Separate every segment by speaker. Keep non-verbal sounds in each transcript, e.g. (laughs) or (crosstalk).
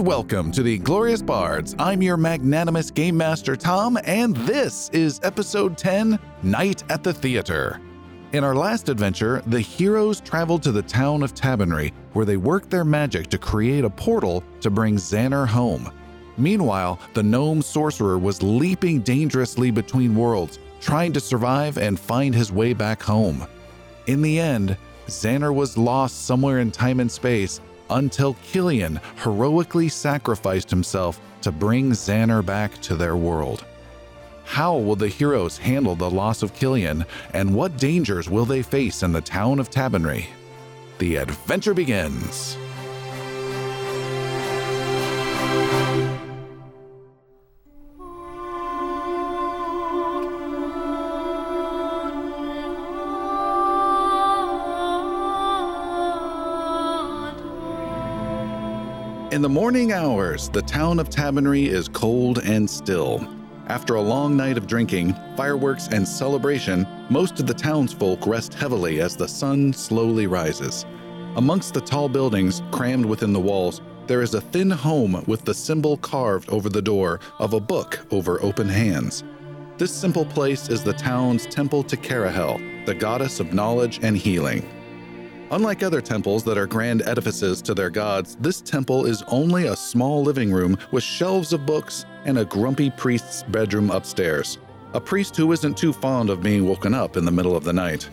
Speaker 1: welcome to the Glorious Bards. I'm your magnanimous game master, Tom, and this is episode 10 Night at the Theater. In our last adventure, the heroes traveled to the town of Tabernary, where they worked their magic to create a portal to bring Xaner home. Meanwhile, the gnome sorcerer was leaping dangerously between worlds, trying to survive and find his way back home. In the end, Xander was lost somewhere in time and space until Killian heroically sacrificed himself to bring Xander back to their world. How will the heroes handle the loss of Killian, and what dangers will they face in the town of Tabernary? The adventure begins! In the morning hours, the town of Tabernary is cold and still. After a long night of drinking, fireworks, and celebration, most of the townsfolk rest heavily as the sun slowly rises. Amongst the tall buildings crammed within the walls, there is a thin home with the symbol carved over the door of a book over open hands. This simple place is the town's temple to Karahel, the goddess of knowledge and healing. Unlike other temples that are grand edifices to their gods, this temple is only a small living room with shelves of books and a grumpy priest's bedroom upstairs. A priest who isn't too fond of being woken up in the middle of the night.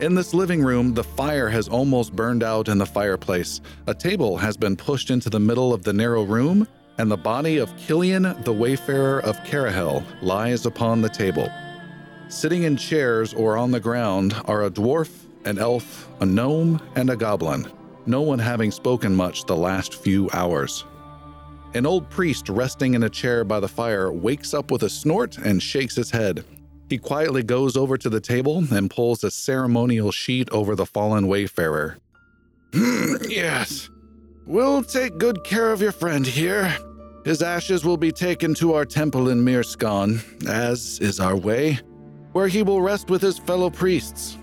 Speaker 1: In this living room, the fire has almost burned out in the fireplace. A table has been pushed into the middle of the narrow room, and the body of Killian, the Wayfarer of Carahel, lies upon the table. Sitting in chairs or on the ground are a dwarf, an elf, a gnome, and a goblin, no one having spoken much the last few hours. An old priest resting in a chair by the fire wakes up with a snort and shakes his head. He quietly goes over to the table and pulls a ceremonial sheet over the fallen wayfarer. "Hmm, yes, we'll take good care of your friend here. His ashes will be taken to our temple in Mirskan, as is our way, where he will rest with his fellow priests.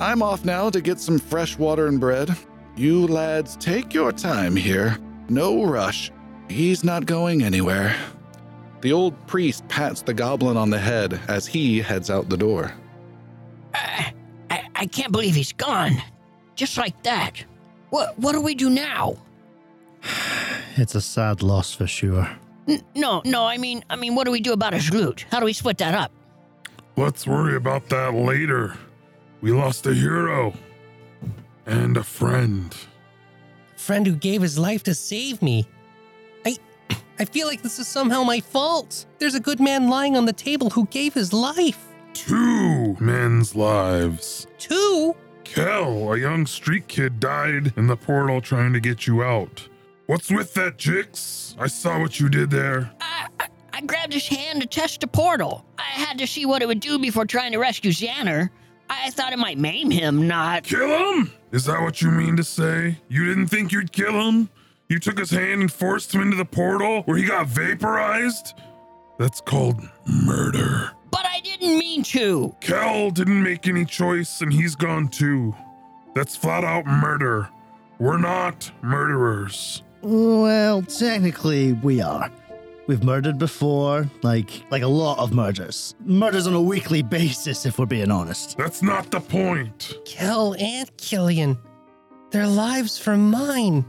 Speaker 1: I'm off now to get some fresh water and bread. You lads take your time here. No rush. He's not going anywhere. The old priest pats the goblin on the head as he heads out the door.
Speaker 2: I, I, I can't believe he's gone. Just like that. What what do we do now?
Speaker 3: It's a sad loss for sure.
Speaker 2: N- no, no, I mean I mean what do we do about his loot? How do we split that up?
Speaker 4: Let's worry about that later. We lost a hero and a friend.
Speaker 5: friend who gave his life to save me. I I feel like this is somehow my fault. There's a good man lying on the table who gave his life.
Speaker 4: Two men's lives.
Speaker 5: Two?
Speaker 4: Kel, a young street kid, died in the portal trying to get you out. What's with that, Jix? I saw what you did there.
Speaker 2: I, I, I grabbed his hand to test the portal. I had to see what it would do before trying to rescue Xander. I, I thought it might maim him, not.
Speaker 4: Kill him? Is that what you mean to say? You didn't think you'd kill him? You took his hand and forced him into the portal where he got vaporized? That's called murder.
Speaker 2: But I didn't mean to. (laughs)
Speaker 4: Kel didn't make any choice and he's gone too. That's flat out murder. We're not murderers.
Speaker 3: Well, technically we are. We've murdered before, like like a lot of murders. Murders on a weekly basis, if we're being honest.
Speaker 4: That's not the point.
Speaker 5: Kel and Killian. Their lives for mine.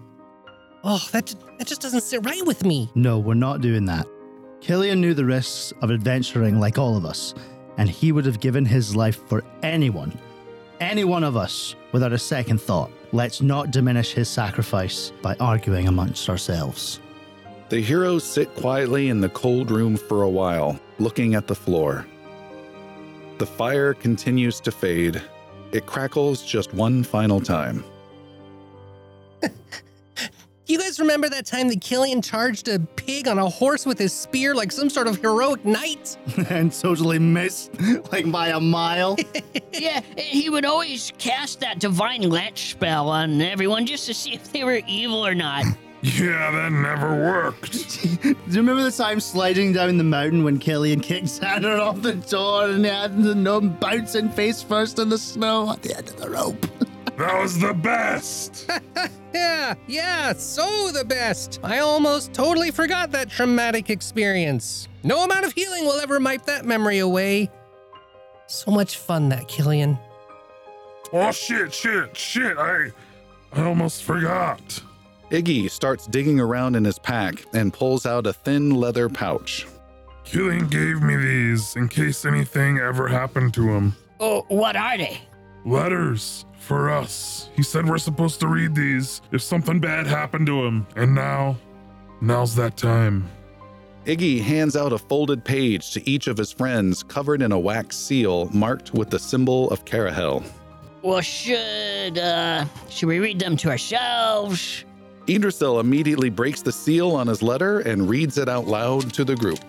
Speaker 5: Oh, that ju- that just doesn't sit right with me.
Speaker 3: No, we're not doing that. Killian knew the risks of adventuring like all of us, and he would have given his life for anyone, any one of us, without a second thought. Let's not diminish his sacrifice by arguing amongst ourselves. (laughs)
Speaker 1: The heroes sit quietly in the cold room for a while, looking at the floor. The fire continues to fade. It crackles just one final time.
Speaker 5: You guys remember that time that Killian charged a pig on a horse with his spear like some sort of heroic knight? (laughs)
Speaker 3: and totally missed, like by a mile. (laughs)
Speaker 2: yeah, he would always cast that divine lynch spell on everyone just to see if they were evil or not.
Speaker 4: Yeah, that never worked.
Speaker 3: Do you remember the time sliding down the mountain when Killian kicked Xander (laughs) off the door and he had the gnome bouncing face first in the snow at the end of the rope?
Speaker 4: That was the best.
Speaker 5: Yeah, yeah, so the best. I almost totally forgot that traumatic experience. No amount of healing will ever wipe that memory away. So much fun, that Killian.
Speaker 4: Oh shit, shit, shit. I I almost forgot.
Speaker 1: Iggy starts digging around in his pack and pulls out a thin leather pouch.
Speaker 4: Killian gave me these in case anything ever happened to him.
Speaker 2: Oh, what are they?
Speaker 4: Letters for us. He said we're supposed to read these if something bad happened to him. And now, now's that time.
Speaker 1: Iggy hands out a folded page to each of his friends covered in a wax seal marked with the symbol of Carahel.
Speaker 2: Well, should uh, should we read them to ourselves?
Speaker 1: Idrisil immediately breaks the seal on his letter and reads it out loud to the group.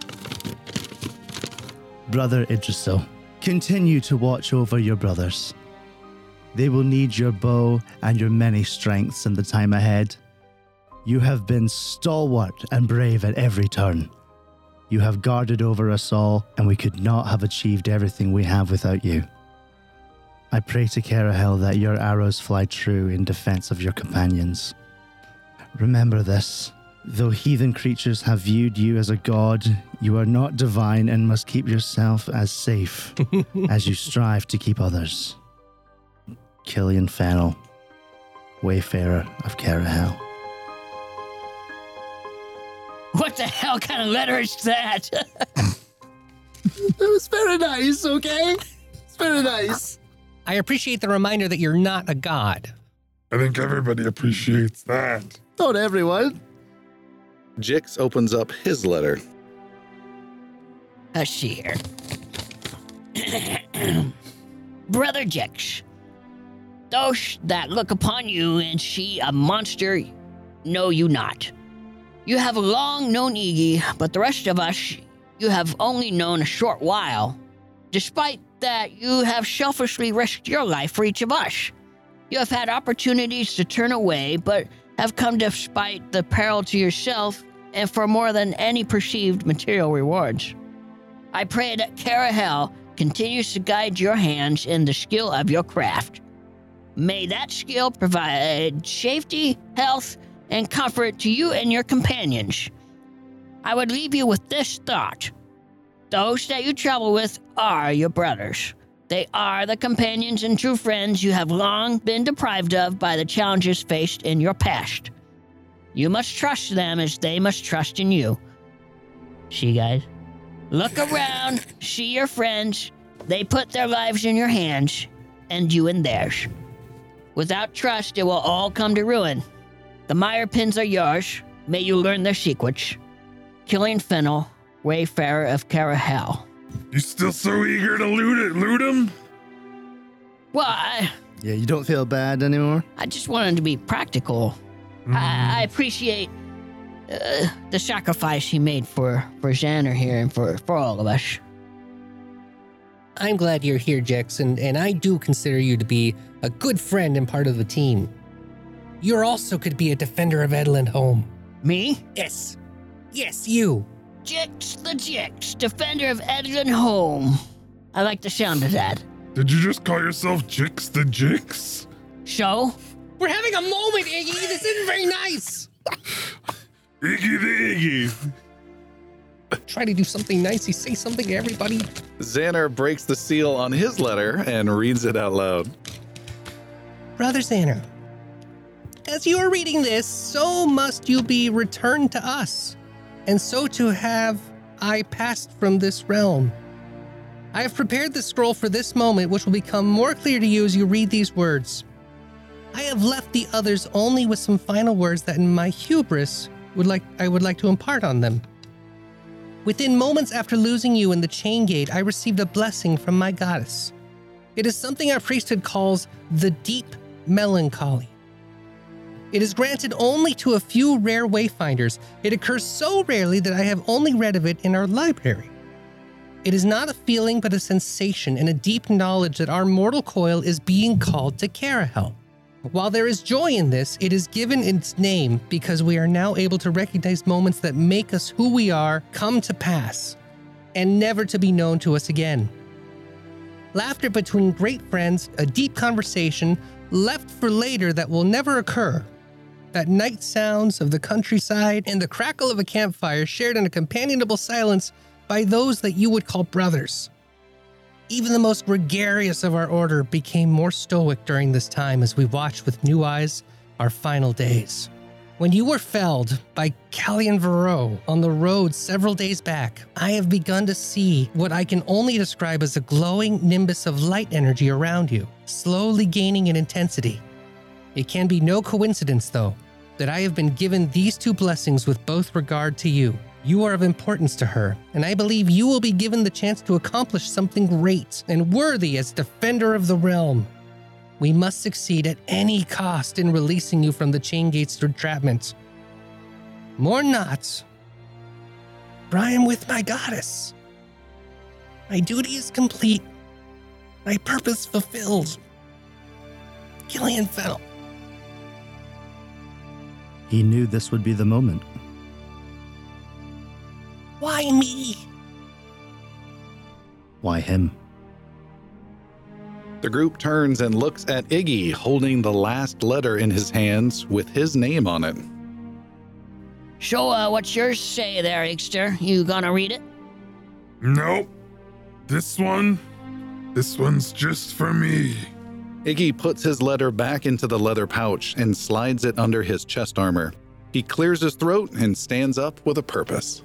Speaker 3: Brother Idrisil, continue to watch over your brothers. They will need your bow and your many strengths in the time ahead. You have been stalwart and brave at every turn. You have guarded over us all, and we could not have achieved everything we have without you. I pray to Carahel that your arrows fly true in defense of your companions. Remember this. Though heathen creatures have viewed you as a god, you are not divine and must keep yourself as (laughs) safe as you strive to keep others. Killian Fennel, Wayfarer of Carahel.
Speaker 2: What the hell kind of letter is that? (laughs)
Speaker 6: It was very nice, okay? It's very nice.
Speaker 5: I appreciate the reminder that you're not a god.
Speaker 4: I think everybody appreciates that.
Speaker 6: Not everyone.
Speaker 1: Jix opens up his letter.
Speaker 2: Let's see here. (coughs) Brother Jex, those that look upon you and see a monster know you not. You have long known Iggy, but the rest of us you have only known a short while. Despite that, you have selfishly risked your life for each of us. You have had opportunities to turn away, but have come despite the peril to yourself and for more than any perceived material rewards. I pray that Carahel continues to guide your hands in the skill of your craft. May that skill provide safety, health, and comfort to you and your companions. I would leave you with this thought those that you travel with are your brothers. They are the companions and true friends you have long been deprived of by the challenges faced in your past. You must trust them as they must trust in you. See, guys? Look around, see your friends. They put their lives in your hands, and you in theirs. Without trust, it will all come to ruin. The mire pins are yours. May you learn their secrets. Killian Fennel, Wayfarer of Carahel.
Speaker 4: You still so eager to loot it, loot him?
Speaker 2: Well, I,
Speaker 3: Yeah, you don't feel bad anymore?
Speaker 2: I just wanted to be practical. I, I appreciate uh, the sacrifice he made for, for Xander here and for, for all of us.
Speaker 5: I'm glad you're here, Jex, and, and I do consider you to be a good friend and part of the team. You also could be a defender of Edland Home.
Speaker 2: Me?
Speaker 5: Yes. Yes, you.
Speaker 2: Jix the Jix, defender of Edlin Home. I like the sound of that.
Speaker 4: Did you just call yourself Jix the Jix?
Speaker 2: So,
Speaker 5: We're having a moment, Iggy. This isn't very nice.
Speaker 4: Iggy the Iggy.
Speaker 5: Try to do something nice. You say something to everybody.
Speaker 1: Xander breaks the seal on his letter and reads it out loud.
Speaker 5: Brother Xander, as you are reading this, so must you be returned to us, and so to have I passed from this realm. I have prepared the scroll for this moment, which will become more clear to you as you read these words. I have left the others only with some final words that, in my hubris, would like I would like to impart on them. Within moments after losing you in the chain gate, I received a blessing from my goddess. It is something our priesthood calls the deep melancholy. It is granted only to a few rare wayfinders. It occurs so rarely that I have only read of it in our library. It is not a feeling, but a sensation and a deep knowledge that our mortal coil is being called to Carahel. While there is joy in this, it is given its name because we are now able to recognize moments that make us who we are come to pass and never to be known to us again laughter between great friends, a deep conversation left for later that will never occur. that night sounds of the countryside and the crackle of a campfire shared in a companionable silence by those that you would call brothers. Even the most gregarious of our order became more stoic during this time as we watched with new eyes our final days. When you were felled by Callian Varro on the road several days back, I have begun to see what I can only describe as a glowing nimbus of light energy around you, slowly gaining in intensity. It can be no coincidence, though, that I have been given these two blessings with both regard to you. You are of importance to her, and I believe you will be given the chance to accomplish something great and worthy as defender of the realm. We must succeed at any cost in releasing you from the chain gates entrapment. More knots. Brian with my goddess. My duty is complete. My purpose fulfilled. Gillian Fennel.
Speaker 7: He knew this would be the moment.
Speaker 5: Why me?
Speaker 7: Why him?
Speaker 1: The group turns and looks at Iggy holding the last letter in his hands with his name on it.
Speaker 2: So, uh, what's your say there, Igster? You gonna read it?
Speaker 4: Nope. This one, this one's just for me.
Speaker 1: Iggy puts his letter back into the leather pouch and slides it under his chest armor. He clears his throat and stands up with a purpose.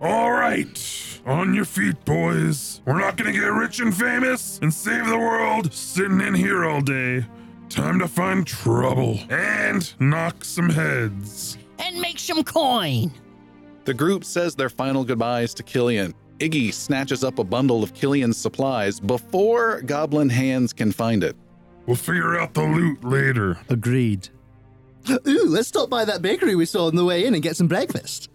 Speaker 4: All right, on your feet, boys. We're not gonna get rich and famous and save the world sitting in here all day. Time to find trouble and knock some heads.
Speaker 2: And make some coin.
Speaker 1: The group says their final goodbyes to Killian. Iggy snatches up a bundle of Killian's supplies before Goblin Hands can find it.
Speaker 4: We'll figure out the loot later.
Speaker 7: Agreed.
Speaker 3: (gasps) Ooh, let's stop by that bakery we saw on the way in and get some breakfast.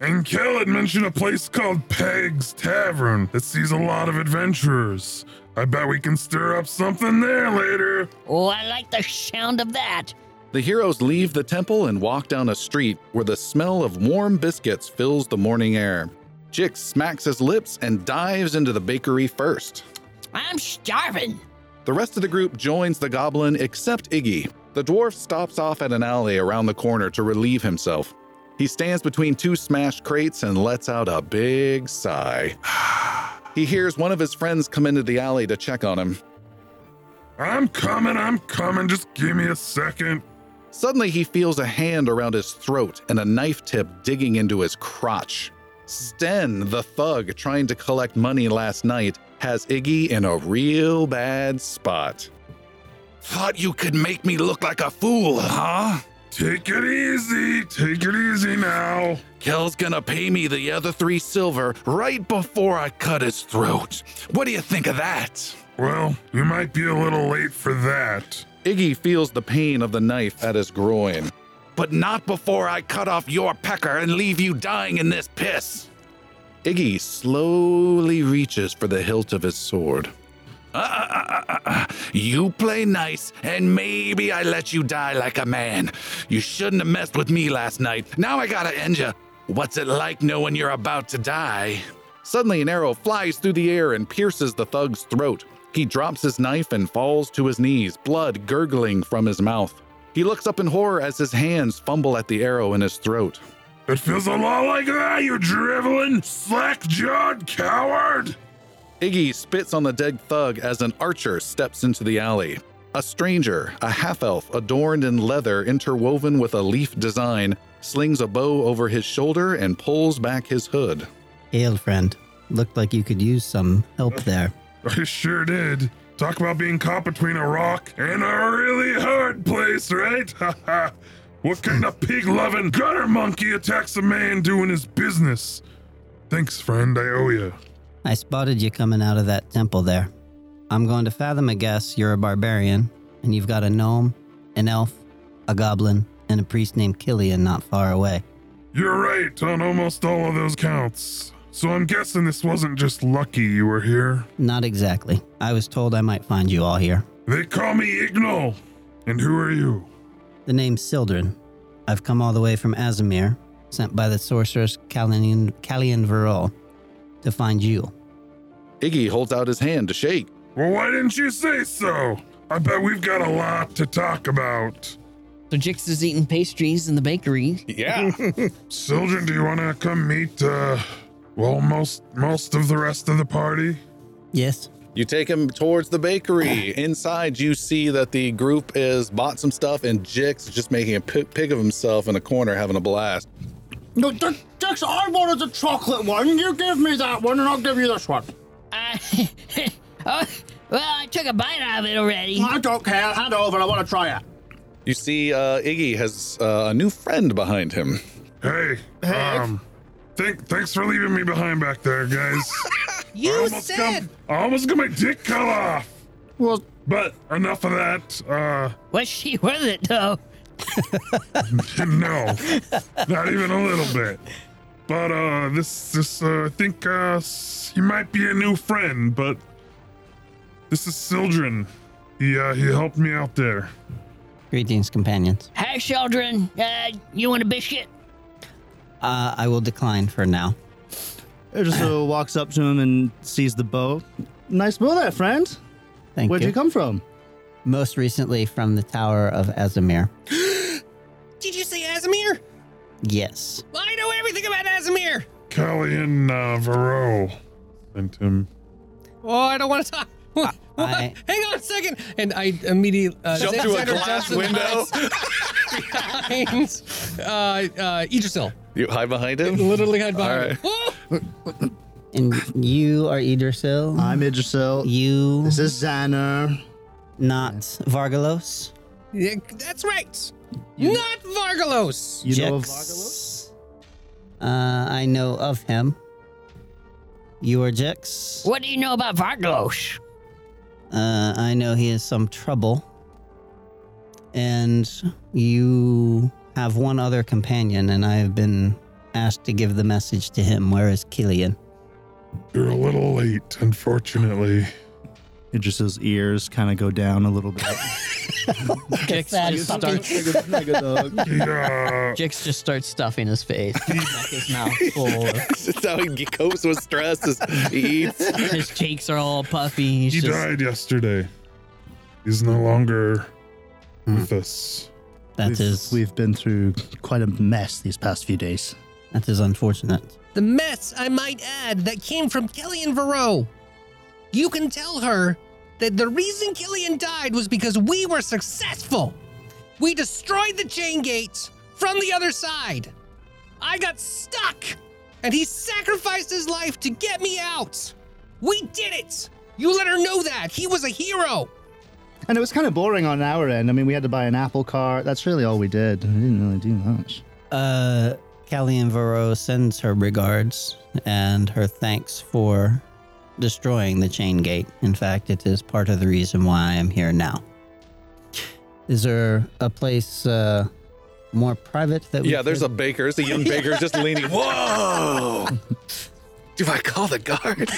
Speaker 4: And Kel had mentioned a place called Peg's Tavern that sees a lot of adventurers. I bet we can stir up something there later.
Speaker 2: Oh, I like the sound of that.
Speaker 1: The heroes leave the temple and walk down a street where the smell of warm biscuits fills the morning air. Jix smacks his lips and dives into the bakery first.
Speaker 2: I'm starving.
Speaker 1: The rest of the group joins the goblin except Iggy. The dwarf stops off at an alley around the corner to relieve himself. He stands between two smashed crates and lets out a big sigh. (sighs) he hears one of his friends come into the alley to check on him.
Speaker 4: I'm coming, I'm coming. Just give me a second.
Speaker 1: Suddenly, he feels a hand around his throat and a knife tip digging into his crotch. Sten, the thug trying to collect money last night, has Iggy in a real bad spot.
Speaker 8: Thought you could make me look like a fool, huh?
Speaker 4: Take it easy, take it easy now.
Speaker 8: Kel's gonna pay me the other three silver right before I cut his throat. What do you think of that?
Speaker 4: Well, you might be a little late for that.
Speaker 1: Iggy feels the pain of the knife at his groin.
Speaker 8: But not before I cut off your pecker and leave you dying in this piss.
Speaker 1: Iggy slowly reaches for the hilt of his sword.
Speaker 8: Uh, uh, uh, uh, uh. You play nice, and maybe I let you die like a man. You shouldn't have messed with me last night. Now I gotta end you. What's it like knowing you're about to die?
Speaker 1: Suddenly, an arrow flies through the air and pierces the thug's throat. He drops his knife and falls to his knees, blood gurgling from his mouth. He looks up in horror as his hands fumble at the arrow in his throat.
Speaker 4: It feels a lot like that, you driveling, slack jawed coward!
Speaker 1: Iggy spits on the dead thug as an archer steps into the alley. A stranger, a half elf adorned in leather interwoven with a leaf design, slings a bow over his shoulder and pulls back his hood.
Speaker 9: Hail, friend. Looked like you could use some help there.
Speaker 4: I sure did. Talk about being caught between a rock and a really hard place, right? (laughs) Ha ha! what kind of pig loving gutter monkey attacks a man doing his business? Thanks, friend. I owe you.
Speaker 9: I spotted you coming out of that temple there. I'm going to fathom a guess you're a barbarian, and you've got a gnome, an elf, a goblin, and a priest named Killian not far away.
Speaker 4: You're right on almost all of those counts. So I'm guessing this wasn't just lucky you were here.
Speaker 9: Not exactly. I was told I might find you all here.
Speaker 4: They call me Ignol. And who are you?
Speaker 9: The name's Sildren. I've come all the way from Azamir, sent by the sorceress Kalian, Kalian Verol, to find you.
Speaker 1: Iggy holds out his hand to shake.
Speaker 4: Well, why didn't you say so? I bet we've got a lot to talk about.
Speaker 2: So Jix is eating pastries in the bakery.
Speaker 1: Yeah.
Speaker 4: Sildren, do you want to come meet, uh, well, most most of the rest of the party?
Speaker 3: Yes.
Speaker 1: (laughs) You take him towards the bakery. Inside, you see that the group is bought some stuff, and Jix is just making a pi- pig of himself in a corner, having a blast.
Speaker 3: No, Dick, Dix, I wanted the chocolate one. You give me that one, and I'll give you this one.
Speaker 2: I, (laughs) oh, well, I took a bite out of it already.
Speaker 3: I don't care. Hand over. I want to try it.
Speaker 1: You see, uh, Iggy has uh, a new friend behind him.
Speaker 4: Hey, um, thank, thanks for leaving me behind back there, guys. I
Speaker 5: (laughs) You
Speaker 4: almost
Speaker 5: said
Speaker 4: got, I almost got my dick cut off.
Speaker 3: Well,
Speaker 4: But enough of that. Uh, (laughs)
Speaker 2: Was she worth it though?
Speaker 4: no, not even a little bit. But uh, this this uh, I think uh, s- he might be a new friend. But this is Sildren. He uh, he helped me out there.
Speaker 9: Greetings, companions.
Speaker 2: Hey, children, uh, you want a biscuit?
Speaker 9: Uh, I will decline for now.
Speaker 7: (clears throat) Urso uh, walks up to him and sees the bow. Nice bow there, friend.
Speaker 9: Thank
Speaker 7: Where'd
Speaker 9: you.
Speaker 7: you come from?
Speaker 9: Most recently from the Tower of Azamir.
Speaker 5: Did you say Azamir?
Speaker 9: Yes.
Speaker 5: Well, I know everything about Azamir.
Speaker 4: Callian uh, Varro sent him.
Speaker 5: Oh, I don't want to talk. (laughs) What?
Speaker 9: I-
Speaker 5: Hang on a second. And I immediately uh,
Speaker 1: Jump through a
Speaker 5: Alexander
Speaker 1: glass
Speaker 5: Johnson
Speaker 1: window.
Speaker 5: hides (laughs) behind, uh, uh, Idrisil.
Speaker 1: You hide behind him?
Speaker 5: (laughs) Literally hide behind. Oh,
Speaker 1: All
Speaker 5: him.
Speaker 1: right.
Speaker 5: Whoa!
Speaker 9: And you are Idrisil.
Speaker 7: I'm Idrisil.
Speaker 9: you
Speaker 7: This is Xaner.
Speaker 9: not Vargalos.
Speaker 5: Yeah, that's right. Not Vargalos.
Speaker 7: You know of Vargalos?
Speaker 9: Jex. Uh, I know of him. You are Jex.
Speaker 2: What do you know about Vargos?
Speaker 9: Uh, I know he is some trouble. And you have one other companion, and I have been asked to give the message to him. Where is Killian?
Speaker 4: You're a little late, unfortunately.
Speaker 7: Idrisil's ears kind of go down a
Speaker 9: (laughs)
Speaker 7: little bit.
Speaker 2: Jix just,
Speaker 7: Starts like a- like a dog.
Speaker 4: He, uh,
Speaker 2: Jix just starts stuffing his face.
Speaker 10: his mouth full.
Speaker 1: (laughs) That's how he copes with stress. Is he eats.
Speaker 10: his cheeks are all puffy. He's
Speaker 4: he
Speaker 10: just,
Speaker 4: died yesterday. He's no longer with us.
Speaker 9: That
Speaker 7: We've-
Speaker 9: is
Speaker 7: We've been through quite a mess these past few days.
Speaker 9: that is unfortunate.
Speaker 5: The mess, I might add, that came from Killian Varro. You can tell her that the reason Killian died was because we were successful. We destroyed the chain gates from the other side. I got stuck, and he sacrificed his life to get me out. We did it. You let her know that. He was a hero.
Speaker 7: And it was kind of boring on our end. I mean, we had to buy an Apple cart. That's really all we did. We didn't really do much.
Speaker 9: Uh, Callian Varro sends her regards and her thanks for destroying the chain gate. In fact, it is part of the reason why I am here now. Is there a place uh, more private that we
Speaker 1: Yeah, there's a
Speaker 9: could-
Speaker 1: baker. It's a young baker just leaning. Whoa! Do I call the guard?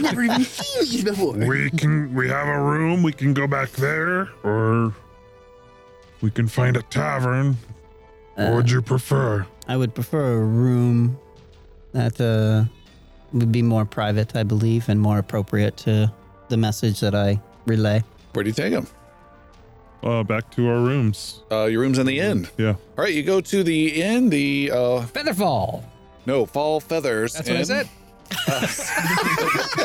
Speaker 3: never even seen these before.
Speaker 4: We can we have a room, we can go back there, or we can find a tavern. what would you prefer?
Speaker 9: I would prefer a room that uh, would be more private, I believe, and more appropriate to the message that I relay.
Speaker 1: Where do you take him?
Speaker 4: Uh back to our rooms.
Speaker 1: Uh, your room's in the inn.
Speaker 4: Yeah.
Speaker 1: All right, you go to the inn. The uh,
Speaker 5: Featherfall.
Speaker 1: no fall feathers.
Speaker 5: That's what I
Speaker 1: Inn.
Speaker 5: said.
Speaker 1: uh,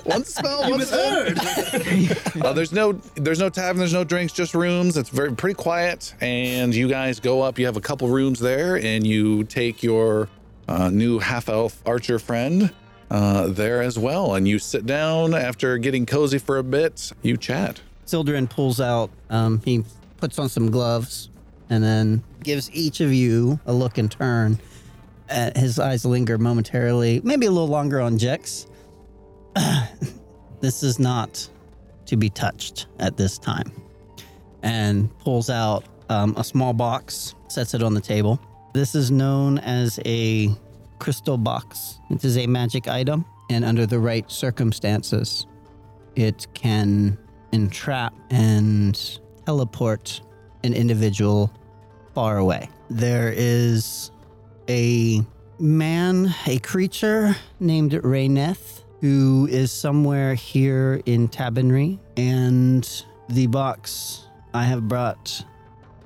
Speaker 1: (laughs) One spell, one spell. (laughs) uh, there's no, there's no tavern, there's no drinks, just rooms. It's very pretty quiet, and you guys go up. You have a couple rooms there, and you take your uh, new half-elf archer friend uh, there as well, and you sit down. After getting cozy for a bit, you chat.
Speaker 9: Sildren pulls out, um, he puts on some gloves and then gives each of you a look in turn. Uh, his eyes linger momentarily, maybe a little longer on Jex. (sighs) this is not to be touched at this time. And pulls out um, a small box, sets it on the table. This is known as a crystal box. It is a magic item, and under the right circumstances, it can entrap and teleport an individual far away. There is a man, a creature named Rayneth, who is somewhere here in Tabenry, and the box I have brought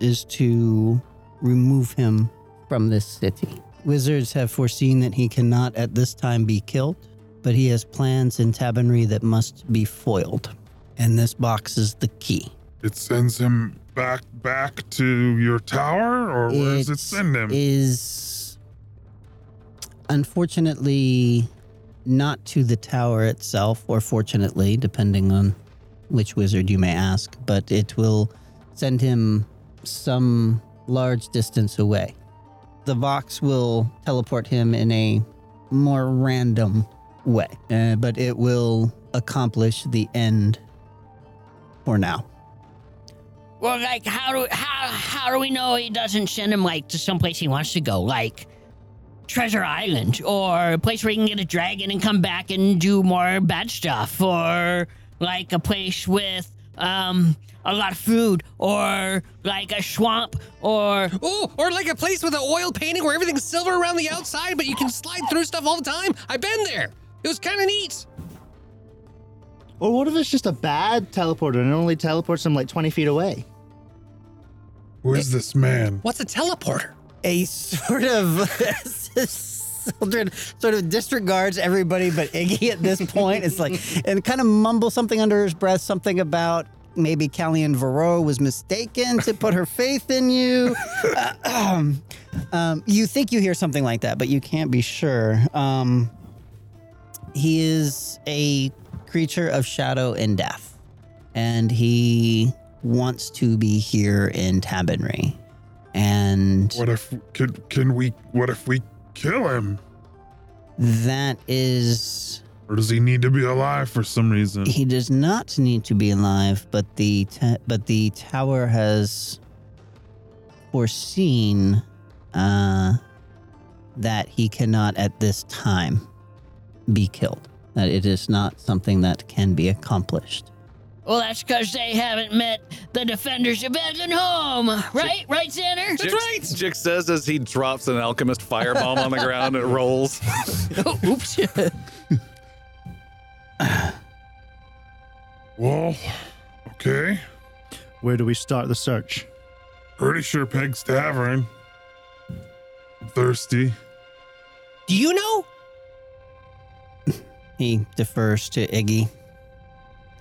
Speaker 9: is to remove him from this city. Wizards have foreseen that he cannot at this time be killed, but he has plans in Tabernary that must be foiled. And this box is the key.
Speaker 4: It sends him back back to your tower, or where does it
Speaker 9: It's-
Speaker 4: send him?
Speaker 9: Is unfortunately not to the tower itself, or fortunately, depending on which wizard you may ask, but it will send him some large distance away. The Vox will teleport him in a more random way, uh, but it will accomplish the end for now.
Speaker 2: Well, like, how do how how do we know he doesn't send him like to someplace he wants to go, like Treasure Island, or a place where he can get a dragon and come back and do more bad stuff, or like a place with um a lot of food, or like a swamp, or
Speaker 5: Oh, or like a place with an oil painting where everything's silver around the outside, but you can slide through stuff all the time. I've been there. It was kind of neat.
Speaker 7: Or what if it's just a bad teleporter and it only teleports him like 20 feet away?
Speaker 4: Where's this man?
Speaker 5: What's a teleporter?
Speaker 9: a sort of (laughs) Sildren sort of disregards everybody but Iggy at this point. It's like and kind of mumbles something under his breath, something about maybe Callian Varro was mistaken to put her faith in you. Uh, (clears throat) um, um, you think you hear something like that, but you can't be sure. Um, he is a creature of shadow and death, and he wants to be here in Tabernary. And
Speaker 4: What if could can we? What if we kill him?
Speaker 9: That is,
Speaker 4: Or does he need to be alive for some reason?
Speaker 9: he does not need to be alive, but the ta- but the tower has foreseen uh, that he cannot at this time be killed. That it is not something that can be accomplished.
Speaker 2: well, that's because they haven't met the defenders of Edlin Home, right? Right, Xander?
Speaker 1: (laughs)
Speaker 5: That's right.
Speaker 1: Jick says as he drops an alchemist firebomb on the ground, it rolls.
Speaker 2: Oops.
Speaker 4: Well, okay.
Speaker 7: Where do we start the search?
Speaker 4: Pretty sure Peg's Tavern. Thirsty.
Speaker 5: Do you know?
Speaker 9: He defers to Iggy.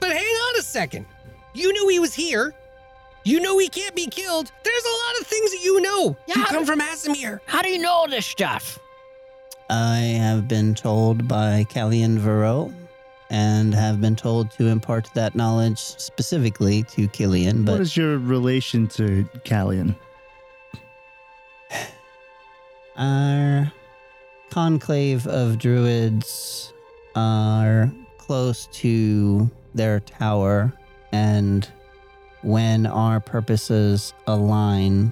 Speaker 5: But hang on a second. You knew he was here. You know he can't be killed. There's a lot of things that you know. You
Speaker 2: Yeah.
Speaker 5: come from Asimir.
Speaker 2: How do you know this stuff?
Speaker 9: I have been told by Callian Varro and have been told to impart that knowledge specifically to Killian, but
Speaker 7: what is your relation to Callian?
Speaker 9: our conclave of druids are close to their tower and when our purposes align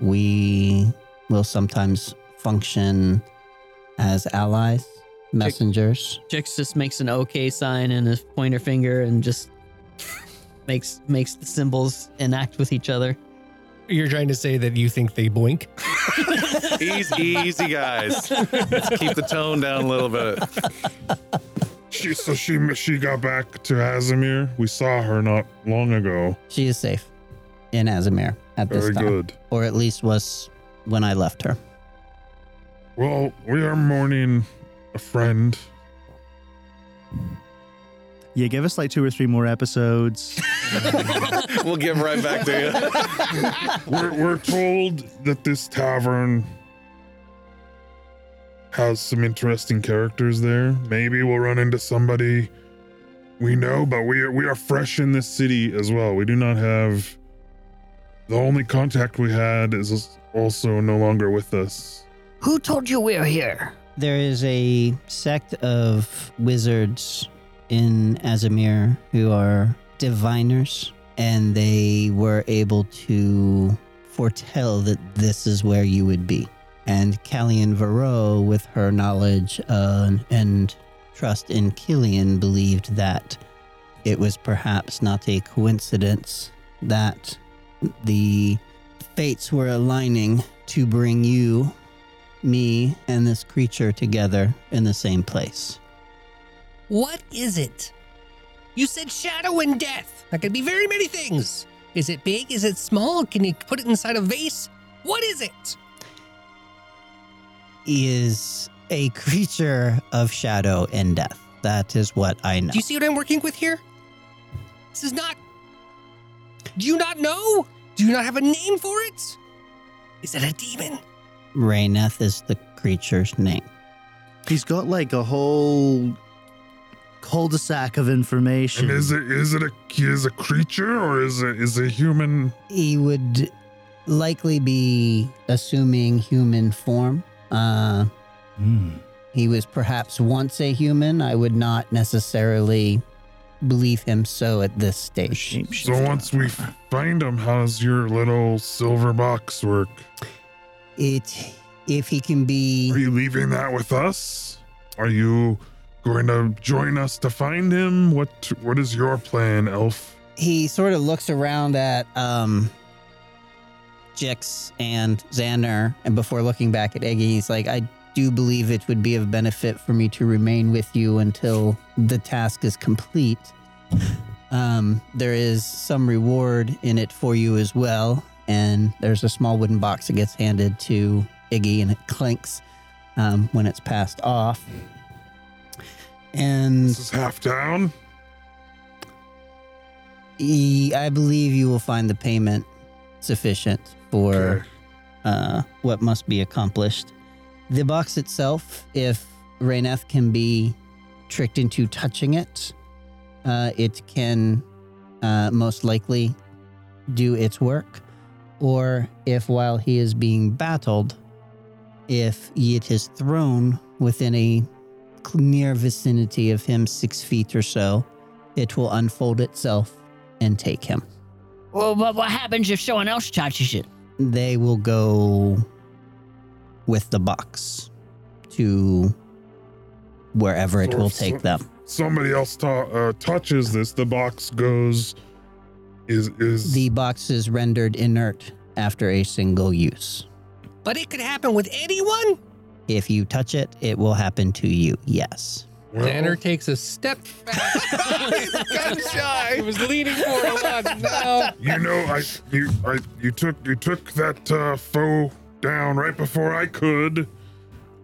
Speaker 9: we will sometimes function as allies messengers
Speaker 11: Jix just makes an OK sign and his pointer finger and just makes makes the symbols enact with each other.
Speaker 12: You're trying to say that you think they blink?
Speaker 1: easy, easy, guys. Let's keep the tone down a little bit.
Speaker 4: She so she she got back to Azimir. We saw her not long ago.
Speaker 9: she is safe in azamir at this
Speaker 4: Very
Speaker 9: time
Speaker 4: good.
Speaker 9: or at least was when i left her
Speaker 4: Well, we are mourning a friend.
Speaker 7: Yeah, give us like two or three more episodes.
Speaker 1: We'll give right back to you.
Speaker 4: We're, we're told that this tavern has some interesting characters there. Maybe we'll run into somebody we know, but we are, we are fresh in this city as well. We do not have. The only contact we had is also no longer with us.
Speaker 2: Who told you we're here?
Speaker 9: There is a sect of wizards in Azamir who are diviners, and they were able to foretell that this is where you would be. And Callian Varro, with her knowledge uh, and trust in Killian, believed that it was perhaps not a coincidence that the fates were aligning to bring you me and this creature together in the same place.
Speaker 5: What is it? You said shadow and death. That could be very many things.
Speaker 13: Is it big? Is it small? Can you put it inside a vase? What is it?
Speaker 9: Is a (laughs) creature of shadow and death. That is what I know.
Speaker 13: Do you see what I'm working with here? This is not. Do you not know? Do you not have a name for it? Is it a demon?
Speaker 9: Rayneth is the creature's name.
Speaker 3: He's got like a whole cul-de-sac of information.
Speaker 4: And is it is it a is a creature or is it is a human?
Speaker 9: He would likely be assuming human form. Uh,
Speaker 3: Hmm.
Speaker 9: he was perhaps once a human. I would not necessarily believe him so at this stage.
Speaker 4: So once we find him, how does your little silver box work?
Speaker 9: It, if he can
Speaker 4: Are
Speaker 9: be,
Speaker 4: you leaving that with us? Are you going to join us to find him? What what is your plan, Elf?
Speaker 9: he sort of looks around at um, Jix and Xander, and before looking back at Eggy, he's like, I do believe it would be of benefit for me to remain with you until the task is complete. Um, there is some reward in it for you as well, and there's a small wooden box that gets handed to Iggy, and it clinks um, when it's passed off. And
Speaker 4: This is half down.
Speaker 9: E- I believe you will find the payment sufficient for
Speaker 4: Okay.
Speaker 9: uh, what must be accomplished. The box itself, if Rayneth can be tricked into touching it, uh, it can uh, most likely do its work. Or if while he is being battled, if it is thrown within a cl- near vicinity of him, six feet or so, it will unfold itself and take him.
Speaker 14: Well, but what happens if someone else touches it?
Speaker 9: They will go with the box to wherever it will take them.
Speaker 4: Somebody else ta- uh, touches this. The box goes. Is is
Speaker 9: The box is rendered inert after a single use.
Speaker 13: But it could happen with anyone?
Speaker 9: If you touch it, it will happen to you. Yes.
Speaker 4: well,
Speaker 5: Xander takes a step back. (laughs) He's gun shy. He was leaning for a lot. No.
Speaker 4: You know, I you I you took you took that uh, foe down right before I could,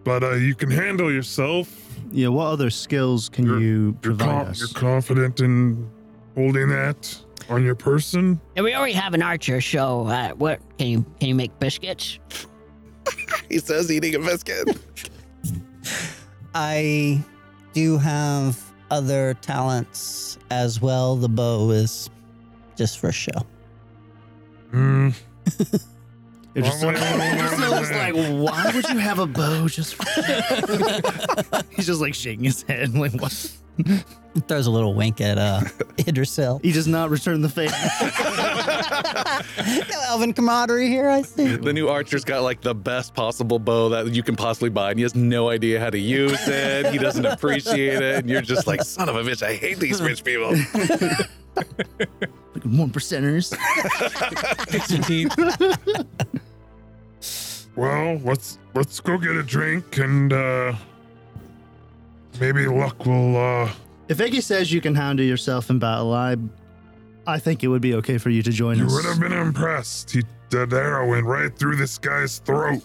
Speaker 4: but uh, you can handle yourself.
Speaker 3: Yeah, what other skills can
Speaker 4: You're-
Speaker 3: you
Speaker 4: You're,
Speaker 3: provide
Speaker 4: con-
Speaker 3: us?
Speaker 4: you're confident in holding that on your person.
Speaker 14: And we already have an archer, so uh, what can you can you make biscuits?
Speaker 5: He says eating a biscuit.
Speaker 9: I do have other talents as well. The bow is just for show.
Speaker 4: Hmm.
Speaker 3: (laughs) It just-
Speaker 4: Wrong way, wrong way, wrong
Speaker 3: So it's
Speaker 4: way.
Speaker 3: like, why would you have a bow just for (laughs) He's just like shaking his head like what
Speaker 9: Throws a little wink at uh (laughs) Idrisil.
Speaker 3: he does not return the favor.
Speaker 9: no elven camaraderie here,
Speaker 1: (laughs)
Speaker 9: I see.
Speaker 1: The new archer's got like the best possible bow that you can possibly buy, and he has no idea how to use it. He doesn't appreciate it, and you're just like, son of a bitch, I hate these rich people.
Speaker 3: One percenters.
Speaker 4: Well, let's let's go get a drink and uh, maybe luck will. Uh,
Speaker 3: If Iggy says you can handle yourself in battle, I I think it would be okay for you to join
Speaker 4: you
Speaker 3: us.
Speaker 4: would have been impressed. He, that arrow went right through this guy's throat.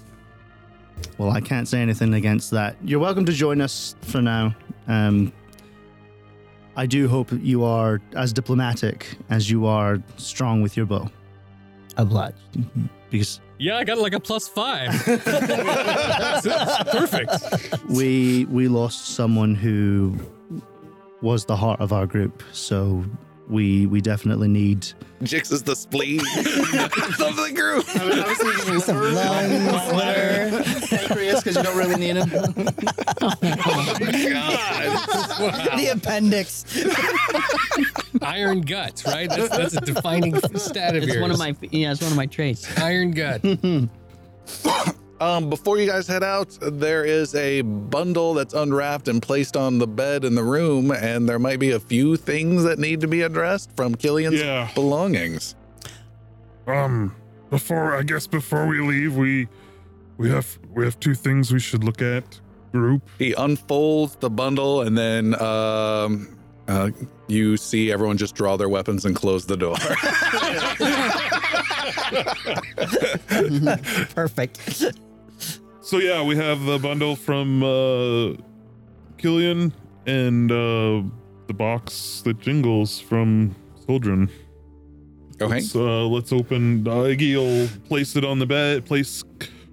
Speaker 3: Well, I can't say anything against that. You're welcome to join us for now. Um, I do hope that you are as diplomatic as you are strong with your bow,
Speaker 9: Obliged.
Speaker 3: because
Speaker 15: Yeah, I got like a plus five. That's it. Perfect.
Speaker 3: we we lost someone who was the heart of our group, so we we definitely need.
Speaker 1: Jix is the spleen (laughs) of the group.
Speaker 9: Some lungs, liver.
Speaker 3: because you don't really need him.
Speaker 1: God.
Speaker 9: the appendix.
Speaker 5: Iron gut, right? That's, that's a (laughs) defining stat of
Speaker 2: It's
Speaker 5: yours.
Speaker 2: one of my yeah, it's one of my traits.
Speaker 5: iron gut.
Speaker 1: Um, before you guys head out, there is a bundle that's unwrapped and placed on the bed in the room, and there might be a few things that need to be addressed from Killian's
Speaker 4: Yeah.
Speaker 1: belongings.
Speaker 4: Um, before I guess before we leave, we we have we have two things we should look at. Group.
Speaker 1: He unfolds the bundle and then um, Uh, you see everyone just draw their weapons and close the door.
Speaker 9: (laughs)
Speaker 1: (laughs)
Speaker 9: Perfect.
Speaker 4: So yeah, we have the bundle from uh, Killian and uh, the box that jingles from Soldrin.
Speaker 1: Okay.
Speaker 4: Let's, uh, let's open. Iggy will place it on the bed. Place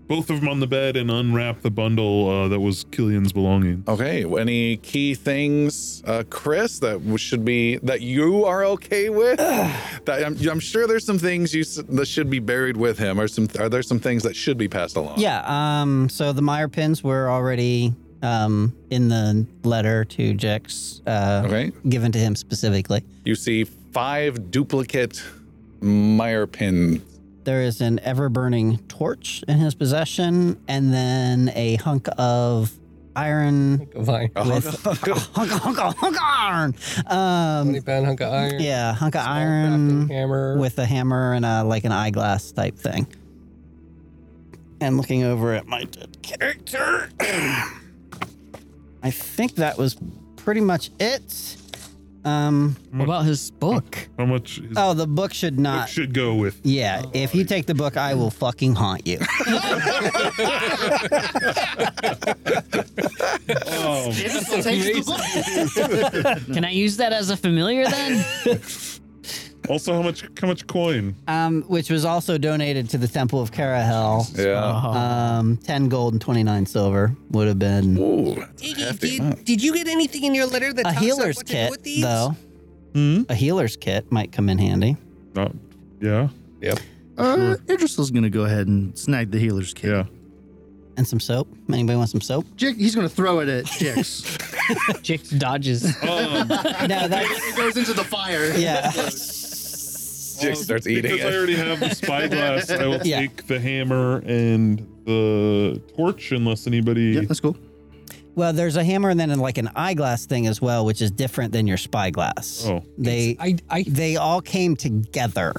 Speaker 4: both of them on the bed and unwrap the bundle uh, that was Killian's belonging.
Speaker 1: Okay, any key things, uh, Chris, that w- should be that you are okay with? that I'm, I'm sure there's some things you s- that should be buried with him, or some are there some things that should be passed along?
Speaker 9: Yeah. Um. So the Meyer pins were already um in the letter to Jex. Uh,
Speaker 1: Okay.
Speaker 9: Given to him specifically.
Speaker 1: You see five duplicate Meyer pin.
Speaker 9: There is an ever-burning torch in his possession, and then a hunk of iron.
Speaker 1: A hunk of-
Speaker 9: with- a hunk of- (laughs) hunk of- hunk of iron. Um, Twenty
Speaker 16: pound hunk of iron.
Speaker 9: Yeah, hunk of iron
Speaker 16: hammer.
Speaker 9: with a hammer and a like an eyeglass type thing. And looking over at my dead character, (clears throat) I think that was pretty much it. Um,
Speaker 17: What
Speaker 2: about his book?
Speaker 4: How much? His
Speaker 9: oh, the book should not.
Speaker 4: book should go
Speaker 9: (laughs)
Speaker 4: with.
Speaker 9: yeah, if you take the book, I will fucking haunt you. (laughs)
Speaker 4: Oh,
Speaker 2: (laughs) Can I use that as a familiar (laughs) then?
Speaker 4: also, how much? How much coin?
Speaker 9: um, which was also donated to the Temple of Karahel.
Speaker 5: Uh-huh.
Speaker 1: Yeah.
Speaker 9: Um, ten gold and twenty nine silver would have been
Speaker 1: Ooh, that's
Speaker 5: Iggy,
Speaker 1: hefty.
Speaker 5: did, did you get anything in your letter that
Speaker 9: a
Speaker 5: talks about
Speaker 9: healer's
Speaker 5: what to do
Speaker 9: kit,
Speaker 5: with these?
Speaker 9: though.
Speaker 4: Hmm?
Speaker 9: A healer's kit might come in handy.
Speaker 4: Not. Yeah.
Speaker 3: Uh, Idrisil's gonna go ahead and snag the healer's kit.
Speaker 4: Yeah.
Speaker 9: And some soap. Anybody want some soap?
Speaker 3: Jick, he's gonna throw it at Jix.
Speaker 2: Jake dodges.
Speaker 4: (laughs) Um,
Speaker 9: (laughs) No, that's
Speaker 3: it goes into the fire.
Speaker 9: yeah.
Speaker 1: Jake starts eating
Speaker 4: because I
Speaker 1: it.
Speaker 4: already have the spyglass. I will
Speaker 9: (laughs) Yeah.
Speaker 4: take the hammer and the torch, unless anybody.
Speaker 3: Yep, that's cool.
Speaker 9: Well, there's a hammer and then like an eyeglass thing as well, which is different than your spyglass.
Speaker 4: Oh.
Speaker 9: They
Speaker 16: I, I,
Speaker 9: they all came together.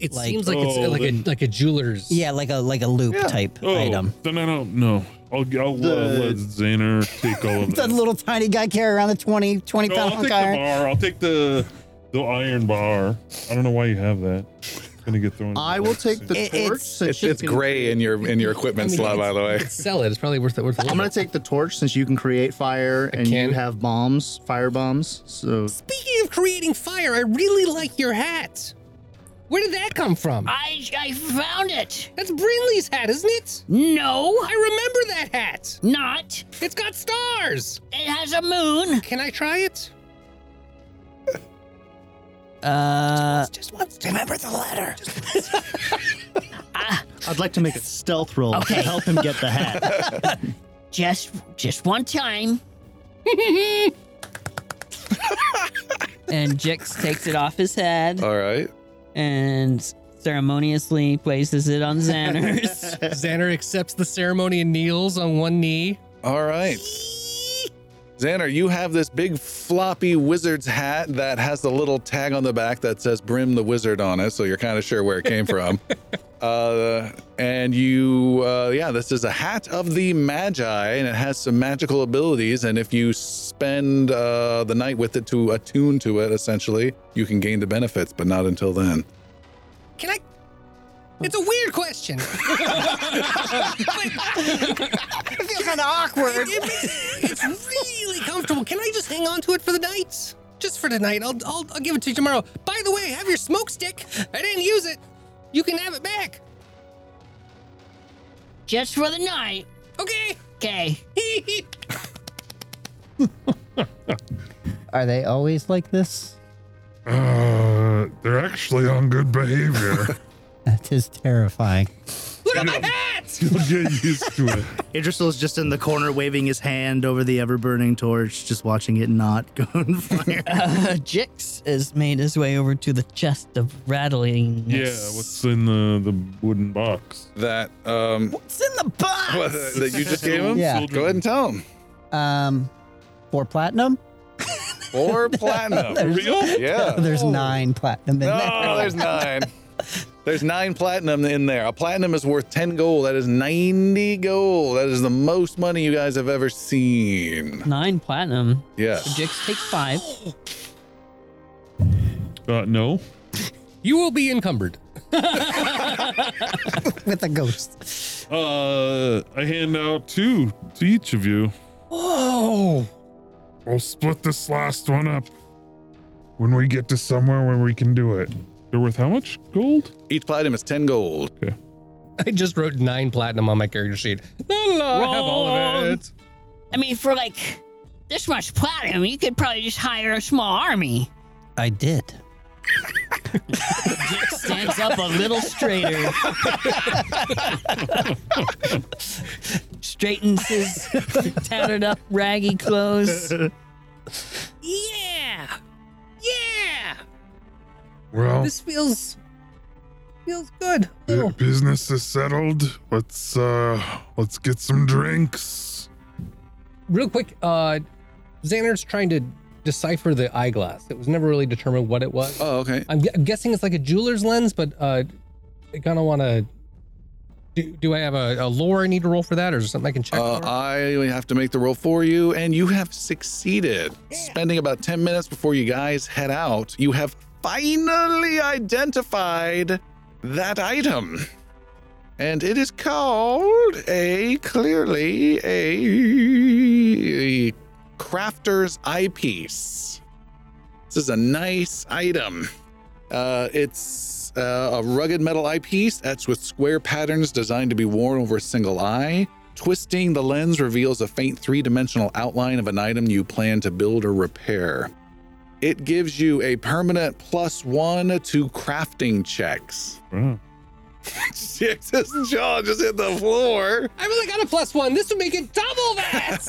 Speaker 16: it
Speaker 9: Like-
Speaker 16: seems like it's
Speaker 4: Oh,
Speaker 16: uh, like a
Speaker 4: then-
Speaker 16: like a jeweler's.
Speaker 9: Yeah, like a like a loop type
Speaker 4: Oh,
Speaker 9: item.
Speaker 4: then I don't know. I'll, I'll uh,
Speaker 3: The-
Speaker 4: let Zaner take
Speaker 9: (laughs)
Speaker 4: all of
Speaker 9: The
Speaker 4: that.
Speaker 9: little tiny guy carry around the 20, 20
Speaker 4: No,
Speaker 9: pound
Speaker 4: I'll take
Speaker 9: hunk
Speaker 4: the
Speaker 9: iron.
Speaker 4: bar. I'll take the the iron bar. I don't know why you have that. It's gonna get thrown.
Speaker 3: I will take the
Speaker 9: It-
Speaker 3: torch.
Speaker 9: it's-
Speaker 3: since
Speaker 1: It's,
Speaker 3: you
Speaker 1: it's
Speaker 3: can-
Speaker 1: gray in your in your equipment
Speaker 16: mean,
Speaker 1: slot, by the way.
Speaker 16: Sell it. It's probably worth it. Worth it.
Speaker 3: I'm gonna take the torch since you can create fire and
Speaker 16: can.
Speaker 3: you have bombs, fire bombs. So
Speaker 5: Speaking of creating fire, I really like your hat.
Speaker 16: Where did that come from?
Speaker 7: I I found it.
Speaker 5: That's Brinley's hat, isn't it?
Speaker 7: No,
Speaker 5: I remember that hat.
Speaker 7: not.
Speaker 5: It's got stars.
Speaker 7: It has a moon.
Speaker 5: Can I try it?
Speaker 9: Uh,
Speaker 5: Just once. Remember the letter.
Speaker 3: I'd like to make a stealth roll
Speaker 7: Okay.
Speaker 3: to help him get the hat.
Speaker 7: Just just one time.
Speaker 2: (laughs) and Jix takes it off his head
Speaker 1: All right.
Speaker 2: and ceremoniously places it on (laughs) Xander's.
Speaker 5: (laughs)
Speaker 16: Xander accepts the ceremony and kneels on one knee.
Speaker 1: All right. Xander, you have this big floppy wizard's hat that has the little tag on the back that says Brim the Wizard on it, so you're kind of sure where it came from. uh, and you, uh, yeah, this is a hat of the Magi, and it has some magical abilities. And if you spend uh, the night with it to attune to it, essentially, you can gain the benefits, but not until then.
Speaker 5: Can I? It's a weird question. (laughs)
Speaker 9: I feel kind of awkward.
Speaker 5: It makes- it's really comfortable. Can I just hang on to it for the night? Just for tonight. I'll, I'll, I'll give it to you tomorrow. By the way, have your smoke stick. I didn't use it. You can have it back.
Speaker 7: Just for the night.
Speaker 5: Okay. (laughs)
Speaker 7: Okay.
Speaker 9: Are they always like this? (laughs)
Speaker 4: Uh, they're actually on good behavior.
Speaker 9: That is terrifying.
Speaker 5: Look at my hat.
Speaker 4: (laughs) You'll get used to
Speaker 5: (laughs)
Speaker 4: it.
Speaker 3: Idrisil's just in the corner waving his hand over the ever burning torch, just watching it not (laughs) go on fire.
Speaker 2: Uh, Jix has made his way over to the chest of rattling.
Speaker 4: Yeah, what's in the the wooden box?
Speaker 1: That um,
Speaker 9: What's in the box?
Speaker 1: what, (laughs) that you just gave him?
Speaker 9: Yeah.
Speaker 1: Go ahead and tell him.
Speaker 9: Um, four platinum.
Speaker 1: Four platinum.
Speaker 4: Real?
Speaker 1: Yeah.
Speaker 9: (laughs)
Speaker 1: (laughs)
Speaker 9: There's nine platinum in there.
Speaker 1: No, there's nine. There's nine platinum in there. A platinum is worth 10 gold. That is 90 gold. That is the most money you guys have ever seen.
Speaker 18: Nine platinum.
Speaker 1: Yes.
Speaker 18: So Jix takes five.
Speaker 4: Uh, no.
Speaker 5: You will be encumbered.
Speaker 9: (laughs) with a ghost.
Speaker 4: Uh, I hand out two to each of you.
Speaker 19: Oh.
Speaker 5: Whoa!
Speaker 4: We'll split this last one up when we get to somewhere where we can do it. They're worth how much gold?
Speaker 1: Each platinum is 10 gold.
Speaker 4: Okay.
Speaker 5: I just wrote nine platinum on my character sheet. La la la, I have all of
Speaker 2: Wrong.
Speaker 5: it.
Speaker 2: I mean, for like this much platinum, you could probably just hire a small army.
Speaker 9: I did.
Speaker 18: Stands up a little straighter. Straightens his tattered up raggy clothes.
Speaker 5: Yeah! Yeah!
Speaker 4: Well,
Speaker 19: This feels feels good.
Speaker 4: bu- business is settled. Let's uh, let's get some drinks.
Speaker 5: Real quick, uh, Xander's trying to decipher the eyeglass. It was never really determined what it was.
Speaker 1: Oh, okay.
Speaker 5: I'm, gu- I'm guessing it's like a jeweler's lens, but uh, I kind of want to. Do, do I have a, a lore I need to roll for that, or is there something I can check?
Speaker 1: Uh,
Speaker 5: for?
Speaker 1: I have to make the roll for you, and you have succeeded. Spending about 10 minutes before you guys head out, you have finally identified that item. And it is called a clearly a crafter's eyepiece. This is a nice item. Uh, it's uh, a rugged metal eyepiece etched with square patterns designed to be worn over a single eye. Twisting the lens reveals a faint three dimensional outline of an item you plan to build or repair. It gives you a permanent plus one to crafting checks. (laughs)
Speaker 4: Wow.
Speaker 1: Jix's jaw just hit the floor.
Speaker 5: I really got a plus one. This would make it double that.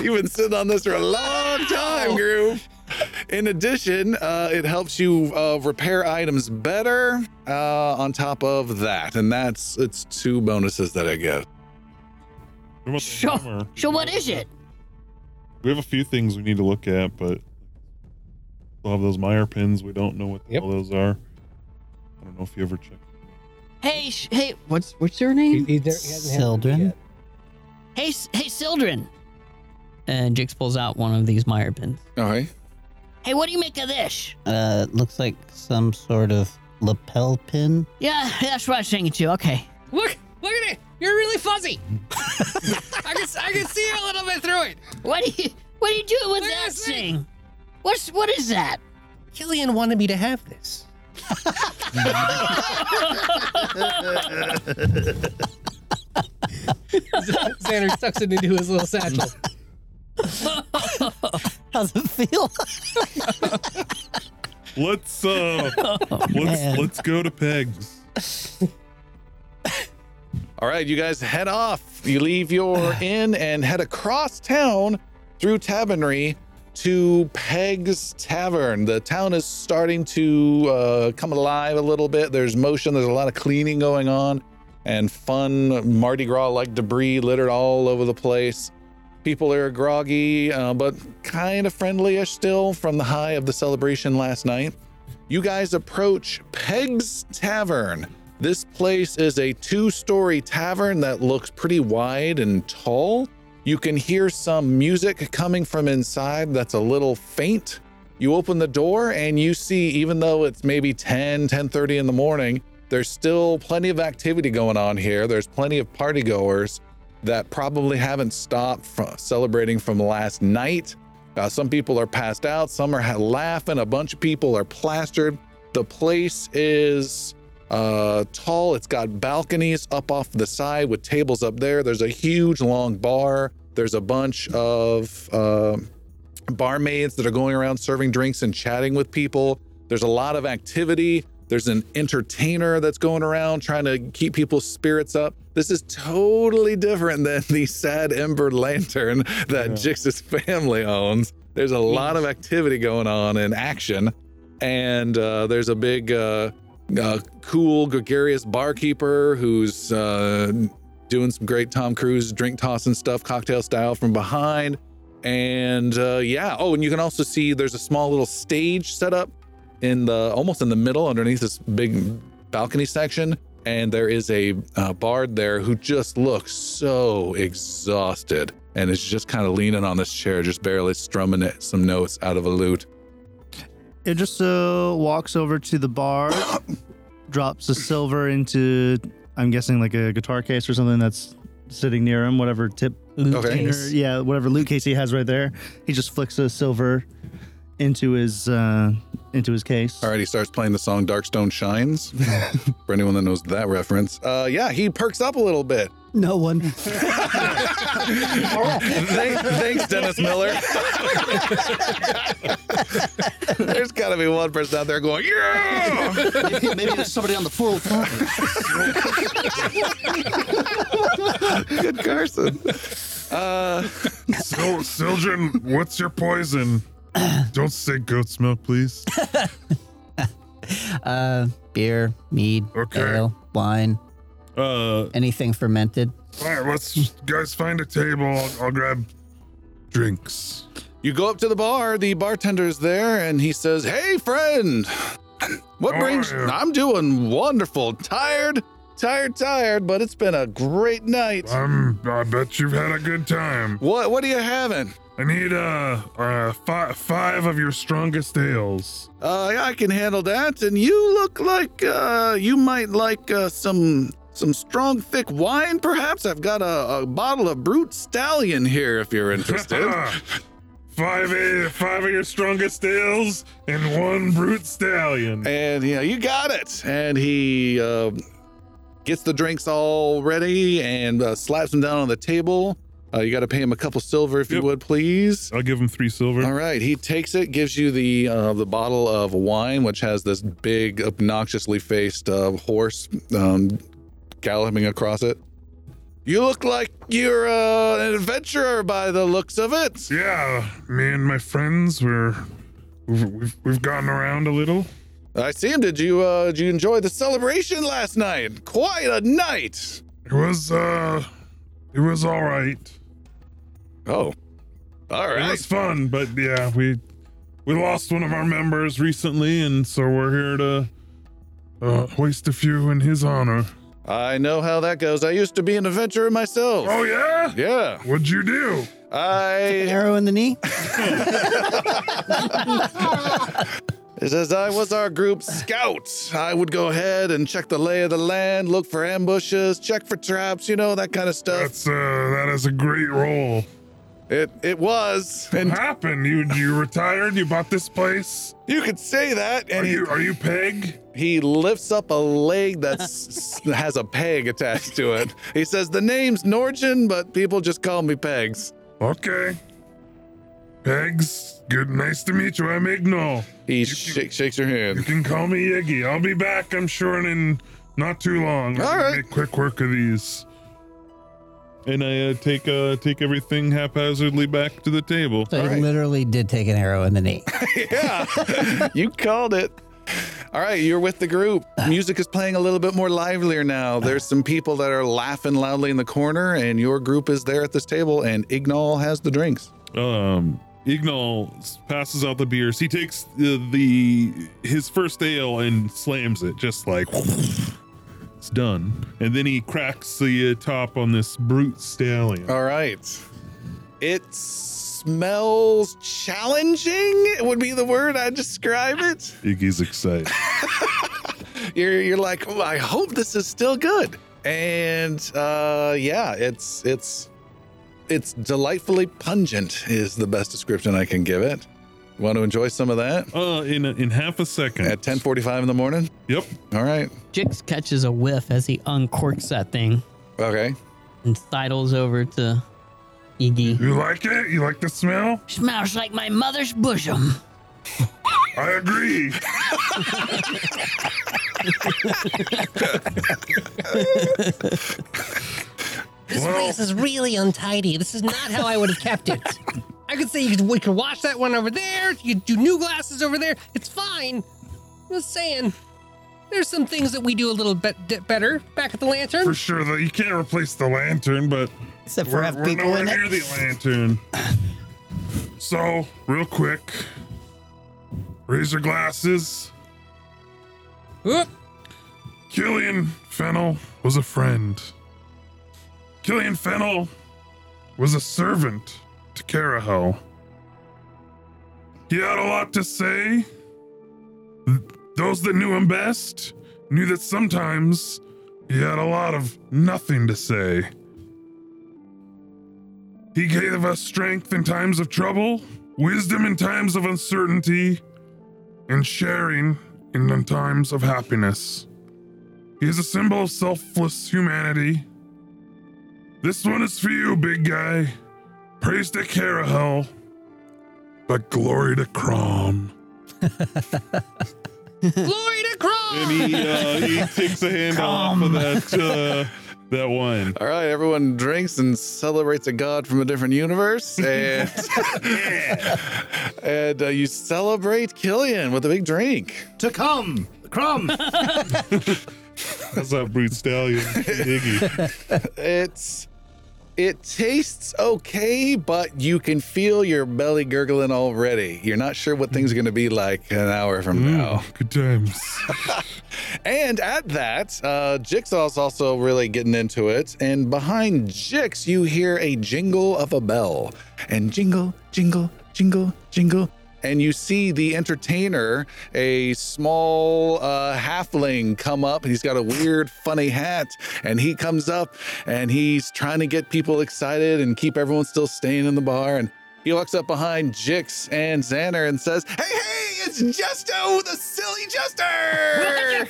Speaker 1: You've been sitting on this for a long time, Groove. In addition, uh, it helps you uh, repair items better. Uh, on top of that, and that's it's two bonuses that I get.
Speaker 4: What about the
Speaker 2: Sure.
Speaker 4: hammer?
Speaker 2: So what is it?
Speaker 4: We have a few things we need to look at, but we'll have those Meyer pins. We don't know what the
Speaker 5: Yep.
Speaker 4: hell those are. I don't know if you ever checked.
Speaker 2: Hey, sh- hey, what's what's your
Speaker 5: he,
Speaker 2: name?
Speaker 5: he- there- he hasn't had it
Speaker 9: Sildren?
Speaker 5: yet.
Speaker 2: Hey, S- hey, Sildren.
Speaker 18: And Jix pulls out one of these Meyer pins.
Speaker 1: Okay.
Speaker 2: Hey, what do you make of this?
Speaker 9: Uh, looks like some sort of lapel pin.
Speaker 2: Yeah, that's what I was thinking too. Okay.
Speaker 5: Look, look at it. You're really fuzzy. (laughs) I can, I can see a little bit through it.
Speaker 2: What do you what do you do with
Speaker 5: What
Speaker 2: that
Speaker 5: is it?
Speaker 2: thing? What's what is that?
Speaker 19: Killian wanted me to have this.
Speaker 5: (laughs) Xander tucks it into his little satchel.
Speaker 9: How's it feel? (laughs)
Speaker 2: (laughs)
Speaker 4: Let's uh, let's
Speaker 2: Oh,
Speaker 9: man.
Speaker 4: let's go to Pegs.
Speaker 1: All right, you guys head off. You leave your inn and head across town through Tavernry to Peg's Tavern. The town is starting to uh, come alive a little bit. There's motion, there's a lot of cleaning going on, and fun Mardi Gras like debris littered all over the place. People are groggy, uh, but kind of friendly ish still from the high of the celebration last night. You guys approach Peg's Tavern. This place is a two story tavern that looks pretty wide and tall. You can hear some music coming from inside that's a little faint. You open the door and you see even though it's maybe 10, 10:30 in the morning, there's still plenty of activity going on here. There's plenty of partygoers that probably haven't stopped fr- celebrating from last night. Uh, some people are passed out, some are ha- laughing, a bunch of people are plastered. The place is uh, tall, it's got balconies up off the side with tables up there. There's a huge long bar. There's a bunch of uh, barmaids that are going around serving drinks and chatting with people. There's a lot of activity. There's an entertainer that's going around trying to keep people's spirits up. This is totally different than the sad ember lantern that Jix's family owns. There's a lot of activity going on and action. And uh, there's a big, uh, uh, cool, gregarious barkeeper who's uh, doing some great Tom Cruise drink tossing stuff, cocktail style from behind. And uh, yeah, oh, and you can also see there's a small little stage set up in the almost in the middle underneath this big balcony section. And there is a uh, bard there who just looks so exhausted and is just kind of leaning on this chair, just barely strumming it, some notes out of a lute.
Speaker 3: Idrisu walks over to the bar, drops a silver into, I'm guessing, like a guitar case or something that's sitting near him, whatever tip.
Speaker 1: Loot
Speaker 3: container- yeah, whatever loot case he has right there. He just flicks a silver into his uh, into his case.
Speaker 1: All right, he starts playing the song Darkstone Shines. For anyone that knows that reference, uh, yeah, he perks up a little bit.
Speaker 9: No one.
Speaker 1: Thank- thanks, Dennis Miller. There's got to be one person out there going, yeah!
Speaker 20: maybe, maybe there's somebody on the 405.
Speaker 1: Good Carson. Uh,
Speaker 4: So, Sildren, what's
Speaker 2: (clears throat)
Speaker 4: your poison? Don't say goat's milk, please.
Speaker 9: Uh, beer, mead,
Speaker 4: Okay.
Speaker 9: ale, wine,
Speaker 21: Uh,
Speaker 9: anything fermented.
Speaker 4: All right, let's guys find a table. I'll, I'll grab drinks.
Speaker 1: you go up to the bar, the bartender's there, and he says, Hey, friend, what
Speaker 4: How
Speaker 1: brings.
Speaker 4: are you?"
Speaker 1: I'm doing wonderful. Tired, tired, tired, but it's been a great night.
Speaker 4: Um, I bet you've had a good time.
Speaker 1: What, what are you having?
Speaker 4: I need uh, uh five five of your strongest ales.
Speaker 1: Uh, yeah, I can handle that. And you look like uh, you might like uh, some some strong, thick wine, perhaps. I've got a, a bottle of Brute Stallion here, if you're
Speaker 4: (laughs)
Speaker 1: interested.
Speaker 4: Ah, five a five of your strongest ales and one brute stallion.
Speaker 1: and yeah, you got it. And he uh, gets the drinks all ready and uh, slaps them down on the table. Uh, you got to pay him a couple silver, if you
Speaker 4: Yep.
Speaker 1: would, please.
Speaker 4: I'll give him three silver.
Speaker 1: All right, he takes it, gives you the uh, the bottle of wine, which has this big, obnoxiously faced uh, horse um, galloping across it. You look like you're uh, an adventurer by the looks of it.
Speaker 4: Yeah, me and my friends we're we've we've, we've gotten around a little.
Speaker 1: I see him. Did you uh, did you enjoy the celebration last night? Quite a night.
Speaker 4: It was uh, it was all right.
Speaker 1: Oh, all
Speaker 4: It
Speaker 1: right.
Speaker 4: was fun, but yeah, we we lost one of our members recently, and so we're here to uh, hoist a few in his honor.
Speaker 1: I know how that goes. I used to be an adventurer myself.
Speaker 4: Oh yeah,
Speaker 1: Yeah,
Speaker 4: what'd you do?
Speaker 1: I
Speaker 9: Arrow in the knee.
Speaker 1: It says, I was our group's scout. I would go ahead and check the lay of the land, look for ambushes, check for traps, you know, that kind of stuff.
Speaker 4: That's uh, that is a great role.
Speaker 1: It it was.
Speaker 4: What
Speaker 1: And
Speaker 4: happened? You you retired? You bought this place?
Speaker 1: you could say that.
Speaker 4: Are
Speaker 1: And he,
Speaker 4: you are you peg?
Speaker 1: he lifts up a leg that's that (laughs) has a peg attached to it. He says, The name's Norgin, but people just call me Pegs.
Speaker 4: Okay. Pegs, good, nice to meet you. I'm Ignol.
Speaker 1: He shak shakes your
Speaker 4: You
Speaker 1: hand.
Speaker 4: can call me Iggy. I'll be back, I'm sure, in not too long.
Speaker 1: All
Speaker 4: I'm gonna
Speaker 1: right.
Speaker 4: Make quick work of these. And I uh, take uh, take everything haphazardly back to the table.
Speaker 9: So he literally did take an arrow in the (laughs) knee.
Speaker 1: Yeah, (laughs) you called it. All right, you're with the group. Music is playing a little bit more livelier now. There's some people that are laughing loudly in the corner, and your group is there at this table, and Ignal has the drinks.
Speaker 4: Um, Ignal s- passes out the beers. He takes the, the his first ale and slams it, just like it's done. And then he cracks the uh, top on this brute stallion.
Speaker 1: All right. It smells challenging, would be the word I describe it.
Speaker 4: Iggy's excited.
Speaker 1: You're, you're like, oh, I hope this is still good. And uh, yeah, it's it's it's delightfully pungent is the best description I can give it. Want to enjoy some of that?
Speaker 4: Uh, in in half a second.
Speaker 1: At 10:45 in the morning.
Speaker 4: Yep.
Speaker 1: All right.
Speaker 22: Jix catches a whiff as he uncorks that thing
Speaker 1: Okay.
Speaker 22: and sidles over to Iggy.
Speaker 4: You like it? You like the smell?
Speaker 2: Smells like my mother's bosom.
Speaker 4: I agree.
Speaker 5: This
Speaker 4: Well-
Speaker 5: place is really untidy. This is not how I would have kept it. I could say you could, we could wash that one over there. You could do new glasses over there. It's fine. Just saying. There's some things that we do a little bit d- better back at the lantern.
Speaker 4: For sure, though, you can't replace the lantern, but
Speaker 9: Except for
Speaker 4: we're,
Speaker 9: have
Speaker 4: we're
Speaker 9: people
Speaker 4: nowhere
Speaker 9: in
Speaker 4: near
Speaker 9: it.
Speaker 4: the lantern. So, real quick, raise your glasses,
Speaker 5: Oop.
Speaker 4: Killian Fennel was a friend. Killian Fennel was a servant to Carahel. He had a lot to say. Th- Those that knew him best knew that sometimes he had a lot of nothing to say. He gave us strength in times of trouble, wisdom in times of uncertainty, and sharing in times of happiness. He is a symbol of selfless humanity. This one is for you, big guy. Praise to Carahel, but glory to Crom.
Speaker 13: Glory to Crom!
Speaker 23: And he uh, he takes a hand off of that uh, that wine.
Speaker 1: All right, everyone drinks and celebrates a god from a different (laughs) universe, and (laughs) and uh, you celebrate Killian with a big drink.
Speaker 3: To come, crumb.
Speaker 23: That's that brute stallion, Iggy.
Speaker 1: It's it tastes okay, but you can feel your belly gurgling already. You're not sure what things are going to be like an hour from now.
Speaker 4: Good times.
Speaker 1: And at that, uh, Jigsaw's also really getting into it. And behind Jix, you hear a jingle of a bell. And jingle, jingle, jingle, jingle. And you see the entertainer, a small uh, halfling, come up. He's got a weird, funny hat. And he comes up and he's trying to get people excited and keep everyone still staying in the bar. And he walks up behind Jix and Xander and says, Hey, hey, it's Justo, the silly Jester!
Speaker 13: Oh,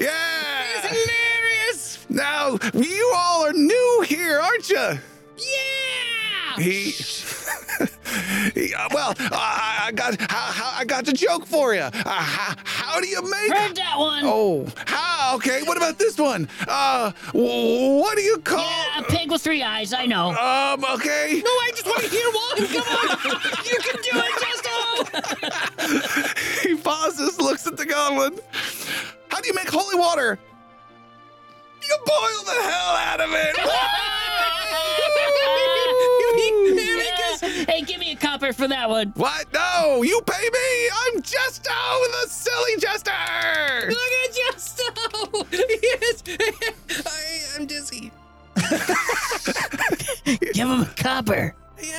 Speaker 1: yeah! hilarious! Now, you all are new here, aren't you?
Speaker 14: Yeah!
Speaker 1: He. (laughs) he- uh, well, I, I got how, how, I got the joke for you. Uh, how, how do you make
Speaker 14: Heard that one.
Speaker 1: Oh, how? Okay, what about this one? Uh, wh- what do you call?
Speaker 14: Yeah, a pig with three eyes, I know.
Speaker 1: Um, okay.
Speaker 13: No, I just want to hear one. Come on. you can do it, Justo.
Speaker 1: (laughs) He pauses, looks at the goblin. How do you make holy water? You boil the hell out of it. (laughs)
Speaker 14: Yeah. Hey, give me a copper for that one.
Speaker 1: what? No, you pay me. I'm Justo, the silly Jester.
Speaker 13: Look at Justo. yes. I, I'm dizzy.
Speaker 14: Give him a copper.
Speaker 13: Yeah.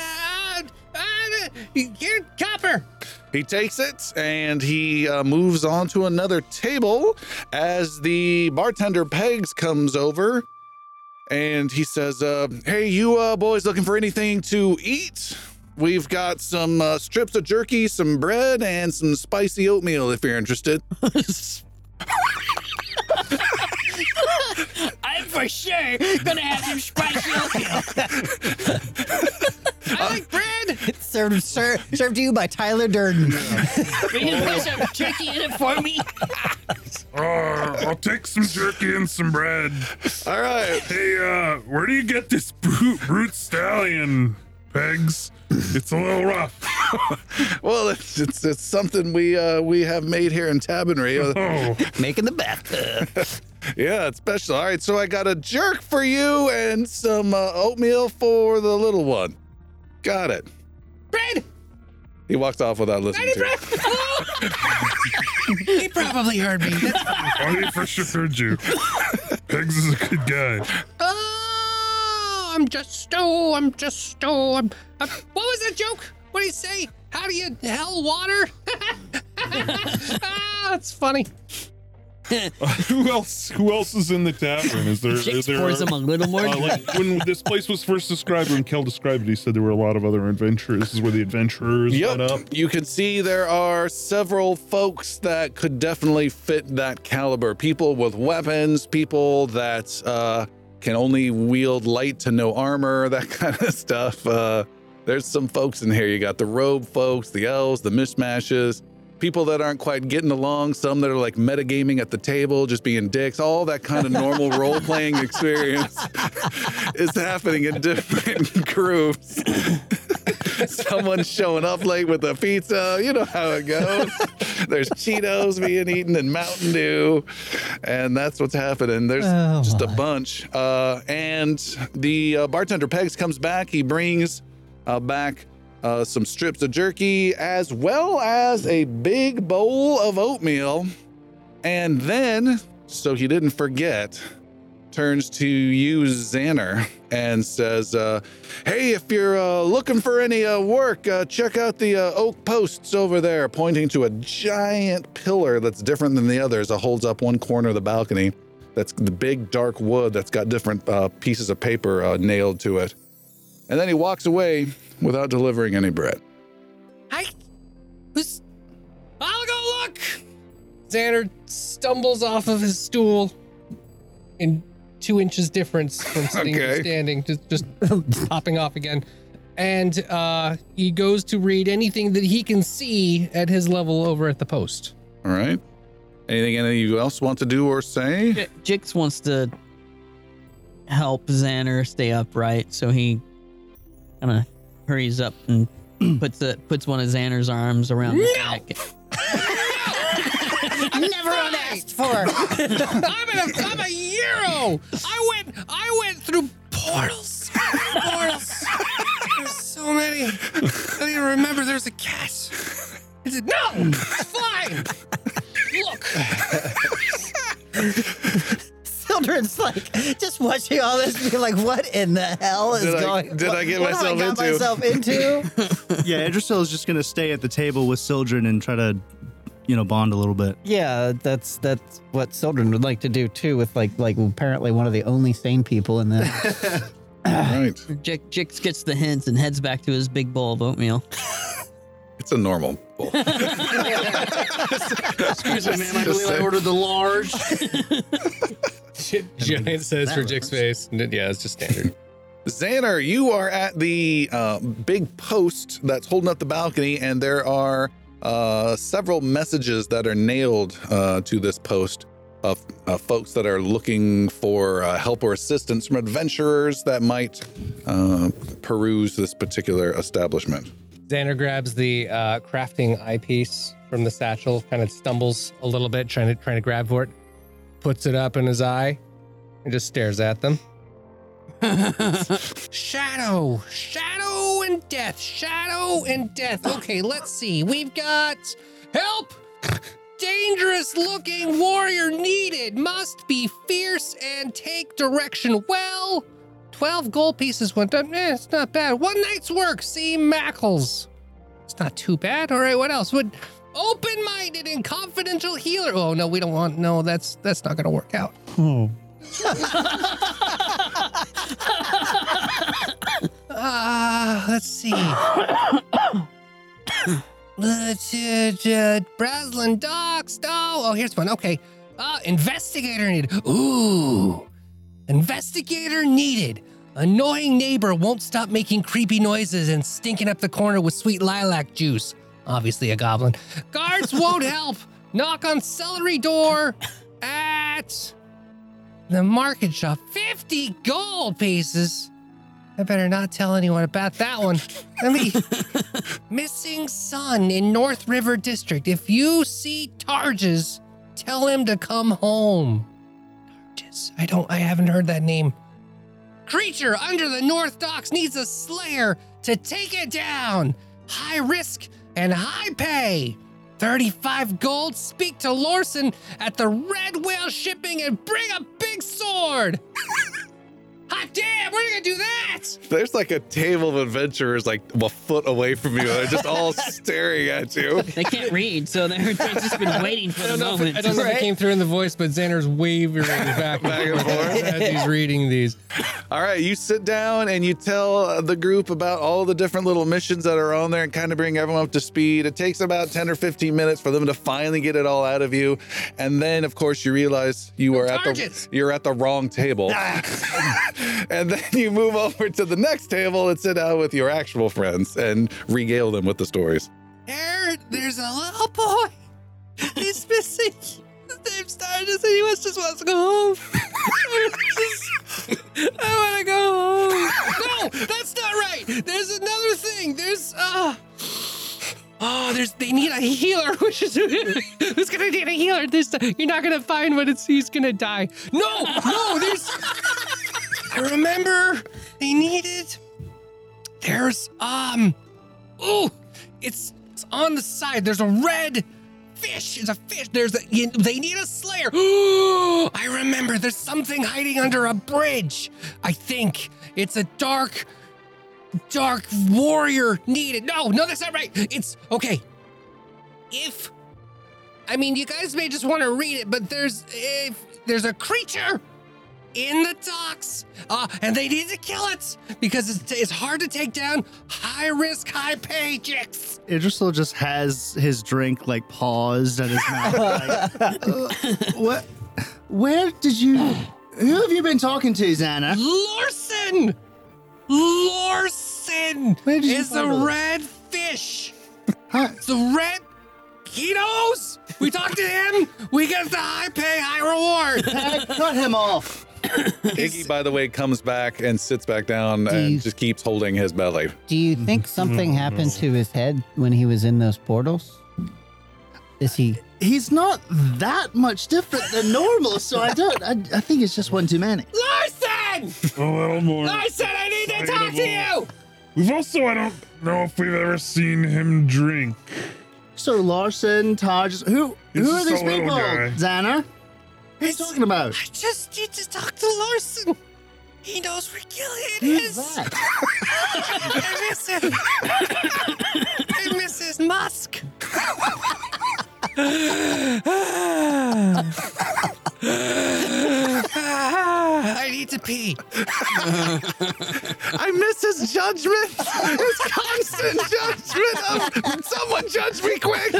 Speaker 13: I'm, I'm, here, copper.
Speaker 1: He takes it and he uh, moves on to another table as the bartender Pegs comes over and he says, uh, Hey, you uh, boys looking for anything to eat? We've got some uh, strips of jerky, some bread, and some spicy oatmeal if you're interested.
Speaker 14: I'm for sure gonna have some spicy oatmeal.
Speaker 13: I like bread.
Speaker 9: It's served, ser- served to you by Tyler Durden.
Speaker 14: Will you put some turkey in it for me?
Speaker 4: Uh, I'll take some jerky and some bread.
Speaker 1: (laughs) All right.
Speaker 4: Hey, uh, where do you get this brute, brute stallion, Pegs? It's a little rough.
Speaker 1: Well, it's, it's, it's something we uh, we have made here in Tabernary.
Speaker 13: (laughs)
Speaker 1: Uh,
Speaker 4: Oh,
Speaker 9: Making the bathtub.
Speaker 1: Yeah, it's special. All right, so I got a jerk for you and some uh, oatmeal for the little one. Got it.
Speaker 13: Bread.
Speaker 1: He walked off without listening to it.
Speaker 13: He probably heard me. That's-
Speaker 4: I for sure heard you. Pegs is a good guy.
Speaker 13: oh, I'm Justo. I'm Justo. I'm, I'm. What was that joke? What did he say? How do you hell water? (laughs) ah, that's funny.
Speaker 23: (laughs) who else? Who else is in the tavern? Is there? Is
Speaker 2: Jix
Speaker 23: there
Speaker 2: pours him a little more.
Speaker 4: Oh.
Speaker 23: uh, like when this place was first described, when Kel described it, he said there were a lot of other adventurers. This is where the adventurers
Speaker 1: Yep.
Speaker 23: met up.
Speaker 1: You can see there are several folks that could definitely fit that caliber. People with weapons, people that uh, can only wield light to no armor, (laughs) that kind of stuff. Uh, there's some folks in here. You got the robe folks, the elves, the mishmashes, people that aren't quite getting along, some that are like metagaming at the table, just being dicks, all that kind of normal role playing experience (laughs) is happening in different (laughs) groups someone's showing up late with a pizza. You know how it goes. There's Cheetos being eaten and Mountain Dew, and that's what's happening. There's just a bunch. Uh, and the uh, bartender Pegs comes back. He brings uh, back uh, some strips of jerky, as well as a big bowl of oatmeal. And then, so he didn't forget, turns to you, Xanner, and says, uh, Hey, if you're uh, looking for any uh, work, uh, check out the uh, oak posts over there, pointing to a giant pillar that's different than the others that holds up one corner of the balcony. That's the big dark wood that's got different uh, pieces of paper uh, nailed to it. And then he walks away without delivering any bread.
Speaker 5: Who's? I'll go look. Xander stumbles off of his stool in two inches difference from sitting
Speaker 1: Okay.
Speaker 5: to standing, just just popping off again. And uh, he goes to read anything that he can see at his level over at the post.
Speaker 1: All right. Anything any of you else want to do or
Speaker 9: (laughs)
Speaker 1: say?
Speaker 9: J- Jix wants to help Xanner stay upright, so he kind of hurries up and (clears throat) puts a, puts one of Xanner's arms around his (laughs) neck.
Speaker 24: Never asked for.
Speaker 5: I'm, an, I'm a Euro. I went I went through portals. Portals. There's so many. I don't even remember. There's a cat. I said, no, it's fine. Look,
Speaker 25: Children's like just watching all this, and be like, "What in the hell is
Speaker 3: Did I-
Speaker 25: going?
Speaker 3: did I get
Speaker 25: what have
Speaker 3: myself
Speaker 25: got
Speaker 3: into?"
Speaker 25: myself into?
Speaker 3: (laughs) (laughs) yeah, Idrisil is just gonna stay at the table with Sildren and try to, you know, bond a little bit.
Speaker 26: Yeah, that's that's what children would like to do too. With like like apparently one of the only sane people
Speaker 25: (laughs)
Speaker 26: in the
Speaker 1: right.
Speaker 9: Jix, Jix gets the hints and heads back to his big bowl of oatmeal.
Speaker 1: It's a normal.
Speaker 27: Excuse me, man. I
Speaker 1: Just
Speaker 27: believe I
Speaker 1: say-
Speaker 27: ordered the
Speaker 3: (laughs)
Speaker 27: large.
Speaker 2: Giant says for Jick's face. N- Yeah, it's just standard.
Speaker 1: Xanner, you are at the uh, big post that's holding up the balcony, and there are uh, several messages that are nailed uh, to this post of uh, folks that are looking for uh, help or assistance from adventurers that might uh, peruse this particular establishment.
Speaker 2: Xander grabs the uh, crafting eyepiece from the satchel, kind of stumbles a little bit, trying to trying to grab for it, puts it up in his eye, and just stares at them.
Speaker 5: shadow, shadow, and death, shadow and death. Okay, let's see. We've got help. Dangerous looking warrior needed. Must be fierce and take direction well. 12 gold pieces went up. Eh, it's not bad. One night's work. See Mackles. It's not too bad. All right, what else? Would open-minded and confidential healer. Oh no, we don't want no, that's that's not gonna work out.
Speaker 26: Oh.
Speaker 5: Ah, let's see. (coughs) Let's, uh, uh, Breslin Docs. Oh, oh, here's one. Okay. Uh, investigator needed. Ooh. Investigator needed. Annoying neighbor won't stop making creepy noises and stinking up the corner with sweet lilac juice. Obviously, a goblin. Guards won't help. Knock on celery door at the market shop. 50 gold pieces. I better not tell anyone about that one. Let me. Missing son in North River District. If you see Targes, tell him to come home. Targes. I don't. I haven't heard that name. Creature under the North Docks needs a slayer to take it down. High risk and high pay. 35 gold. Speak to Lorson at the Red Whale Shipping and bring a
Speaker 1: (laughs)
Speaker 5: big sword. Hot damn, we're gonna do that!
Speaker 1: There's like a table of adventurers like a foot away from you. They're just all staring at you.
Speaker 9: They can't read, so they're, they've just been waiting for
Speaker 2: I
Speaker 9: the
Speaker 2: don't know if it,
Speaker 9: moment.
Speaker 2: I don't know if it
Speaker 9: Right?
Speaker 2: came through in the voice, but Xander's wavering back,
Speaker 1: Back and forth.
Speaker 2: as he's reading these.
Speaker 1: All right, you sit down and you tell uh, the group about all the different little missions that are on there and kind of bring everyone up to speed. It takes about 10 or 15 minutes for them to finally get it all out of you. And then of course you realize you are at the
Speaker 5: targets.
Speaker 1: you're at the wrong table. (laughs) and then you move over to the next table and sit down with your actual friends and regale them with the stories.
Speaker 5: There, there's a little boy. He's missing. His name's Sturgis, and he was- just wants to go home. (laughs) Just- I want to go home. No, that's not right. There's another thing. There's uh. Oh, there's. They need a healer. (laughs) Which is who's gonna need a healer? This you're not gonna find when it's he's gonna die. No, no. There's. I remember they needed. There's um Ooh, it's, it's on the side. There's a red fish. It's a fish. There's a. you- they need a slayer. (gasps) I remember. There's something hiding under a bridge. I think it's a dark, dark warrior needed. No, no, that's not right. It's okay. If I mean, you guys may just want to read it, but there's if there's a creature in the docks, uh, and they need to kill it because it's, it's hard to take down. High risk, high pay, Jix.
Speaker 3: Idrisil just has his drink like paused at his mouth. like, "Uh, (laughs) what? Where did you? Who have you been talking to, Xana?
Speaker 5: Larson. Larson
Speaker 3: Where did you
Speaker 5: is the
Speaker 3: find this?
Speaker 5: red fish. It's the red. He knows. We talked to him. We get the high pay, high
Speaker 3: (laughs)
Speaker 5: reward.
Speaker 3: Cut him off.
Speaker 1: Iggy, by the way, comes back and sits back down and just keeps holding his (laughs) belly.
Speaker 28: Do you
Speaker 3: (laughs)
Speaker 28: think something happened to his head when he was in those portals? Is he?
Speaker 3: He's not that much different than normal, so I don't. I, I think it's just one too many.
Speaker 5: Larson!
Speaker 4: A little more.
Speaker 5: Larson, I need to talk to you.
Speaker 4: We've also, I don't know if we've ever seen him drink.
Speaker 3: So Larson, Taj, who
Speaker 4: He's
Speaker 3: who are
Speaker 4: just
Speaker 3: these
Speaker 4: a little
Speaker 3: people?
Speaker 4: guy.
Speaker 3: Xana, who are you talking about?
Speaker 5: I just need to talk to Larson. He knows where Gilead is. I miss him. I miss his Musk. I need to pee.
Speaker 29: I miss his judgment, his constant judgment of someone judge me quick.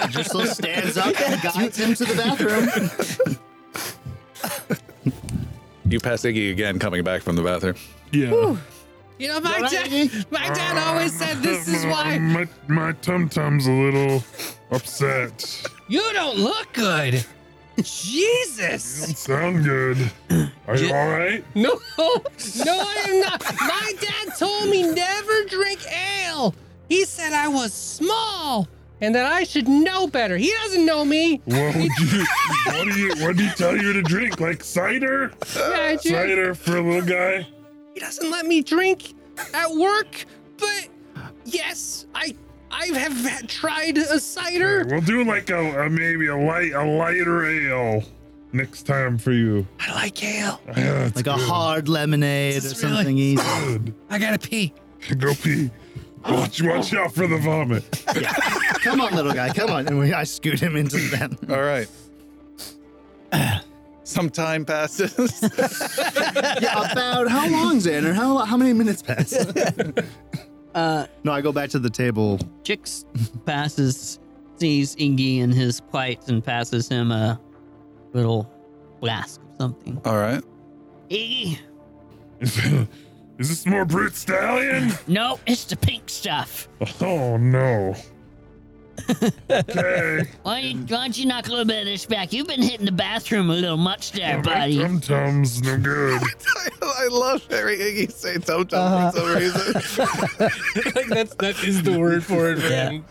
Speaker 3: Idrisil stands up and guides him to the (laughs) bathroom.
Speaker 1: You pass Iggy again coming back from the bathroom.
Speaker 4: Yeah.
Speaker 5: You know, my dad, my dad always said this is why
Speaker 4: My, my tum tum's a little upset.
Speaker 5: you don't look good. Jesus.
Speaker 4: Don't sound good. Are you all right?
Speaker 5: No, no, I am not. My dad told me never drink ale. He said I was small and that I should know better. He doesn't know me.
Speaker 4: What would you? What do you? What did he tell you to drink? Like cider?
Speaker 5: I drink-
Speaker 4: Cider for a little guy.
Speaker 5: He doesn't let me drink at work. But yes, I I have had- tried a cider.
Speaker 4: We'll do like a, a maybe a light a lighter ale next time for you.
Speaker 5: I like ale.
Speaker 4: Yeah, it's
Speaker 3: Like a
Speaker 4: good.
Speaker 3: hard lemonade or
Speaker 5: This is really-
Speaker 3: something easy.
Speaker 5: I gotta pee.
Speaker 4: Go pee. Watch, watch out for the vomit.
Speaker 3: Come on, little guy, come on. And we, I scoot him into the bathroom.
Speaker 1: All right. Hmm. (clears throat) Some time passes.
Speaker 3: (laughs) Yeah, about how long, Xander? How how many minutes (laughs) pass?
Speaker 9: Uh,
Speaker 3: no, I go back to the table.
Speaker 9: Chicks passes, sees Iggy in his plight and passes him a little flask of something.
Speaker 1: (laughs) All right.
Speaker 2: Iggy?
Speaker 4: Is this more brute stallion?
Speaker 2: No, it's the pink stuff.
Speaker 4: Oh no.
Speaker 3: (laughs)
Speaker 4: Okay.
Speaker 2: Why, don't
Speaker 14: Mm.
Speaker 2: you- why don't you knock a little bit of this back? You've been hitting the bathroom a little much there, buddy.
Speaker 4: Tum tums no good.
Speaker 1: (laughs) I love hearing Iggy say tum tum for some reason.
Speaker 30: like that's that is the word for it, man.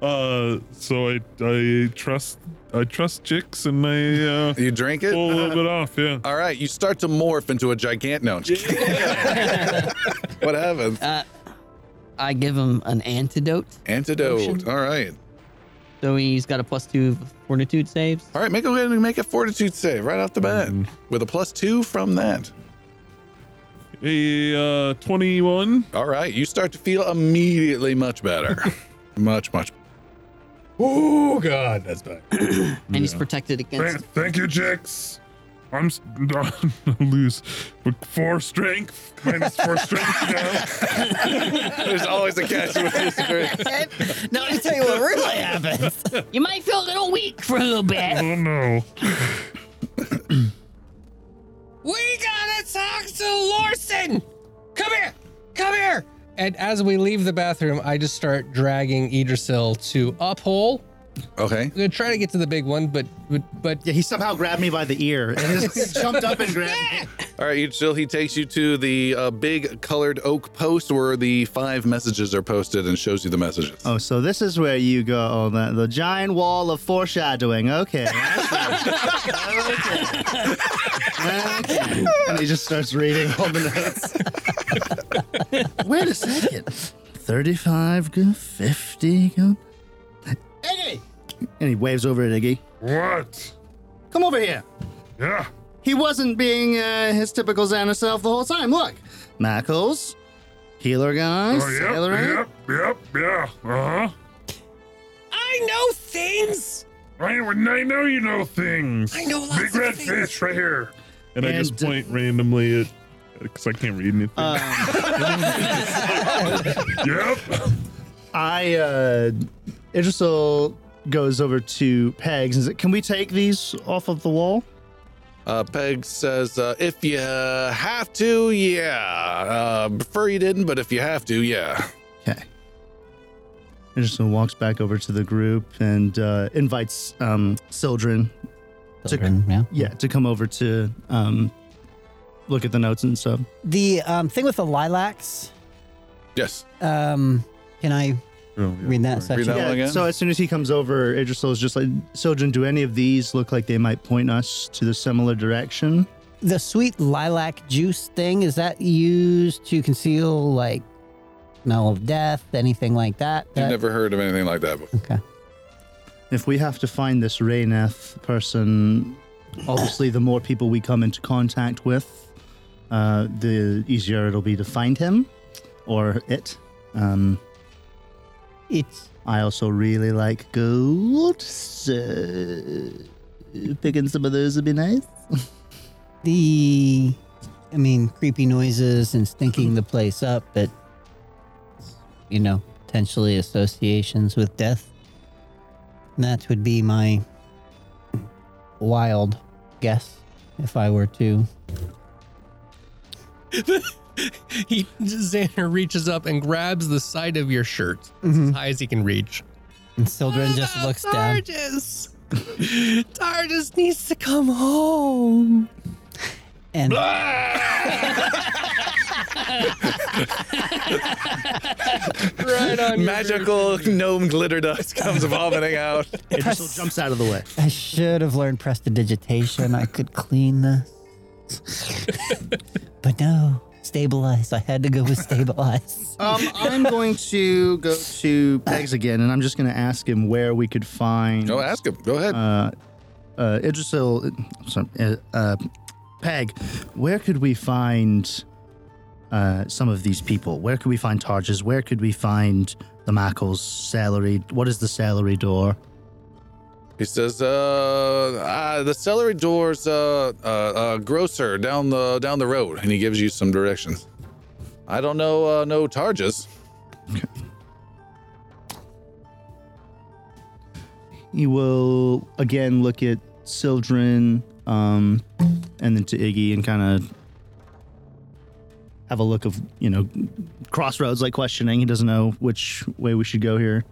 Speaker 31: Uh, so I I trust I trust Jix and I uh,
Speaker 1: You drink it?
Speaker 31: pull a little bit off. Yeah.
Speaker 1: All right. You start to morph into a gigantic. No. I'm just kidding. (laughs) what happens?
Speaker 9: I give him an antidote,
Speaker 1: Antidote. All right.
Speaker 9: so he's got a plus two fortitude saves.
Speaker 1: All right. Make go ahead and make a fortitude save right off the bat
Speaker 30: Mm-hmm.
Speaker 1: with a plus two from that.
Speaker 31: A uh, twenty one.
Speaker 1: All right, you start to feel immediately much better. (laughs) much, much.
Speaker 30: Oh god, that's bad.
Speaker 9: and he's protected against (laughs)
Speaker 4: Thank, thank you, Jix. I'm s- (laughs) lose with four strength minus four strength
Speaker 32: (laughs)
Speaker 1: (laughs)
Speaker 4: now.
Speaker 1: There's always a catch with this.
Speaker 28: Now let me tell you what really happened.
Speaker 2: You might feel a little weak for a little bit.
Speaker 4: Oh no.
Speaker 5: We gotta talk to Larson. Come here. Come here.
Speaker 30: And as we leave the bathroom, I just start dragging Idrisil to uphole.
Speaker 1: Okay.
Speaker 30: I'm gonna try to get to the big one, but but, but (laughs)
Speaker 3: Yeah, he somehow grabbed me by the ear and just (laughs) jumped up and grabbed me.
Speaker 1: All right, you still he takes you to the uh, big colored oak post where the five messages are posted and shows you the messages.
Speaker 3: Oh, so this is where you go on the, the giant wall of foreshadowing. Okay. I see. okay. And he just starts reading all the notes. Wait a second. 35, go 50, go. Iggy! And he waves over at Iggy.
Speaker 4: What?
Speaker 3: Come over here.
Speaker 4: Yeah.
Speaker 3: He wasn't being uh, his typical Xander self the whole time. Look, Mackles, healer guy,
Speaker 4: Oh, yep,
Speaker 3: sailor.
Speaker 4: yep, yep, yeah. Uh huh.
Speaker 5: I know things.
Speaker 4: I, I know you know things.
Speaker 5: I know lots
Speaker 4: Big
Speaker 5: of
Speaker 4: red
Speaker 5: things.
Speaker 4: fish right here.
Speaker 32: And, I just
Speaker 3: And, uh,
Speaker 32: point randomly at because I can't read anything.
Speaker 5: Um.
Speaker 4: (laughs) Yep.
Speaker 3: I uh Idrisil goes over to Pegs and says, Can we take these off of the wall?
Speaker 1: Uh, Peg says, uh, if you uh, have to, yeah. Uh, prefer you didn't, but if you have to, yeah.
Speaker 3: Okay. Idrisil walks back over to the group and uh invites um Sildren
Speaker 9: Children, yeah.
Speaker 3: yeah, to come over to um look at the notes and stuff.
Speaker 9: The um, thing with the lilacs.
Speaker 1: Yes.
Speaker 9: Um, can I read that section?
Speaker 1: that one again?
Speaker 3: So as soon as he comes over, Idrisil is just like Sildren, do any of these look like they might point us to the similar direction?
Speaker 9: The sweet lilac juice thing is that used to conceal like smell of death, anything like that?
Speaker 1: You've
Speaker 9: That-
Speaker 1: never heard of anything like that before.
Speaker 9: Okay.
Speaker 3: If we have to find this Rayneth person, obviously the more people we come into contact with, uh, the easier it'll be to find him or it. Um,
Speaker 9: It's
Speaker 3: I also really like gold, so picking some of those would be nice.
Speaker 9: the, I mean, creepy noises and stinking the place up, but you know, potentially associations with death. And that would be my wild guess if I were to.
Speaker 33: He Xander reaches up and grabs the side of your shirt
Speaker 5: Mm-hmm.
Speaker 33: as high as he can reach.
Speaker 9: And Sildren just
Speaker 5: Ah,
Speaker 9: looks down.
Speaker 5: (laughs) Targus. Targus needs to come home.
Speaker 9: And
Speaker 33: Right on.
Speaker 1: Magical gnome glitter dust comes vomiting out.
Speaker 3: Idrisil jumps out of the way.
Speaker 9: I should have learned prestidigitation. I could clean this. but no, stabilize. I had to go with stabilize.
Speaker 3: (laughs) (laughs) Um, I'm going to go to Pegs again, and I'm just going to ask him where we could find.
Speaker 1: No, ask him. Go ahead.
Speaker 3: uh, uh, Idrisil, sorry, uh, uh, Peg, where could we find uh, some of these people? Where could we find Targes? Where could we find the Mackles? Celery? What is the celery door?
Speaker 1: He says, uh, uh the celery door's uh, uh uh grocer down the down the road, and he gives you some directions. I don't know uh no Targes.
Speaker 3: You will again look at Sildren um, and then to Iggy and kind of have a look of, you know, crossroads like questioning. He doesn't know which way we should go here.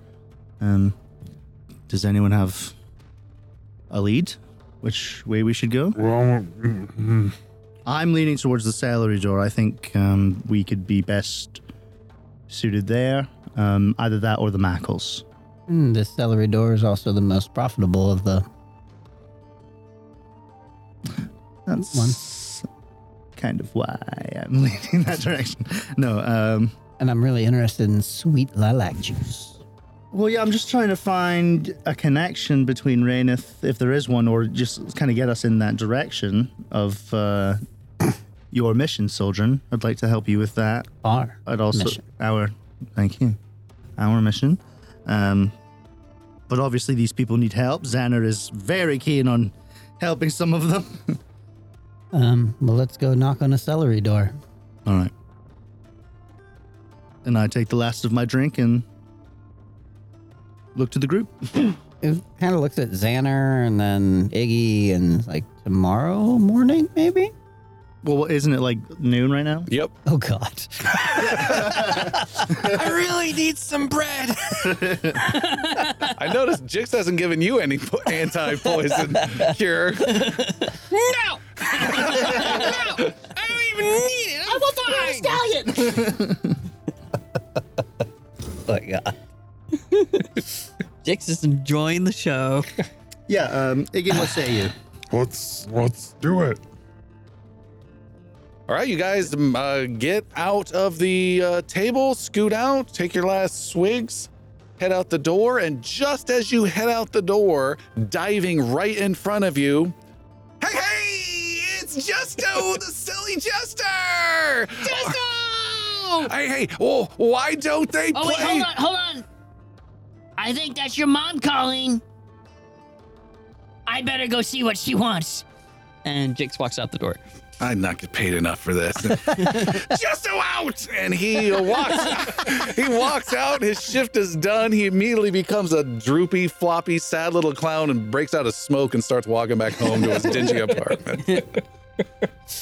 Speaker 3: Um, does anyone have a lead? Which way we should go?
Speaker 4: Well, mm, mm.
Speaker 3: I'm leaning towards the salary door. I think um, we could be best suited there. Um, either that or the Mackles.
Speaker 9: Mm, the celery door is also the most profitable of the.
Speaker 3: That's kind of why I'm (laughs) leaning that direction. No, um,
Speaker 9: And I'm really interested in sweet lilac juice.
Speaker 3: well, yeah, I'm just trying to find a connection between Raineth, if there is one, or just kind of get us in that direction of uh, (coughs) your mission, Soldren. I'd like to help you with that.
Speaker 9: Are
Speaker 3: I'd also
Speaker 9: Mission.
Speaker 3: our thank you, our mission. Um, but obviously, these people need help. Xander is very keen on helping some of them.
Speaker 9: Um, well, let's go knock on a celery door.
Speaker 3: All right. And I take the last of my drink and look to the group. (laughs)
Speaker 9: It kind of looks at Xaner and then Iggy and like tomorrow morning, maybe?
Speaker 3: Well, what- isn't it like noon right now?
Speaker 1: Yep.
Speaker 9: Oh, God. (laughs)
Speaker 5: I really need some bread.
Speaker 1: I noticed Jix hasn't given you any po- (laughs) anti-poison cure.
Speaker 5: No. no. I don't even need it. I'm fine.
Speaker 9: oh, (laughs) God.
Speaker 34: Jix is enjoying the show.
Speaker 3: Yeah. Um, again, what say you?
Speaker 4: let's let's do it.
Speaker 1: All right, you guys um, uh, get out of the uh, table, scoot out, take your last swigs, head out the door, and just as you head out the door, diving right in front of you, hey, hey, it's
Speaker 2: (laughs)
Speaker 1: Justo, the silly Jester! Oh,
Speaker 2: Justo!
Speaker 35: Hey, hey, well, why don't they
Speaker 2: Oh,
Speaker 35: play?
Speaker 2: wait, hold on, hold on. I think that's your mom calling. I better go see what she wants.
Speaker 9: And Jakes walks out the door.
Speaker 35: I'd not get paid enough for
Speaker 1: (laughs)
Speaker 35: this. Justo out! And he
Speaker 1: walks. (laughs) he walks out. His shift is done. He immediately becomes a droopy, floppy, sad little clown and breaks out of smoke and starts walking back home to his dingy apartment.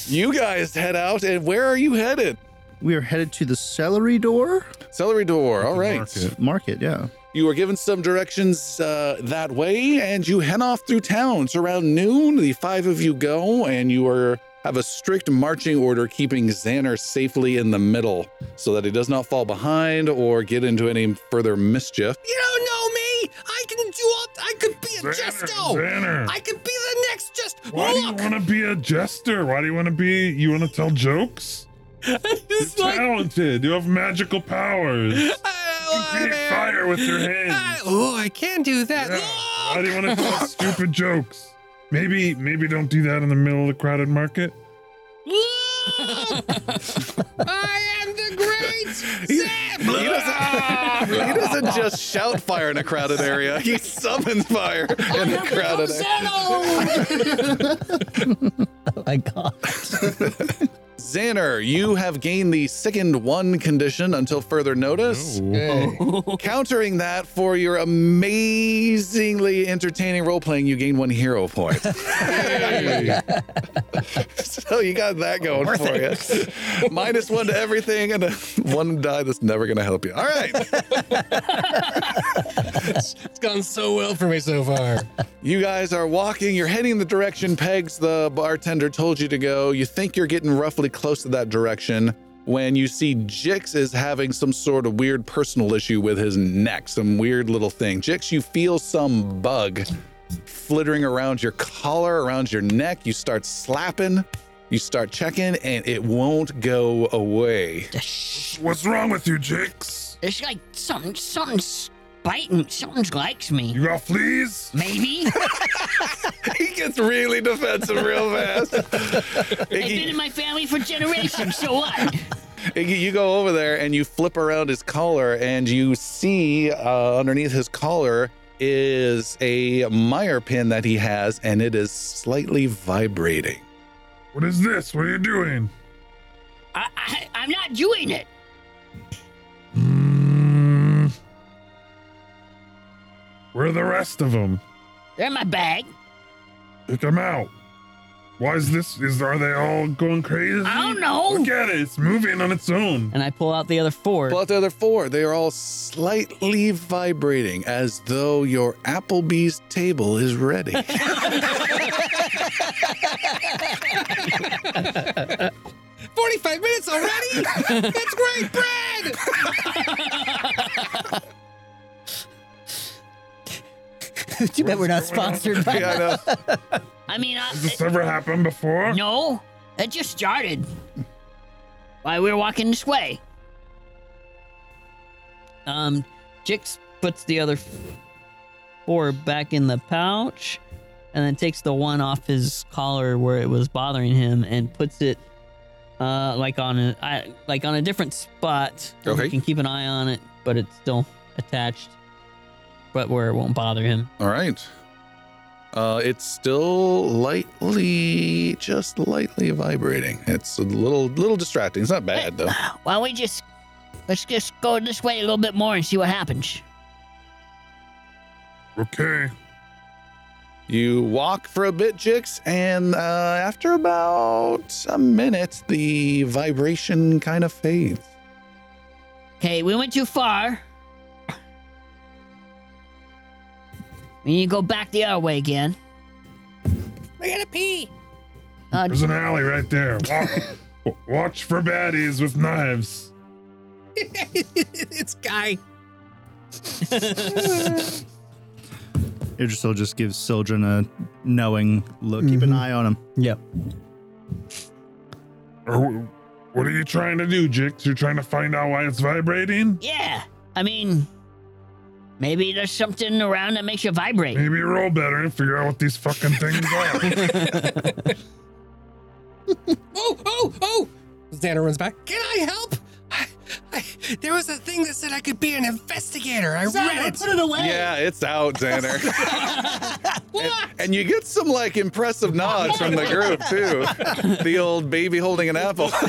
Speaker 1: you guys head out, and where are you headed?
Speaker 3: (sighs) We are headed to the celery door.
Speaker 1: Celery door. All right.
Speaker 3: Market. yeah.
Speaker 1: You were given some directions uh, that way, and you head off through town. So around noon, the five of you go, and you are have a strict marching order, keeping Xander safely in the middle, so that he does not fall behind or get into any further mischief.
Speaker 5: You don't know me. I can do all. I could be a
Speaker 4: Xander,
Speaker 5: Justo.
Speaker 4: Xander.
Speaker 5: I could be the next just.
Speaker 4: Why do you
Speaker 5: Look.
Speaker 4: want to be a jester? Why do you want to be? You want to tell jokes? You're talented. You have magical powers. You can create fire with your hands.
Speaker 5: Oh, I can do that.
Speaker 4: Why do you want to
Speaker 9: (laughs)
Speaker 4: tell stupid jokes? Maybe, maybe don't do that in the middle of the crowded market.
Speaker 9: (laughs)
Speaker 5: I am the
Speaker 4: (laughs)
Speaker 5: great.
Speaker 1: He doesn't, (laughs) he doesn't just shout fire in a crowded area. He summons fire in a crowded area.
Speaker 36: Oh my god.
Speaker 1: Xander, you have gained the sickened one condition until further notice. Countering that for your amazingly entertaining role playing, you gain one hero point. (laughs) so you got that going
Speaker 35: Worth
Speaker 1: for you. Minus one to everything and (laughs) a one die that's never going to help you. All right.
Speaker 37: It's gone so well for me so far.
Speaker 1: You guys are walking, you're heading the direction Pegs, the bartender, told you to go. You think you're getting roughly close to that direction when you see Jix is having some sort of weird personal issue with his neck, some weird little thing. Jix, you feel some bug flittering around your collar, around your neck. You start slapping, you start checking, and it won't go away. (laughs)
Speaker 4: What's wrong with you, Jakes?
Speaker 2: It's like something, something's biting. Something likes me.
Speaker 4: You got fleas?
Speaker 2: Maybe
Speaker 1: he gets really defensive real fast.
Speaker 2: they've been in my family for generations. So what?
Speaker 1: Iggy, you go over there and you flip around his collar, and you see uh, underneath his collar is a Meyer pin that he has, and it is slightly vibrating.
Speaker 4: What is this? What are you doing?
Speaker 2: I, I, I'm not doing it.
Speaker 9: Hmm.
Speaker 4: Where are the rest of them?
Speaker 2: They're in my bag.
Speaker 4: Pick them out. Why is this? Is are they all going crazy?
Speaker 2: I don't know.
Speaker 4: Look at it. It's moving on its own.
Speaker 9: And I pull out the other four.
Speaker 1: Pull out the other four. They are all slightly vibrating as though your Applebee's table is ready.
Speaker 5: Forty-five minutes already. That's great, Brad.
Speaker 9: (laughs)
Speaker 36: Too bad we're not sponsored by
Speaker 1: yeah, I
Speaker 36: (laughs)
Speaker 1: know.
Speaker 2: I mean, I,
Speaker 4: Has this ever happened before?
Speaker 2: no, it just started. Why we were walking this way?
Speaker 9: Um, Jix puts the other f- four back in the pouch, and then takes the one off his collar where it was bothering him, and puts it uh like on a I, like on a different spot. where
Speaker 1: Okay.
Speaker 9: he can keep an eye on it, but it's still attached, but where it won't bother him.
Speaker 1: All right. Uh, it's still lightly, just lightly vibrating. It's a little, little distracting. It's not bad though.
Speaker 2: Why don't we just let's just go this way a little bit more and see what happens?
Speaker 4: Okay.
Speaker 1: You walk for a bit, Jix, and uh, after about a minute, the vibration kind of fades.
Speaker 2: Okay, we went too far. We need to go back the other way again.
Speaker 5: I gotta pee.
Speaker 2: Uh,
Speaker 4: There's an alley right there. Wa- (laughs) Watch, for baddies with knives.
Speaker 5: (laughs) it's guy.
Speaker 3: Idrisil just gives Mm-hmm. Sildren a knowing look. Keep an eye on him.
Speaker 36: Yep.
Speaker 4: Or wh- what are you trying to do, Jix? You're trying to find out why it's vibrating?
Speaker 38: Yeah, I mean, maybe there's something around that makes you vibrate.
Speaker 2: (laughs)
Speaker 4: Maybe roll better and figure out what these fucking things
Speaker 38: (laughs)
Speaker 4: are.
Speaker 5: Oh, oh, oh! Xander runs back. Can I help? I, I, there was a thing that said I could be an investigator. I read it. Put it away.
Speaker 1: Yeah, it's out, Xander. and, and you get some like impressive nods from the group too. The old baby holding an apple. (laughs)
Speaker 5: I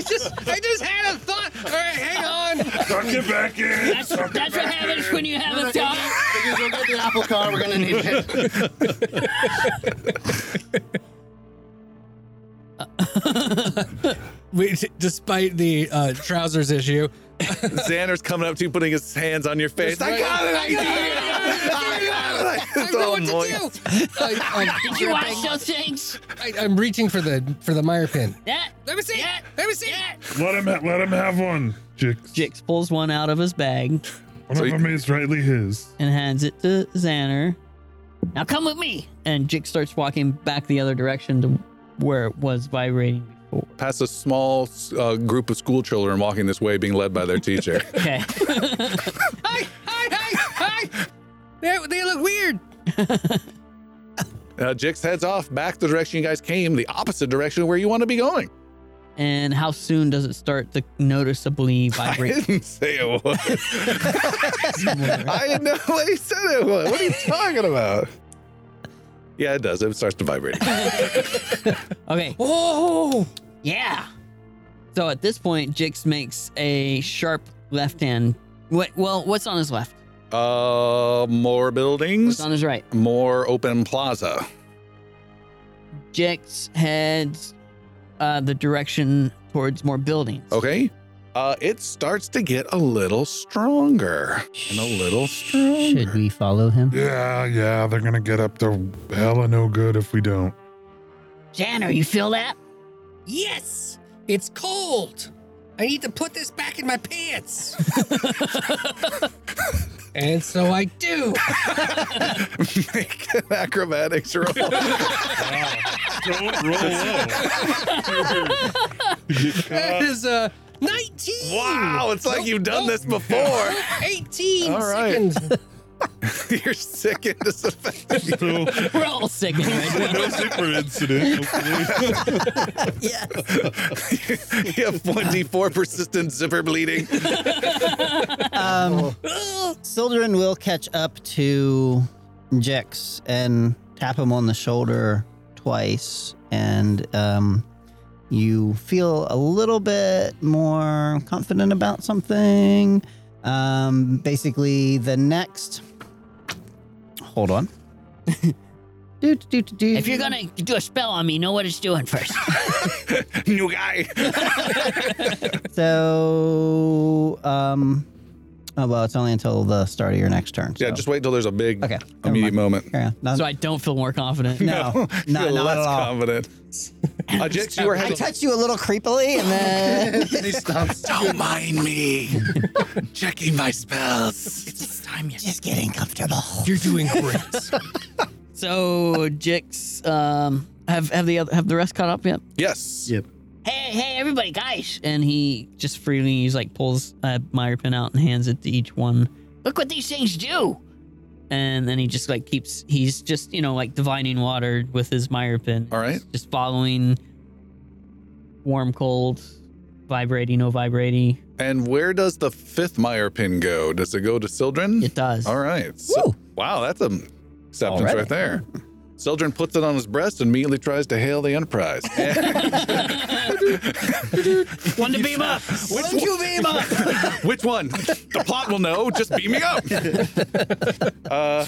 Speaker 5: just, I just had a thought. All right, hang on. (laughs)
Speaker 4: Suck it back in.
Speaker 38: That's, that's what happens when you
Speaker 2: (laughs)
Speaker 38: have a thought.
Speaker 5: Go get the
Speaker 3: Apple car, we're gonna need it.
Speaker 39: We, d- despite the uh, trousers issue,
Speaker 1: Xander's coming up to you, putting his hands on your face. I got it.
Speaker 5: (laughs)
Speaker 1: I got it. I got it. It's all moist.
Speaker 5: I, (laughs)
Speaker 38: Did you watch those things?
Speaker 5: I, I'm reaching for the for the Meyer pin.
Speaker 38: That,
Speaker 5: Let me see. it. Let me see. it.
Speaker 4: let him ha- let him have one, Jix.
Speaker 2: Jix pulls one out of his bag
Speaker 4: One of them is rightly his.
Speaker 2: and hands it to Xander.
Speaker 38: now come with me.
Speaker 2: And Jix starts walking back the other direction to where it was
Speaker 38: (laughs)
Speaker 2: vibrating.
Speaker 1: Past a small uh, group of school children walking this way, being led by their teacher.
Speaker 2: Okay. (laughs)
Speaker 5: Hi, hi, hi, hi. They, they look weird.
Speaker 1: Uh, Jix heads off back the direction you guys came, the opposite direction where you want to be going.
Speaker 2: and how soon does it start to noticeably
Speaker 1: I (laughs)
Speaker 2: vibrate?
Speaker 1: didn't say it
Speaker 2: (laughs)
Speaker 1: was. I didn't know what he said it was. What are you talking about? Yeah, it does. It starts to
Speaker 2: (laughs)
Speaker 1: vibrate.
Speaker 2: okay.
Speaker 5: Oh,
Speaker 38: Yeah.
Speaker 2: So at this point, Jix makes a sharp left hand. What? Well, what's on his left?
Speaker 1: Uh, more
Speaker 2: What's
Speaker 1: buildings,
Speaker 2: on his right?
Speaker 1: more open plaza.
Speaker 2: Jix heads uh, the direction towards more buildings.
Speaker 1: Okay. Uh, it starts to get a little stronger (laughs) and a little stronger.
Speaker 36: Oh,
Speaker 9: Should we follow him?
Speaker 4: Yeah, yeah, they're gonna get up to hella no good if we don't.
Speaker 38: Xander, you feel that?
Speaker 5: yes. It's cold. I need to put this back in my
Speaker 40: (laughs)
Speaker 5: pants. and so I (laughs) do.
Speaker 1: Make an acrobatics
Speaker 2: (laughs)
Speaker 1: roll.
Speaker 41: Don't roll (laughs)
Speaker 5: That is uh, 19.
Speaker 1: wow, it's like you've done this before. (laughs)
Speaker 5: 18
Speaker 1: All right.
Speaker 5: seconds.
Speaker 1: (laughs) You're sick and disaffected.
Speaker 41: low. So,
Speaker 2: We're all sick.
Speaker 41: no secret incident. hopefully.
Speaker 1: (laughs) you have 1d4 persistent zipper bleeding. (laughs)
Speaker 9: Um,
Speaker 1: Oh.
Speaker 9: Sildren will catch up to Jex and tap him on the shoulder twice, and um, you feel a little bit more confident about something. Um, basically, the next.
Speaker 1: (laughs)
Speaker 9: Hold on. do, do, do,
Speaker 38: (laughs)
Speaker 9: do,
Speaker 38: If you're gonna do a spell on me, know what it's doing first.
Speaker 1: New guy.
Speaker 9: So, um, oh well, it's only until the start of your next turn. So.
Speaker 1: Yeah, just wait till there's a big
Speaker 9: okay. never
Speaker 1: immediate
Speaker 9: mind.
Speaker 1: moment.
Speaker 9: Carry on. No,
Speaker 2: (laughs) So I don't feel more
Speaker 1: (laughs)
Speaker 2: confident.
Speaker 9: no, not,
Speaker 1: You're
Speaker 9: not
Speaker 1: less
Speaker 9: at all. (laughs)
Speaker 1: confident. Uh, Jix, you were
Speaker 9: I
Speaker 1: headed.
Speaker 9: touch you a little creepily, and then
Speaker 3: he stops.
Speaker 42: Don't mind me. Checking my spells.
Speaker 9: (laughs) just getting comfortable.
Speaker 5: You're doing great.
Speaker 2: So Jix, um, have have the other, have the rest caught up yet?
Speaker 1: yes.
Speaker 3: Yep.
Speaker 38: hey, hey, everybody, guys,
Speaker 2: And he just freely he's like pulls a Meyer pin out and hands it to each one,
Speaker 38: look what these things do.
Speaker 2: and then he just like keeps he's just you know like divining water with his Meyer pin.
Speaker 1: All right.
Speaker 2: Just following warm, cold, vibrating, no vibrating.
Speaker 1: And where does the fifth Meyer pin go? Does it go to Sildren?
Speaker 2: It does.
Speaker 1: All right. So, wow, that's an acceptance
Speaker 9: Already.
Speaker 1: right there. Sildren puts it on his breast and immediately tries to hail the
Speaker 9: (laughs)
Speaker 1: Enterprise.
Speaker 2: (laughs) One to beam up.
Speaker 1: which, one, (laughs) which one? The plot will know. Just beam me
Speaker 9: (laughs)
Speaker 1: up. Uh,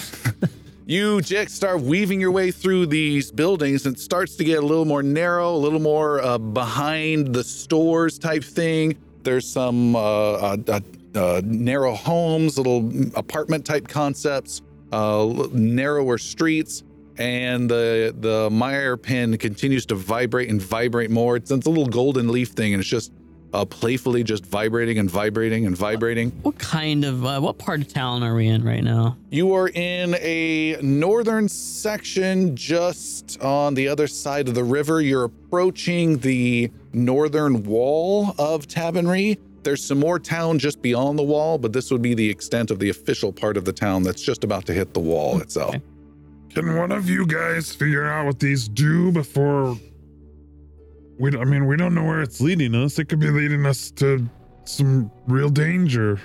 Speaker 1: you, Jick, start weaving your way through these buildings, and it starts to get a little more narrow, a little more uh, behind the stores type thing. There's some uh, uh, uh, uh, narrow homes, little apartment type concepts, uh, l- narrower streets. And the the Meyer pin continues to vibrate and vibrate more. It's, it's a little golden leaf thing, and it's just uh, playfully just vibrating and vibrating and vibrating.
Speaker 43: What kind of uh, what part of town are we in right now?
Speaker 1: You are in a northern section just on the other side of the river. You're approaching the northern wall of Tabanry. There's some more town just beyond the wall, but this would be the extent of the official part of the town that's just about to hit the wall itself.
Speaker 4: (laughs) Can one of you guys figure out what these do before we I mean, we don't know where it's leading us. It could be leading us to some real danger.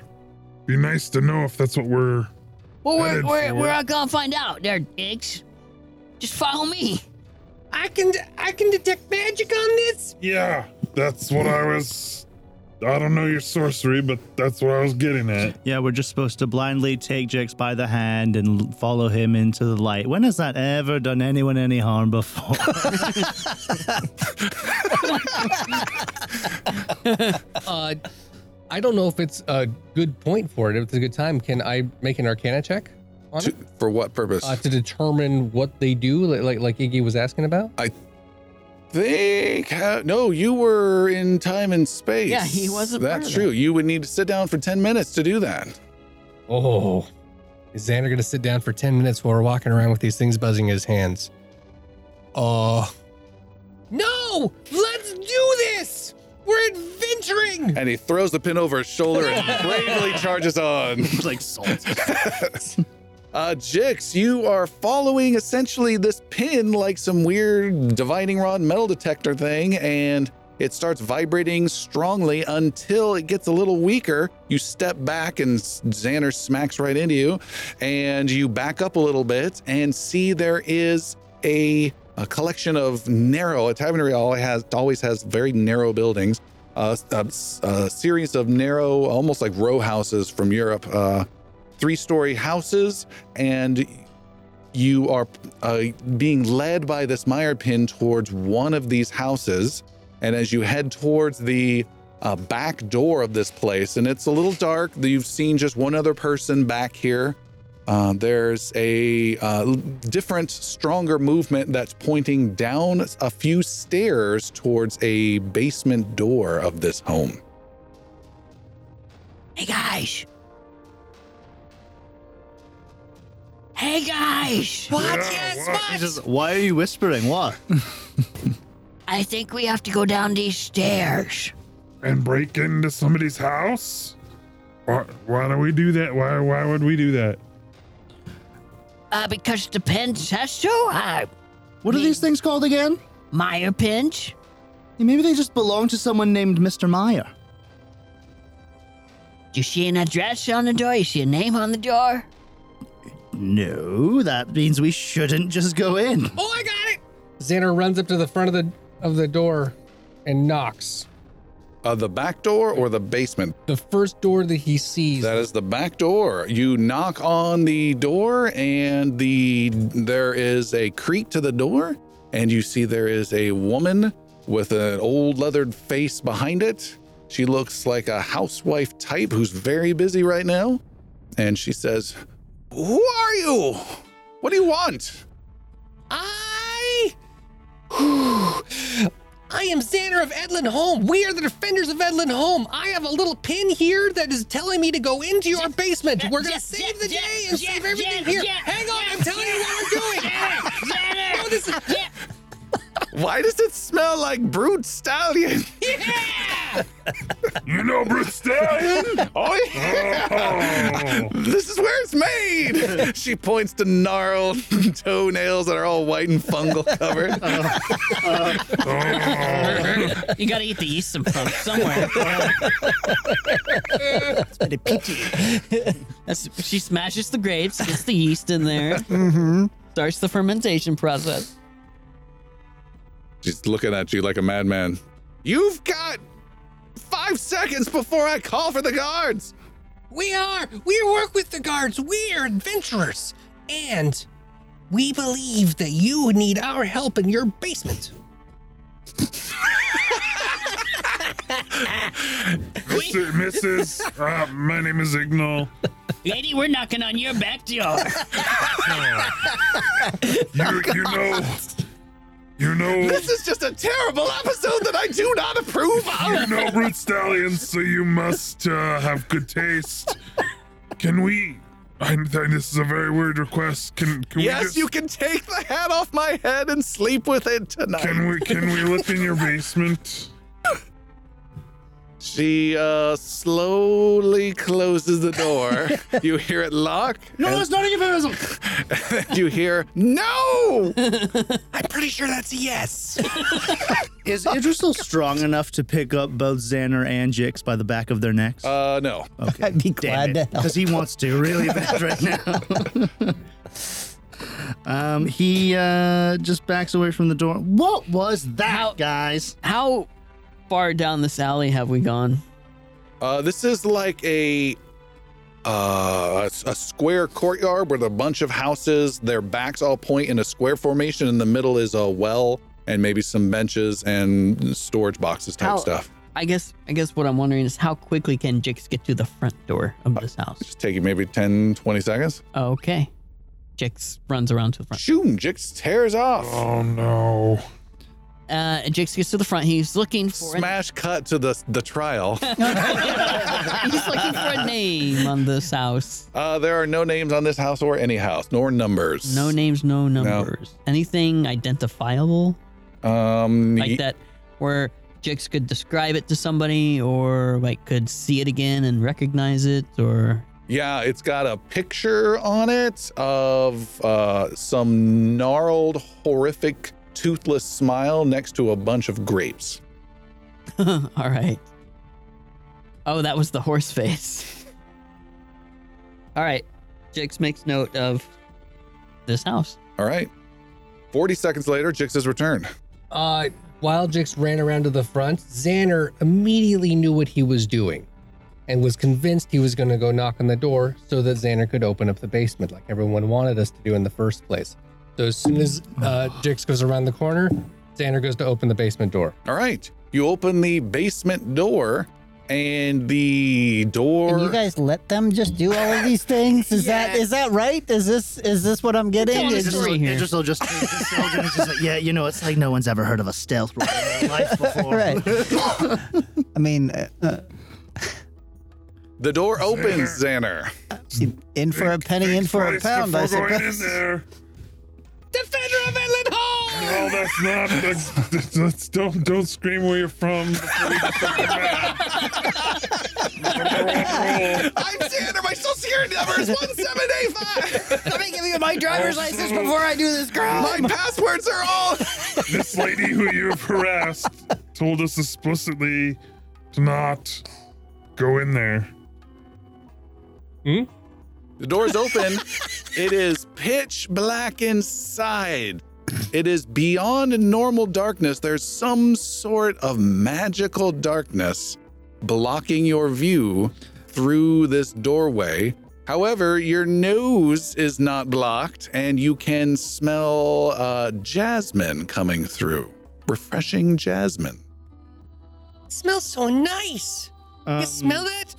Speaker 4: Be nice to know if that's what we're
Speaker 2: Well, we're,
Speaker 4: headed
Speaker 2: we're,
Speaker 4: for.
Speaker 2: we're not gonna find out there, Diggs. Just follow me.
Speaker 5: I can I can detect magic on this.
Speaker 4: Yeah, that's what I was I don't know your sorcery, but that's what I was getting at.
Speaker 3: (laughs) Yeah, we're just supposed to blindly take Jax by the hand and l- follow him into the light. When has that ever done anyone any harm before? (laughs)
Speaker 40: uh, I don't know if it's a good point for it. If it's a good time, can I make an Arcana check on it
Speaker 1: For what purpose?
Speaker 40: uh, to determine what they do, like like, like Iggy was asking about?
Speaker 1: They ca- no, you were in time and space.
Speaker 43: Yeah, he wasn't part
Speaker 1: That's
Speaker 43: of
Speaker 1: true. You would need to sit down for ten minutes to do that.
Speaker 40: Oh, is Xander gonna sit down for ten minutes while we're walking around with these things buzzing in his hands? Oh,
Speaker 5: No, let's do this. We're adventuring.
Speaker 1: And he throws the pin over his shoulder
Speaker 3: (laughs)
Speaker 1: and bravely charges on.
Speaker 3: like salt.
Speaker 1: (laughs) Uh, Jix, you are following essentially this pin like some weird dividing rod metal detector thing, and it starts vibrating strongly until it gets a little weaker. You step back, and Xander smacks right into you, and you back up a little bit and see there is a, a collection of narrow. A tavern always has always has very narrow buildings. Uh, a, a series of narrow, almost like row houses from Europe. Uh, three story houses and you are uh, being led by this mire pin towards one of these houses and as you head towards the uh, back door of this place and it's a little dark you've seen just one other person back here uh, there's a uh, different stronger movement that's pointing down a few stairs towards a basement door of this home
Speaker 2: Hey guys. Hey guys.
Speaker 5: What? yes, what?
Speaker 3: Why are you whispering? What?
Speaker 2: I think we have to go down these stairs.
Speaker 4: And break into somebody's house? Why, why do we do that? Why why would we do that?
Speaker 2: Uh, because the pins has to. Uh,
Speaker 3: What are these things called again?
Speaker 2: Meyer pins.
Speaker 3: Maybe they just belong to someone named Mr. Meyer.
Speaker 2: Do you see an address on the door? You see a name on the door?
Speaker 3: No, that means we shouldn't just go in.
Speaker 5: Oh, I got it.
Speaker 40: Xander runs up to the front of the of the door and knocks.
Speaker 1: uh, the back door or the basement
Speaker 40: The first door that he sees.
Speaker 1: That is the back door. You knock on the door, and the there is a creak to the door, and you see there is a woman with an old leathered face behind it. She looks like a housewife type who's very busy right now, and she says, "Who are you? What do you want?"
Speaker 5: I. I am Xander of Edlin Home. We are the defenders of Edlin Home. I have a little pin here that is telling me to go into your basement. We're gonna save the day and save everything here. Hang on, I'm telling you what we're doing.
Speaker 2: (laughs)
Speaker 5: No, Oh, this is- (laughs)
Speaker 1: Why does it smell like brute stallion? (laughs)
Speaker 4: You know
Speaker 1: (laughs)
Speaker 4: Brute Stallion?
Speaker 1: Oh
Speaker 4: Oh,
Speaker 1: yeah! This is where it's
Speaker 4: (laughs)
Speaker 1: made. she points to gnarled (laughs) toenails that are all white and fungal
Speaker 4: (laughs)
Speaker 1: covered.
Speaker 4: Uh-huh. oh,
Speaker 43: you gotta eat the yeast some- from somewhere.
Speaker 44: It's pretty peachy.
Speaker 43: That's, she smashes the grapes, gets the yeast in there,
Speaker 44: Mm-hmm.
Speaker 43: starts the fermentation process.
Speaker 1: She's looking at you like a madman. You've got five seconds before I call for the guards.
Speaker 5: We are. We work with the guards. We are adventurers, and we believe that you need our help in your basement.
Speaker 4: Mr. Mrs. Uh, my name is Ignal.
Speaker 43: Lady, we're knocking on your back door.
Speaker 1: Oh,
Speaker 4: You, you know, You know,
Speaker 1: This is just a terrible episode that I do not approve
Speaker 4: you
Speaker 1: of.
Speaker 4: know brute stallions, so you must uh, have good taste. Can we? I, I- this is a very weird request. Can, can we
Speaker 1: yes,
Speaker 4: just,
Speaker 1: you can take the hat off my head and sleep with it tonight.
Speaker 4: Can we? Can we look in your basement?
Speaker 45: She uh, slowly closes the
Speaker 4: (laughs)
Speaker 45: door.
Speaker 1: you hear it lock?
Speaker 3: No, it's not a euphemism.
Speaker 1: You hear
Speaker 4: (laughs)
Speaker 1: no.
Speaker 7: I'm pretty sure that's a yes.
Speaker 3: Is Idris still strong enough to pick up both Xander and Jix by the back of their necks?
Speaker 1: Uh, no.
Speaker 3: Okay. I'd be glad because he wants to really bad right now. (laughs) um, he uh just backs away from the door. What was that, guys?
Speaker 2: How far down this alley have we gone?
Speaker 1: Uh, this is like a uh, a a square courtyard with a bunch of houses. Their backs all point in a square formation. In the middle is a well and maybe some benches and storage boxes type
Speaker 2: How-
Speaker 1: stuff.
Speaker 2: I guess I guess what I'm wondering is how quickly can Jix get to the front door of this house?
Speaker 1: Just take you maybe 10, 20 seconds.
Speaker 2: Okay. Jix runs around to the front.
Speaker 1: Shoom, Jix tears off.
Speaker 4: Oh no!
Speaker 2: Uh, Jix gets to the front. He's looking for a,
Speaker 1: Smash cut to the the trial.
Speaker 2: (laughs) he's looking for a name on this house.
Speaker 1: Uh, there are no names on this house or any house, nor numbers.
Speaker 2: No names, no numbers. Anything identifiable
Speaker 1: Um,
Speaker 2: like that where Jix could describe it to somebody or like could see it again and recognize it or (laughs)
Speaker 1: Yeah, it's got a picture on it of uh, some gnarled, horrific, toothless smile next to a bunch of grapes.
Speaker 2: all right. Oh, that was the horse face. all right. Jix makes note of this house.
Speaker 1: All right. 40 seconds later, Jix has returned.
Speaker 5: Uh, while Jix ran around to the front, Xander immediately knew what he was doing and was convinced he was going to go knock on the door so that Xander could open up the basement like everyone wanted us to do in the first place. So as soon as uh, Jix goes around the corner, Xander goes to open the basement door.
Speaker 1: All right. You open the basement door, and the door.
Speaker 9: And you guys let them just do all of these things? Is that is that right? Is this is this what I'm getting?
Speaker 3: Idris
Speaker 9: Is-
Speaker 3: will-
Speaker 2: here.
Speaker 3: Idris will just, Idris will just, just like, yeah, you know, it's like no one's ever heard of a stealth roll in their life before.
Speaker 9: right. I mean, uh, uh,
Speaker 1: the door opens, Xaner.
Speaker 9: in for a penny, in for a
Speaker 4: Place
Speaker 9: pound. I
Speaker 4: before going in
Speaker 9: suppose.
Speaker 4: there.
Speaker 7: Defender of Edlin Home!
Speaker 4: No, that's not. That's, that's, don't don't scream where you're from. before you get something back.
Speaker 1: I'm Xander. My social security number is 1785.
Speaker 9: (laughs) Let me give you my driver's license before I do this crime.
Speaker 1: My passwords are all.
Speaker 4: this lady who you've harassed told us explicitly to not go in there.
Speaker 1: The door's open. it is pitch black inside. It is beyond normal darkness. There's some sort of magical darkness blocking your view through this doorway. However, your nose is not blocked and you can smell uh, jasmine coming through. Refreshing jasmine.
Speaker 7: It smells so nice.
Speaker 3: Um,
Speaker 7: you smell that?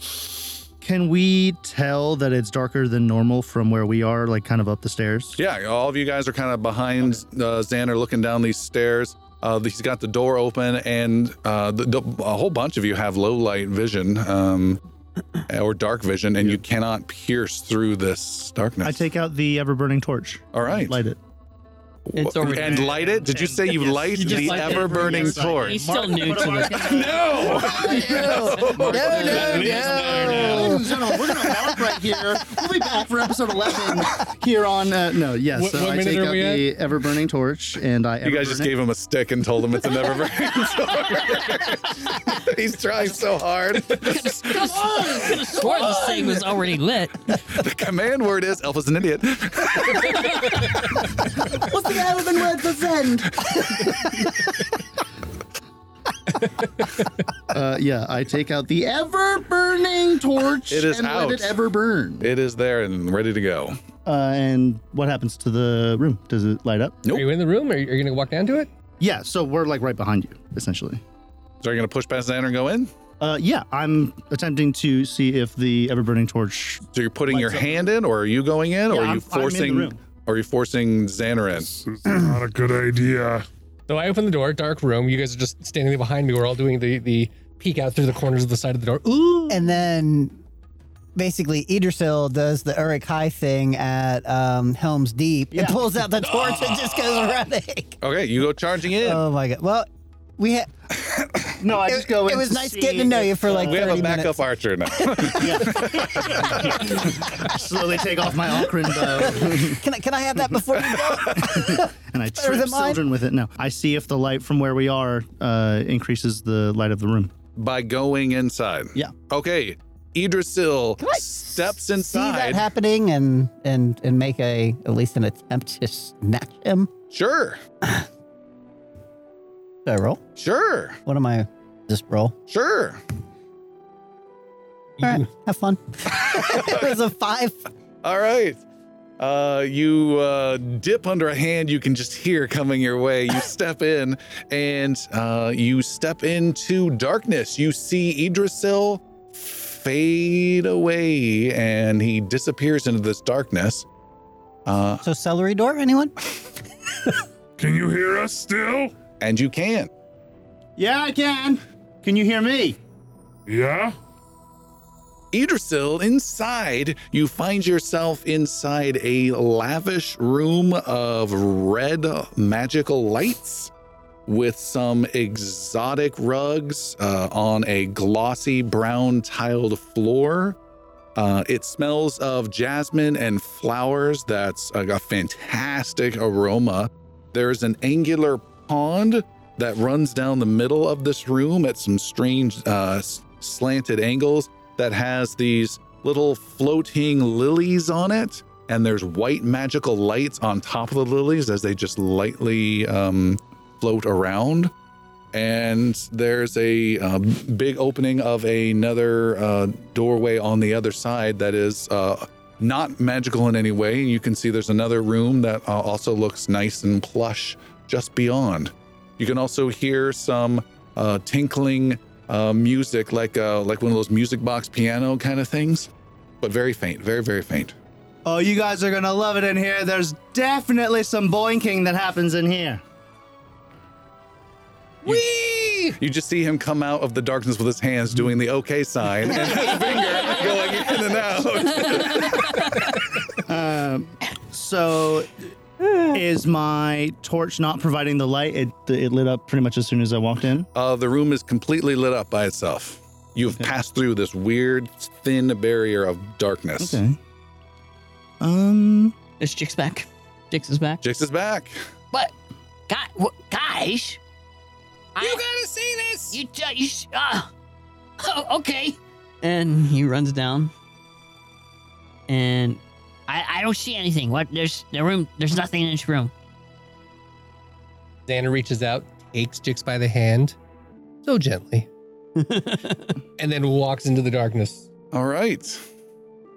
Speaker 3: Can we tell that it's darker than normal from where we are, like kind of up the stairs?
Speaker 1: Yeah, all of you guys are kind of behind uh, Xander looking down these stairs. Uh, he's got the door open, and uh, the, the, a whole bunch of you have low light vision um, or dark vision, and you cannot pierce through this darkness.
Speaker 3: I take out the ever burning torch.
Speaker 1: all right.
Speaker 3: Light it.
Speaker 2: It's over.
Speaker 1: and light it? Did you say you light
Speaker 2: You just
Speaker 1: the
Speaker 2: light it.
Speaker 1: ever burning
Speaker 2: Yes, I-
Speaker 1: torch?
Speaker 2: He's still new to it.
Speaker 1: No!
Speaker 9: No, no, no.
Speaker 3: Ladies and gentlemen, we're gonna mark right here. We'll be back for episode eleven here on. Uh, no, yes.
Speaker 46: What-
Speaker 3: so
Speaker 46: what
Speaker 3: I
Speaker 46: minute
Speaker 3: take
Speaker 46: are
Speaker 3: out
Speaker 46: we at?
Speaker 3: the ever burning torch, and I.
Speaker 1: You guys just gave him a stick and told him it's an ever burning (laughs) torch. he's trying so hard.
Speaker 2: (laughs) Come on! I could have sworn this thing was already lit.
Speaker 1: The command word is Elf is an idiot.
Speaker 9: What's the matter with the words of Zen?
Speaker 3: (laughs) Uh, yeah, I take out the ever burning torch.
Speaker 1: It is
Speaker 3: and
Speaker 1: out.
Speaker 3: Let it ever burn.
Speaker 1: It is there and ready to go.
Speaker 3: Uh, and what happens to the room? Does it light up?
Speaker 1: Nope.
Speaker 5: Are you in the room? Or are you going to walk down to it?
Speaker 3: Yeah. So we're like right behind you, essentially.
Speaker 1: So are you gonna push past Xander and go in?
Speaker 3: Uh, yeah, I'm attempting to see if the ever burning torch.
Speaker 1: So you're putting your
Speaker 3: Lights up.
Speaker 1: hand in, or are you going in,
Speaker 3: Yeah,
Speaker 1: or are you
Speaker 3: I'm- I'm in the
Speaker 1: forcing?
Speaker 3: room.
Speaker 1: Or are you forcing Xander in?
Speaker 4: This is not a good idea.
Speaker 5: So I open the door, dark room. You guys are just standing there behind me. We're all doing the the peek out through the corners of the side of the door. Ooh.
Speaker 47: And then basically Idrisil does the Uruk High thing at um, Helm's Deep and
Speaker 9: Yeah.
Speaker 47: pulls out the torch and just goes running.
Speaker 5: (laughs)
Speaker 1: Okay, you go charging in.
Speaker 9: Uh,
Speaker 47: Oh my god. Well, we had
Speaker 3: No, I
Speaker 47: It-
Speaker 3: just go.
Speaker 47: it
Speaker 3: in
Speaker 47: was nice
Speaker 3: see
Speaker 47: getting to know
Speaker 3: if,
Speaker 47: you for, like,
Speaker 1: we have a
Speaker 47: 30
Speaker 1: backup
Speaker 47: minutes.
Speaker 1: archer now.
Speaker 3: (laughs) I slowly take off my Alcrin (laughs) bow
Speaker 47: can I can I have that
Speaker 1: (laughs)
Speaker 47: before you go?
Speaker 3: and I
Speaker 47: better
Speaker 3: trip
Speaker 47: than mine.
Speaker 3: children with it. No, I see if the light from where we are uh, increases the light of the room.
Speaker 1: By going inside.
Speaker 3: Yeah.
Speaker 1: Okay, Idrisil steps
Speaker 47: See that
Speaker 1: inside.
Speaker 47: happening and and and make a at least an attempt to snatch him.
Speaker 1: Sure.
Speaker 47: Should I roll?
Speaker 1: Sure.
Speaker 47: What am I? Just roll.
Speaker 1: Sure.
Speaker 47: All right, have
Speaker 9: (laughs)
Speaker 47: fun. it was a five.
Speaker 1: All right. Uh, you uh, dip under a hand you can just hear coming your way. You step in and uh, you step into darkness. You see Idrisil fade away and he disappears into this darkness. Uh,
Speaker 47: So celery door, anyone?
Speaker 4: Can you hear us still?
Speaker 1: and you can.
Speaker 3: Yeah, I can. Can you hear me?
Speaker 4: Yeah?
Speaker 1: Idrisil, inside, you find yourself inside a lavish room of red magical lights with some exotic rugs uh, on a glossy brown tiled floor. Uh, it smells of jasmine and flowers. That's a, a fantastic aroma. There's an angular pond that runs down the middle of this room at some strange uh, s- slanted angles that has these little floating lilies on it. And there's white magical lights on top of the lilies as they just lightly um, float around. And there's a uh, big opening of another uh, doorway on the other side that is uh, not magical in any way. You can see there's another room that uh, also looks nice and plush just beyond. You can also hear some uh, tinkling uh, music, like uh, like one of those music box piano kind of things, but very faint, very very faint.
Speaker 3: Oh, you guys are gonna love it in here. There's definitely some boinking that happens in here.
Speaker 1: You just see him come out of the darkness with his hands doing the OK sign and his (laughs) finger going in and out.
Speaker 3: Um, (sighs) so is my torch not providing the light? It it lit up pretty much as soon as I walked in.
Speaker 1: Uh, the room is completely lit up by itself. You've passed through this weird thin barrier of darkness.
Speaker 3: Okay. Um.
Speaker 2: It's Jix back. Jix is back.
Speaker 1: Jix is back.
Speaker 14: But, guy, wh- guys,
Speaker 48: You gotta see this!
Speaker 14: you, t- you, s- ah, oh, okay.
Speaker 2: And he runs down.
Speaker 14: And I, I don't see anything. What? There's the room. There's nothing in this room.
Speaker 2: (laughs)
Speaker 5: Xander reaches out, takes Jix by the hand, so gently, and then walks into the darkness.
Speaker 1: All right.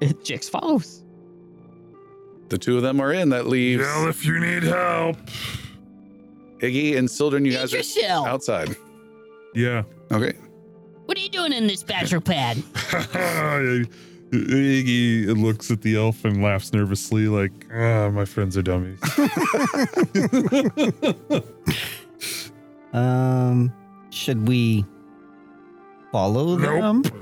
Speaker 2: Jix follows.
Speaker 1: The two of them are in. That leaves
Speaker 4: Yell if you need help.
Speaker 1: Iggy and Sildren. You
Speaker 14: Get
Speaker 1: guys are
Speaker 14: yourself.
Speaker 1: outside.
Speaker 4: (laughs) Yeah.
Speaker 1: Okay.
Speaker 14: What are you doing in this bachelor pad?
Speaker 23: Iggy looks at the elf and laughs nervously, like, ah, my friends are dummies.
Speaker 47: Um, should we follow
Speaker 4: (laughs)
Speaker 47: them?
Speaker 4: Nope.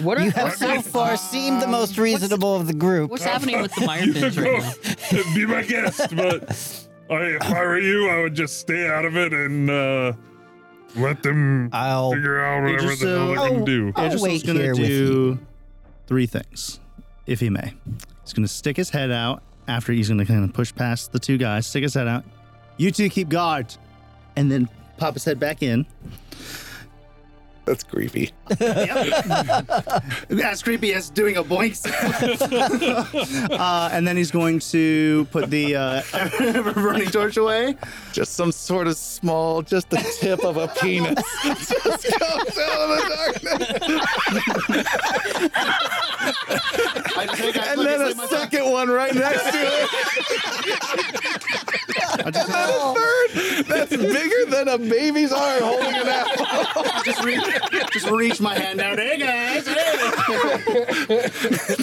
Speaker 2: What are
Speaker 47: You have
Speaker 2: what's,
Speaker 47: so (laughs) far seemed the most reasonable of the group.
Speaker 2: what's happening with the
Speaker 4: You can
Speaker 2: Meyerfinch
Speaker 4: go
Speaker 2: right now?
Speaker 4: (laughs) be my guest,
Speaker 2: (laughs)
Speaker 4: but I, if I were you, I would just stay out of it and uh, let them
Speaker 47: I'll
Speaker 4: figure out whatever the
Speaker 2: uh,
Speaker 3: Idrisil-
Speaker 4: hell they're gonna do.
Speaker 2: oh.
Speaker 47: I'll
Speaker 3: Idrisil's
Speaker 47: Oh, wait
Speaker 3: gonna
Speaker 47: here with
Speaker 3: do three things, if he may. He's gonna stick his head out after he's gonna kind of push past the two guys. Stick his head out. You two keep guard, and then pop his head
Speaker 1: (laughs)
Speaker 3: back in.
Speaker 1: That's creepy.
Speaker 3: As creepy as doing a boink.
Speaker 1: (laughs)
Speaker 3: sound. uh, and then he's going to put the uh, (laughs) burning torch away.
Speaker 1: Just some sort of small, just the tip of a penis. (laughs) just comes out of the darkness.
Speaker 3: I take, I
Speaker 1: And
Speaker 3: look,
Speaker 1: then
Speaker 3: it's
Speaker 1: a
Speaker 3: like my-
Speaker 1: second one right next to it.
Speaker 3: (laughs) I just-
Speaker 1: Third, that's bigger than a baby's arm holding an apple.
Speaker 3: (laughs) just, reach, just reach my hand out. Hey guys, hey.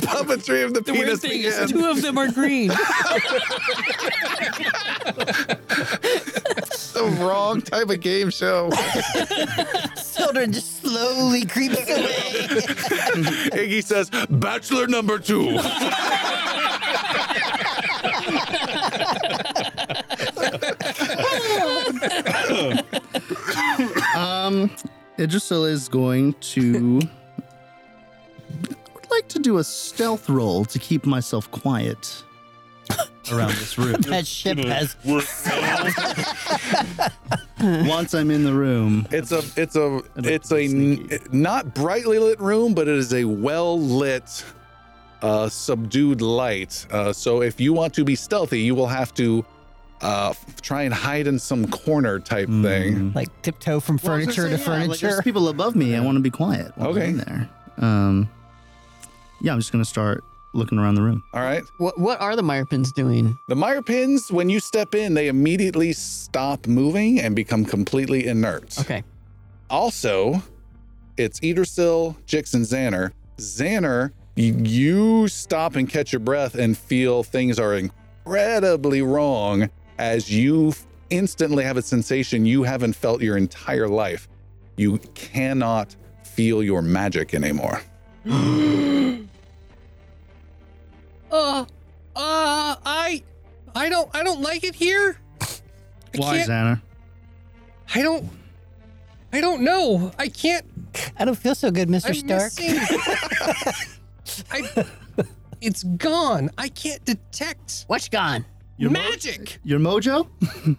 Speaker 1: Puppetry of the,
Speaker 2: The
Speaker 1: penis
Speaker 2: weird thing is
Speaker 1: began.
Speaker 2: two of them are green.
Speaker 1: wrong type of game
Speaker 3: (laughs)
Speaker 1: show.
Speaker 47: Soda just slowly creeps (laughs) away.
Speaker 1: Iggy says, Bachelor number two.
Speaker 3: um, Idrisil is going to. (laughs) would like to do a stealth roll to keep myself
Speaker 47: (laughs)
Speaker 3: quiet around this room.
Speaker 47: That ship has.
Speaker 3: Once I'm in the room,
Speaker 1: It's a it's a (laughs) it's a n- not brightly lit room, but it is a well lit, uh, subdued light. Uh, so if you want to be stealthy, you will have to uh, f- try and hide in some corner type thing.
Speaker 47: Like tiptoe from
Speaker 3: Well, I was gonna
Speaker 47: furniture to
Speaker 3: say, yeah, like,
Speaker 47: furniture.
Speaker 3: there's people above me. I want to be quiet. While
Speaker 1: Okay.
Speaker 3: okay. In there. Um, yeah, I'm just gonna start looking around the room.
Speaker 1: All right.
Speaker 2: What what are the Meyer pins doing?
Speaker 1: The Meyer pins, when you step in, they immediately stop moving and become completely inert.
Speaker 2: Okay.
Speaker 1: Also, it's Idrisil, Jix, and Xaner. Xaner, y- you stop and catch your breath and feel things are incredibly wrong as you f- instantly have a sensation you haven't felt your entire life. You cannot feel your magic anymore.
Speaker 48: Uh, uh, I, I don't, I don't like it here. I
Speaker 3: Why,
Speaker 48: can't-
Speaker 3: Xander?
Speaker 48: I don't, I don't know. I can't.
Speaker 47: I don't feel so good, mister
Speaker 48: I'm
Speaker 47: Stark.
Speaker 48: missing- I, it's gone. I can't detect
Speaker 14: What's gone?
Speaker 3: Your mo-
Speaker 48: magic.
Speaker 3: Your mojo?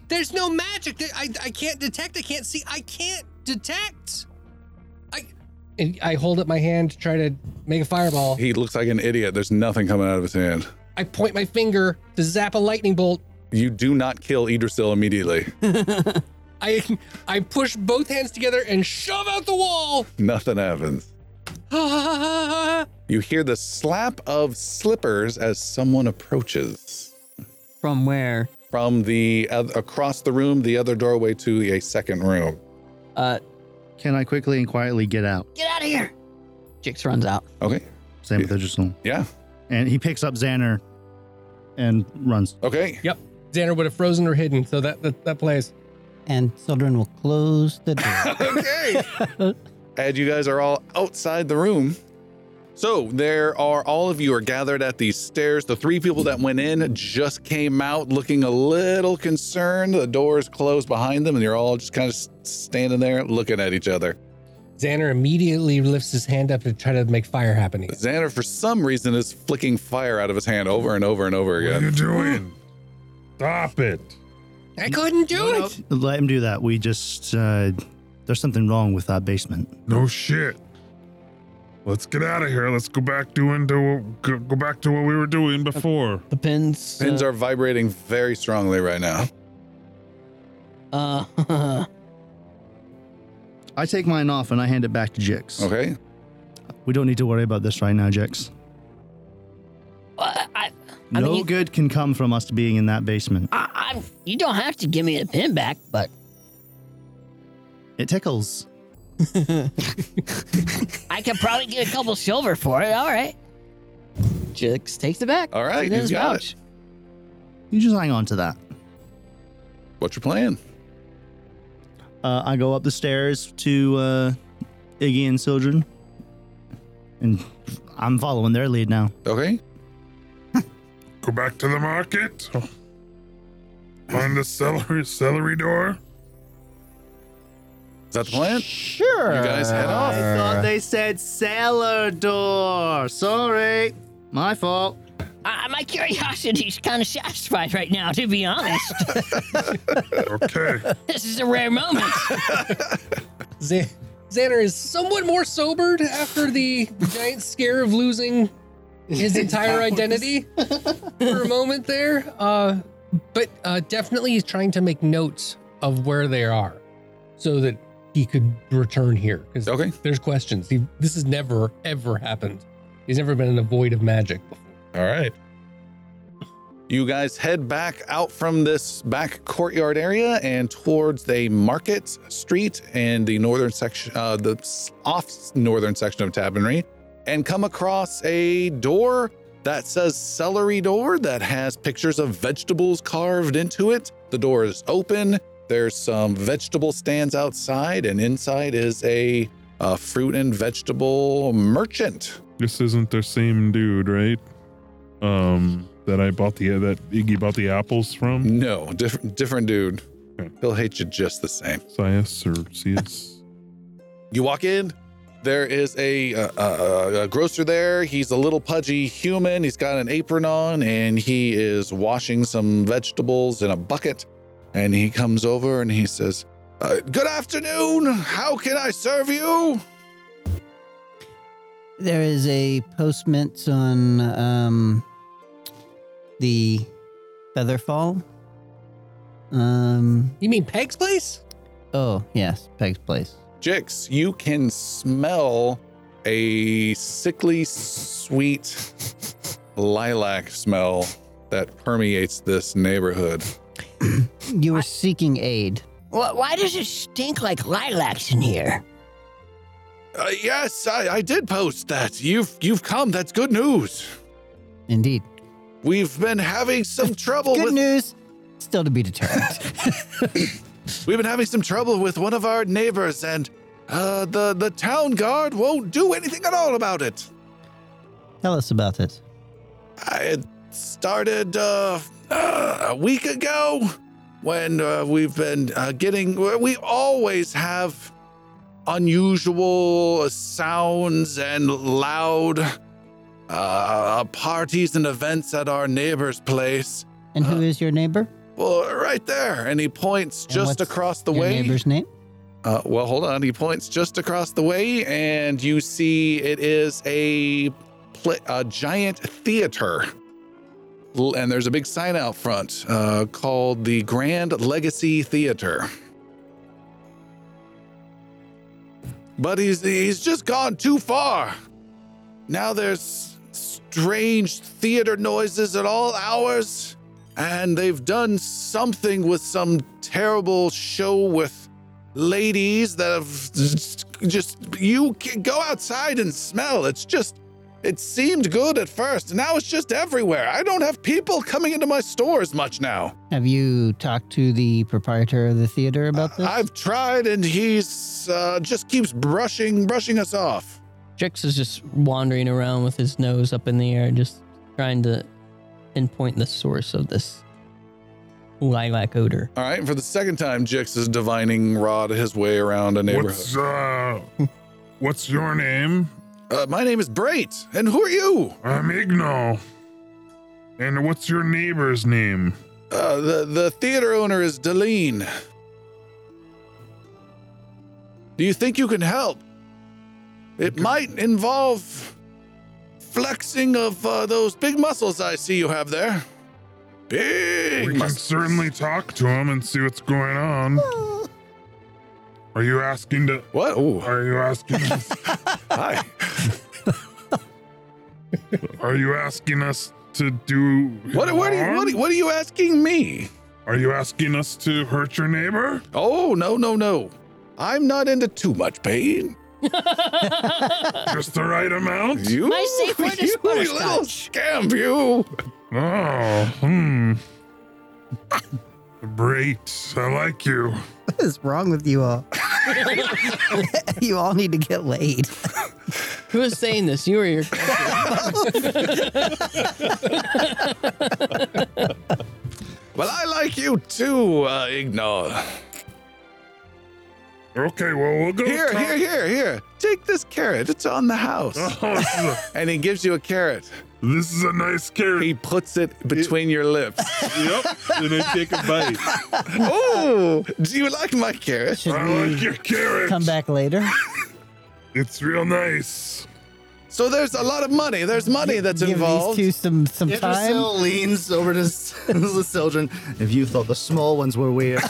Speaker 48: There's no magic. There- I, I can't detect. I can't see. I can't detect.
Speaker 5: And I hold up my hand to try to make a fireball.
Speaker 1: He looks like an idiot. There's nothing coming out of his hand.
Speaker 5: I point my finger to zap a lightning bolt.
Speaker 1: You do not kill Idrisil immediately. (laughs)
Speaker 5: I I push both hands together and shove out the wall.
Speaker 1: Nothing happens.
Speaker 48: Ah,
Speaker 1: You hear the slap of slippers as someone approaches
Speaker 2: From where?
Speaker 1: from the oth- across the room, the other doorway to a second room.
Speaker 2: Uh,
Speaker 3: Can I quickly and quietly get out?
Speaker 14: Get out of here.
Speaker 2: Jix runs out.
Speaker 1: Okay.
Speaker 3: Same with Idrisil.
Speaker 1: Yeah.
Speaker 3: And he picks up Xander and runs.
Speaker 1: Okay.
Speaker 5: Xander would have frozen or hidden, so that that, that plays.
Speaker 47: and children will close the door.
Speaker 1: okay. and you guys are all outside the room. So there are all of you are gathered at these stairs. The three people that went in just came out looking a little concerned. The door is closed behind them, and you're all just kind of s- standing there looking at each other.
Speaker 5: Xander immediately lifts his hand up to try to make fire happen. again.
Speaker 1: Xander, for some reason, is flicking fire out of his hand over and over and over
Speaker 4: What are
Speaker 1: again.
Speaker 4: you doing? Stop it.
Speaker 48: I couldn't do it.
Speaker 3: Let him do that. We just uh, there's something wrong with that basement.
Speaker 4: No shit. Let's get out of here. Let's go back doing to what- go, go back to what we were doing before.
Speaker 2: The pins.
Speaker 1: Pins are vibrating very strongly right now.
Speaker 2: are. Uh,
Speaker 3: I take mine off and I hand it back to Jix.
Speaker 1: Okay.
Speaker 3: We don't need to worry about this right now, Jix.
Speaker 14: Well, I, I
Speaker 3: no
Speaker 14: mean-
Speaker 3: good can come from us being in that basement.
Speaker 14: I, I, you don't have to give me the pin back, but
Speaker 3: It tickles.
Speaker 14: I could probably get a couple silver for it. All right.
Speaker 2: Jix takes it back.
Speaker 1: All right,
Speaker 2: It's in
Speaker 1: you
Speaker 2: his
Speaker 1: got
Speaker 2: pouch.
Speaker 3: You just hang on to that.
Speaker 1: What's your plan?
Speaker 3: Uh, I go up the stairs to uh, Iggy and Sildren, and I'm following their lead now.
Speaker 1: Okay.
Speaker 4: Go back to the market.
Speaker 2: Oh.
Speaker 4: Find the celery celery door.
Speaker 1: Is that the plan?
Speaker 47: sure.
Speaker 1: You guys head off.
Speaker 3: I thought they said cellar door. Sorry, my fault.
Speaker 14: I, Uh, my curiosity's kind of satisfied right now, to be honest.
Speaker 4: Okay.
Speaker 14: this is a rare moment.
Speaker 5: Xa- Xander is somewhat more sobered after the giant scare of losing his entire identity for a moment there. Uh, but uh, definitely he's trying to make notes of where they are so that he could return here. Because
Speaker 1: Okay.
Speaker 5: there's questions. He, this has never, ever happened. He's never been in a void of magic before.
Speaker 1: All right. You guys head back out from this back courtyard area and towards the market street and the northern section, uh, the s- off northern section of Tabernary, and come across a door that says celery door that has pictures of vegetables carved into it. The door is open.
Speaker 49: There's some vegetable stands outside, and inside is a,
Speaker 1: uh,
Speaker 49: a fruit and vegetable merchant.
Speaker 50: This isn't the same dude, right? Um, that I bought the that Iggy bought the apples from.
Speaker 49: No, different different dude. He'll hate you just the same.
Speaker 50: Sias or
Speaker 1: (laughs)
Speaker 50: Sias.
Speaker 49: You walk in. There is a, uh, uh, a grocer there. He's a little pudgy human. He's got an apron on and he is washing some vegetables in a bucket. And he comes over and he says, uh, Good afternoon. How can I serve you?
Speaker 9: There is a postmint on um, the Featherfall. Um,
Speaker 5: you mean Peg's place?
Speaker 9: Oh yes, Peg's place.
Speaker 49: Jix, you can smell a sickly sweet (laughs) lilac smell that permeates this neighborhood.
Speaker 9: you were seeking aid.
Speaker 51: Wh- Why does it stink like lilacs in here?
Speaker 1: Uh, yes, I, I did post that. You've you've come. That's good news.
Speaker 9: Indeed.
Speaker 1: We've been having some trouble
Speaker 9: Good
Speaker 1: with
Speaker 9: news. Still to
Speaker 14: (laughs)
Speaker 9: be determined.
Speaker 1: We've been having some trouble with one of our neighbors, and uh, the the town guard won't do anything at all about it.
Speaker 9: Tell us about it.
Speaker 1: I it started uh, uh, a week ago when uh, we've been uh, getting. We always have unusual sounds and loud uh, parties and events at our neighbor's place.
Speaker 9: And
Speaker 1: Uh,
Speaker 9: who is your neighbor?
Speaker 1: Well, right there, and he points
Speaker 9: And
Speaker 1: just
Speaker 9: what's
Speaker 1: across the
Speaker 9: your
Speaker 1: way.
Speaker 9: neighbor's name?
Speaker 49: Uh, well, hold on. He points just across the way, and you see it is a pla a giant theater. L- And there's a big sign out front uh, called the Grand Legacy Theater.
Speaker 1: But he's he's just gone too far. Now there's strange theater noises at all hours, and they've done something with some terrible show with ladies that have just- just you can go outside and smell. It's just it seemed good at first, and now it's just everywhere. I don't have people coming into my store as much now.
Speaker 9: Have you talked to the proprietor of the theater about this?
Speaker 1: I've tried, and he's uh, just keeps brushing brushing us off.
Speaker 2: Jix is just wandering around with his nose up in the air, just trying to pinpoint the source of this lilac odor.
Speaker 49: All right. For the second time, Jix is divining rod his way around a neighborhood.
Speaker 4: What's uh what's your name?
Speaker 49: Uh, my name is Brait. And who are you?
Speaker 4: I'm Igno. And what's your neighbor's name?
Speaker 1: Uh, the the theater owner is Deline. Do you think you can help? It might involve flexing of uh, those big muscles I see you have there. Big
Speaker 4: We can
Speaker 1: muscles.
Speaker 4: certainly talk to him and see what's going on.
Speaker 1: (laughs)
Speaker 4: Are you asking to
Speaker 49: What? Ooh,
Speaker 4: are you asking
Speaker 1: (laughs)
Speaker 49: hi.
Speaker 4: are you asking us to do
Speaker 1: What, what, are you, what, are- what are you asking me?
Speaker 4: Are you asking us to hurt your neighbor?
Speaker 1: Oh, no, no, no. I'm not into too much pain.
Speaker 4: Just the right
Speaker 1: (laughs)
Speaker 4: amount?
Speaker 1: You,
Speaker 51: My safe word is
Speaker 1: you little
Speaker 51: butterscotch.
Speaker 1: scamp, you.
Speaker 4: Oh, hmm. Great. I like you.
Speaker 9: What is wrong with you all? (laughs) you all need to get laid.
Speaker 2: Who is saying this? You or your
Speaker 1: Well, I like you too, uh, Ignor.
Speaker 4: Okay, well, we'll go.
Speaker 1: Here,
Speaker 4: talk-
Speaker 1: here, here, here. Take this carrot. It's on the house.
Speaker 4: Oh, (laughs) this, is a,
Speaker 1: and he gives you a carrot.
Speaker 4: this is a nice carrot.
Speaker 49: He puts it between your
Speaker 9: (laughs)
Speaker 49: lips.
Speaker 50: yep. And I take a bite.
Speaker 1: oh, do you like my carrot?
Speaker 9: Should
Speaker 4: (laughs) I
Speaker 9: we
Speaker 4: like your carrot.
Speaker 9: come back later?
Speaker 4: It's real nice.
Speaker 1: So there's a lot of money. There's money that's
Speaker 9: Give
Speaker 1: involved.
Speaker 9: these two some,
Speaker 47: (laughs)
Speaker 9: some time.
Speaker 3: Yggdrasil leans over to S- (laughs) the children. If you thought the small ones were weird,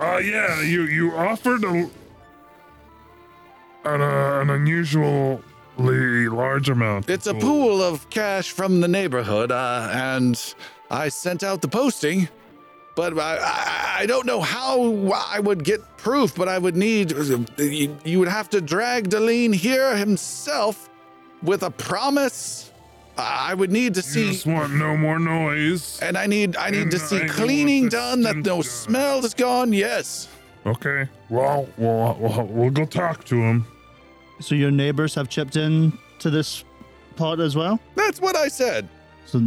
Speaker 4: Uh, yeah, you you offered a, an, uh, an unusually large amount.
Speaker 1: It's a pool of cash from the neighborhood, uh, and I sent out the posting, but I, I, I don't know how I would get proof. But I would need you, you would have to drag Deline here himself with a promise I would need to see.
Speaker 4: just want no more noise.
Speaker 1: And I need I need
Speaker 4: And
Speaker 1: to
Speaker 4: I
Speaker 1: see
Speaker 4: don't want
Speaker 1: cleaning
Speaker 4: this
Speaker 1: done. That
Speaker 4: stink
Speaker 1: no
Speaker 4: done.
Speaker 1: smell is gone. Yes.
Speaker 4: Okay. Well, we'll, we'll, we'll go talk to him.
Speaker 3: So your neighbors have chipped in to this pot as well?
Speaker 1: That's what I said.
Speaker 3: So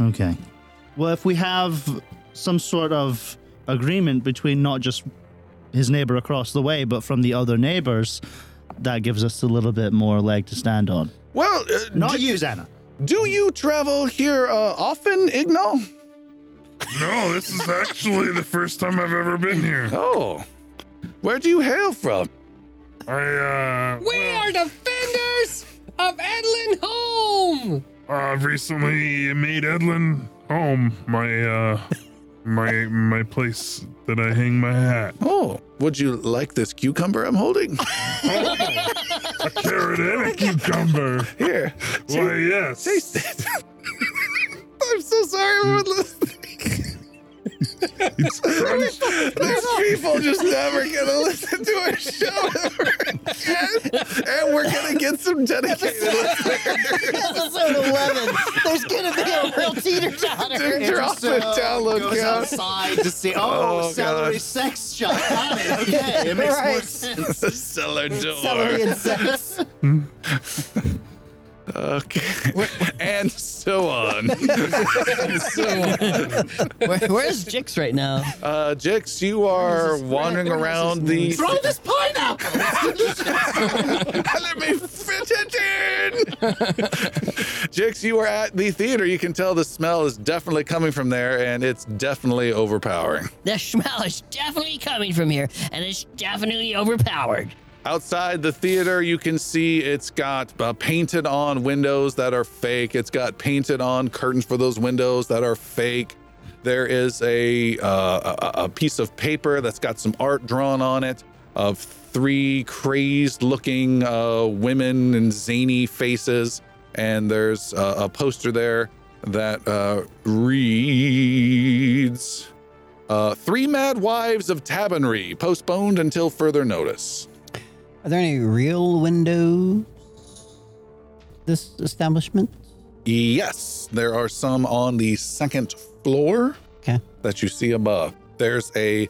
Speaker 3: okay. Well, if we have some sort of agreement between not just his neighbor across the way, but from the other neighbors, that gives us a little bit more leg to stand on.
Speaker 1: Well, uh,
Speaker 3: Not
Speaker 1: d-
Speaker 3: you, Xana.
Speaker 1: Do you travel here uh, often, Ignal?
Speaker 4: No, this is actually the first time I've ever been here.
Speaker 1: Oh, where do you hail from?
Speaker 4: I uh,
Speaker 48: We are defenders of Edlin Home.
Speaker 4: I've uh, recently made Edlin home my uh my my place that I hang my hat.
Speaker 1: Oh, would you like this cucumber I'm (laughs) holding?
Speaker 4: A carrot and a cucumber.
Speaker 1: Here,
Speaker 4: Why yes.
Speaker 1: taste it. (laughs) I'm so sorry, everyone listening.
Speaker 4: It's crunch.
Speaker 1: These people just never gonna listen to our show ever again, and we're gonna get some dedicated listeners.
Speaker 47: Episode 11. There's going to be a real teeter
Speaker 1: Dude, (laughs)
Speaker 47: totter.
Speaker 1: drop the download
Speaker 3: goes
Speaker 1: count.
Speaker 3: outside to see. Oh,
Speaker 1: Oh,
Speaker 3: celery
Speaker 1: God.
Speaker 3: sex shop. Got it. (laughs) Okay, it makes more
Speaker 47: Right.
Speaker 3: sense.
Speaker 1: Cellar door.
Speaker 47: Celery and sex.
Speaker 1: Okay. and so (laughs) on.
Speaker 2: Where, where's Jix right now?
Speaker 1: Uh, Jix, you are wandering around the.
Speaker 47: Throw this pineapple. It's delicious.
Speaker 1: Let me fit it in! (laughs) Jix, you are at the theater. You can tell the smell is definitely coming from there, and it's definitely overpowering.
Speaker 14: The smell is definitely coming from here, and it's definitely overpowered.
Speaker 1: Outside the theater, you can see it's got uh, painted on windows that are fake. It's got painted on curtains for those windows that are fake. There is a, uh, a, a piece of paper that's got some art drawn on it of three crazed looking uh, women and zany faces. And there's uh, a poster there that uh, reads uh, Three Mad Wives of Tabanry, postponed until further notice.
Speaker 47: Are there any real windows? This establishment?
Speaker 1: Yes, there are some on the second floor
Speaker 47: Okay.
Speaker 1: that you see above. There's a,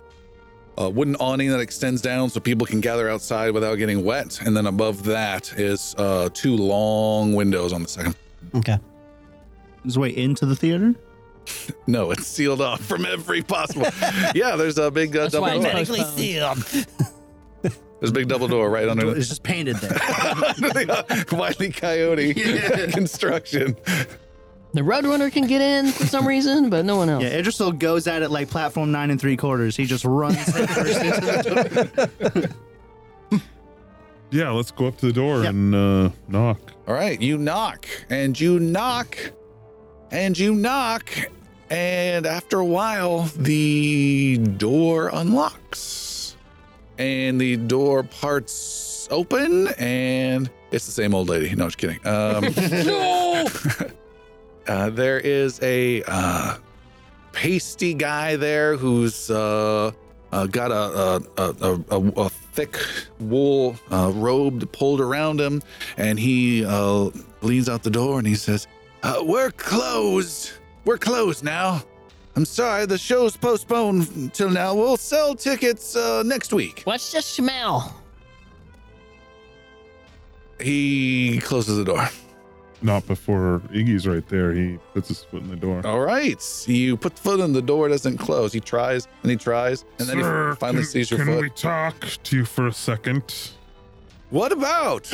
Speaker 1: a wooden awning that extends down so people can gather outside without getting wet, and then above that is uh, two long windows on the second.
Speaker 47: Okay.
Speaker 3: His way into the theater.
Speaker 1: No, it's sealed off from every possible. yeah, there's a big uh,
Speaker 2: That's why
Speaker 1: double
Speaker 2: it's
Speaker 1: door.
Speaker 2: medically sealed.
Speaker 1: There's a big double door right under (laughs)
Speaker 3: It's just painted there.
Speaker 1: the uh, Wiley Coyote construction.
Speaker 2: The Roadrunner can get in for some reason, but no one else.
Speaker 3: Yeah, Idrisil goes at it like platform nine and three quarters. He just runs headfirst into the door.
Speaker 23: Yeah, let's go up to the door
Speaker 3: Yep.
Speaker 23: and uh, knock.
Speaker 1: All right, you knock and you knock and you knock, and after a while, the door unlocks and the door parts open, and it's the same old lady. No, just kidding. Um,
Speaker 48: No.
Speaker 1: (laughs) uh, there is a uh, pasty guy there who's uh, uh, got a, a, a, a, a thick wool uh, robe pulled around him, and he uh, leans out the door and he says, uh, "We're closed. We're closed now. I'm sorry, the show's postponed till now. We'll sell tickets uh, next week."
Speaker 14: What's the smell?
Speaker 1: He closes the door.
Speaker 23: Not before Iggy's right there. He puts his foot in the door.
Speaker 1: All right, you put the foot in the door, doesn't close. He tries and he tries, and then
Speaker 4: Sir,
Speaker 1: he finally
Speaker 4: can,
Speaker 1: sees your
Speaker 4: can
Speaker 1: foot.
Speaker 4: we talk to you for a second?
Speaker 1: What about?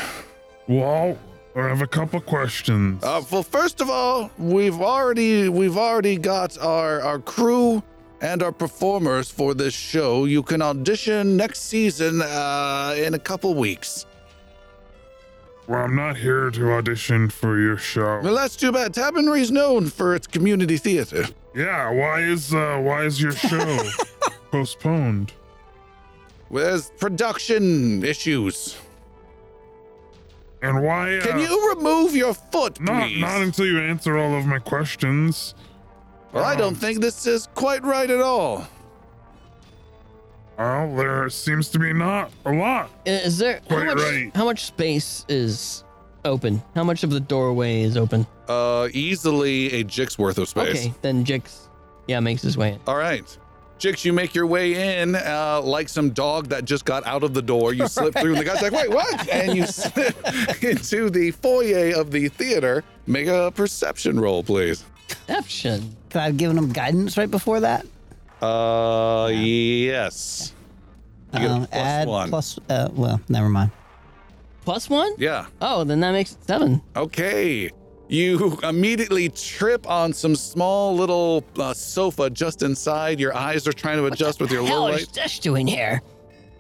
Speaker 4: Well, I have a couple questions.
Speaker 1: Uh, well, first of all, we've already we've already got our our crew and our performers for this show. You can audition next season uh, in a couple weeks.
Speaker 4: well, I'm not here to audition for your show.
Speaker 1: Well, that's too bad. Tabanry's known for its community theater.
Speaker 4: Yeah, why is uh why is
Speaker 1: (laughs)
Speaker 4: your show postponed?
Speaker 1: Well, There's production issues.
Speaker 4: And why uh,
Speaker 1: Can you remove your foot,
Speaker 4: not
Speaker 1: please?
Speaker 4: not until you answer all of my questions.
Speaker 1: well, I don't think this is quite right at all.
Speaker 4: Well, there seems to be not a lot.
Speaker 2: Is there how
Speaker 4: Quite
Speaker 2: much,
Speaker 4: right.
Speaker 2: how much space is open? How much of the doorway is open?
Speaker 1: Uh, easily a Jix worth of space.
Speaker 2: Okay, then Jix, yeah, makes his way in.
Speaker 1: All right. Jix, you make your way in uh, like some dog that just got out of the door. You slip through, and the guy's like, wait, what? And you slip (laughs) into the foyer of the theater. Make a perception roll, please.
Speaker 2: Perception.
Speaker 47: Could I have given him guidance right before that?
Speaker 1: Uh, yes. You get a
Speaker 47: Um,
Speaker 1: plus
Speaker 47: add
Speaker 1: one.
Speaker 47: plus. Uh, well, never mind.
Speaker 2: Plus one?
Speaker 1: Yeah.
Speaker 2: Oh, then that makes it seven.
Speaker 1: Okay. You immediately trip on some small little uh, sofa just inside. Your eyes are trying to adjust with your low
Speaker 14: Hell
Speaker 1: light.
Speaker 14: is this doing here?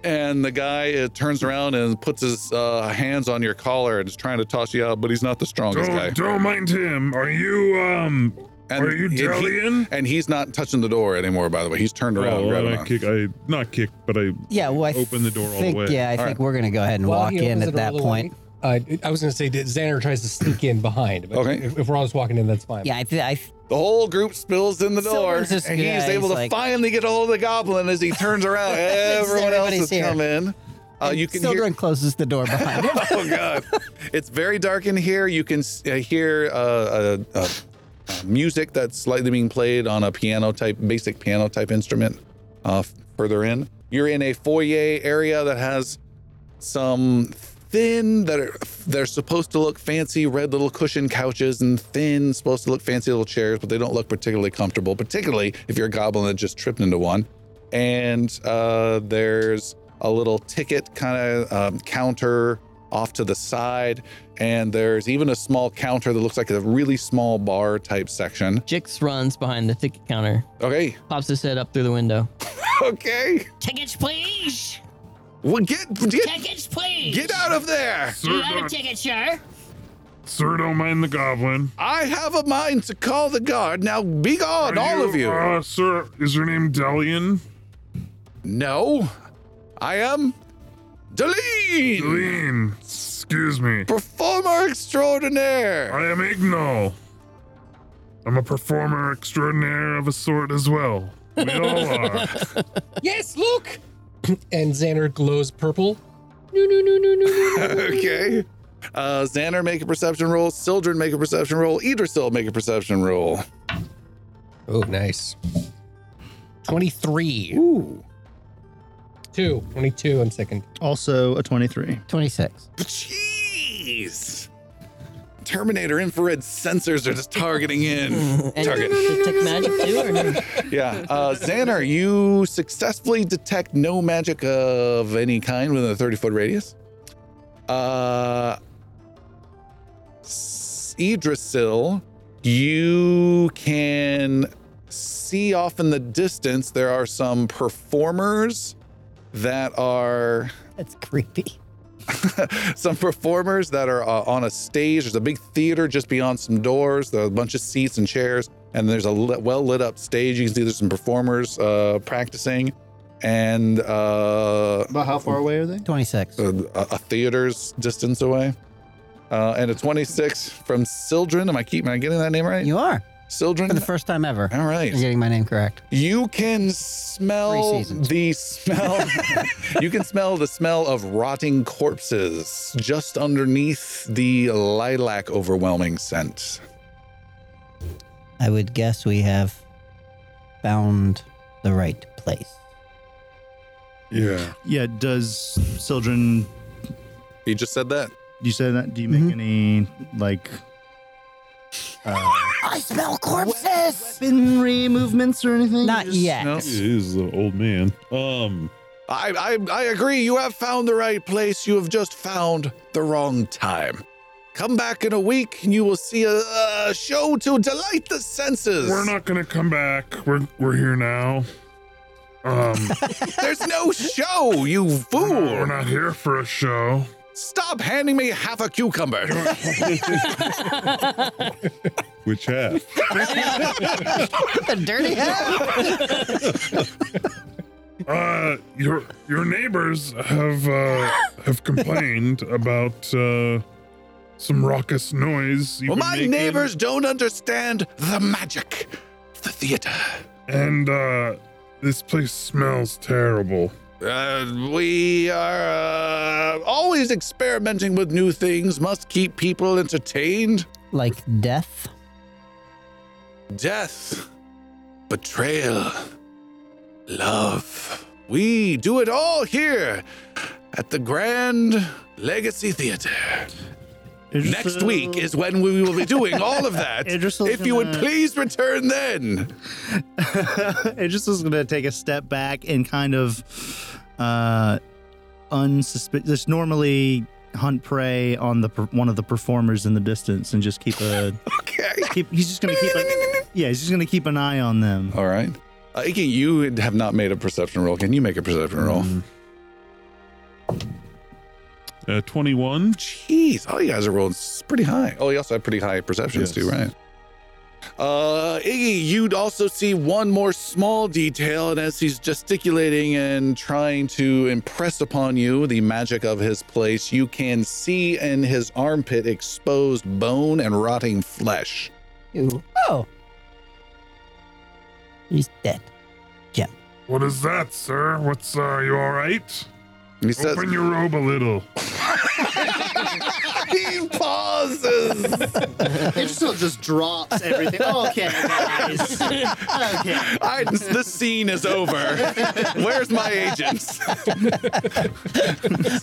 Speaker 1: And the guy uh, turns around and puts his uh, hands on your collar and is trying to toss you out, but he's not the strongest guy.
Speaker 4: Don't, don't mind him. Are you, um,
Speaker 1: And-
Speaker 4: are you
Speaker 1: and he-
Speaker 4: Delian?
Speaker 1: And he's not touching the door anymore, by the way. He's turned around. and
Speaker 23: Oh,
Speaker 1: grabbed
Speaker 23: and
Speaker 1: it
Speaker 23: I
Speaker 1: on.
Speaker 23: kick. I not kick, but I
Speaker 47: Yeah, well, I
Speaker 23: open the door all
Speaker 47: think,
Speaker 23: the way.
Speaker 47: Yeah,
Speaker 23: All
Speaker 47: I think
Speaker 23: right.
Speaker 47: we're gonna go ahead and
Speaker 5: While
Speaker 47: walk
Speaker 5: he
Speaker 47: in
Speaker 5: opens
Speaker 47: at
Speaker 5: the door
Speaker 47: that
Speaker 5: all the
Speaker 47: point.
Speaker 5: way, uh, I was going to say that Xander tries to sneak in behind. But
Speaker 1: Okay.
Speaker 5: If, if we're all just walking in, that's fine.
Speaker 47: Yeah, I, th- I
Speaker 1: The whole group spills in the door,
Speaker 47: Someone's
Speaker 1: and
Speaker 47: just
Speaker 1: he's
Speaker 47: gonna- he's
Speaker 1: able to
Speaker 47: like-
Speaker 1: finally get a hold of the goblin as he turns
Speaker 47: (laughs)
Speaker 1: around. Everyone else
Speaker 47: Everybody's
Speaker 1: has
Speaker 47: here.
Speaker 1: come in. Uh, you can hear.
Speaker 47: Sildren closes the door behind (laughs) him.
Speaker 1: (laughs) oh god, it's very dark in here. You can s- uh, hear uh, uh, uh, uh, music that's slightly being played on a piano type, basic piano type instrument. Uh, f- further in, you're in a foyer area that has some thin that are they're supposed to look fancy red little cushion couches and thin supposed to look fancy little chairs but they don't look particularly comfortable particularly if you're a goblin that just tripped into one and uh, there's a little ticket kind of um, counter off to the side and there's even a small counter that looks like a really small bar type section
Speaker 2: Jix runs behind the ticket counter,
Speaker 1: okay (laughs)
Speaker 2: pops his head up through the window.
Speaker 1: okay
Speaker 14: Tickets, please.
Speaker 1: well get get,
Speaker 14: Tickets, please.
Speaker 1: get out of there
Speaker 14: Do
Speaker 4: Sir,
Speaker 14: you have a
Speaker 4: don't,
Speaker 14: ticket, sir?
Speaker 4: sir, don't mind the goblin.
Speaker 1: i have a mind to call the guard now be gone
Speaker 4: Are
Speaker 1: all of you
Speaker 4: Uh, sir, is your name Delian?
Speaker 1: No, I am Deline,
Speaker 4: Delian, excuse me.
Speaker 1: performer extraordinaire.
Speaker 4: I am Ignol. I'm a performer extraordinaire of a sort as well. We all
Speaker 1: (laughs)
Speaker 4: are.
Speaker 5: Yes, look! (clears throat) and Xander glows purple.
Speaker 1: (laughs) okay. Uh, Xander, make a perception roll. Sildren, make a perception roll. Idrisil, make a perception roll.
Speaker 5: Oh, nice. 23.
Speaker 1: Ooh.
Speaker 5: Two. 22, I'm second.
Speaker 3: Also a 23.
Speaker 47: 26.
Speaker 1: Jeez. Terminator infrared sensors are just targeting in.
Speaker 2: And
Speaker 1: Target.
Speaker 2: should take magic too, or no?
Speaker 1: Yeah. Uh, Xander, you successfully detect no magic of any kind within a 30 foot radius. Uh, S- Yggdrasil, you can see off in the distance there are some performers that are
Speaker 47: That's creepy.
Speaker 1: some performers that are uh, on a stage. There's a big theater just beyond some doors. There are a bunch of seats and chairs, and there's a lit, well lit up stage. You can see there's some performers uh, practicing, and uh,
Speaker 3: About how far away are they?
Speaker 47: 26.
Speaker 1: a, a theater's distance away. Uh, and a 26 from Sildren. Am I keep? Am I getting that name right?
Speaker 47: You are for the
Speaker 1: Sildren.
Speaker 47: first time ever.
Speaker 1: All
Speaker 47: You're
Speaker 1: right.
Speaker 47: getting my name correct.
Speaker 1: You can
Speaker 47: Three
Speaker 1: smell
Speaker 47: seasons.
Speaker 1: the
Speaker 3: (laughs)
Speaker 1: smell. you can smell the smell of rotting corpses just underneath the lilac overwhelming scent.
Speaker 47: I would guess we have found the right place.
Speaker 23: Yeah.
Speaker 3: Yeah, does Sildren,
Speaker 1: He just said that.
Speaker 3: you said that, do you make
Speaker 47: Mhm.
Speaker 3: any, like,
Speaker 47: I smell corpses!
Speaker 3: binry movements or
Speaker 47: (laughs)
Speaker 3: anything?
Speaker 47: Not yet.
Speaker 1: No.
Speaker 23: He is the old man. Um.
Speaker 1: I, I I agree. You have found the right place. You have just found the wrong time. Come back in a week, and you will see a, a show to delight the senses.
Speaker 4: We're not gonna come back. We're we're here now.
Speaker 23: (laughs)
Speaker 4: Um,
Speaker 1: There's no show, you
Speaker 4: we're not- we're
Speaker 1: fool.
Speaker 4: not here for a show.
Speaker 1: Stop handing me half a cucumber.
Speaker 23: Which half?
Speaker 47: The (laughs) dirty hat?
Speaker 4: Uh, your your neighbors have uh, have complained about uh, some raucous noise. you've
Speaker 1: Well,
Speaker 4: been
Speaker 1: my
Speaker 4: making,
Speaker 1: neighbors don't understand the magic of the theater.
Speaker 4: and uh, this place smells terrible.
Speaker 1: Uh, we are uh, always experimenting with new things, must keep people entertained.
Speaker 9: Like death?
Speaker 1: Death, betrayal, love. We do it all here at the Grand Legacy Theater. Next week is when we will be doing all of that. if you would
Speaker 7: gonna-
Speaker 1: please return then. (laughs)
Speaker 7: (laughs) it just was going to take a step back and kind of uh unsuspicious normally hunt prey on the per- one of the performers in the distance and just keep a okay. keep, he's just going to keep a, yeah he's just going to keep an eye on them
Speaker 52: All right.
Speaker 53: Uh, Ike, you have not made a perception roll. Can you make a perception roll?
Speaker 54: Uh, 21.
Speaker 53: Jeez, all you guys are rolling s- pretty high.
Speaker 52: Oh, you also have pretty high perceptions
Speaker 53: Yes.
Speaker 52: too, right?
Speaker 1: Uh, Iggy, you'd also see one more small detail, and as he's gesticulating and trying to impress upon you the magic of his place, you can see in his armpit exposed bone and rotting flesh.
Speaker 9: Oh. He's dead.
Speaker 4: What is that, sir? What's, uh, you alright?
Speaker 1: He
Speaker 4: says, Open your robe a little.
Speaker 1: he pauses.
Speaker 7: it still just drops everything okay
Speaker 3: (laughs)
Speaker 7: guys okay
Speaker 1: I, the scene is over. Where's my agents?
Speaker 9: (laughs)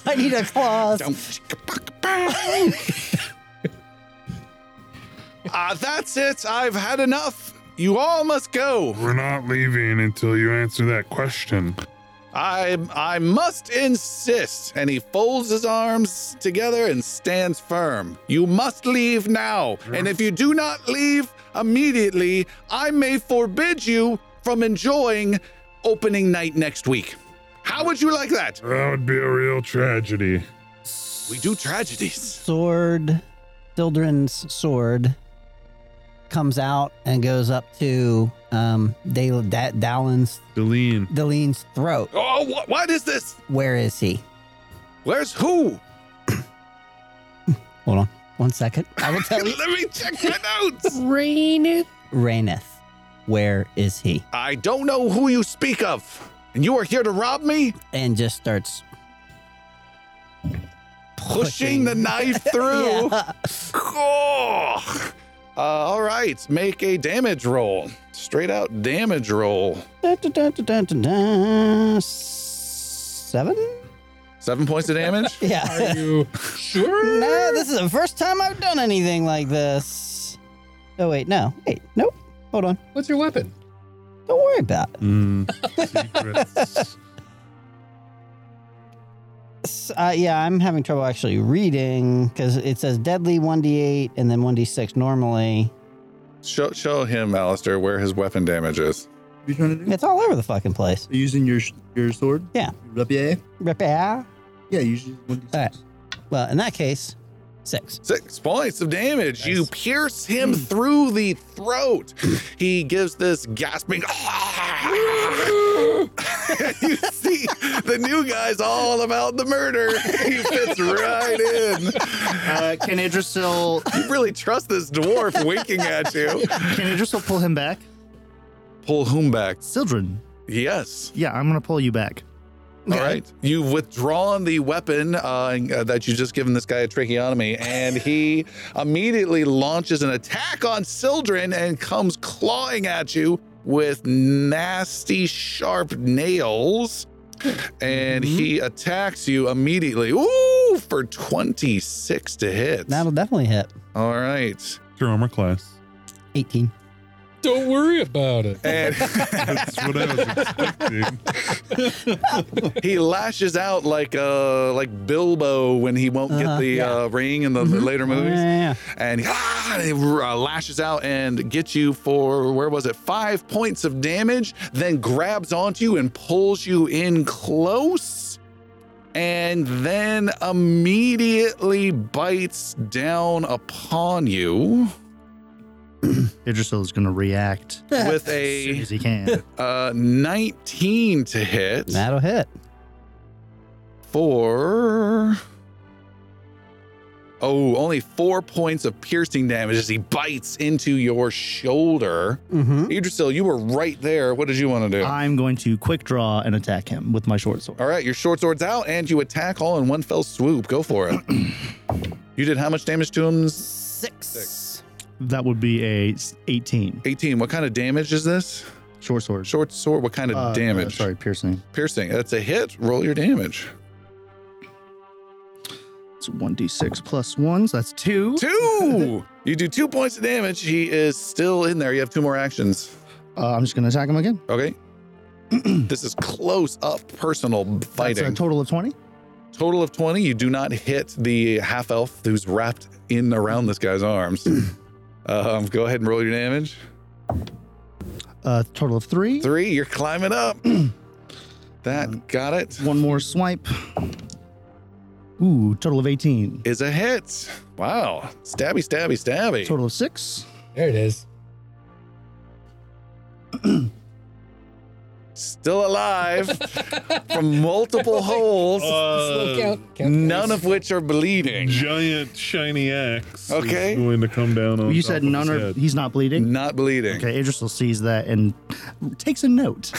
Speaker 9: I need a clause.
Speaker 1: Uh, that's it. I've had enough. You all must go.
Speaker 4: We're not leaving until you answer that question.
Speaker 1: I I must insist. And he folds his arms together and stands firm. You must leave now. And if you do not leave immediately, I may forbid you from enjoying opening night next week. How would you like that?
Speaker 4: That would be a real tragedy.
Speaker 1: We do tragedies.
Speaker 9: Sword, Sildren's sword comes out and goes up to um, Dal- Da- Dalin's
Speaker 54: Deline.
Speaker 9: Daline's throat.
Speaker 1: Oh, wh- what is this?
Speaker 9: Where is he?
Speaker 1: Where's who?
Speaker 9: Hold on one second. I will tell you.
Speaker 1: Let me check my notes.
Speaker 55: Rain.
Speaker 9: Raineth, where is he?
Speaker 1: I don't know who you speak of. And you are here to rob me?
Speaker 9: And just starts
Speaker 1: Pushing the knife through.
Speaker 9: Yeah.
Speaker 1: Oh. Uh, all right, make a damage roll. Straight out damage roll.
Speaker 9: Dun, dun, dun, dun, dun, dun, dun. Seven?
Speaker 1: Seven points of damage.
Speaker 9: Yeah.
Speaker 5: You (laughs) sure?
Speaker 9: no, this is the first time I've done anything like this. Oh, wait, no. Wait, nope. Hold on.
Speaker 5: What's your weapon?
Speaker 9: Don't worry about it.
Speaker 54: Mm,
Speaker 4: (laughs)
Speaker 9: S- Uh, yeah, I'm having trouble actually reading because it says deadly 1d8 and then 1d6 normally.
Speaker 52: Show, show him, Alistair, where his weapon damage is.
Speaker 7: you trying to do
Speaker 9: It's all over the fucking place.
Speaker 7: using your your sword
Speaker 9: Yeah.
Speaker 7: rapier
Speaker 9: Repair.
Speaker 7: yeah usually
Speaker 9: Alright. Well, in that case, six.
Speaker 1: Six points of damage. You pierce him through the throat. He gives this gasping. "Ah!" (laughs) you see, the new guy's all about the murder. He fits right in.
Speaker 7: uh, can Idrisil
Speaker 1: You really trust this dwarf winking at you.
Speaker 7: can Idrisil pull him back
Speaker 1: (laughs) Pull whom back?
Speaker 7: Sildren
Speaker 1: Yes.
Speaker 7: yeah I'm gonna pull you back
Speaker 1: All right. You've withdrawn the weapon uh, that you just given this guy a tracheotomy, and (laughs) he immediately launches an attack on Sildren and comes clawing at you with nasty, sharp nails. And he attacks you immediately. Ooh, for 26 to hit.
Speaker 9: That'll definitely hit.
Speaker 1: All right.
Speaker 54: your armor class.
Speaker 9: 18.
Speaker 56: Don't worry about it.
Speaker 1: (laughs) And
Speaker 54: That's what I
Speaker 1: (laughs)
Speaker 54: was expecting.
Speaker 1: he lashes out like uh like Bilbo when he won't get
Speaker 9: Uh-huh,
Speaker 1: the
Speaker 9: yeah. Mm-hmm.
Speaker 1: uh, ring in the later movies.
Speaker 9: Yeah.
Speaker 1: and he, ah, he uh, lashes out and gets you for where was it five points of damage then grabs onto you and pulls you in close and then immediately bites down upon you
Speaker 7: Idrisil is gonna react
Speaker 1: with
Speaker 7: as soon
Speaker 1: a
Speaker 7: as he can
Speaker 1: uh, 19 to hit
Speaker 9: That'll hit.
Speaker 1: for oh only four points of piercing damage as he bites into your shoulder
Speaker 9: Mm-hmm.
Speaker 7: Hmm?
Speaker 1: Idrisil, you were right there. What did you want to do?
Speaker 7: I'm going to quick draw and attack him with my short sword
Speaker 1: all right, your short sword's out, and you attack all
Speaker 7: (clears throat)
Speaker 1: in one fell swoop. Go for it. you did how much damage to him?
Speaker 9: Six.
Speaker 7: That would be a s- 18.
Speaker 1: 18. What kind of damage is this?
Speaker 7: Short sword.
Speaker 1: Short sword. What kind of
Speaker 7: Uh, no,
Speaker 1: damage?
Speaker 7: sorry, piercing.
Speaker 1: Piercing. That's a hit. Roll your damage.
Speaker 7: It's 1d6 plus 1, so that's 2. (laughs)
Speaker 1: Two. you do two points of damage. He is still in there. You have two more actions.
Speaker 7: Uh, I'm just going to attack him again.
Speaker 1: Okay. (clears throat) this is close up personal fighting.
Speaker 7: That's a total of 20.
Speaker 1: Total of 20. You do not hit the half elf who's wrapped in around this guy's
Speaker 7: (clears throat)
Speaker 1: arms. um, go ahead and roll your damage.
Speaker 7: Uh, total of 3.
Speaker 1: Three. You're climbing
Speaker 7: (clears throat)
Speaker 1: up. that got it.
Speaker 7: One more swipe. Ooh, total of 18.
Speaker 1: Is a hit. Wow. Stabby, stabby, stabby.
Speaker 7: Total of 6.
Speaker 5: There it is.
Speaker 1: Still alive
Speaker 7: (laughs)
Speaker 1: from multiple holes,
Speaker 4: Uh,
Speaker 5: count, count
Speaker 1: none of which are bleeding.
Speaker 4: giant shiny axe
Speaker 1: Okay.
Speaker 4: is going to come down on
Speaker 7: you
Speaker 4: top
Speaker 7: said
Speaker 4: of
Speaker 7: none
Speaker 4: his
Speaker 7: are.
Speaker 4: head.
Speaker 7: He's not bleeding?
Speaker 1: Not bleeding.
Speaker 7: Okay, Idrisil sees that and takes
Speaker 1: (laughs)
Speaker 7: a note.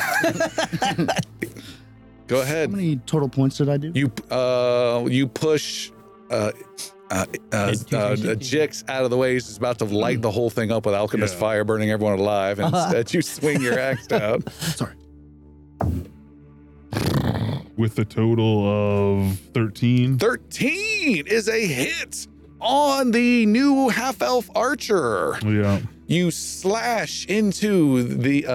Speaker 1: Go
Speaker 7: How
Speaker 1: ahead.
Speaker 7: many total points did I do?
Speaker 1: You uh you push uh uh, uh, uh, Jix out of the way. He's just about to light the whole thing up with alchemist
Speaker 4: Yeah.
Speaker 1: fire, burning everyone alive. And instead, you swing your axe out.
Speaker 7: Sorry.
Speaker 4: with a total of 13.
Speaker 1: 13 is a hit on the new half elf archer.
Speaker 4: Yeah.
Speaker 1: You slash into the uh,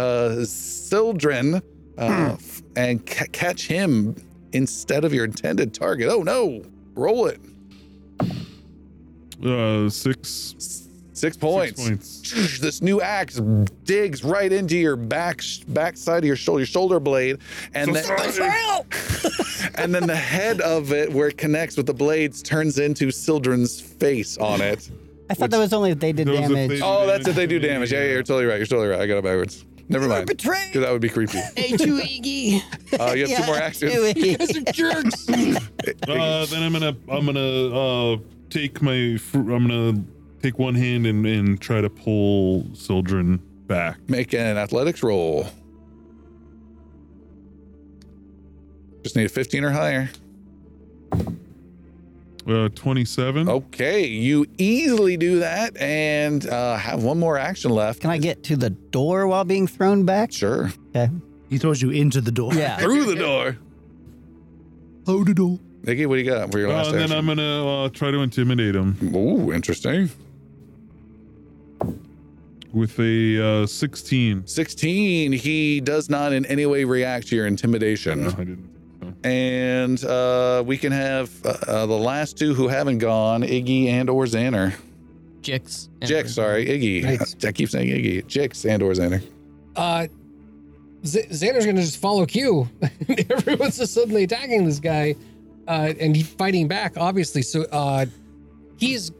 Speaker 1: Sildren uh, f- and ca- catch him instead of your intended target. Oh no! Roll it.
Speaker 4: Uh, six,
Speaker 1: Six points.
Speaker 4: six
Speaker 1: (laughs)
Speaker 4: points.
Speaker 1: This new axe digs right into your back back side of your shoulder, your shoulder blade, and
Speaker 4: So
Speaker 1: then
Speaker 4: sorry.
Speaker 1: (laughs) and then the head of it, where it connects with the blades, turns into Sildren's face on
Speaker 4: (laughs)
Speaker 1: it.
Speaker 9: I thought that was only if they did
Speaker 4: Those are
Speaker 9: damage.
Speaker 4: things-
Speaker 1: Oh, that's if they do damage. Yeah, yeah, you're totally right. You're totally right. I got it backwards. Never mind.
Speaker 9: betrayed.
Speaker 1: Because that would be creepy.
Speaker 57: Hey, two Iggy.
Speaker 1: (laughs) Uh, you have two more actions.
Speaker 9: actions.
Speaker 57: jerks.
Speaker 4: Uh, then I'm gonna I'm gonna uh take my fr- I'm gonna take one hand and and try to pull Sildren back.
Speaker 1: Make an athletics roll. Just need a 15 or higher.
Speaker 4: Uh, 27.
Speaker 1: Okay, you easily do that and uh, have one more action left.
Speaker 9: (laughs) Can I get to the door while being thrown back?
Speaker 1: Sure.
Speaker 7: He throws you into the door.
Speaker 9: Yeah.
Speaker 1: Through the door.
Speaker 7: Through the door.
Speaker 1: Nikki, what do you got for your
Speaker 4: Uh,
Speaker 1: last
Speaker 4: and then
Speaker 1: action?
Speaker 4: I'm gonna uh, try to intimidate him
Speaker 1: Ooh, interesting.
Speaker 4: with a uh, 16.
Speaker 1: 16. He does not in any way react to your intimidation.
Speaker 4: No, I didn't.
Speaker 1: And uh, we can have uh, uh, the last two who haven't gone, Iggy and or Xander.
Speaker 2: Jix. and-
Speaker 1: Jix, sorry, Iggy.
Speaker 5: Nice.
Speaker 1: (laughs) I keep saying Iggy. Jix and or Xander.
Speaker 5: (laughs) Uh, Z- Xander's gonna just follow Q. (laughs) Everyone's just suddenly attacking this guy, uh, and he's fighting back, obviously. So uh, he's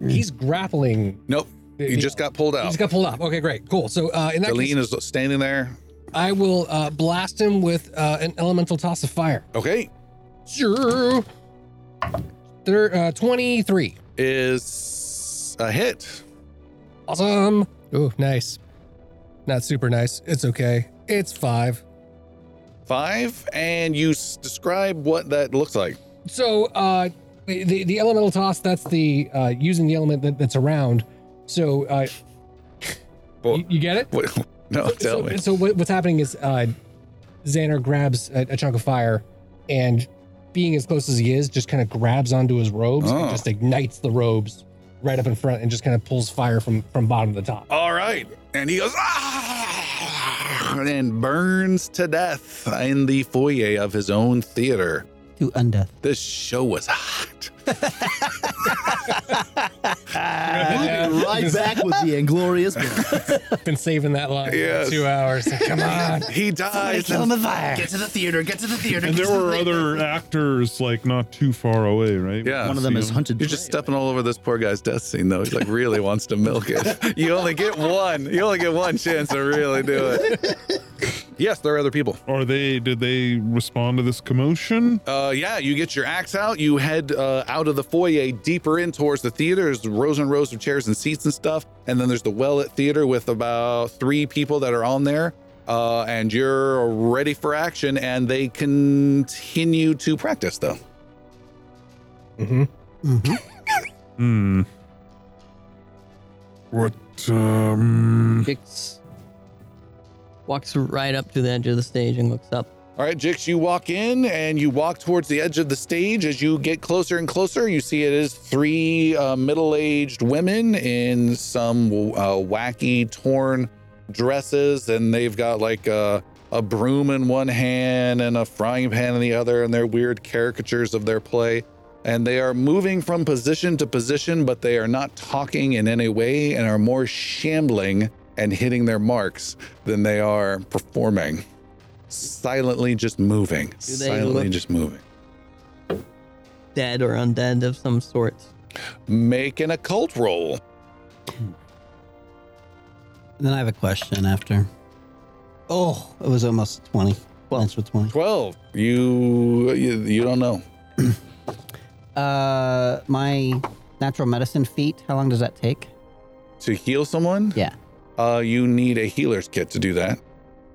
Speaker 5: he's grappling.
Speaker 1: Nope,
Speaker 5: the-
Speaker 1: you
Speaker 5: the-
Speaker 1: just got pulled
Speaker 5: he
Speaker 1: out.
Speaker 5: just got pulled up. Okay, great, cool. So uh, in that case,
Speaker 1: Aline is standing there.
Speaker 5: I will uh, blast him with uh, an elemental toss of fire.
Speaker 1: Okay,
Speaker 5: Sure. There, uh, twenty-three.
Speaker 1: is a hit.
Speaker 5: Awesome. Ooh, nice. Not super nice. It's okay. It's five.
Speaker 1: Five, and you s- describe what that looks like.
Speaker 5: So uh, the the the elemental toss. That's the uh, using the element that, that's around. So uh,
Speaker 1: Well-
Speaker 5: you,
Speaker 1: (laughs)
Speaker 5: you get it.
Speaker 1: What, no, tell
Speaker 5: so,
Speaker 1: me.
Speaker 5: so what, what's happening is uh, Xander grabs a, a chunk of fire, and being as close as he is, just kind of grabs onto his robes
Speaker 1: Oh.
Speaker 5: and just ignites the robes right up in front, and just kind of pulls fire from from bottom to top.
Speaker 1: All right, and he goes ah, and burns to death in the foyer of his own theater.
Speaker 9: To undeath.
Speaker 1: This show was hot.
Speaker 7: right back with the inglorious.
Speaker 5: Been saving that line
Speaker 1: Yes.
Speaker 5: for
Speaker 1: (laughs)
Speaker 5: two hours. Come on.
Speaker 1: He dies.
Speaker 9: Kill him with fire.
Speaker 7: Get to the theater. Get to the theater.
Speaker 4: And there were other actors like not too far away, right? um,
Speaker 1: Yeah.
Speaker 7: One of them is hunted.
Speaker 1: You're just stepping all over this poor guy's death scene, though. He like really wants to milk it. You only get one. You only get one chance to really do it. Yes, there are other people.
Speaker 4: Are they? Did they respond to this commotion?
Speaker 1: Uh, yeah, you get your axe out. You head uh, out of the foyer, deeper in towards the theater. There's rows and rows of chairs and seats and stuff. And then there's the well lit theater with about three people that are on there. Uh, and you're ready for action. And they continue to practice, though.
Speaker 5: Mm-hmm.
Speaker 4: Hmm. What, um.
Speaker 2: Jix walks right up to the edge of the stage and looks up.
Speaker 1: All right, Jix, you walk in and you walk towards the edge of the stage. As you get closer and closer, you see it is three uh, middle aged women in some uh, wacky, torn dresses, and they've got like a, a broom in one hand and a frying pan in the other, and they're weird caricatures of their play. And they are moving from position to position, but they are not talking in any way and are more shambling and hitting their marks than they are performing silently just moving. Silently just moving.
Speaker 2: Dead or undead of some sort.
Speaker 1: Make an occult roll.
Speaker 9: Then I have a question after. Oh, it was almost 20. Well, that's with 20.
Speaker 1: 12. You, you, you don't know.
Speaker 9: (clears throat) uh, my natural medicine feat, how long does that take?
Speaker 1: To heal someone?
Speaker 9: Yeah.
Speaker 1: Uh, you need a healer's kit to do that.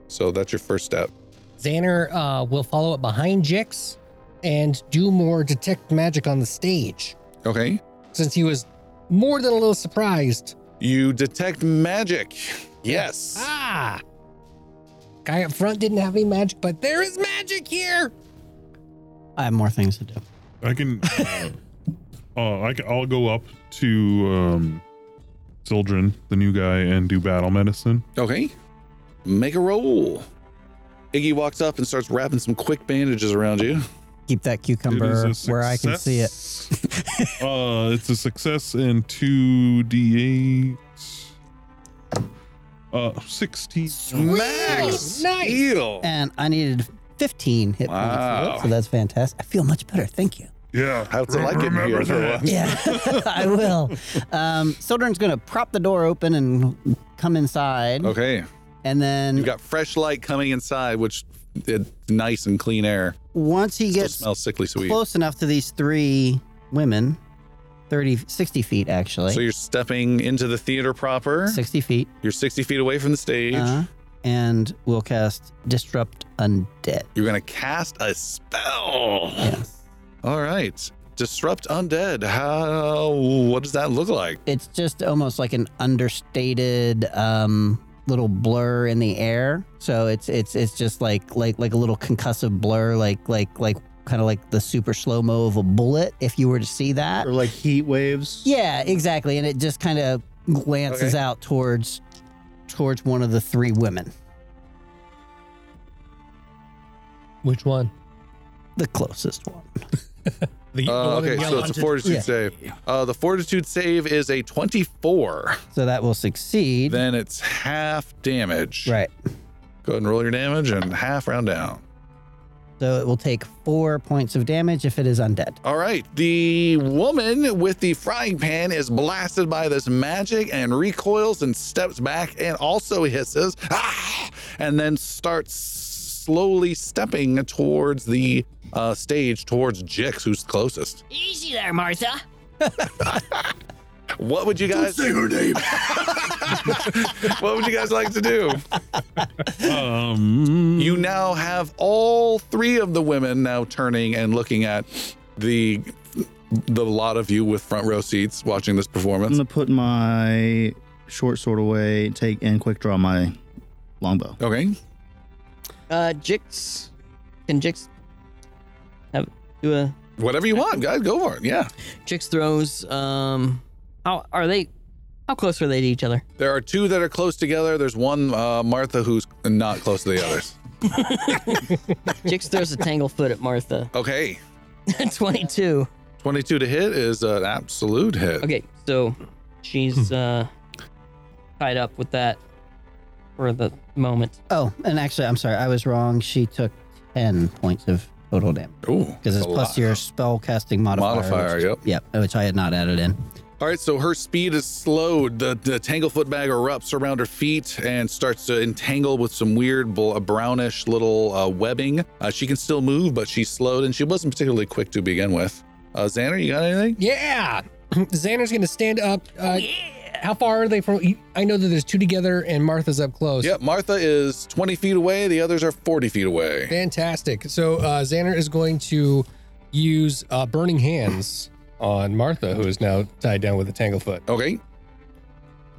Speaker 1: So that's your first step.
Speaker 48: Xander uh, will follow up behind Jix and do more detect magic on the stage.
Speaker 1: Okay.
Speaker 48: Since he was more than a little surprised.
Speaker 1: You detect magic. Yes.
Speaker 48: Ah. Guy up front didn't have any magic, but there is magic here.
Speaker 9: I have more things to do.
Speaker 23: I can. uh, uh, I can, I'll go up to um, Sildren, the new guy, and do battle medicine.
Speaker 1: Okay make a roll. Iggy walks up and starts wrapping some quick bandages around you.
Speaker 9: Keep that cucumber where I can see it.
Speaker 23: (laughs) uh, it's a success and two d8. Uh, sixteen.
Speaker 1: Max,
Speaker 48: nice.
Speaker 1: Needle.
Speaker 9: And I needed fifteen hit wow. points, so that's fantastic. I feel much better. Thank you.
Speaker 4: Yeah,
Speaker 1: how's it like it here?
Speaker 4: That.
Speaker 9: Yeah, (laughs) I will. Um, Sildren's gonna prop the door open and come inside.
Speaker 1: Okay.
Speaker 9: And then
Speaker 1: you've Oh, got fresh light coming inside, which is nice and clean air.
Speaker 9: Once he
Speaker 1: Still
Speaker 9: gets
Speaker 1: smells sickly sweet.
Speaker 9: close enough to these three women, 30, 60 feet actually.
Speaker 1: So you're stepping into the theater proper.
Speaker 9: 60 feet. uh,
Speaker 1: You're 60 feet away from the stage. Uh-huh.
Speaker 9: And we'll cast Disrupt Undead.
Speaker 1: You're going to cast a spell.
Speaker 9: Yes.
Speaker 1: All right. Disrupt Undead. How, what does that look like?
Speaker 9: It's just almost like an understated, um, little blur in the air. So it's it's it's just like like like a little concussive blur, like like like kind of like the super slow mo of a bullet. If you were to see that,
Speaker 3: or like heat waves.
Speaker 9: Yeah, exactly. And it just kind of glances okay. out towards towards one of the three women.
Speaker 5: Which one?
Speaker 9: The closest one.
Speaker 1: the uh, okay, so it's a fortitude yeah. save. Uh, the fortitude save is a 24.
Speaker 9: So that will succeed.
Speaker 1: Then it's half damage.
Speaker 9: Right.
Speaker 1: Go ahead and roll your damage and half round down.
Speaker 9: So it will take four points of damage if it is undead.
Speaker 1: All right. The woman with the frying pan is blasted by this magic and recoils and steps back and also hisses. Ah! And then starts slowly stepping towards the uh, stage towards Jix, who's closest.
Speaker 14: Easy there, Martha.
Speaker 1: (laughs) what would you guys
Speaker 4: Don't say her name?
Speaker 1: (laughs) what would you guys like to do? Um, you
Speaker 9: Mm-hmm.
Speaker 1: now have all three of the women now turning and looking at the the lot of you with front row seats watching this performance.
Speaker 3: I'm gonna put my short sword away, take and quick draw my longbow.
Speaker 9: Mm-hmm.
Speaker 1: Okay.
Speaker 2: Uh, Jix, can Jix have do a
Speaker 1: whatever you want, guys? Go for it. Yeah.
Speaker 2: Jix throws. Um, how are they? How close are they to each (laughs) other?
Speaker 1: There are two that are close together. There's one uh, Martha who's not close to the
Speaker 9: (laughs)
Speaker 1: others.
Speaker 2: Jix throws a tanglefoot at Martha.
Speaker 1: Okay.
Speaker 2: (laughs) Twenty-two.
Speaker 1: Twenty-two to hit is an absolute hit.
Speaker 2: Okay, so she's uh tied up with that for the moment.
Speaker 9: Oh, and actually, I'm sorry, I was wrong. She took ten points of total damage.
Speaker 1: Ooh,
Speaker 9: because it's plus lot. your spell casting modifier.
Speaker 1: Modifier,
Speaker 9: which,
Speaker 1: yep,
Speaker 9: yep, which I had not added in.
Speaker 1: All right, so her speed is slowed. The, the tanglefoot bag erupts around her feet and starts to entangle with some weird uh, brownish little uh, webbing. Uh, she can still move, but she's slowed, and she wasn't particularly quick to begin with. Uh, Xander, you got anything?
Speaker 48: Yeah, (clears throat) Xander's gonna stand up. Oh, yeah how far are they from? I know that there's two together and Martha's up close.
Speaker 1: Yep, Martha is 20 feet away. The others are 40 feet away.
Speaker 48: Fantastic. So uh, Xander is going to use uh, Burning Hands on Martha, who is now tied down with a Tanglefoot.
Speaker 1: Okay.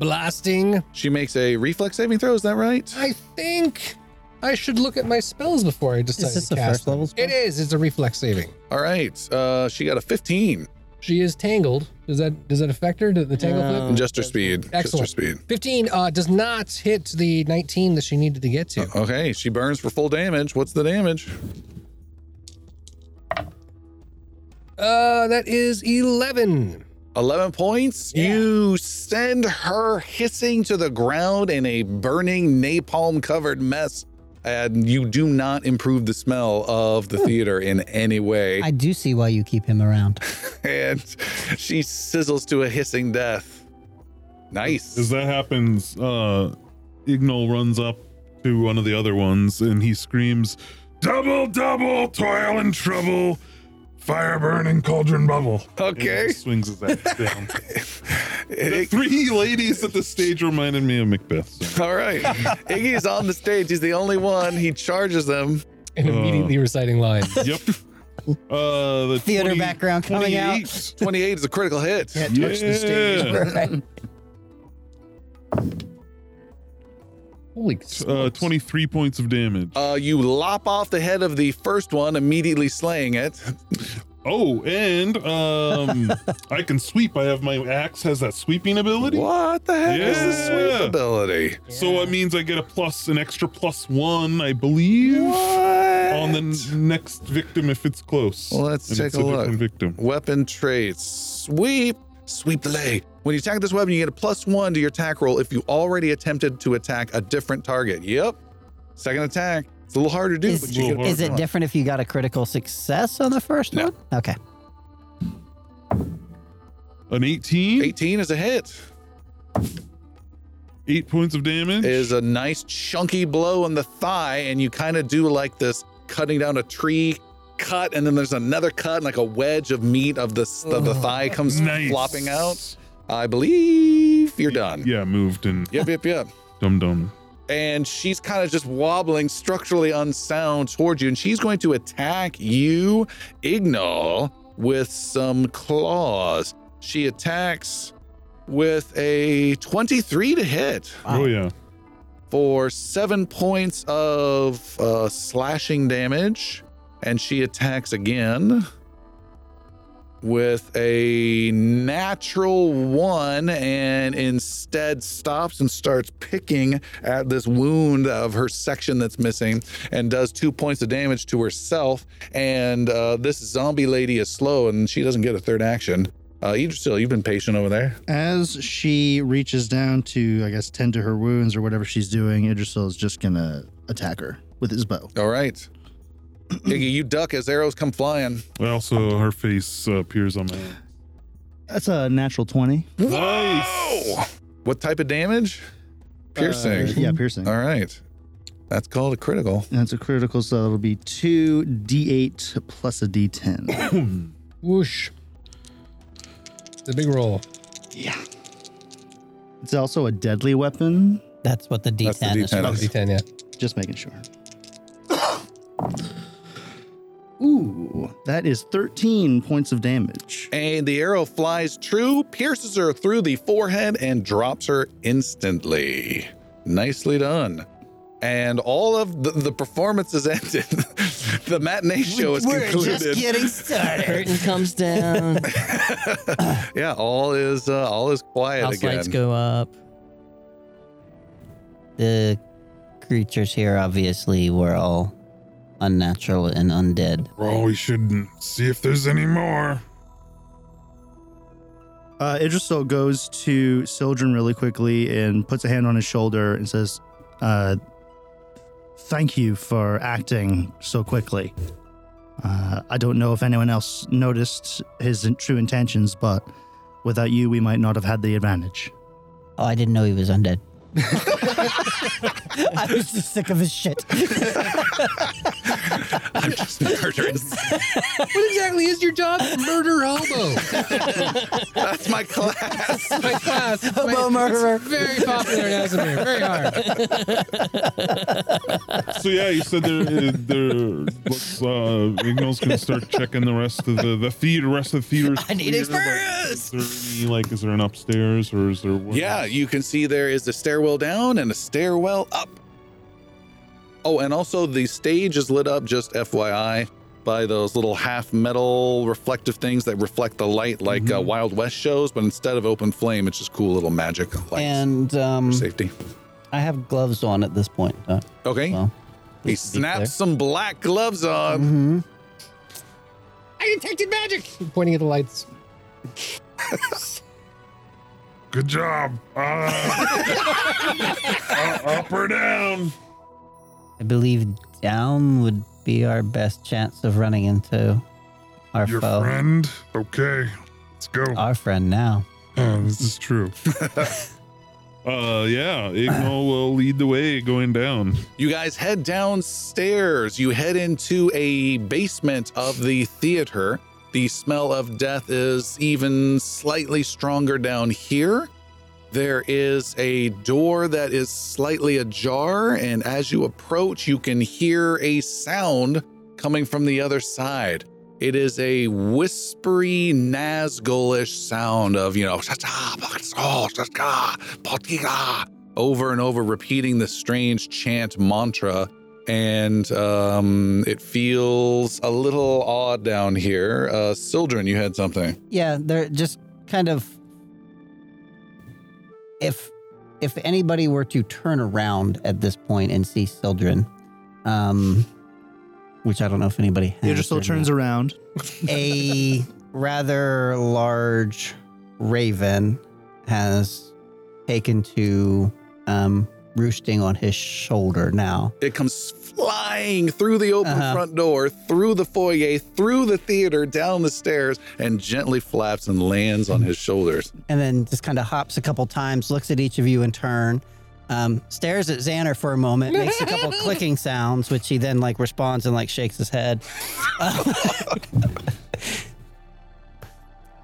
Speaker 5: Blasting.
Speaker 1: She makes a reflex saving throw. Is that right?
Speaker 5: I think I should look at my spells before I decide.
Speaker 9: Is this
Speaker 5: to
Speaker 9: a
Speaker 5: cast
Speaker 9: first
Speaker 5: them.
Speaker 9: level spell?
Speaker 5: It is. It's a reflex saving.
Speaker 1: All right. Uh, she got a 15.
Speaker 5: She is tangled. Does that does that affect her? Did the tangle
Speaker 1: Adjust
Speaker 5: flip?
Speaker 1: her speed. Just her
Speaker 5: Oh, Excellent.
Speaker 1: speed.
Speaker 5: Fifteen uh, does not hit the nineteen that she needed to get to.
Speaker 1: Okay. She burns for full damage. What's the damage?
Speaker 9: Oh.
Speaker 5: Uh, that is eleven.
Speaker 1: 11 points. You send her hissing to the ground in a burning napalm covered mess. And you do not improve the smell of the theater in any way.
Speaker 9: I do see why you keep him around.
Speaker 1: (laughs) and she sizzles to a hissing death. Nice.
Speaker 4: As that happens, uh, Ignol runs up to one of the other ones and he screams,
Speaker 58: Double, double, toil and trouble, fire burning cauldron bubble.
Speaker 1: (laughs) Okay.
Speaker 4: and swings his axe down. the
Speaker 1: (laughs) It-
Speaker 4: three ladies at the stage reminded me of Macbeth. so-
Speaker 1: All (laughs) right. Iggy's on the stage. He's the only one. He charges them.
Speaker 5: And immediately reciting
Speaker 9: (laughs)
Speaker 5: lines.
Speaker 4: Yep.
Speaker 1: (laughs)
Speaker 4: Uh, the
Speaker 9: Theater
Speaker 4: 20
Speaker 9: background coming out.
Speaker 4: 28.
Speaker 1: 28 is a critical hit.
Speaker 9: Yeah, touch the stage.
Speaker 4: Yeah.
Speaker 9: Right.
Speaker 5: Holy
Speaker 4: Uh,
Speaker 5: smokes.
Speaker 4: 23 points of damage.
Speaker 1: Uh, you lop off the head of the first one, immediately slaying it.
Speaker 4: Oh, and
Speaker 1: (laughs)
Speaker 4: um, I can sweep. I have my axe has that sweeping ability.
Speaker 1: What the heck is the
Speaker 4: Yeah.
Speaker 1: sweep ability?
Speaker 4: So it means I get a plus, an extra plus one, I believe, on the n- next victim if it's close.
Speaker 1: Well, let's
Speaker 4: And
Speaker 1: take
Speaker 4: it's
Speaker 1: a look.
Speaker 4: different Victim.
Speaker 1: Weapon traits. Sweep. Sweep delay. When you attack this weapon, you get a plus one to your attack roll if you already attempted to attack a different target. Yep. Second attack. It's a little harder to do,
Speaker 9: Is,
Speaker 1: but you get a
Speaker 9: is
Speaker 1: plus
Speaker 9: it
Speaker 1: one.
Speaker 9: different if you got a critical success on the first
Speaker 1: No.
Speaker 9: one? Okay.
Speaker 4: An 18, eight,
Speaker 1: 18 is a hit.
Speaker 4: points of damage.
Speaker 1: Is uh, a nice chunky blow on the thigh, and you kind of do like this cutting down a tree cut, and then there's another cut, and like a wedge of meat of the s- of the thigh comes
Speaker 4: Nice.
Speaker 1: flopping out. I believe you're done.
Speaker 4: yeah, moved and
Speaker 1: Yep, yep, yep.
Speaker 4: dum dum.
Speaker 1: and she's kind of just wobbling, structurally unsound towards you, and she's going to attack you, Ignal, with some claws. She attacks with a 23 to hit
Speaker 4: Oh yeah.
Speaker 1: for seven points of uh, slashing damage, and she attacks again with a natural one and instead stops and starts picking at this wound of her section that's missing and does two points of damage to herself and uh, this zombie lady is slow and she doesn't get a third action uh, Idrisil, you've been patient over there
Speaker 7: As she reaches down to, I guess, tend to her wounds or whatever she's doing, Idrisil is just gonna attack her with his bow.
Speaker 1: all right Iggy you duck as arrows come flying
Speaker 4: Also, her face uh, appears on my.
Speaker 7: That's a natural 20.
Speaker 1: Whoa! What type of damage? Piercing.
Speaker 7: Uh, yeah, piercing.
Speaker 1: All right. That's called a critical.
Speaker 7: That's a critical, so it'll be 2d8 plus a (coughs) d10.
Speaker 5: Whoosh. It's a big roll.
Speaker 7: it's also a deadly weapon.
Speaker 9: That's what the D10,
Speaker 1: That's the
Speaker 9: is.
Speaker 1: D10
Speaker 9: for.
Speaker 1: is.
Speaker 5: D10, yeah.
Speaker 7: Just making sure. (coughs) Ooh, that is 13 points of damage.
Speaker 1: And the arrow flies true, pierces her through the forehead, and drops her instantly. Nicely done. And all of the, the performance is (laughs) ended. the matinee show is
Speaker 9: We're just
Speaker 1: concluded.
Speaker 9: getting started.
Speaker 2: (laughs) Curtain comes down.
Speaker 1: yeah, all is uh, all is quiet
Speaker 2: (laughs) House
Speaker 1: again.
Speaker 2: lights go up.
Speaker 9: the creatures here obviously were all unnatural and undead.
Speaker 58: Well, we should see if there's any more.
Speaker 7: Uh, Idrisil goes to Sildren really quickly and puts a hand on his shoulder and says, uh, Thank you for acting so quickly. Uh, I don't know if anyone else noticed his in- true intentions, but without you, we might not have had the advantage.
Speaker 9: Oh, I didn't know he was undead.
Speaker 1: (laughs)
Speaker 9: I was just sick of his shit.
Speaker 59: I'm just
Speaker 1: (laughs)
Speaker 2: (laughs)
Speaker 59: murderous.
Speaker 5: What exactly is your job? Murder hobo.
Speaker 59: That's my class.
Speaker 5: That's my class.
Speaker 9: (laughs) Hobo
Speaker 5: My-
Speaker 9: murderer.
Speaker 5: it's Very popular in Azamir. Very
Speaker 9: (laughs)
Speaker 5: hard.
Speaker 4: So yeah, you said there, uh, there. Let's, uh, Ignals can start checking the rest of the the theater. Rest of
Speaker 1: (laughs)
Speaker 4: the theater.
Speaker 59: I need
Speaker 4: experience. Is there any, like, is there an upstairs or is there? One?
Speaker 1: Yeah, you can see there is a stairwell down and a stairwell up. Oh, and also the stage is lit up, just FYI, by those little half metal reflective things that reflect the light like
Speaker 9: Mm-hmm.
Speaker 1: uh, Wild West shows, but instead of open flame, it's just cool little magic lights.
Speaker 9: And um,
Speaker 1: safety.
Speaker 9: I have gloves on at this point. uh,
Speaker 1: Okay.
Speaker 9: well,
Speaker 1: he snaps some black gloves on.
Speaker 5: I detected magic. Pointing at the lights.
Speaker 60: Good job.
Speaker 1: (laughs)
Speaker 60: Uh, uh, up or down?
Speaker 9: I believe down would be our best chance of running into our
Speaker 60: Your
Speaker 9: foe.
Speaker 60: friend? Okay, let's go.
Speaker 9: Our friend now.
Speaker 4: Oh, this
Speaker 60: (laughs)
Speaker 4: is true. uh, yeah, Ignal will uh, lead the way going down.
Speaker 1: You guys head downstairs. You head into a basement of the theater. The smell of death is even slightly stronger down here. There is a door that is slightly ajar, and as you approach, you can hear a sound coming from the other side. It is a whispery Nazgul-ish sound of, you know, over and over repeating the strange chant mantra and um, it feels a little odd down here. Uh, Sildren, you had something.
Speaker 9: Yeah, they're just kind of. If if anybody were to turn around at this point and see Sildren, um, which I don't know if anybody has
Speaker 7: Theater still
Speaker 9: or
Speaker 7: turns
Speaker 9: not,
Speaker 7: around.
Speaker 9: a rather large raven has taken to um, roosting on his shoulder now.
Speaker 1: It comes flying through the open
Speaker 9: Uh-huh.
Speaker 1: front door, through the foyer, through the theater, down the stairs, and gently flaps and lands on his shoulders.
Speaker 9: and then just kind of hops a couple times, looks at each of you in turn, um, stares at Xander for a moment, makes
Speaker 2: (laughs)
Speaker 9: a couple clicking sounds, which he then like responds and like shakes his head. (laughs)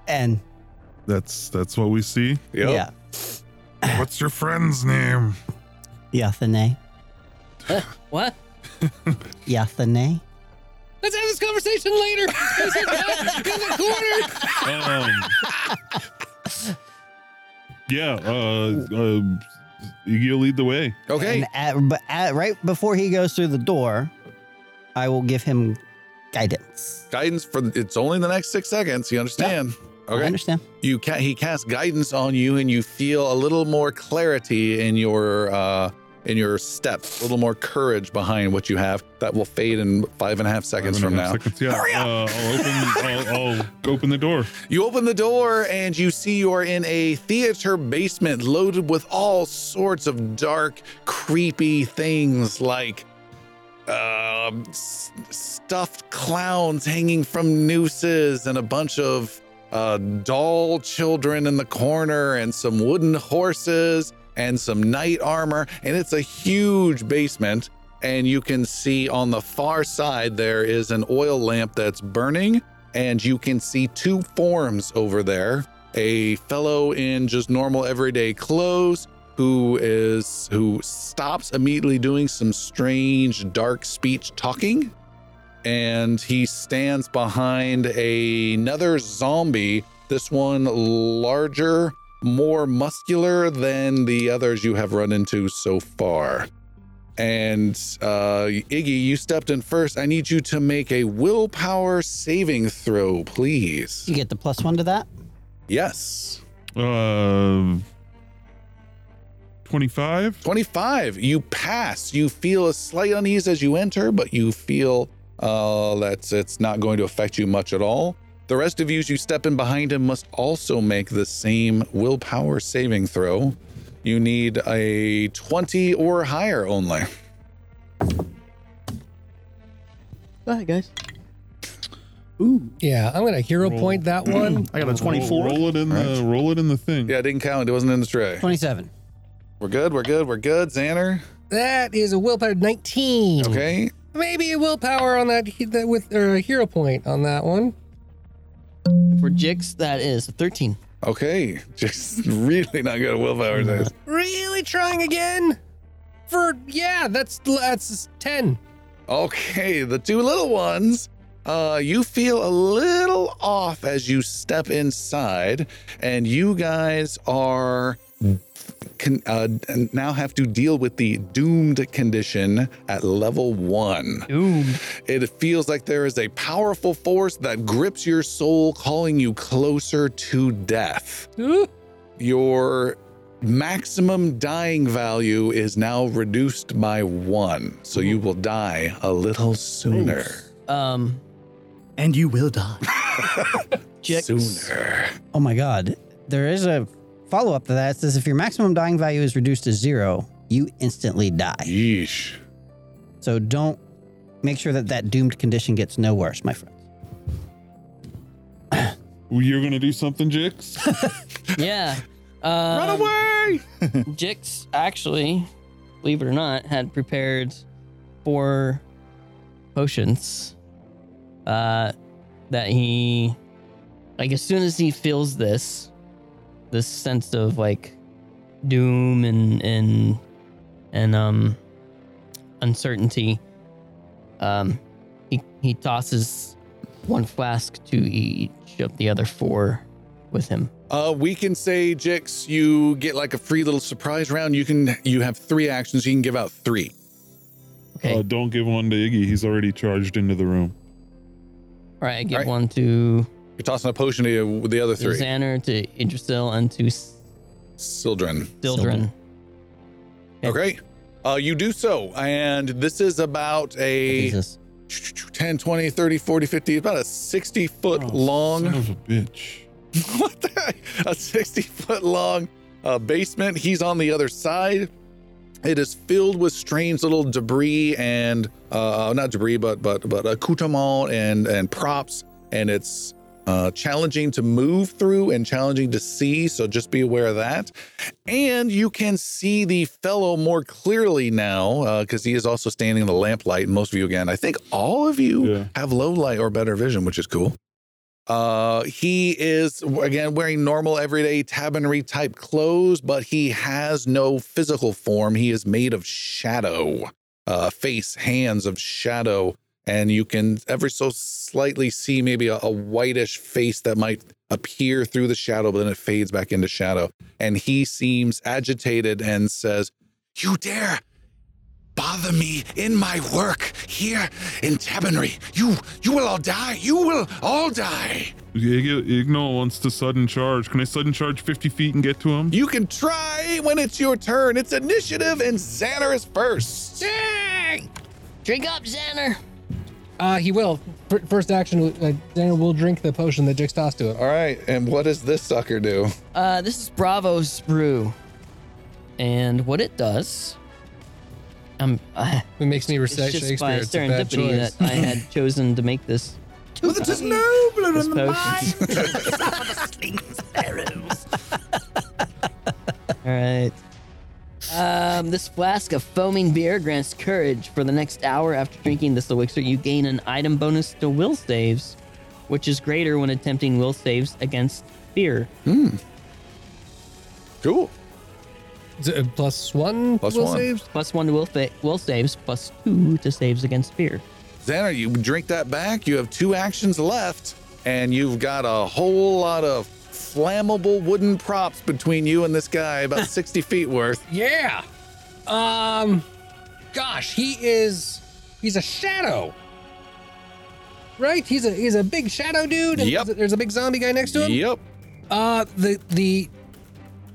Speaker 9: and
Speaker 4: That's that's what we see.
Speaker 9: yeah,
Speaker 60: What's your friend's name?
Speaker 9: Yathane, (laughs)
Speaker 2: What?
Speaker 9: Yathane.
Speaker 5: Let's have this conversation later. It's in the corner.
Speaker 9: (laughs)
Speaker 4: Um, yeah, uh, uh, you lead the way.
Speaker 1: Okay.
Speaker 9: And at, but at, right before he goes through the door, I will give him guidance.
Speaker 1: Guidance for it's only the next six seconds. You understand?
Speaker 9: I
Speaker 1: Okay.
Speaker 9: understand.
Speaker 1: you ca- he casts guidance on you and you feel a little more clarity in your uh in your steps a little more courage behind what you have that will fade in five and a half seconds
Speaker 4: Seven
Speaker 1: from
Speaker 4: and a
Speaker 1: now
Speaker 4: half seconds, yeah.
Speaker 1: Hurry up!
Speaker 4: Uh, I'll open. I'll, I'll open the door.
Speaker 1: you open the door and you see you are in a theater basement loaded with all sorts of dark creepy things like um, s- stuffed clowns hanging from nooses and a bunch of uh, doll children in the corner and some wooden horses and some knight armor. And it's a huge basement. And you can see on the far side there is an oil lamp that's burning. And you can see two forms over there a fellow in just normal everyday clothes who is who stops immediately doing some strange dark speech talking and he stands behind a- another zombie this one larger more muscular than the others you have run into so far and uh, iggy you stepped in first i need you to make a willpower saving throw please
Speaker 9: You get the plus one to that.
Speaker 1: yes
Speaker 4: Um, twenty-five.
Speaker 1: 25. You pass. You feel a slight unease as you enter, but you feel uh, that's it's not going to affect you much at all. The rest of you, as you step in behind him, must also make the same willpower saving throw. You need a 20 or higher only.
Speaker 61: Go ahead, guys.
Speaker 62: Yeah, I'm gonna hero
Speaker 4: Roll.
Speaker 62: point that one.
Speaker 7: I got a
Speaker 4: Roll,
Speaker 7: 24.
Speaker 4: roll it in the. Roll it in the thing.
Speaker 1: Yeah, it didn't count. It wasn't in the tray.
Speaker 9: Twenty-seven.
Speaker 1: We're good. We're good. We're good. Xander.
Speaker 5: That is a willpower 19.
Speaker 1: Okay.
Speaker 5: Maybe a willpower on that, he- that with or a hero point on that one.
Speaker 2: For Jix, that is 13.
Speaker 1: Okay, (laughs) just really not good at willpower. Days.
Speaker 5: Really trying again? For yeah, that's that's ten.
Speaker 1: Okay, the two little ones. Uh, you feel a little off as you step inside, and you guys are can, uh, now have to deal with the doomed condition at level one.
Speaker 2: Doomed.
Speaker 1: It feels like there is a powerful force that grips your soul, calling you closer to death. Your maximum dying value is now reduced by one, so you will die a little sooner.
Speaker 2: Um,
Speaker 3: and you will die.
Speaker 1: Sooner.
Speaker 47: Oh my God. There is a follow up to that. It says if your maximum dying value is reduced to zero, you instantly die.
Speaker 1: Yeesh.
Speaker 47: So don't make sure that that doomed condition gets no worse, my friend.
Speaker 23: You're gonna do something, Jix?
Speaker 2: yeah. Um, (laughs) Run away! Jix actually, believe it or not, had prepared four potions uh, that he, like, as soon as he feels this, this sense of like doom and and and um uncertainty, um, he he tosses one flask to each of the other four with him.
Speaker 1: Uh, we can say, Jix, you get like a free little surprise round. You can you have three actions. You can give out three.
Speaker 23: Uh, don't give one to Iggy. He's already charged into the room.
Speaker 2: All right, I give one to
Speaker 1: You're tossing a potion to the other
Speaker 2: to
Speaker 1: three.
Speaker 2: Xander, to Idrisil, and to S-
Speaker 1: Sildren.
Speaker 2: Sildren.
Speaker 1: Okay. Uh, you do so. And this is about a 10, 20, 30, 40, 50, about a 60 foot long.
Speaker 23: Oh, Son of a bitch.
Speaker 1: (laughs) what the heck? A 60 foot long uh, basement. He's on the other side. It is filled with strange little debris and uh, not debris, but but but accoutrement and and props, and it's uh, challenging to move through and challenging to see. So just be aware of that. And you can see the fellow more clearly now because he is also standing in the lamplight. And most of you, again, I think all of you have low light or better vision, which is cool. Uh, he is again wearing normal everyday tabernary type clothes, but he has no physical form. He is made of shadow, uh, face, hands of shadow, and you can ever so slightly see maybe a, a whitish face that might appear through the shadow, but then it fades back into shadow. And he seems agitated and says, "You dare
Speaker 7: Bother me in my work here in Tabernary. You you will all die. You will all die.
Speaker 23: Iggy, Ignol wants to sudden charge. Can I sudden charge 50 feet and get to him?
Speaker 1: You can try when it's your turn. It's initiative, and Xander is first."
Speaker 14: Dang! Drink up, Xander.
Speaker 5: Uh, he will. Fir- First action, uh, Xander will drink the potion that uh, Jix tossed to him.
Speaker 1: All right, and what does this sucker do?
Speaker 2: Uh, this is Bravo's brew, and what it does. Um, uh,
Speaker 5: it makes me
Speaker 2: it's
Speaker 5: recite
Speaker 2: just
Speaker 5: Shakespeare.
Speaker 2: by
Speaker 5: It's a bad
Speaker 2: serendipity
Speaker 5: choice.
Speaker 2: that I
Speaker 5: (laughs)
Speaker 2: had chosen to make this.
Speaker 48: With it is
Speaker 2: nobler
Speaker 48: in the
Speaker 2: (laughs) All right. Um, this flask of foaming beer grants courage. For the next hour after drinking this elixir, you gain an item bonus to will saves, which is greater when attempting will saves against fear.
Speaker 1: Cool.
Speaker 5: Z- uh, Plus one.
Speaker 1: Plus
Speaker 5: will
Speaker 1: one.
Speaker 5: save?
Speaker 2: Plus one to will, fa- will saves, plus two to saves against fear.
Speaker 1: Xander, you drink that back. You have two actions left, and you've got a whole lot of flammable wooden props between you and this guy,
Speaker 5: (laughs)
Speaker 1: about 60 feet worth.
Speaker 5: Yeah. Um. Gosh, he is. He's a shadow. Right? He's a he's a big shadow dude. and
Speaker 1: Yep.
Speaker 5: There's a, there's a big zombie guy next to him.
Speaker 1: Yep.
Speaker 5: Uh. The the.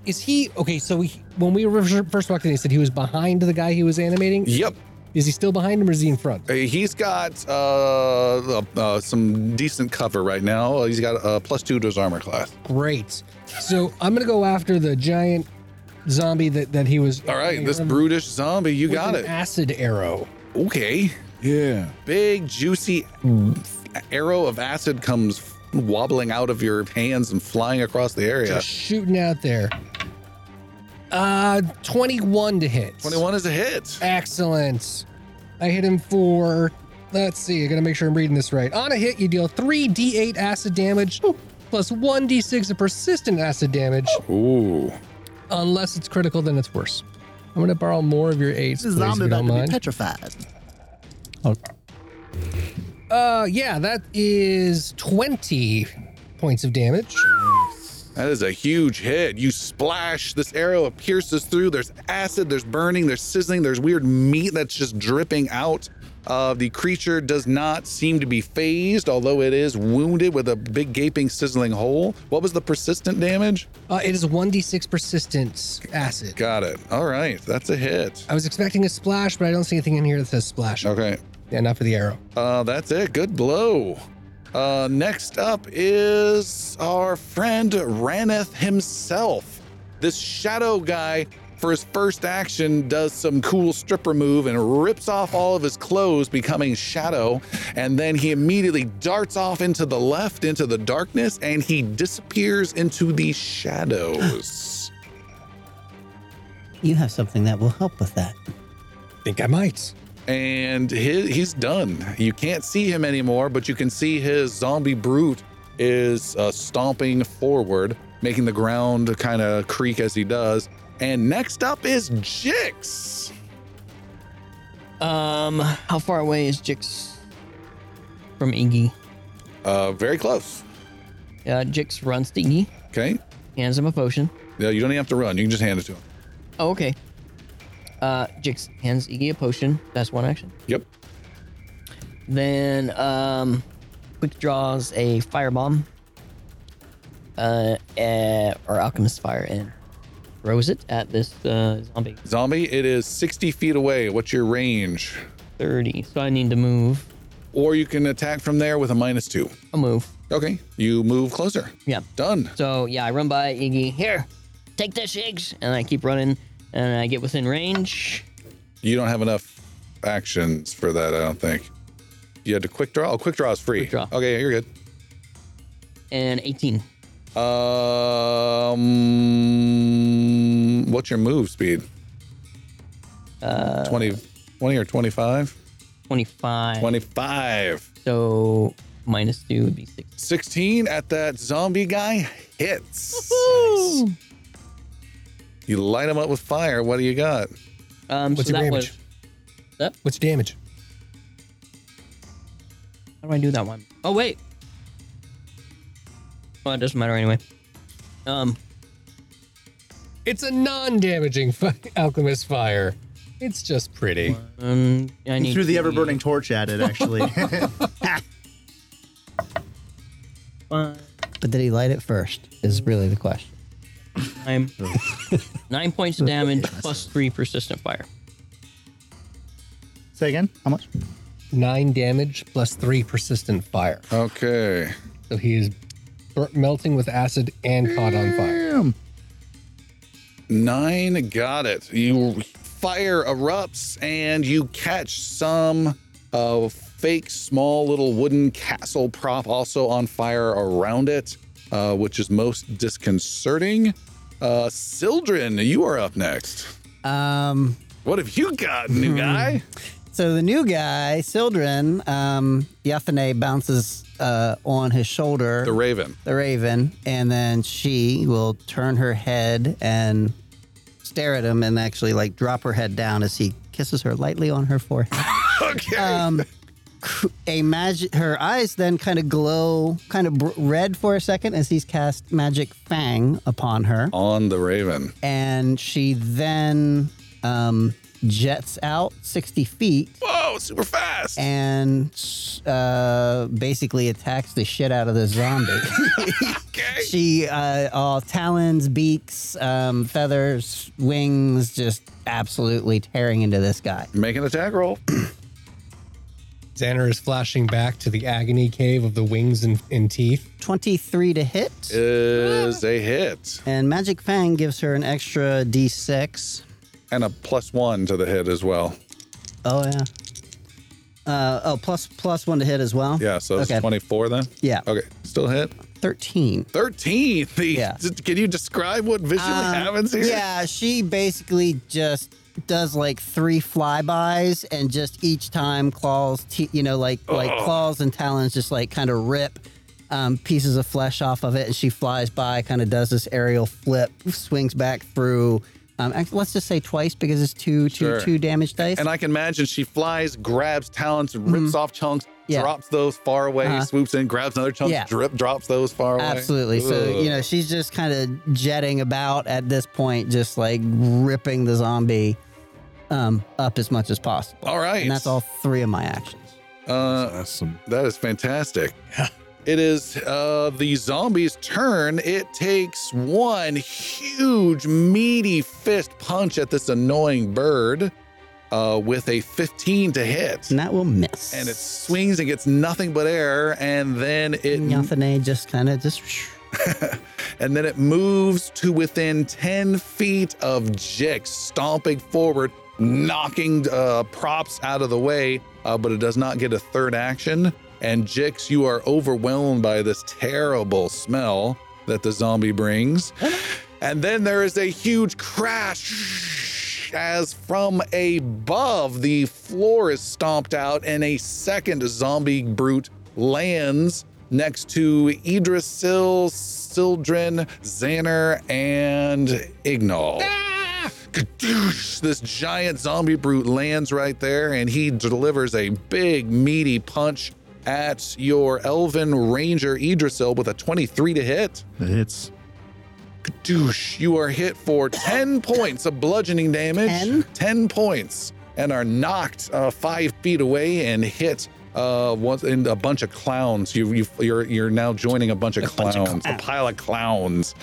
Speaker 5: Is he okay? So we, when we were first walked in, he said he was behind the guy he was animating.
Speaker 1: Yep.
Speaker 5: Is he still behind him or is he in front?
Speaker 1: Uh, He's got uh, uh, uh, some decent cover right now. Uh, He's got uh, plus two to his armor class.
Speaker 5: Great. So I'm gonna go after the giant zombie that that he was.
Speaker 1: All right, this brutish zombie, you
Speaker 5: with
Speaker 1: got
Speaker 5: an
Speaker 1: it.
Speaker 5: Acid arrow.
Speaker 1: Okay.
Speaker 23: Yeah.
Speaker 1: Big, juicy arrow of acid comes wobbling out of your hands and flying across the area.
Speaker 5: Just shooting out there. Uh, 21 to hit.
Speaker 1: 21 is a hit.
Speaker 5: Excellent. I hit him for. Let's see. I gotta make sure I'm reading this right. On a hit, you deal three d8 acid damage plus one d6 of persistent acid damage.
Speaker 1: Ooh.
Speaker 5: Unless it's critical, then it's worse. I'm gonna borrow more of your eights.
Speaker 9: This is
Speaker 5: please, if
Speaker 9: zombie
Speaker 5: you
Speaker 9: about
Speaker 5: don't
Speaker 9: to be
Speaker 5: mind.
Speaker 9: petrified.
Speaker 5: Uh, yeah, that is 20 points of damage.
Speaker 1: That is a huge hit. You splash. This arrow pierces through. There's acid, there's burning, there's sizzling, there's weird meat that's just dripping out. Uh, the creature does not seem to be phased, although it is wounded with a big gaping, sizzling hole. What was the persistent damage?
Speaker 5: Uh, it is 1d6 persistence acid.
Speaker 1: Got it. All right. That's a hit.
Speaker 5: I was expecting a splash, but I don't see anything in here that says splash.
Speaker 1: Okay.
Speaker 5: Yeah, not for the arrow.
Speaker 1: Uh, that's it. Good blow. Uh, next up is our friend Raneth himself. This shadow guy, for his first action, does some cool stripper move and rips off all of his clothes, becoming shadow. And then he immediately darts off into the left, into the darkness, and he disappears into the shadows. (gasps)
Speaker 9: You have something that will help with that.
Speaker 5: Think I might.
Speaker 1: and his, he's done. You can't see him anymore, but you can see his zombie brute is uh, stomping forward, making the ground kind of creak as he does. And next up is Jix.
Speaker 2: Um, how far away is Jix from Iggy?
Speaker 1: Uh, very close.
Speaker 2: Uh, Jix runs to Iggy,
Speaker 1: Okay.
Speaker 2: hands him a potion.
Speaker 1: Yeah, you don't even have to run. You can just hand it to him.
Speaker 2: Oh, okay. Uh, Jix hands Iggy a potion. That's one action.
Speaker 1: Yep.
Speaker 2: Then, um, quick draws a firebomb. Uh, eh, or alchemist fire and throws it at this uh, zombie.
Speaker 1: Zombie, it is 60 feet away. What's your range?
Speaker 2: 30. So I need to move.
Speaker 1: Or you can attack from there with a minus two.
Speaker 2: I'll move.
Speaker 1: Okay. You move closer.
Speaker 2: Yeah.
Speaker 1: Done.
Speaker 2: So yeah, I run by Iggy. Here, take this, Iggs, and I keep running, and I get within range.
Speaker 1: You don't have enough actions for that, I don't think. You had to quick draw. Oh, quick draw is free.
Speaker 2: Quick draw.
Speaker 1: Okay, you're good.
Speaker 2: And 18.
Speaker 1: Um, what's your move speed?
Speaker 2: Uh,
Speaker 1: 20, 20 or 25?
Speaker 2: 25.
Speaker 1: 25.
Speaker 2: So minus two would be six.
Speaker 1: 16 at that zombie guy hits. Nice. You light him up with fire. What do you got?
Speaker 2: Um,
Speaker 5: What's
Speaker 2: so
Speaker 5: your
Speaker 2: that
Speaker 5: damage?
Speaker 2: was. That?
Speaker 5: What's your damage?
Speaker 2: How do I do that one? Oh wait. Well, it doesn't matter anyway. Um,
Speaker 5: It's a non-damaging (laughs) fi- alchemist fire. It's just pretty.
Speaker 2: um, I
Speaker 3: He
Speaker 2: need
Speaker 3: threw the
Speaker 2: to-
Speaker 3: ever burning torch at it, actually.
Speaker 2: Fine.
Speaker 9: But did he light it first? Is really the question.
Speaker 2: Nine, (laughs) nine points of damage plus three persistent fire.
Speaker 3: Say again. How much?
Speaker 5: Nine damage plus three persistent fire.
Speaker 1: Okay.
Speaker 5: So he is bur- melting with acid and caught on fire.
Speaker 3: Damn.
Speaker 1: Nine got it. You fire erupts and you catch some uh, fake small little wooden castle prop also on fire around it, uh, which is most disconcerting. Uh, Sildren, you are up next.
Speaker 9: Um,
Speaker 1: What have you got,
Speaker 9: Hmm.
Speaker 1: new guy?
Speaker 9: So the new guy, Sildren, um, Yathane bounces uh, on his shoulder,
Speaker 1: The Raven.
Speaker 9: the raven, and then she will turn her head and stare at him and actually like drop her head down as he kisses her lightly on her forehead.
Speaker 1: Okay.
Speaker 9: um, cr- a magic. Her eyes then kind of glow, kind of br- red for a second as he's cast magic fang upon her
Speaker 1: On the Raven.
Speaker 9: and she then um, jets out 60 feet
Speaker 1: Whoa, super fast.
Speaker 9: and uh, basically attacks the shit out of the zombie.
Speaker 1: Okay.
Speaker 9: she, uh, all talons, beaks, um, feathers, wings, just absolutely tearing into this guy.
Speaker 1: Make an attack
Speaker 9: (coughs)
Speaker 1: roll.
Speaker 5: Xander is flashing back to the agony cave of the wings and, and teeth.
Speaker 9: 23 to hit.
Speaker 1: Is a hit.
Speaker 9: And Magic Fang gives her an extra d6.
Speaker 1: And a plus one to the hit as well.
Speaker 9: Oh, yeah. Uh, oh, plus plus one to hit as well.
Speaker 1: Yeah, so it's
Speaker 9: Okay.
Speaker 1: 24 then?
Speaker 9: Yeah.
Speaker 1: Okay, still hit.
Speaker 9: 13.
Speaker 1: 13? (laughs) The, yeah. Can you describe what visually
Speaker 9: Um,
Speaker 1: happens here?
Speaker 9: Yeah, she basically just does like three flybys and just each time claws, te- you know, like like
Speaker 1: Ugh.
Speaker 9: claws and talons just like kind of rip um, pieces of flesh off of it, and she flies by, kind of does this aerial flip, swings back through. Um, act- let's just say twice because it's two, two, two
Speaker 1: Sure.
Speaker 9: damage dice.
Speaker 1: And I can imagine she flies, grabs talons, rips off chunks, drops those far away,
Speaker 9: Mm-hmm. Uh-huh.
Speaker 1: swoops in, grabs another chunk,
Speaker 9: Yeah.
Speaker 1: drip, drops those far away.
Speaker 9: Absolutely. So, you
Speaker 1: Ugh.
Speaker 9: know, she's just kind of jetting about at this point, just like ripping the zombie um, up as much as possible.
Speaker 1: All right.
Speaker 9: And that's all three of my actions.
Speaker 1: Uh, awesome. That is fantastic. It is uh, the zombie's turn. It takes one huge, meaty fist punch at this annoying bird uh, with a 15 to hit.
Speaker 9: And that will miss.
Speaker 1: And it swings and gets nothing but air. And then it
Speaker 9: Yathane just kind of just.
Speaker 1: and then it moves to within 10 feet of Jix, stomping forward, knocking uh, props out of the way, uh, but it does not get a third action. And Jix, you are overwhelmed by this terrible smell that the zombie brings. And then there is a huge crash as from above the floor is stomped out and a second zombie brute lands next to Idrisil, Sildren, Xaner, and Ignol. Kadoosh! This giant zombie brute lands right there and he delivers a big, meaty punch at your elven ranger Idrisil with a 23 to hit.
Speaker 3: It hits.
Speaker 1: Douche, you are hit for 10 points of bludgeoning damage. 10? points. And are knocked uh, five feet away and hit uh, once in a bunch of clowns. You, you, you're, you're now joining a bunch of clowns, a pile of clowns.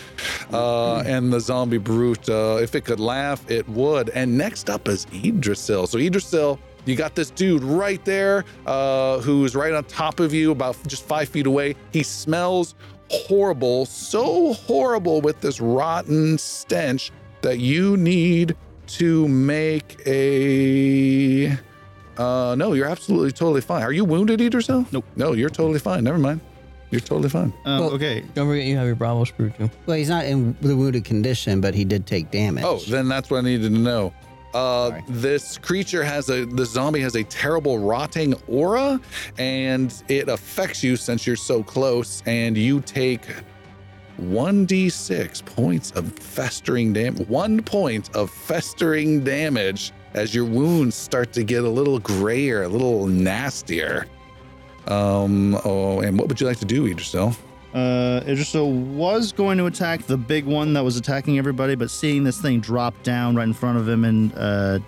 Speaker 1: Uh, And the zombie brute, uh, if it could laugh, it would. And next up is Idrisil. So, Idrisil, you got this dude right there uh, who's right on top of you, about just five feet away. He smells horrible, so horrible with this rotten stench that you need to make a. Uh, no, you're absolutely totally fine. Are you wounded, Idrisil? Nope. No, you're totally fine. Never mind. You're totally fine.
Speaker 9: Um,
Speaker 2: okay. Don't forget you have your Bravo sprue too.
Speaker 9: Well, he's not in the wounded condition, but he did take damage.
Speaker 1: Oh, then that's what I needed to know. Uh, this creature has a the zombie has a terrible rotting aura, and it affects you since you're so close, and you take one d six points of festering damage. One point of festering damage as your wounds start to get a little grayer, a little nastier. Um. Oh, and what would you like to do, Idrisil?
Speaker 3: Uh, Idrisil was going to attack the big one that was attacking everybody, but seeing this thing drop down right in front of him, and uh,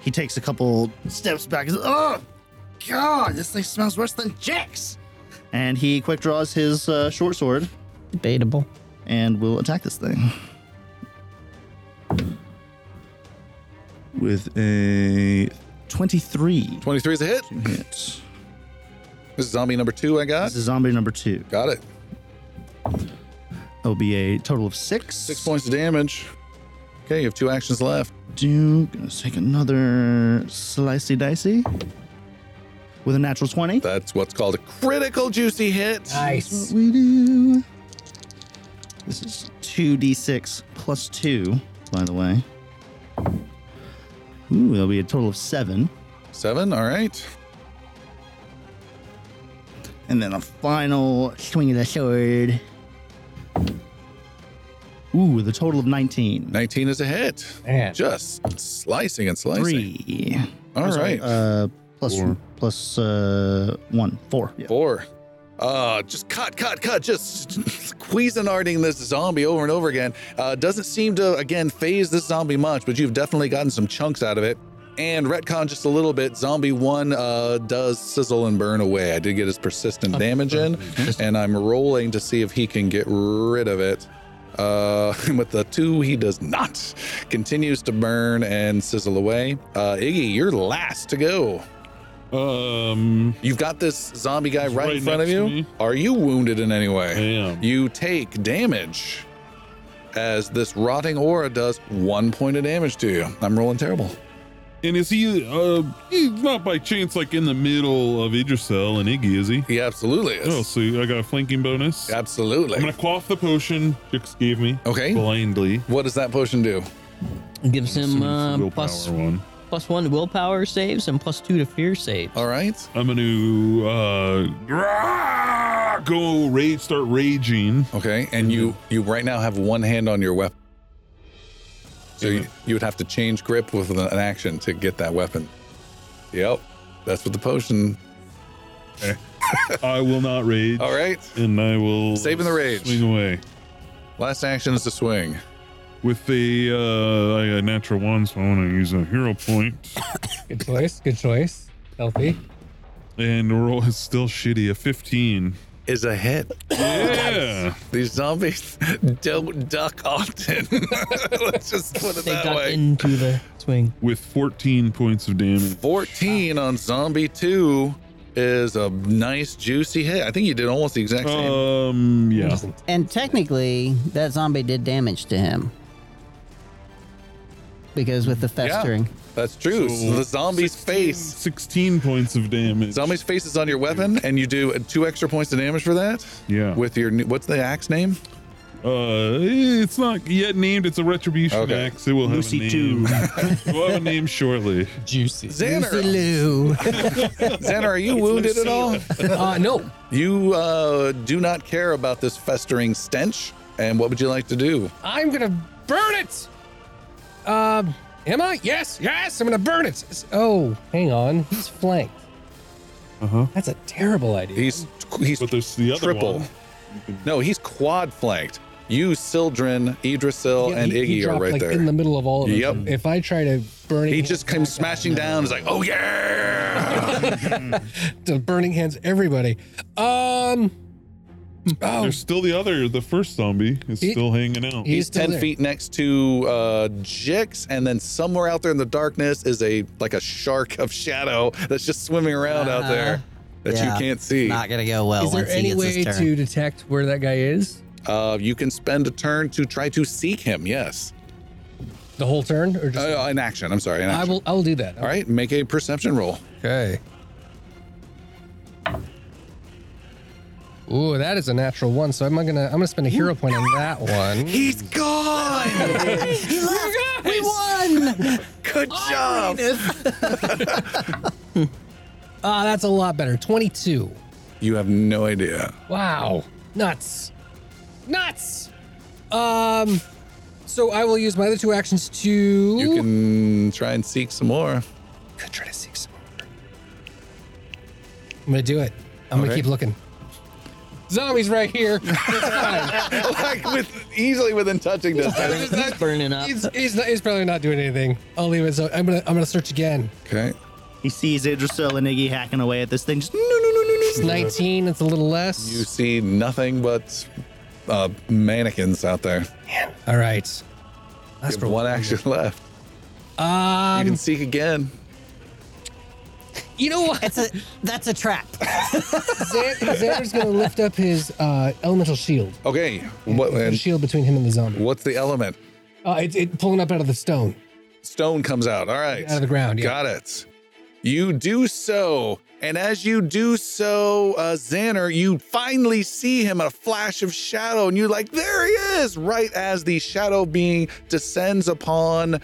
Speaker 3: he takes a couple steps back. He's, oh, God, this thing smells worse than Jack's. And he quick draws his uh, short sword.
Speaker 9: Debatable.
Speaker 3: And will attack this thing. With a 23.
Speaker 1: 23 is a hit.
Speaker 3: Hit.
Speaker 1: This is zombie number two I got.
Speaker 3: This is zombie number two.
Speaker 1: Got it.
Speaker 3: It'll be a total of six. Six
Speaker 1: points of damage. Okay, you have two actions left.
Speaker 3: Do gonna take another slicey dicey with a natural twenty.
Speaker 1: That's what's called a critical juicy hit.
Speaker 3: That's what we do. This is two d six plus two. By the way, ooh, that'll be a total of seven.
Speaker 1: Seven. All right.
Speaker 3: And then a final swing of the sword. Ooh, with a total of nineteen.
Speaker 1: 19 is a hit. Just slicing and slicing.
Speaker 3: Three.
Speaker 1: All
Speaker 3: I'm sorry,
Speaker 1: right.
Speaker 3: Uh, plus
Speaker 1: Four.
Speaker 3: plus, uh, one, four. Yeah.
Speaker 1: Four. Uh, just cut, cut, cut, just cuisinarting this zombie over and over again. Uh, doesn't seem to, again, phase this zombie much, but you've definitely gotten some chunks out of it. And retcon just a little bit. Zombie one uh, does sizzle and burn away. I did get his persistent damage in, and I'm rolling to see if he can get rid of it. Uh, (laughs) with the two, he does not. Continues to burn and sizzle away. Uh, Iggy, you're last to go.
Speaker 23: Um,
Speaker 1: You've got this zombie guy right,
Speaker 23: right
Speaker 1: in front of
Speaker 23: next to
Speaker 1: you.
Speaker 23: me.
Speaker 1: Are you wounded in any way?
Speaker 23: I am.
Speaker 1: You take damage as this rotting aura does one point of damage to you. I'm rolling terrible.
Speaker 4: And is he? Uh, he's not by chance like in the middle of Idrisel and Iggy, is he?
Speaker 1: He absolutely is.
Speaker 4: Oh, so I got a flanking bonus.
Speaker 1: Absolutely.
Speaker 4: I'm gonna quaff the potion Jix gave me.
Speaker 1: Okay.
Speaker 4: Blindly.
Speaker 1: What does that potion do?
Speaker 2: Gives him uh, plus
Speaker 4: one.
Speaker 2: plus one to willpower saves and plus two to fear saves.
Speaker 1: All right.
Speaker 4: I'm gonna uh, rah, go rage, start raging.
Speaker 1: Okay, and you you right now have one hand on your weapon. So you, you would have to change grip with an an action to get that weapon. Yep, that's what the potion.
Speaker 4: (laughs) I will not rage.
Speaker 1: All right,
Speaker 4: and I will
Speaker 1: Saving the rage.
Speaker 4: Swing away
Speaker 1: last action is to swing.
Speaker 4: with the uh, I got natural one, so I want to use a hero point.
Speaker 5: Good choice. Good choice. Healthy.
Speaker 4: And roll is still shitty. A 15.
Speaker 1: Is a hit.
Speaker 4: Yeah.
Speaker 1: These zombies (laughs) don't duck often. (laughs) Let's just put it
Speaker 2: They
Speaker 1: that
Speaker 2: duck
Speaker 1: way.
Speaker 2: into the swing.
Speaker 4: With 14 points of damage.
Speaker 1: 14 on zombie 2 is a nice juicy hit. I think you did almost the exact same.
Speaker 4: Um, yeah.
Speaker 9: And technically, that zombie did damage to him. Because with the festering.
Speaker 1: That's true. So the zombie's face.
Speaker 4: 16 points of damage.
Speaker 1: Zombie's face is on your weapon, and you do two extra points of damage for that.
Speaker 4: Yeah.
Speaker 1: With your new, what's the axe name?
Speaker 4: Uh, it's not yet named. It's a retribution
Speaker 1: Okay.
Speaker 4: axe. It will have
Speaker 1: Lucy
Speaker 4: a (laughs)
Speaker 1: two.
Speaker 4: name. we'll have a name shortly.
Speaker 5: Juicy.
Speaker 1: Xander. Xander, are you wounded at all?
Speaker 5: Uh, no.
Speaker 1: (laughs) You uh, do not care about this festering stench. And what would you like to do?
Speaker 5: I'm gonna burn it. Um, am I? Yes, yes. I'm gonna burn it. S- Oh, hang on. He's flanked.
Speaker 4: Uh
Speaker 1: Uh-huh.
Speaker 4: huh.
Speaker 5: That's a terrible idea.
Speaker 1: He's he's
Speaker 4: But there's the other
Speaker 1: triple.
Speaker 4: one.
Speaker 1: No, he's quad flanked. You, Sildren, Yggdrasil,
Speaker 5: Yeah,
Speaker 1: and
Speaker 5: he-
Speaker 1: Iggy are
Speaker 5: he dropped,
Speaker 1: right
Speaker 5: like,
Speaker 1: there.
Speaker 5: in the middle of all of
Speaker 1: Yep.
Speaker 5: them. If I try to burn
Speaker 1: he
Speaker 5: it,
Speaker 1: just came smashing down. He's like, oh yeah.
Speaker 5: to burning hands everybody. Um. Oh,
Speaker 4: There's still the other. The first zombie is
Speaker 5: He-
Speaker 4: still hanging out.
Speaker 5: he-
Speaker 1: He's,
Speaker 5: He's still
Speaker 1: ten
Speaker 5: there.
Speaker 1: feet next to uh, Jix, and then somewhere out there in the darkness is a like a shark of shadow that's just swimming around out
Speaker 5: Uh-huh.
Speaker 1: there that
Speaker 9: yeah.
Speaker 1: you can't see.
Speaker 9: Not going to go well
Speaker 5: is there
Speaker 9: Oh, once he
Speaker 5: any
Speaker 9: gets
Speaker 5: way
Speaker 9: his turn.
Speaker 5: to detect where that guy is?
Speaker 1: Uh, you can spend a turn to try to seek him. Yes,
Speaker 5: The whole turn, or just?
Speaker 1: uh, an action. I'm sorry. An
Speaker 5: I
Speaker 1: action.
Speaker 5: will. I will do that.
Speaker 1: All right, make a perception roll.
Speaker 5: Okay. Ooh, that is a natural one. So I'm not gonna. I'm gonna spend a hero point on that one.
Speaker 1: He's gone.
Speaker 9: He left! We won!
Speaker 1: Good job.
Speaker 5: (laughs) Ah, that's a lot better. Twenty-two.
Speaker 1: You have no idea.
Speaker 5: Wow. Nuts. Nuts. Um. So I will use my other two actions to.
Speaker 1: You can try and seek some more.
Speaker 5: Could try to seek some more. I'm gonna do it. I'm gonna
Speaker 1: Okay.
Speaker 5: keep looking. Zombies right here.
Speaker 1: (laughs) like with easily within touching distance.
Speaker 2: He's burning up.
Speaker 5: he's, he's, not, he's probably not doing anything. I'll leave it. So I'm gonna I'm gonna search again.
Speaker 1: Okay.
Speaker 7: He sees Idrisil and Iggy hacking away at this thing. Just mm. no, no, no, no, no.
Speaker 5: It's 19. It's a little less.
Speaker 1: You see nothing but uh, mannequins out there.
Speaker 5: All right.
Speaker 1: You
Speaker 5: That's
Speaker 1: have
Speaker 5: for
Speaker 1: one action left.
Speaker 5: Um,
Speaker 1: You can seek again.
Speaker 5: you know what?
Speaker 9: That's a, that's
Speaker 5: (laughs)
Speaker 9: a trap.
Speaker 5: Xan- Xander's gonna lift up his uh, elemental shield.
Speaker 1: Okay. What?
Speaker 5: Put a
Speaker 1: And
Speaker 5: shield between him and the zombie.
Speaker 1: what's the element?
Speaker 5: Uh, it's it pulling up out of the stone,
Speaker 1: Stone comes out. All right.
Speaker 5: out of the ground. Yeah.
Speaker 1: Got it. You do so. And as you do so, uh, Xanner, you finally see him in a flash of shadow, and you're like, there he is, right as the shadow being descends upon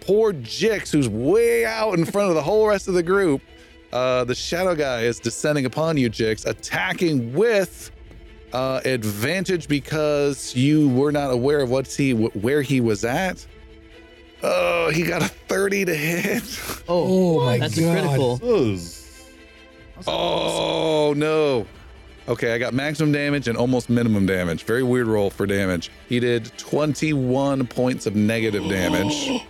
Speaker 1: poor Jix, who's way out in front of the whole rest of the group. Uh, the shadow guy is descending upon you, Jix, attacking with uh, advantage because you were not aware of what's he, where he was at. Oh, he got a 30 to hit.
Speaker 5: Oh, my
Speaker 2: That's
Speaker 5: god.
Speaker 2: a critical.
Speaker 1: Oh no. Okay, I got maximum damage and almost minimum damage. Very weird roll for damage. He did 21 points of negative damage.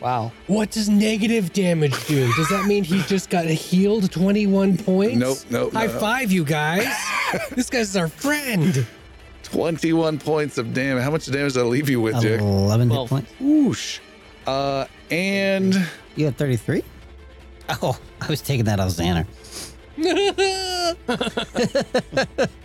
Speaker 2: Wow.
Speaker 5: What does negative damage do? Does that mean he just got healed 21 points?
Speaker 1: Nope, nope,
Speaker 5: High
Speaker 1: no.
Speaker 5: five, you
Speaker 1: (laughs)
Speaker 5: guys. this guy's our friend.
Speaker 1: 21 points of damage. How much damage did I leave you with, Dick?
Speaker 9: 11 hit
Speaker 2: Well-
Speaker 9: points.
Speaker 1: Whoosh. Uh, and
Speaker 9: You had 33? Oh, I was taking that out of Xander.
Speaker 1: Uh,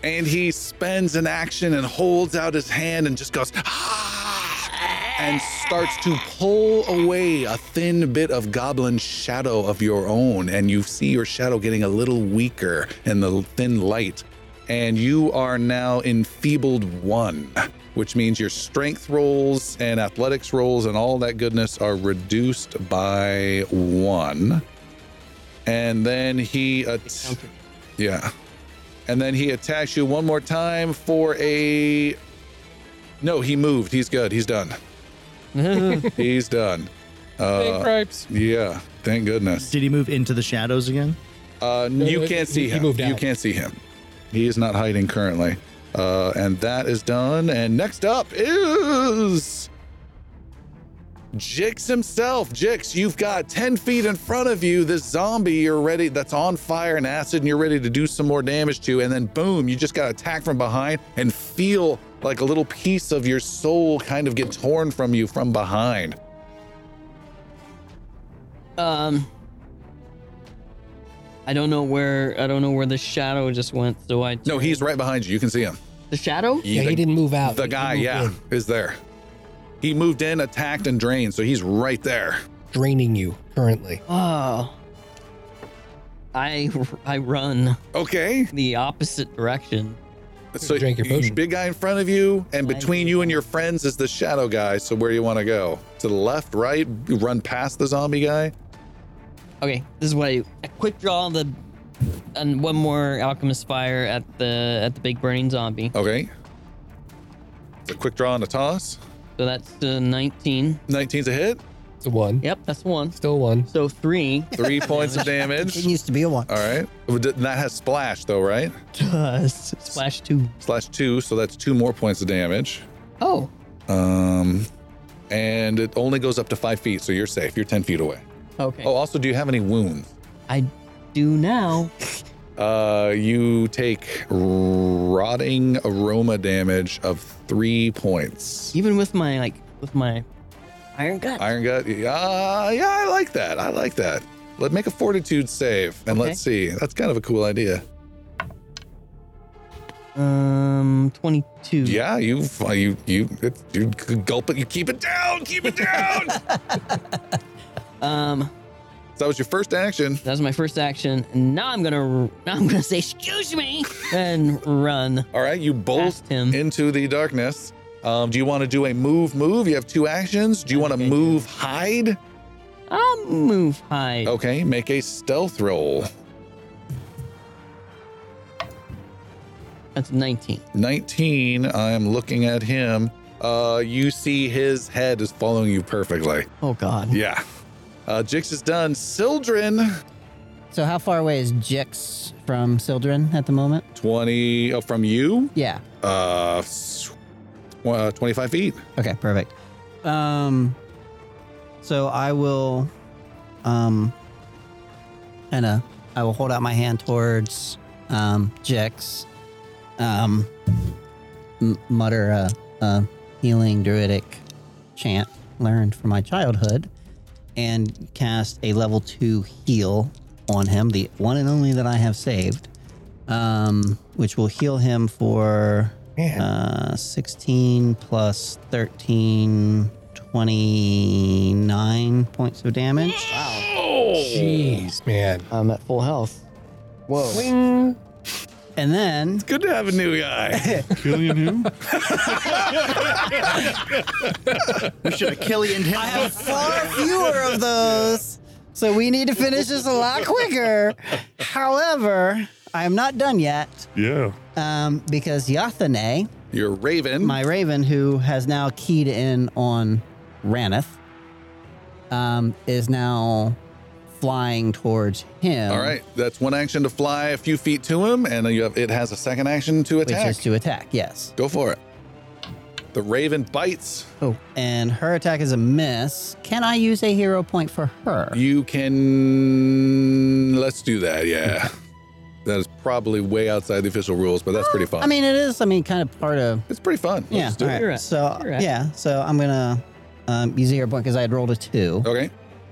Speaker 1: and he spends an action and holds out his hand and just goes ah, and starts to pull away a thin bit of goblin shadow of your own, and you see your shadow getting a little weaker in the thin light. And you are now enfeebled one, which means your strength rolls and athletics rolls and all that goodness are reduced by one. And then he. At- yeah. And then he attacks you one more time for a. No, he moved. He's good. He's done. He's done.
Speaker 63: Big gripes.
Speaker 1: Yeah. Thank goodness.
Speaker 7: Did he move into the shadows again?
Speaker 1: Uh,
Speaker 7: No,
Speaker 1: you
Speaker 7: he-
Speaker 1: can't see
Speaker 7: he- he
Speaker 1: him.
Speaker 7: moved
Speaker 1: You
Speaker 7: out.
Speaker 1: can't see him. He is not hiding currently. Uh, and that is done. And next up is Jix himself. Jix, you've got 10 feet in front of you this zombie you're ready that's on fire and acid and you're ready to do some more damage to. And then boom, you just got attacked from behind and feel like a little piece of your soul kind of get torn from you from behind.
Speaker 2: Um, I don't know where I don't know where the shadow just went. So I
Speaker 1: No, he's right behind you. You can see him.
Speaker 2: the shadow.
Speaker 1: Yeah, he didn't
Speaker 5: move out.
Speaker 1: The guy, yeah, is there. He moved in, attacked, and drained, so he's right there.
Speaker 5: draining you currently.
Speaker 2: Oh. I I run.
Speaker 1: Okay.
Speaker 2: The opposite direction.
Speaker 1: So big guy in front of you, and between you and your friends is the shadow guy. So where you want to go? To the left, right? You run past the zombie guy.
Speaker 2: Okay, this is what I, I quick draw the and one more alchemist fire at the at the big burning zombie.
Speaker 1: Okay. It's a quick draw and a toss.
Speaker 2: So that's the 19.
Speaker 1: 19's a hit.
Speaker 5: It's a one.
Speaker 2: Yep, that's one.
Speaker 5: Still one.
Speaker 2: So three.
Speaker 1: Three points of damage. It
Speaker 9: used to be a one.
Speaker 1: All right. Well, d- That has splash though, right?
Speaker 2: Does splash two.
Speaker 1: Slash two, so that's two more points of damage.
Speaker 2: Oh.
Speaker 1: Um, and it only goes up to five feet, so you're safe. You're ten feet away.
Speaker 2: Okay.
Speaker 1: Oh, also, do you have any wounds?
Speaker 2: I do now.
Speaker 1: Uh, you take rotting aroma damage of three points.
Speaker 2: Even with my like with my iron gut.
Speaker 1: Iron gut. Yeah, yeah, I like that. I like that. Let make a fortitude save, and
Speaker 2: Okay.
Speaker 1: let's see. That's kind of a cool idea.
Speaker 2: Um, 22.
Speaker 1: Yeah, you, you, you, it, you gulp it. You keep it down. Keep it down.
Speaker 2: Um,
Speaker 1: that was your first action. That
Speaker 2: was my first action. And now I'm gonna r- now I'm gonna say excuse me and run.
Speaker 1: All right, you bolt into the darkness. Um, do you want to do a move? Move. You have two actions. Do you want to move? Hide.
Speaker 2: I'll move hide.
Speaker 1: Okay, make a stealth roll.
Speaker 2: That's 19.
Speaker 1: 19. I'm looking at him. Uh, you see his head is following you perfectly.
Speaker 9: Oh, God.
Speaker 1: Yeah. Uh, Jix is done. Sildren,
Speaker 9: So, how far away is Jix from Sildren at the moment?
Speaker 1: 20 oh, from you.
Speaker 9: Yeah.
Speaker 1: Uh, s- uh, 25 feet.
Speaker 9: Okay, perfect. Um, so I will, um, and uh, I will hold out my hand towards um Jex, um, m- mutter a, a healing druidic chant learned from my childhood, and cast a level two heal on him, the one and only that I have saved, um, which will heal him for uh, 16 plus 13, 29 points of damage.
Speaker 5: Jeez, man.
Speaker 9: I'm at full health. Whoa. And then. It's
Speaker 1: good to have a new (laughs) guy.
Speaker 4: Killian who?
Speaker 7: We should have Killian him.
Speaker 9: I have far fewer of those. So we need to finish this a lot quicker. However, I am not done yet
Speaker 4: (laughs) Yeah.
Speaker 9: um, because Yathane,
Speaker 1: Your raven.
Speaker 9: my raven, who has now keyed in on Raneth, um, is now flying towards him.
Speaker 1: All right. That's one action to fly a few feet to him, and you have, it has a second action to
Speaker 9: Which
Speaker 1: attack.
Speaker 9: is to attack, yes.
Speaker 1: Go for it. The raven bites.
Speaker 9: Oh, and her attack is a miss. Can I use a hero point for her?
Speaker 1: You can. Let's do that.
Speaker 9: (laughs)
Speaker 1: Yeah. that is probably way outside the official rules, but that's pretty fun.
Speaker 9: I mean, it is. I mean, kind of part of.
Speaker 1: It's pretty fun. Let's
Speaker 9: Yeah.
Speaker 1: just do
Speaker 9: all
Speaker 1: it.
Speaker 9: right.
Speaker 1: You're right.
Speaker 9: So
Speaker 1: You're right. Oh.
Speaker 9: yeah. So I'm gonna um, use a hero point because I had rolled a two.
Speaker 1: Okay.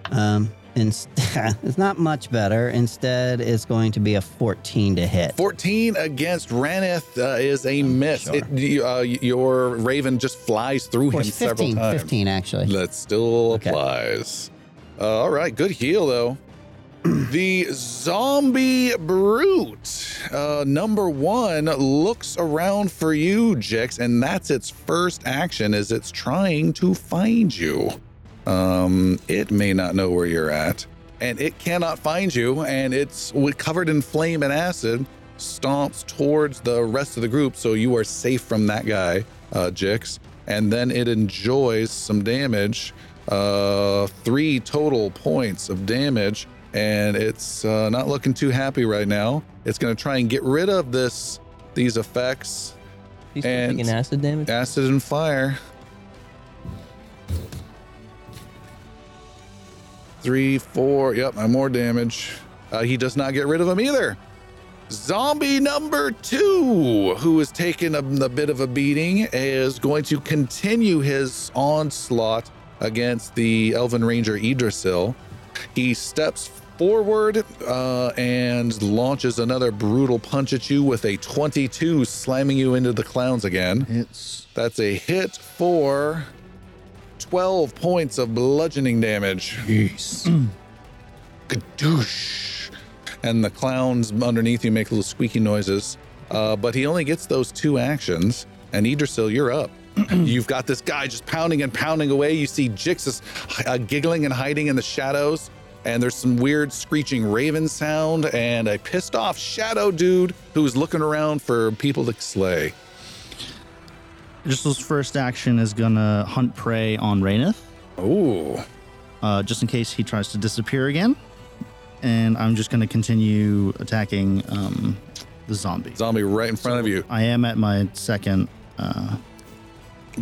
Speaker 9: Um, Inst- (laughs) it's not much better. Instead, it's going to be a 14 to hit.
Speaker 1: 14 against Raneth uh, is a miss.
Speaker 9: Oh, sure.
Speaker 1: It, you, uh, your raven just flies through him
Speaker 9: Or 15,
Speaker 1: several times.
Speaker 9: 15 actually.
Speaker 1: That still applies. Uh, all right, good heal though. (clears throat) the zombie brute uh, number one looks around for you, Jix, and that's its first action. Is it's trying to find you. Um, it may not know where you're at, and it cannot find you, and it's w- covered in flame and acid. Stomps towards the rest of the group, so you are safe from that guy, uh, Jix. And then it enjoys some damage, uh, three total points of damage, and it's uh, not looking too happy right now. It's going to try and get rid of this these effects.
Speaker 64: He's still taking acid damage?
Speaker 1: Acid and fire. Three, four. Yep, and more damage. Uh, he does not get rid of him either. Zombie number two, who is taking a, a bit of a beating, is going to continue his onslaught against the Elven Ranger Idrisil. He steps forward uh, and launches another brutal punch at you with a 22, slamming you into the clowns again.
Speaker 7: It's
Speaker 1: That's a hit for 12 points of bludgeoning damage. Kadoosh. And the clowns underneath you make little squeaky noises. Uh, but he only gets those two actions. And Idrisil, you're up. (clears throat) You've got this guy just pounding and pounding away. You see Jix is uh, giggling and hiding in the shadows. And there's some weird screeching raven sound and a pissed off shadow dude who's looking around for people to slay.
Speaker 7: Drissel's first action is gonna hunt prey on Raynith.
Speaker 1: Ooh.
Speaker 7: Uh, just in case he tries to disappear again. And I'm just gonna continue attacking um, the zombie.
Speaker 1: Zombie right in front of you.
Speaker 7: I am at my second. Uh,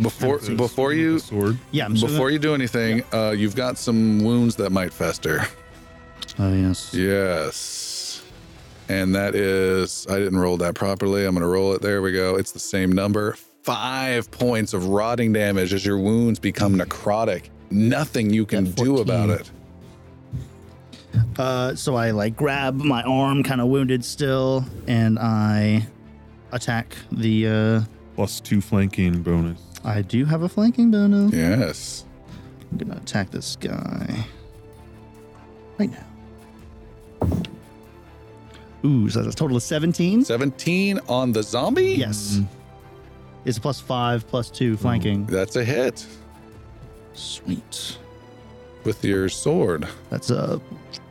Speaker 1: Before before you
Speaker 4: sword.
Speaker 7: Yeah, I'm still
Speaker 1: Before you do anything, uh, you've got some wounds that might fester.
Speaker 7: oh, yes.
Speaker 1: Yes. And that is I didn't roll that properly. I'm gonna roll it. There we go. It's the same number. Five points of rotting damage as your wounds become necrotic. Nothing you can do about it.
Speaker 7: Uh, so I like grab my arm, kind of wounded still, and I attack the. Uh,
Speaker 4: Plus two flanking bonus.
Speaker 7: I do have a flanking bonus.
Speaker 1: Yes.
Speaker 7: I'm gonna attack this guy right now. Ooh, so that's a total of 17.
Speaker 1: 17 on the zombie?
Speaker 7: Yes.
Speaker 1: Mm-hmm.
Speaker 7: It's plus five, plus two flanking.
Speaker 1: That's a hit. Oh,
Speaker 7: Sweet.
Speaker 1: With your sword.
Speaker 7: That's a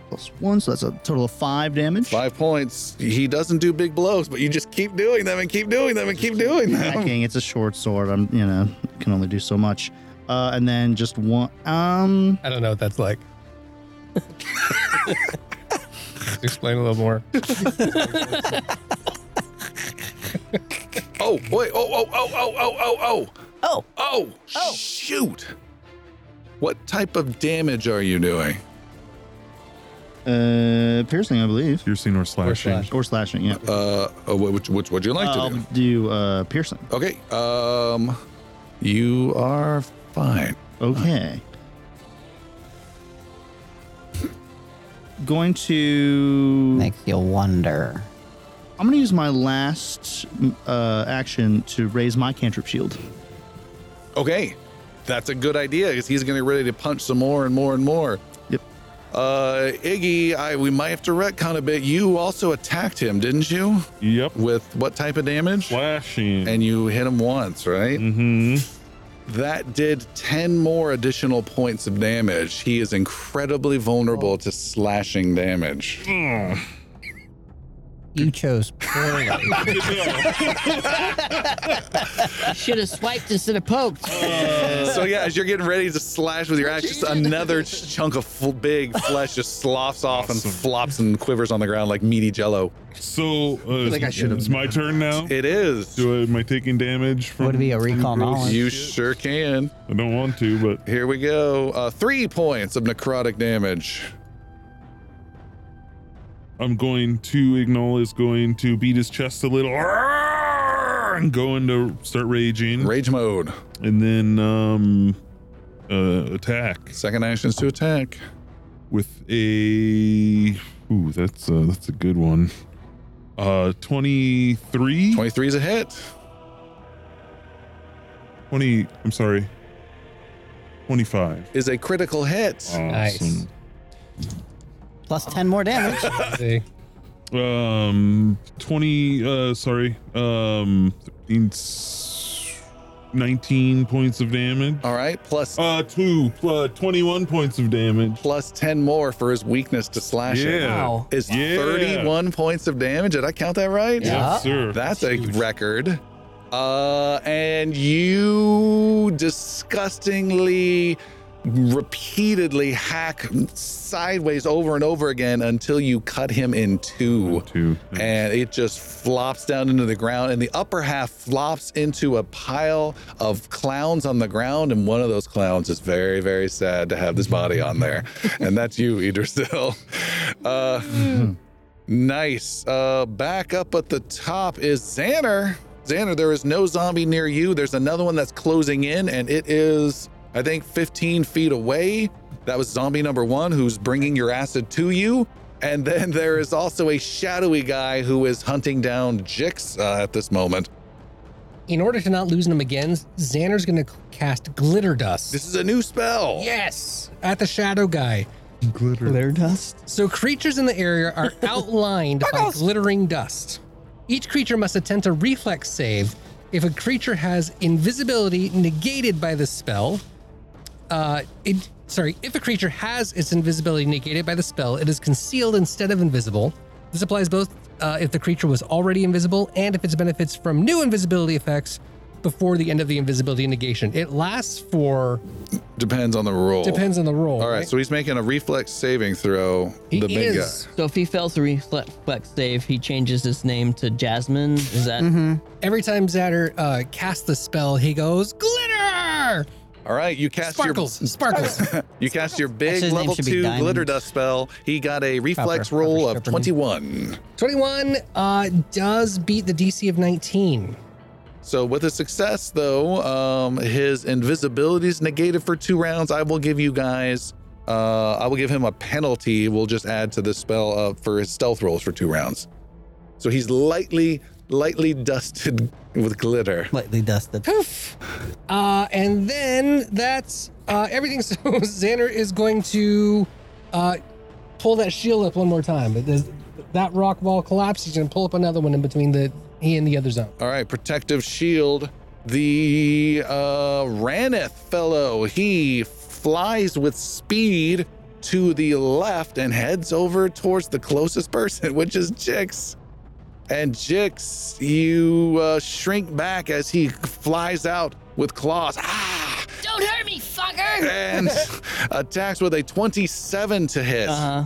Speaker 7: plus one, so that's a total of five damage.
Speaker 1: Five points. He doesn't do big blows, but you just keep doing them and keep doing them and keep doing them.
Speaker 7: Attacking, it's a short sword. I'm, you know, it can only do so much. Uh, and then just one. Um,
Speaker 5: I don't know what that's (laughs) like. Explain a little (laughs) more.
Speaker 1: Oh, wait. Oh, oh, oh, oh, oh, oh, oh.
Speaker 64: Oh,
Speaker 1: Oh, shoot. What type of damage are you doing?
Speaker 7: uh, piercing, I believe,
Speaker 4: Piercing or slashing.
Speaker 7: or slashing. Yeah,
Speaker 1: Uh, uh, wh- which which would you like
Speaker 7: I'll
Speaker 1: to do?
Speaker 7: do uh, piercing.
Speaker 1: Okay. Um, you are fine.
Speaker 7: Okay. Going to.
Speaker 9: Makes you wonder.
Speaker 7: I'm going to use my last uh, action to raise my cantrip shield.
Speaker 1: Okay, that's a good idea because he's going to get ready to punch some more and more and more.
Speaker 7: Yep.
Speaker 1: Uh, Iggy, I we might have to retcon a bit. You also attacked him, didn't you?
Speaker 4: Yep.
Speaker 1: With what type of damage?
Speaker 4: Slashing.
Speaker 1: And you hit him once, right?
Speaker 4: mm-hmm.
Speaker 1: That did 10 more additional points of damage. He is incredibly vulnerable to slashing damage.
Speaker 65: You chose poorly.
Speaker 2: Should have swiped instead of poked.
Speaker 1: so yeah, as you're getting ready to slash with your axe, just another chunk of f- big flesh just slops off
Speaker 4: Awesome.
Speaker 1: and flops and quivers on the ground like meaty jello.
Speaker 4: So uh,
Speaker 5: like I should've-
Speaker 4: it's my
Speaker 1: (laughs)
Speaker 4: turn now.
Speaker 1: It is.
Speaker 4: Do I, am I taking damage from?
Speaker 65: Would be a recall knowledge.
Speaker 1: You sure can.
Speaker 4: I don't want to, but
Speaker 1: Here we go. Uh, three points of necrotic damage.
Speaker 4: I'm going to. Ignol is going to beat his chest a little. "Arrgh!" And going to start raging,
Speaker 1: Rage mode.
Speaker 4: and then um, uh, attack.
Speaker 1: Second actions to attack.
Speaker 23: with a ooh, that's uh, that's a good one. Uh, twenty three.
Speaker 1: Twenty three is a hit.
Speaker 23: Twenty. I'm sorry. Twenty five
Speaker 1: is a critical hit.
Speaker 23: Awesome. Nice.
Speaker 9: Plus ten more damage.
Speaker 23: um, twenty. Uh, sorry. Um, 13, 19 points of damage.
Speaker 1: All right, plus
Speaker 23: uh two, uh, 21 points of damage.
Speaker 1: Plus 10 more for his weakness to slashing.
Speaker 23: Yeah. Wow.
Speaker 1: Is
Speaker 23: yeah.
Speaker 1: 31 points of damage. Did I count that right?
Speaker 23: Yeah, yes, sir.
Speaker 1: That's, That's a huge. record. Uh and you disgustingly repeatedly hack sideways over and over again until you cut him in two.
Speaker 23: two.
Speaker 1: And it just flops down into the ground, and the upper half flops into a pile of clowns on the ground. And one of those clowns is very, very sad to have this body on there. and that's you, Idrisil. Uh, mm-hmm. nice. Uh, back up at the top is Xander. Xander, there is no zombie near you. There's another one that's closing in, and it is I think 15 feet away. That was zombie number one who's bringing your acid to you. And then (laughs) there is also a shadowy guy who is hunting down Jix uh, at this moment.
Speaker 5: In order to not lose them again, Xander's going to cast Glitter Dust.
Speaker 1: This is a new spell.
Speaker 5: Yes, at the shadow guy.
Speaker 23: Glitter,
Speaker 9: glitter dust.
Speaker 5: So creatures in the area are outlined by glittering dust. Each creature must attempt a reflex save. If a creature has invisibility negated by the spell, uh, it, sorry, if a creature has its invisibility negated by the spell, it is concealed instead of invisible. This applies both uh, if the creature was already invisible and if it benefits from new invisibility effects before the end of the invisibility negation. It lasts for.
Speaker 1: Depends on the roll.
Speaker 5: Depends on the roll.
Speaker 1: All right, right? so he's making a reflex saving throw.
Speaker 2: He
Speaker 1: the big
Speaker 2: is. Guy. So if he fails the reflex save, he changes his name to Jasmine. Is that. Mm-hmm.
Speaker 5: Every time Zatter uh, casts the spell, he goes, Glitter!
Speaker 1: All right, you cast (laughs)
Speaker 5: sparkles,
Speaker 1: your
Speaker 5: sparkles.
Speaker 1: you cast your big level two glitter dust spell. He got a reflex Proper, roll of twenty one.
Speaker 5: Twenty one uh, does beat the DC of nineteen.
Speaker 1: So with a success, though, um, his invisibility is negated for two rounds. I will give you guys. Uh, I will give him a penalty. We'll just add to the spell uh, for his stealth rolls for two rounds. So he's lightly lightly dusted (laughs) with glitter.
Speaker 9: Lightly dusted.
Speaker 5: Poof. Uh, and then that's uh, everything. (laughs) So Xander is going to uh, pull that shield up one more time. Does, that rock wall collapses. He's going to pull up another one in between the he and the other zone.
Speaker 1: All right, protective shield. The uh, Raneth fellow. He flies with speed to the left and heads over towards the closest person, (laughs) which is Jix. And Jix, you uh, shrink back as he flies out with claws. Ah!
Speaker 14: Don't hurt me, fucker! (laughs)
Speaker 1: And attacks with a 27 to hit.
Speaker 2: Uh-huh.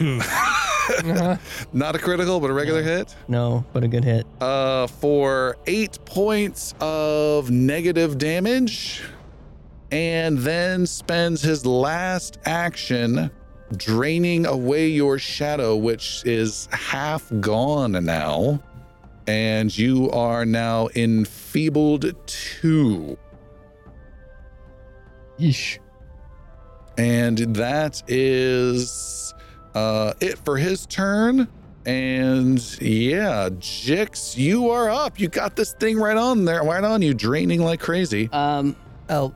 Speaker 1: uh-huh. Not a critical, but a regular
Speaker 2: no.
Speaker 1: hit.
Speaker 2: No, but a good hit.
Speaker 1: Uh, for eight points of negative damage, and then spends his last action draining away your shadow, which is half gone now. And you are now enfeebled two.
Speaker 5: Yeesh.
Speaker 1: And that is uh, it for his turn. And yeah, Jix, you are up. You got this thing right on there, right on you, draining like crazy.
Speaker 2: Uh,
Speaker 9: Um, oh,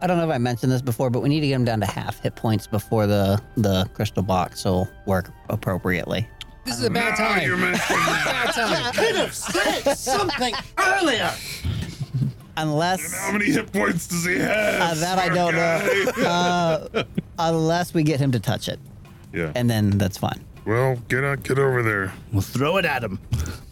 Speaker 9: I don't know if I mentioned this before, but we need to get him down to half hit points before the the crystal box will work appropriately.
Speaker 5: This is a bad time. (laughs) bad time.
Speaker 48: I could have
Speaker 2: (laughs)
Speaker 48: said something earlier.
Speaker 9: Unless
Speaker 4: how many hit points does he have?
Speaker 9: Uh, that I don't know. Uh, unless we get him to touch it.
Speaker 23: Yeah.
Speaker 9: And then that's fine.
Speaker 4: Well, get out, get over there.
Speaker 3: We'll throw it at him.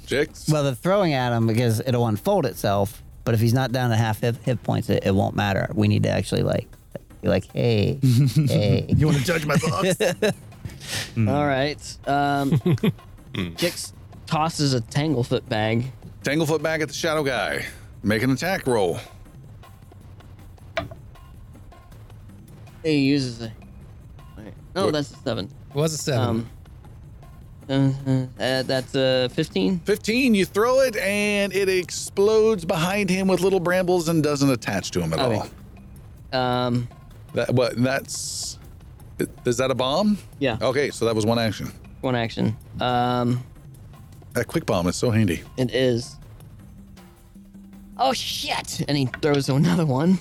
Speaker 1: Jix.
Speaker 9: Well, the throwing at him because it'll unfold itself but if he's not down to half hit, hit points, it, it, won't matter. We need to actually like be like, hey, hey.
Speaker 3: you want to judge my box?
Speaker 2: mm. All right. Um, Jix tosses a tanglefoot bag.
Speaker 1: Tanglefoot bag at the shadow guy. Make an attack roll.
Speaker 2: He uses a. Wait, no, what? Oh, that's a seven.
Speaker 5: It was a seven. Um,
Speaker 2: uh, uh, that's a uh, 15.
Speaker 1: 15. You throw it and it explodes behind him with little brambles and doesn't attach to him at okay. all.
Speaker 2: Um,
Speaker 1: that what that's Is that a bomb?
Speaker 2: Yeah.
Speaker 1: Okay, so that was one action.
Speaker 2: Oh. One action. Um,
Speaker 1: That quick bomb is so handy.
Speaker 2: it is. Oh shit! And he throws another one.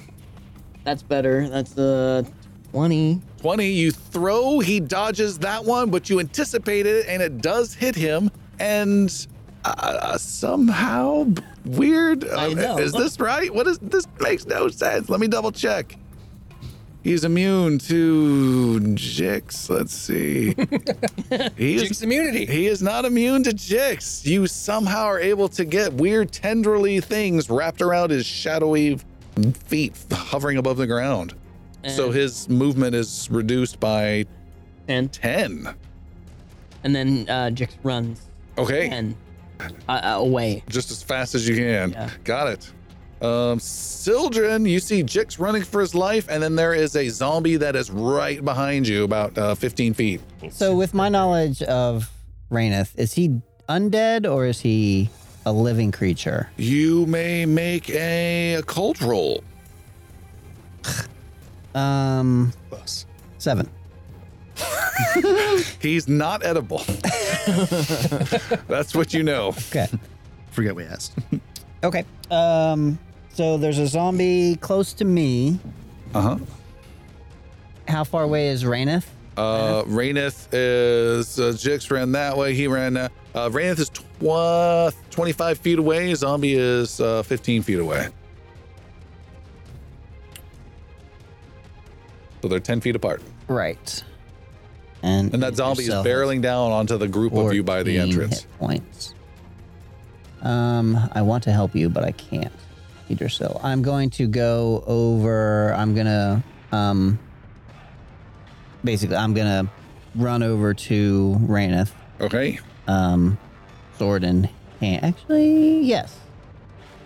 Speaker 2: That's better. That's the uh, twenty.
Speaker 1: 20, you throw, he dodges that one, but you anticipate it and it does hit him. And uh, somehow, b- weird.
Speaker 2: I
Speaker 1: uh,
Speaker 2: know.
Speaker 1: Is this right? What is this? Makes no sense. Let me double check. He's immune to Jix. Let's
Speaker 2: (laughs)
Speaker 1: see. He is-
Speaker 66: Jix immunity.
Speaker 1: He is not immune to Jix. You somehow are able to get weird, tenderly things wrapped around his shadowy feet hovering above the ground. so
Speaker 2: And-
Speaker 1: his movement is reduced by
Speaker 2: Ten.
Speaker 1: 10.
Speaker 2: And then uh, Jix runs.
Speaker 1: Okay.
Speaker 2: Ten. Uh, uh, away.
Speaker 1: Just as fast as you can.
Speaker 2: Yeah.
Speaker 1: Got it. Um, Sildren, you see Jix running for his life, and then there is a zombie that is right behind you, about uh, 15 feet.
Speaker 9: So, with my knowledge of Raineth, is he undead or is he a living creature?
Speaker 1: You may make a occult roll.
Speaker 9: Um, seven.
Speaker 1: He's not
Speaker 2: (laughs)
Speaker 1: edible. (laughs) That's what you know.
Speaker 9: Okay. (laughs)
Speaker 7: Forget we asked.
Speaker 9: Okay. Um, so there's a zombie close to me.
Speaker 1: Uh-huh.
Speaker 9: How far away is Raineth?
Speaker 1: Uh, Raineth is uh, Jix ran that way. He ran. Uh, uh, Raineth is tw- 25 feet away. Zombie is uh, 15 feet away. So they're 10 feet apart,
Speaker 9: Right. And,
Speaker 1: and that zombie is
Speaker 9: yourself
Speaker 1: barreling down onto the group of you by the
Speaker 9: 14
Speaker 1: entrance.
Speaker 9: hit points. Um, I want to help you, but I can't, Peter. So I'm going to go over. I'm gonna um. Basically, I'm gonna run over to Raineth.
Speaker 1: Okay.
Speaker 9: Um, sword in hand. Actually, yes.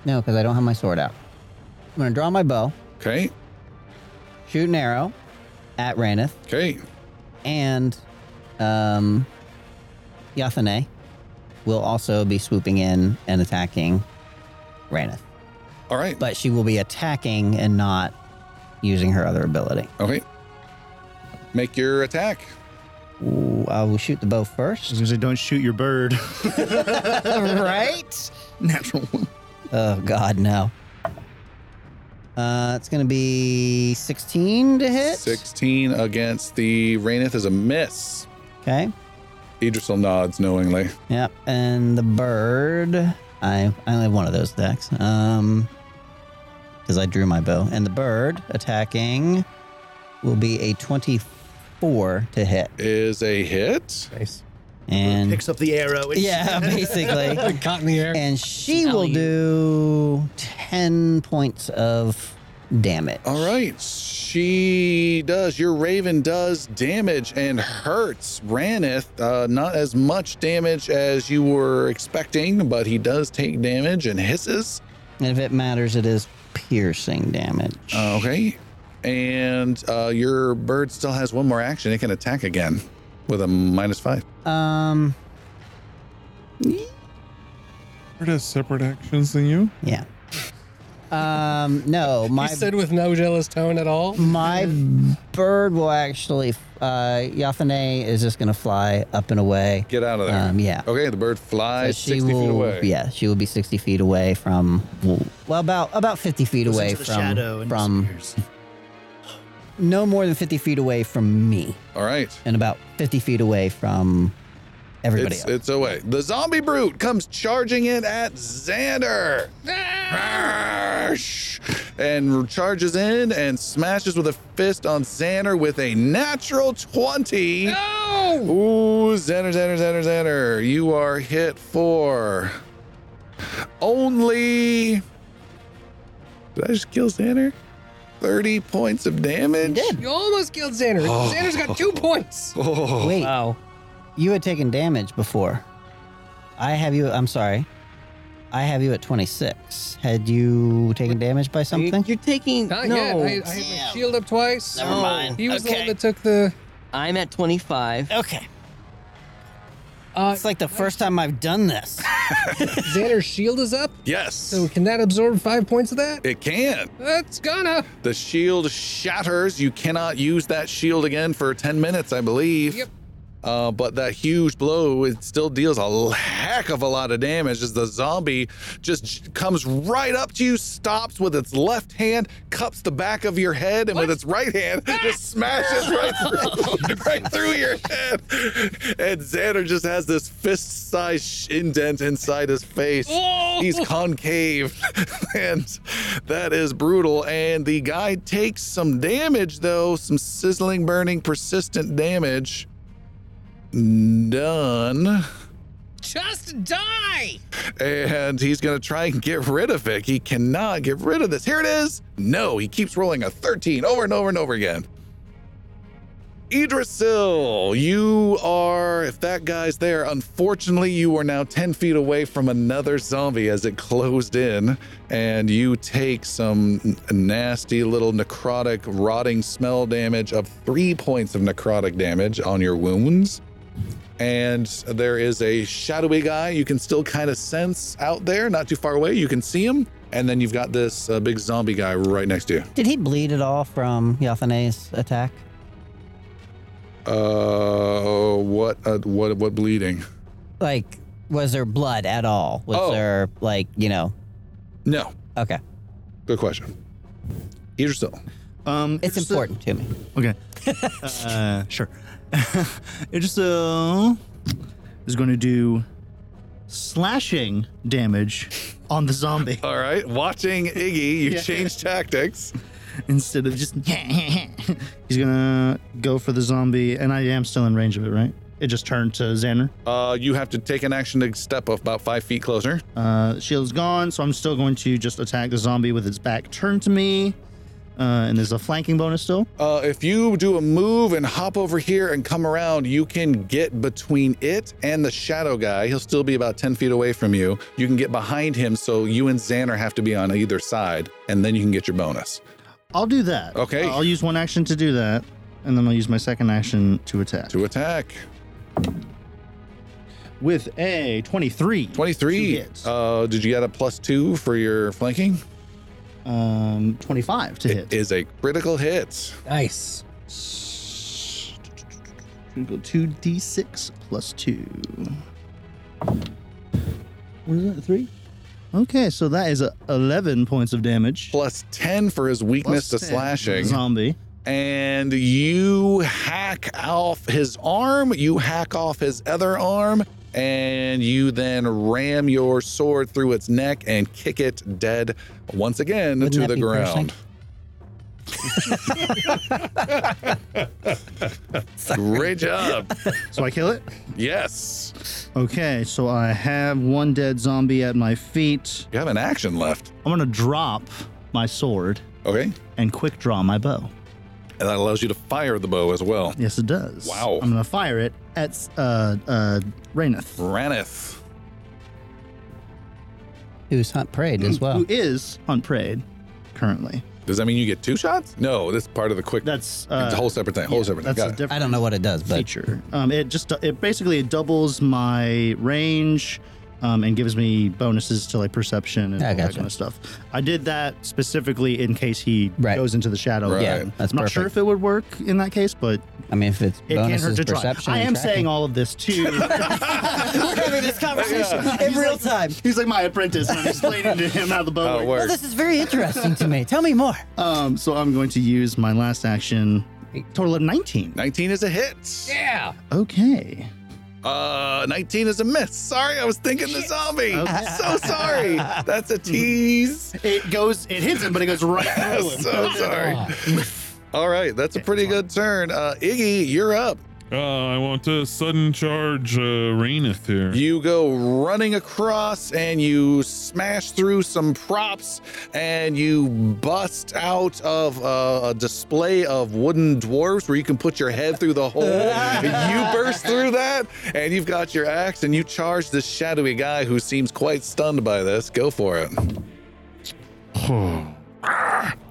Speaker 9: No, because I don't have my sword out. I'm gonna draw my bow,
Speaker 1: Okay.
Speaker 9: shoot an arrow at Raineth
Speaker 1: Okay.
Speaker 9: and um, Yathane will also be swooping in and attacking Raneth.
Speaker 1: All right.
Speaker 9: But she will be attacking and not using her other ability.
Speaker 1: Okay. Make your attack.
Speaker 9: Ooh, I will shoot the
Speaker 7: (laughs)
Speaker 9: bow first.
Speaker 7: Because don't shoot your bird. (laughs)
Speaker 9: right?
Speaker 7: Natural one.
Speaker 9: Oh, God, no. Uh, it's going to be 16 to hit.
Speaker 1: 16 against the Raineth is a miss.
Speaker 9: Okay.
Speaker 1: Idrisil nods knowingly.
Speaker 9: Yep. And the bird. I, I only have one of those decks. Um, because I drew my bow. And the bird attacking will be a 24 to hit.
Speaker 1: Is a hit.
Speaker 5: Nice.
Speaker 9: And
Speaker 7: Picks up the arrow. and-
Speaker 9: yeah, (laughs) basically.
Speaker 5: (laughs) Caught in the air.
Speaker 9: and she will do 10 points of damage.
Speaker 1: All right. She does. Your Raven does damage and hurts Ranith. Uh, not as much damage as you were expecting, but he does take damage and hisses.
Speaker 9: And if it matters, it is piercing damage.
Speaker 1: Uh, okay. And uh, your bird still has one more action. It can attack again with a minus five.
Speaker 9: Um,
Speaker 4: Bird has separate actions than you.
Speaker 9: yeah. Um, no, my
Speaker 5: he said with no jealous tone at all.
Speaker 9: My bird will actually. Uh, Yathane is just gonna fly up and away.
Speaker 1: Get out of there.
Speaker 9: Um, yeah.
Speaker 1: Okay. The bird flies
Speaker 9: she
Speaker 1: 60
Speaker 9: will,
Speaker 1: feet away.
Speaker 9: yeah, she will be sixty feet away from. Well, about about fifty feet
Speaker 7: Goes
Speaker 9: away
Speaker 7: into the
Speaker 9: from
Speaker 7: shadow and
Speaker 9: from.
Speaker 7: disappears.
Speaker 9: No more than fifty feet away from me,
Speaker 1: All right.
Speaker 9: and about fifty feet away from everybody
Speaker 1: It's,
Speaker 9: else.
Speaker 1: it's away. The zombie brute comes charging in at Xander. Rush! And charges in and smashes with a fist on Xander with a natural 20. Ooh, Xander, Xander, Xander, Xander. You are hit for only. Did I just kill Xander? 30 points of damage?
Speaker 9: did.
Speaker 66: You almost killed Xander.
Speaker 1: Oh.
Speaker 66: Xander's got two points.
Speaker 1: Oh.
Speaker 9: Wait,
Speaker 2: Wow.
Speaker 9: you had taken damage before. I have you. I'm sorry. I have you at twenty six. Had you taken damage by something?
Speaker 2: You're taking.
Speaker 5: Not
Speaker 2: no.
Speaker 5: yet. I, I had my shield up twice. Oh.
Speaker 2: Never mind.
Speaker 5: He was the
Speaker 2: Okay.
Speaker 5: one that took the.
Speaker 2: I'm at 25.
Speaker 9: Okay.
Speaker 5: Uh,
Speaker 9: it's like the first time I've done this.
Speaker 5: Xander's shield is up.
Speaker 1: Yes.
Speaker 5: So can that absorb five points of that?
Speaker 1: It can.
Speaker 5: That's gonna.
Speaker 1: The shield shatters. You cannot use that shield again for 10 minutes, I believe.
Speaker 5: Yep.
Speaker 1: Uh, but that huge blow, it still deals a heck of a lot of damage as the zombie just j- comes right up to you, stops with its left hand, cups the back of your head, and with its right hand, just smashes right through, (laughs) right through your head. And Xander just has this fist sized indent inside his face. He's concave, (laughs) and that is brutal. And the guy takes some damage, though, some sizzling, burning, persistent damage done.
Speaker 67: Just die!
Speaker 1: And he's going to try and get rid of it. He cannot get rid of this. Here it is. No, he keeps rolling a 13 over and over and over again. Idrisil, you are, if that guy's there, unfortunately, you are now 10 feet away from another zombie as it closed in, and you take some n- nasty little necrotic, rotting smell damage of three points of necrotic damage on your wounds. And there is a shadowy guy you can still kind of sense out there, not too far away. You can see him. And then you've got this uh, big zombie guy right next to you.
Speaker 9: (laughs) Did he bleed at all from Yathane's attack?
Speaker 1: Uh, what, uh, what, what bleeding?
Speaker 9: Like, was there blood at all? Was
Speaker 1: Oh.
Speaker 9: there like you know?
Speaker 1: No.
Speaker 9: Okay,
Speaker 1: Good question. Either still.
Speaker 7: Um,
Speaker 9: it's important to me. (laughs)
Speaker 7: Okay. uh, sure. (laughs) Idrisil is going to do slashing damage on the zombie
Speaker 1: All right. Watching Iggy, you
Speaker 7: Yeah.
Speaker 1: change tactics.
Speaker 7: instead of just. (laughs) He's going to go for the zombie, and I am still in range of it, right? It just turned to Xander.
Speaker 1: Uh, you have to take an action to step up about five feet closer.
Speaker 7: Uh, shield's gone, so I'm still going to just attack the zombie with its back turned to me. Uh, and there's a flanking bonus still.
Speaker 1: Uh, if you do a move and hop over here and come around, you can get between it and the shadow guy. He'll still be about 10 feet away from you. You can get behind him, so you and Xander have to be on either side, and then you can get your bonus.
Speaker 7: I'll do that.
Speaker 1: Okay.
Speaker 7: I'll use one action to do that, and then I'll use my second action to attack.
Speaker 1: To attack.
Speaker 7: With a 23.
Speaker 1: 23.
Speaker 7: Two hits.
Speaker 1: Uh, did you get a plus two for your flanking?
Speaker 7: Um, 25 to hit.
Speaker 1: It is a critical hit.
Speaker 5: Nice.
Speaker 7: Gonna go 2d6 plus 2. What is that? 3? Okay, so that is a 11 points of damage.
Speaker 1: Plus 10 for his weakness
Speaker 7: Plus
Speaker 1: to
Speaker 7: 10
Speaker 1: slashing.
Speaker 7: Zombie.
Speaker 1: and you hack off his arm, you hack off his other arm, and you then ram your sword through its neck and kick it dead once again
Speaker 9: Wouldn't
Speaker 1: to
Speaker 9: that
Speaker 1: the
Speaker 9: be cursing?
Speaker 1: ground.
Speaker 9: (laughs)
Speaker 1: Great job.
Speaker 7: So I kill it?
Speaker 1: Yes.
Speaker 7: Okay, so I have one dead zombie at my feet.
Speaker 1: You have an action left.
Speaker 7: I'm gonna drop my sword
Speaker 1: Okay.
Speaker 7: and quick draw my bow.
Speaker 1: And that allows you to fire the bow as well.
Speaker 7: Yes, it does.
Speaker 1: Wow.
Speaker 7: I'm gonna fire it at uh uh Raineth,
Speaker 1: Ranith.
Speaker 9: Who's hunt prayed as well?
Speaker 7: who is unprayed currently.
Speaker 1: Does that mean you get two shots? No, that's part of the quick.
Speaker 7: That's
Speaker 1: it's a
Speaker 7: uh,
Speaker 1: whole separate thing. Whole
Speaker 7: yeah,
Speaker 1: separate thing.
Speaker 7: that's
Speaker 1: Got
Speaker 7: a
Speaker 1: it.
Speaker 7: different
Speaker 9: I don't know what it does, but
Speaker 7: feature. Um, it just it basically doubles my range. Um, and gives me bonuses to like perception and
Speaker 9: I
Speaker 7: all that
Speaker 9: gotcha.
Speaker 7: kind of stuff. I did that specifically in case he
Speaker 9: Right.
Speaker 7: goes into the shadow.
Speaker 1: Right.
Speaker 9: yeah,
Speaker 1: I'm
Speaker 9: that's
Speaker 7: I'm not
Speaker 9: perfect.
Speaker 7: sure if it would work in that case, but
Speaker 9: I mean, if it's
Speaker 7: it can't hurt
Speaker 9: bonuses,
Speaker 7: to try.
Speaker 9: perception,
Speaker 7: I
Speaker 9: and
Speaker 7: am
Speaker 9: tracking.
Speaker 7: saying all of this too. (laughs)
Speaker 9: We're (laughs) having this conversation (laughs) in real time.
Speaker 7: He's like my apprentice, and I'm explaining to him how the bow
Speaker 1: How it
Speaker 7: works.
Speaker 1: works.
Speaker 9: This is very interesting to me. Tell me more.
Speaker 7: Um, so I'm going to use my last action. Total of 19.
Speaker 1: 19 is a hit.
Speaker 5: Yeah.
Speaker 7: Okay.
Speaker 1: Uh, 19 is a miss. Sorry, I was thinking the zombie. (laughs) So sorry. That's a tease.
Speaker 7: It goes, it hits him, but it goes right through
Speaker 1: (laughs)
Speaker 7: him.
Speaker 1: so sorry. All right, that's a pretty good turn. Uh, Iggy, you're up.
Speaker 4: Uh, I want to sudden charge uh, Raineth here.
Speaker 1: You go running across and you smash through some props and you bust out of uh, a display of wooden dwarves where you can put your head through the hole. you burst through that and you've got your axe and you charge this shadowy guy who seems quite stunned by this. Go for it.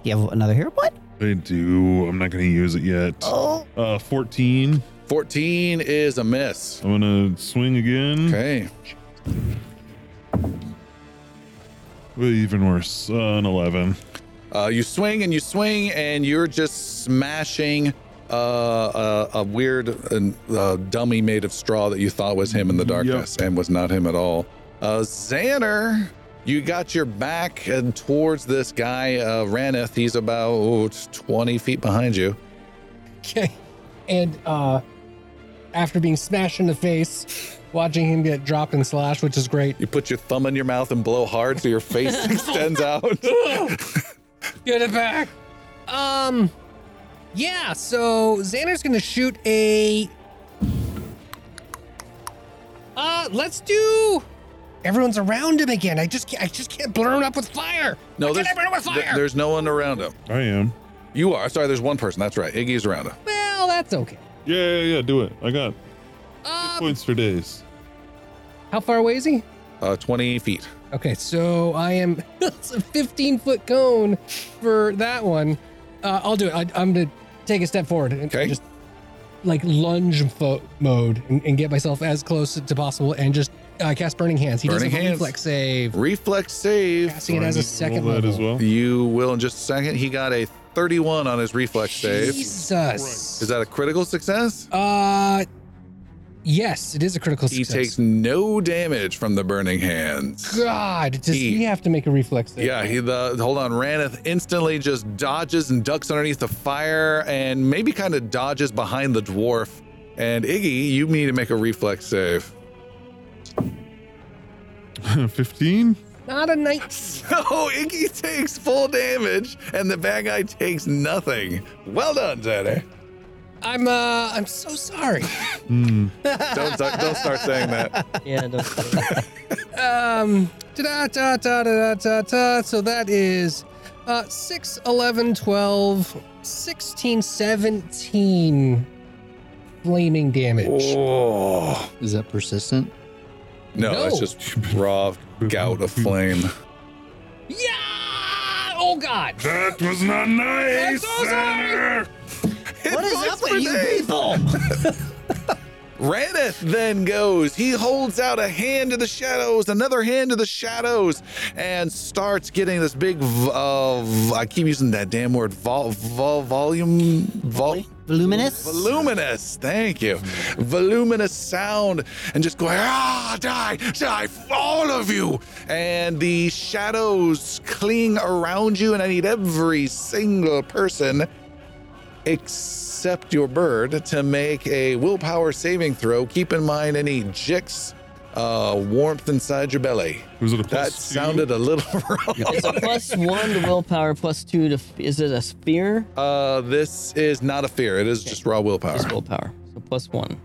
Speaker 9: You have another hero? What?
Speaker 4: I do. I'm not going to use it yet.
Speaker 9: Oh.
Speaker 4: Uh, 14.
Speaker 1: 14 is a miss.
Speaker 23: I'm gonna swing again.
Speaker 1: Okay.
Speaker 23: Even worse, uh, an 11.
Speaker 1: Uh, you swing and you swing, and you're just smashing uh, a, a weird uh, dummy made of straw that you thought was him in the darkness and was not him at all. Uh, Xander, you got your back and towards this guy, uh, Raneth. He's about oh, 20 feet behind you.
Speaker 5: Okay. And uh, after being smashed in the face, watching him get dropped and slashed, which is great.
Speaker 1: You put your thumb in your mouth and blow hard so your
Speaker 48: (laughs)
Speaker 1: face extends out.
Speaker 5: Get it back.
Speaker 48: Um, yeah. So Xander's gonna shoot a. Uh, let's do. Everyone's around him again. I just can't, I just can't blur him up with fire.
Speaker 1: No,
Speaker 48: I
Speaker 1: there's,
Speaker 48: can't burn him with fire.
Speaker 1: th- there's no one around him.
Speaker 23: I am.
Speaker 1: You are. Sorry, there's one person. That's right. Iggy's around him.
Speaker 48: well, that's okay.
Speaker 23: Yeah, yeah, yeah, do it. I got
Speaker 48: Um,
Speaker 23: points for days.
Speaker 5: How far away is he?
Speaker 1: Uh, 20 feet.
Speaker 5: Okay, so
Speaker 48: (laughs)
Speaker 5: I am. It's a 15 foot cone for that one. Uh, I'll do it. I, I'm going to take a step forward and
Speaker 1: Okay.
Speaker 5: just like lunge fo- mode and, and get myself as close to possible and just uh, cast Burning Hands. He
Speaker 1: Burning
Speaker 5: does have a
Speaker 1: hands.
Speaker 5: reflex save.
Speaker 1: Reflex save.
Speaker 5: Casting it as a second
Speaker 23: Roll that
Speaker 5: level.
Speaker 23: as well.
Speaker 1: You will in just a second. He got a 31 on his reflex save.
Speaker 5: Jesus.
Speaker 1: Is that a critical success?
Speaker 5: Uh, yes, it is a critical
Speaker 1: He
Speaker 5: success.
Speaker 1: takes no damage from the burning hands.
Speaker 5: God, does
Speaker 1: He-
Speaker 5: he, have to make a reflex save?
Speaker 1: Yeah, he the hold on, Raneth instantly just dodges and ducks underneath the fire and maybe kind of dodges behind the dwarf. And Iggy, you need to make a reflex save. (laughs)
Speaker 23: 15?
Speaker 48: Not a night.
Speaker 1: So Iggy takes full damage and the bad guy takes nothing. Well done, Tanner.
Speaker 48: I'm uh, I'm so sorry.
Speaker 1: Don't start, don't start saying that.
Speaker 2: Yeah, don't say it.
Speaker 48: Um, da da da da da da da. So that is uh, 6, 11, 12, 16, 17
Speaker 5: Flaming
Speaker 1: (laughs)
Speaker 5: damage.
Speaker 1: Oh.
Speaker 3: Is that persistent?
Speaker 1: No,
Speaker 48: No.
Speaker 1: it's just raw gout of flame.
Speaker 48: Yeah! Oh God!
Speaker 4: That was not nice,
Speaker 48: so sorry.
Speaker 4: Xander!
Speaker 1: What is up with you people? (laughs) Raneth then goes. He holds out a hand to the shadows, another hand to the shadows, and starts getting this big. v- Uh, v- I keep using that damn word. Vol, vol, volume. Vol,
Speaker 47: Voluminous?
Speaker 1: voluminous. Thank you. Voluminous sound, and just going ah, die, die, all of you. And the shadows cling around you, and I need every single person except your bird to make a willpower saving throw. Keep in mind any jicks, uh, warmth inside your belly.
Speaker 23: Was it a plus
Speaker 1: That
Speaker 23: two?
Speaker 1: sounded a little (laughs) wrong.
Speaker 2: It's a plus one to willpower, plus two to. Is it a spear?
Speaker 1: Uh, this is not a fear. It is just raw willpower.
Speaker 2: Just willpower. So plus one.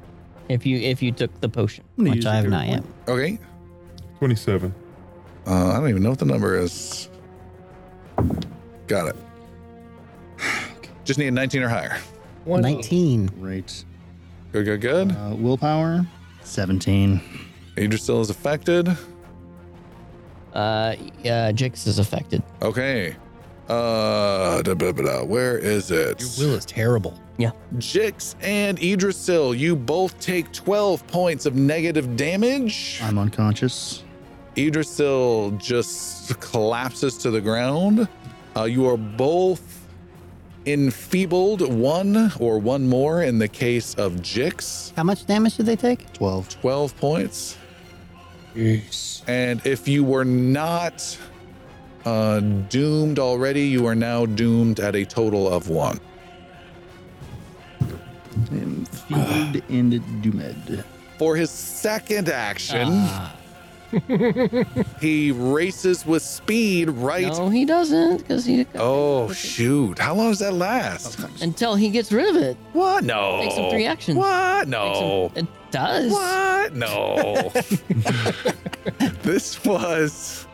Speaker 2: If you if you took the potion.
Speaker 3: I'm gonna
Speaker 47: which
Speaker 3: use
Speaker 47: I
Speaker 3: a
Speaker 47: have
Speaker 3: good
Speaker 47: not yet.
Speaker 3: point.
Speaker 1: Okay.
Speaker 23: 27.
Speaker 1: Uh, I don't even know what the number is. Got it. Just need a 19 or higher.
Speaker 5: One,
Speaker 47: 19.
Speaker 3: Great.
Speaker 1: Good, good, good.
Speaker 3: Uh, willpower, 17.
Speaker 1: Adrian still is affected.
Speaker 2: Uh, yeah, Jix is affected.
Speaker 1: Okay. Uh, da, blah, blah, where is it?
Speaker 5: Your will is terrible.
Speaker 1: Jix and Idrisil, you both take 12 points of negative damage.
Speaker 3: I'm unconscious.
Speaker 1: Idrisil just collapses to the ground. Uh, you are both enfeebled, one or one more in the case of Jix,
Speaker 47: How much damage did they take?
Speaker 3: 12.
Speaker 1: 12 points.
Speaker 5: Yes.
Speaker 1: And if you were not uh, doomed already, you are now doomed at a total of one.
Speaker 3: Enfeebled and doomed.
Speaker 1: For his second action, he races with speed right.
Speaker 2: No, he doesn't, because he
Speaker 1: Oh, shoot. How long does that last?
Speaker 2: until he gets rid of it.
Speaker 1: What? No.
Speaker 2: Takes him three actions.
Speaker 1: What?
Speaker 2: Takes him-
Speaker 1: No.
Speaker 2: it does.
Speaker 1: Oh. What?
Speaker 2: (laughs)
Speaker 1: No. this was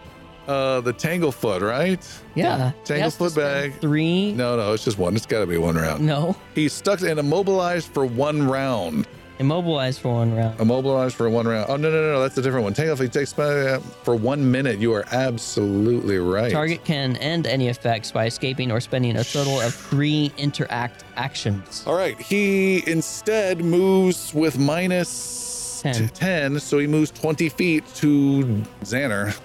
Speaker 1: uh the Tanglefoot, right?
Speaker 2: Yeah.
Speaker 1: Tangle
Speaker 2: He has to
Speaker 1: foot
Speaker 2: spend
Speaker 1: bag.
Speaker 2: Three.
Speaker 1: No, no, it's just one. It's got to be one round.
Speaker 2: No.
Speaker 1: He's stuck and immobilized for one round.
Speaker 2: Immobilized for one round.
Speaker 1: Immobilized for one round. Oh no no no, no that's a different one. Take off he takes uh, for one minute. You are absolutely right.
Speaker 2: Target can end any effects by escaping or spending a total of three interact actions.
Speaker 1: All right, he instead moves with minus
Speaker 2: 10.
Speaker 1: 10, so he moves 20 feet to Xaner.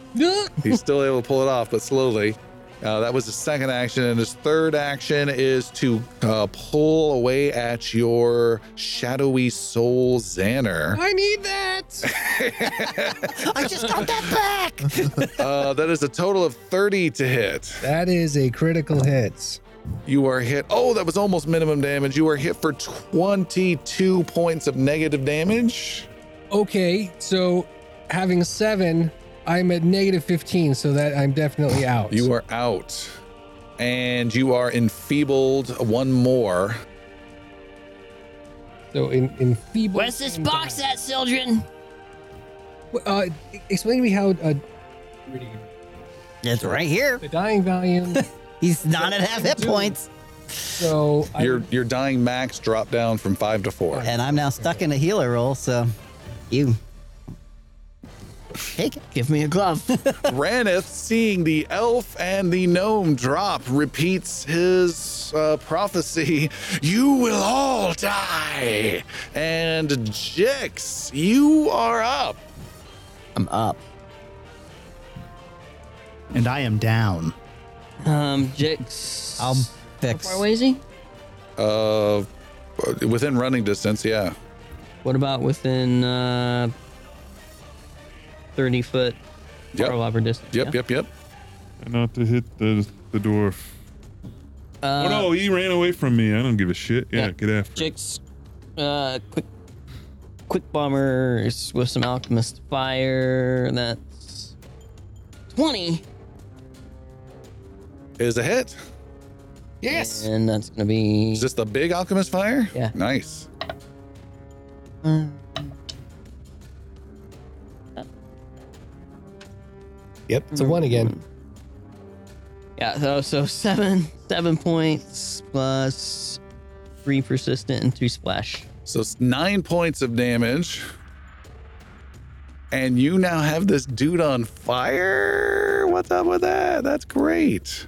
Speaker 1: He's still able to pull it off, but slowly. Uh, that was his second action, and his third action is to uh, pull away at your shadowy soul,
Speaker 5: (laughs)
Speaker 1: Xaner.
Speaker 48: I need that. I just got that back.
Speaker 1: Uh, that is a total of 30 to hit.
Speaker 5: That is a critical hit.
Speaker 1: You are hit. Oh, that was almost minimum damage. You are hit for 22 points of negative damage.
Speaker 5: Okay, so having seven, I'm at negative 15, so that I'm definitely out.
Speaker 1: You are out. And you are enfeebled one more.
Speaker 5: So in, in feeble.
Speaker 14: Where's this box at, Sildren?
Speaker 5: Uh, explain to me how. Uh,
Speaker 9: It's right here.
Speaker 5: The dying (laughs) volume.
Speaker 9: He's not at half hit points.
Speaker 5: So
Speaker 1: Your your dying max dropped down from five to four.
Speaker 9: And I'm now stuck in a healer role, so you take it.
Speaker 2: Give me a glove.
Speaker 1: Ranith, seeing the elf and the gnome drop, repeats his uh, prophecy You will all die! And Jix, you are up.
Speaker 2: I'm up.
Speaker 3: And I am down.
Speaker 2: Um, Jix.
Speaker 9: (laughs) I'll fix.
Speaker 2: How far away is he?
Speaker 1: Uh, within running distance, yeah.
Speaker 2: What about within uh, 30 foot
Speaker 1: Yep.
Speaker 2: barrel robber distance?
Speaker 1: Yep, yep, yep.
Speaker 23: And not to hit the the dwarf.
Speaker 2: Uh,
Speaker 23: oh no, he ran away from me. I don't give a shit. Yeah,
Speaker 2: yeah.
Speaker 23: get after. it.
Speaker 2: Jix, uh, quick, quick bombers with some alchemist fire. That's twenty,
Speaker 1: Is a hit.
Speaker 48: yes.
Speaker 2: and that's gonna be
Speaker 1: Is this the big alchemist fire?
Speaker 2: Yeah.
Speaker 1: Nice.
Speaker 5: Yep, it's a one again.
Speaker 2: yeah. So so seven seven points plus three persistent and two splash.
Speaker 1: So it's nine points of damage. And you now have this dude on fire. What's up with that? That's great.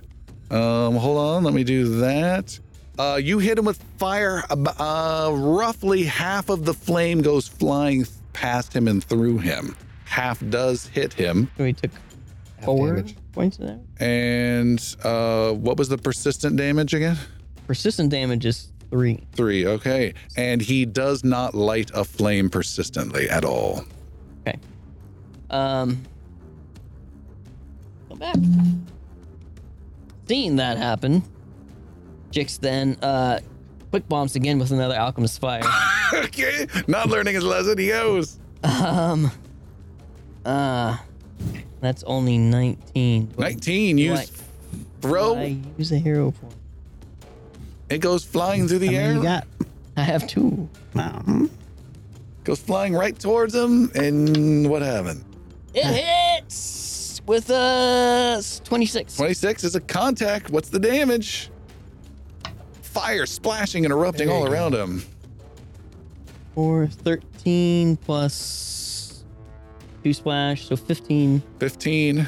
Speaker 1: Um, hold on, let me do that. Uh, you hit him with fire. ab- Uh, roughly half of the flame goes flying past him and through him. Half does hit him.
Speaker 2: So we took
Speaker 5: Half
Speaker 2: four
Speaker 5: damage.
Speaker 2: points of that.
Speaker 1: And uh, what was the persistent damage again?
Speaker 2: Persistent damage is three.
Speaker 1: Three. Okay. And he does not light a flame persistently at all.
Speaker 2: Um, go back. Seeing that happen, Jix then uh, quick bombs again with another alchemist fire.
Speaker 1: okay, not learning his lesson. He goes.
Speaker 2: um, uh, that's only nineteen. but
Speaker 1: 19. You
Speaker 2: Right.
Speaker 1: throw.
Speaker 2: I use a hero point.
Speaker 1: It goes flying through the
Speaker 9: How many
Speaker 1: air.
Speaker 9: you got?
Speaker 2: I have two.
Speaker 9: Um,
Speaker 1: goes flying right towards him. And what happened?
Speaker 2: It Ah. hits with a twenty-six.
Speaker 1: 26 is a contact. What's the damage? Fire splashing and erupting all around him.
Speaker 2: Four, 13 plus two splash, so fifteen.
Speaker 1: 15.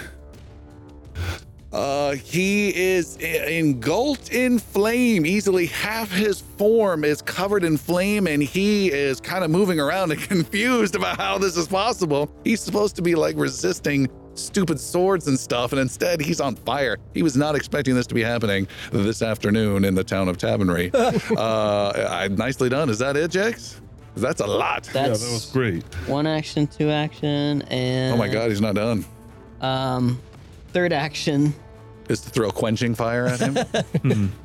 Speaker 1: Uh, he is e- engulfed in flame. Easily half his form is covered in flame, and he is kind of moving around and (laughs) confused about how this is possible. He's supposed to be like resisting stupid swords and stuff, and instead he's on fire. He was not expecting this to be happening this afternoon in the town of Tabernary. uh, I, nicely done. Is that it, Jax? That's a lot.
Speaker 2: That's
Speaker 23: yeah, that was great.
Speaker 2: one action, two action, and
Speaker 1: oh my god, he's not done.
Speaker 2: Um, third action,
Speaker 1: Is to throw quenching fire at him.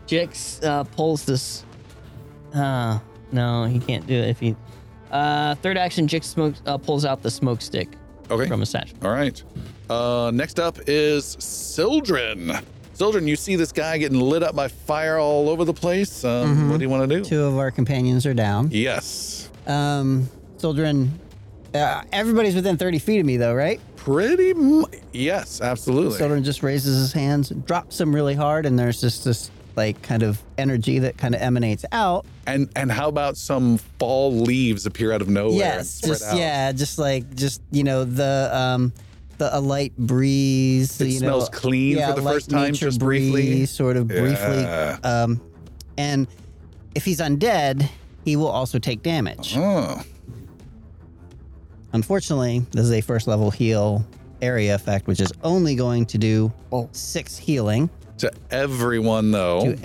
Speaker 2: Jix uh, pulls this. Uh, no, he can't do it if he. Uh, third action, Jix smokes uh, pulls out the smoke stick
Speaker 1: okay.
Speaker 2: from his satchel.
Speaker 1: All right. Uh, next up is Sildren. Sildren, you see this guy getting lit up by fire all over the place. Um, What do you want to do?
Speaker 9: Mm-hmm. two of our companions are down.
Speaker 1: Yes.
Speaker 9: Um, children, uh, everybody's within 30 feet of me, though, right?
Speaker 1: Pretty. Mu- yes, absolutely.
Speaker 9: Children just raises his hands, drops them really hard, and there's just this like kind of energy that kind of emanates out.
Speaker 1: And and how about some fall leaves appear out of nowhere?
Speaker 9: Yes,
Speaker 1: and spread
Speaker 9: just
Speaker 1: out?
Speaker 9: yeah, just like just you know the um the a light breeze.
Speaker 1: It
Speaker 9: you
Speaker 1: smells
Speaker 9: know,
Speaker 1: clean for
Speaker 9: yeah,
Speaker 1: the
Speaker 9: light
Speaker 1: first time,
Speaker 9: nature
Speaker 1: just briefly.
Speaker 9: breeze, sort of briefly.
Speaker 1: Yeah.
Speaker 9: Um, and if he's undead, he will also take damage.
Speaker 1: Oh.
Speaker 9: Unfortunately, this is a first level heal area effect, which is only going to do
Speaker 1: Oh.
Speaker 9: six healing
Speaker 1: To everyone though.
Speaker 9: to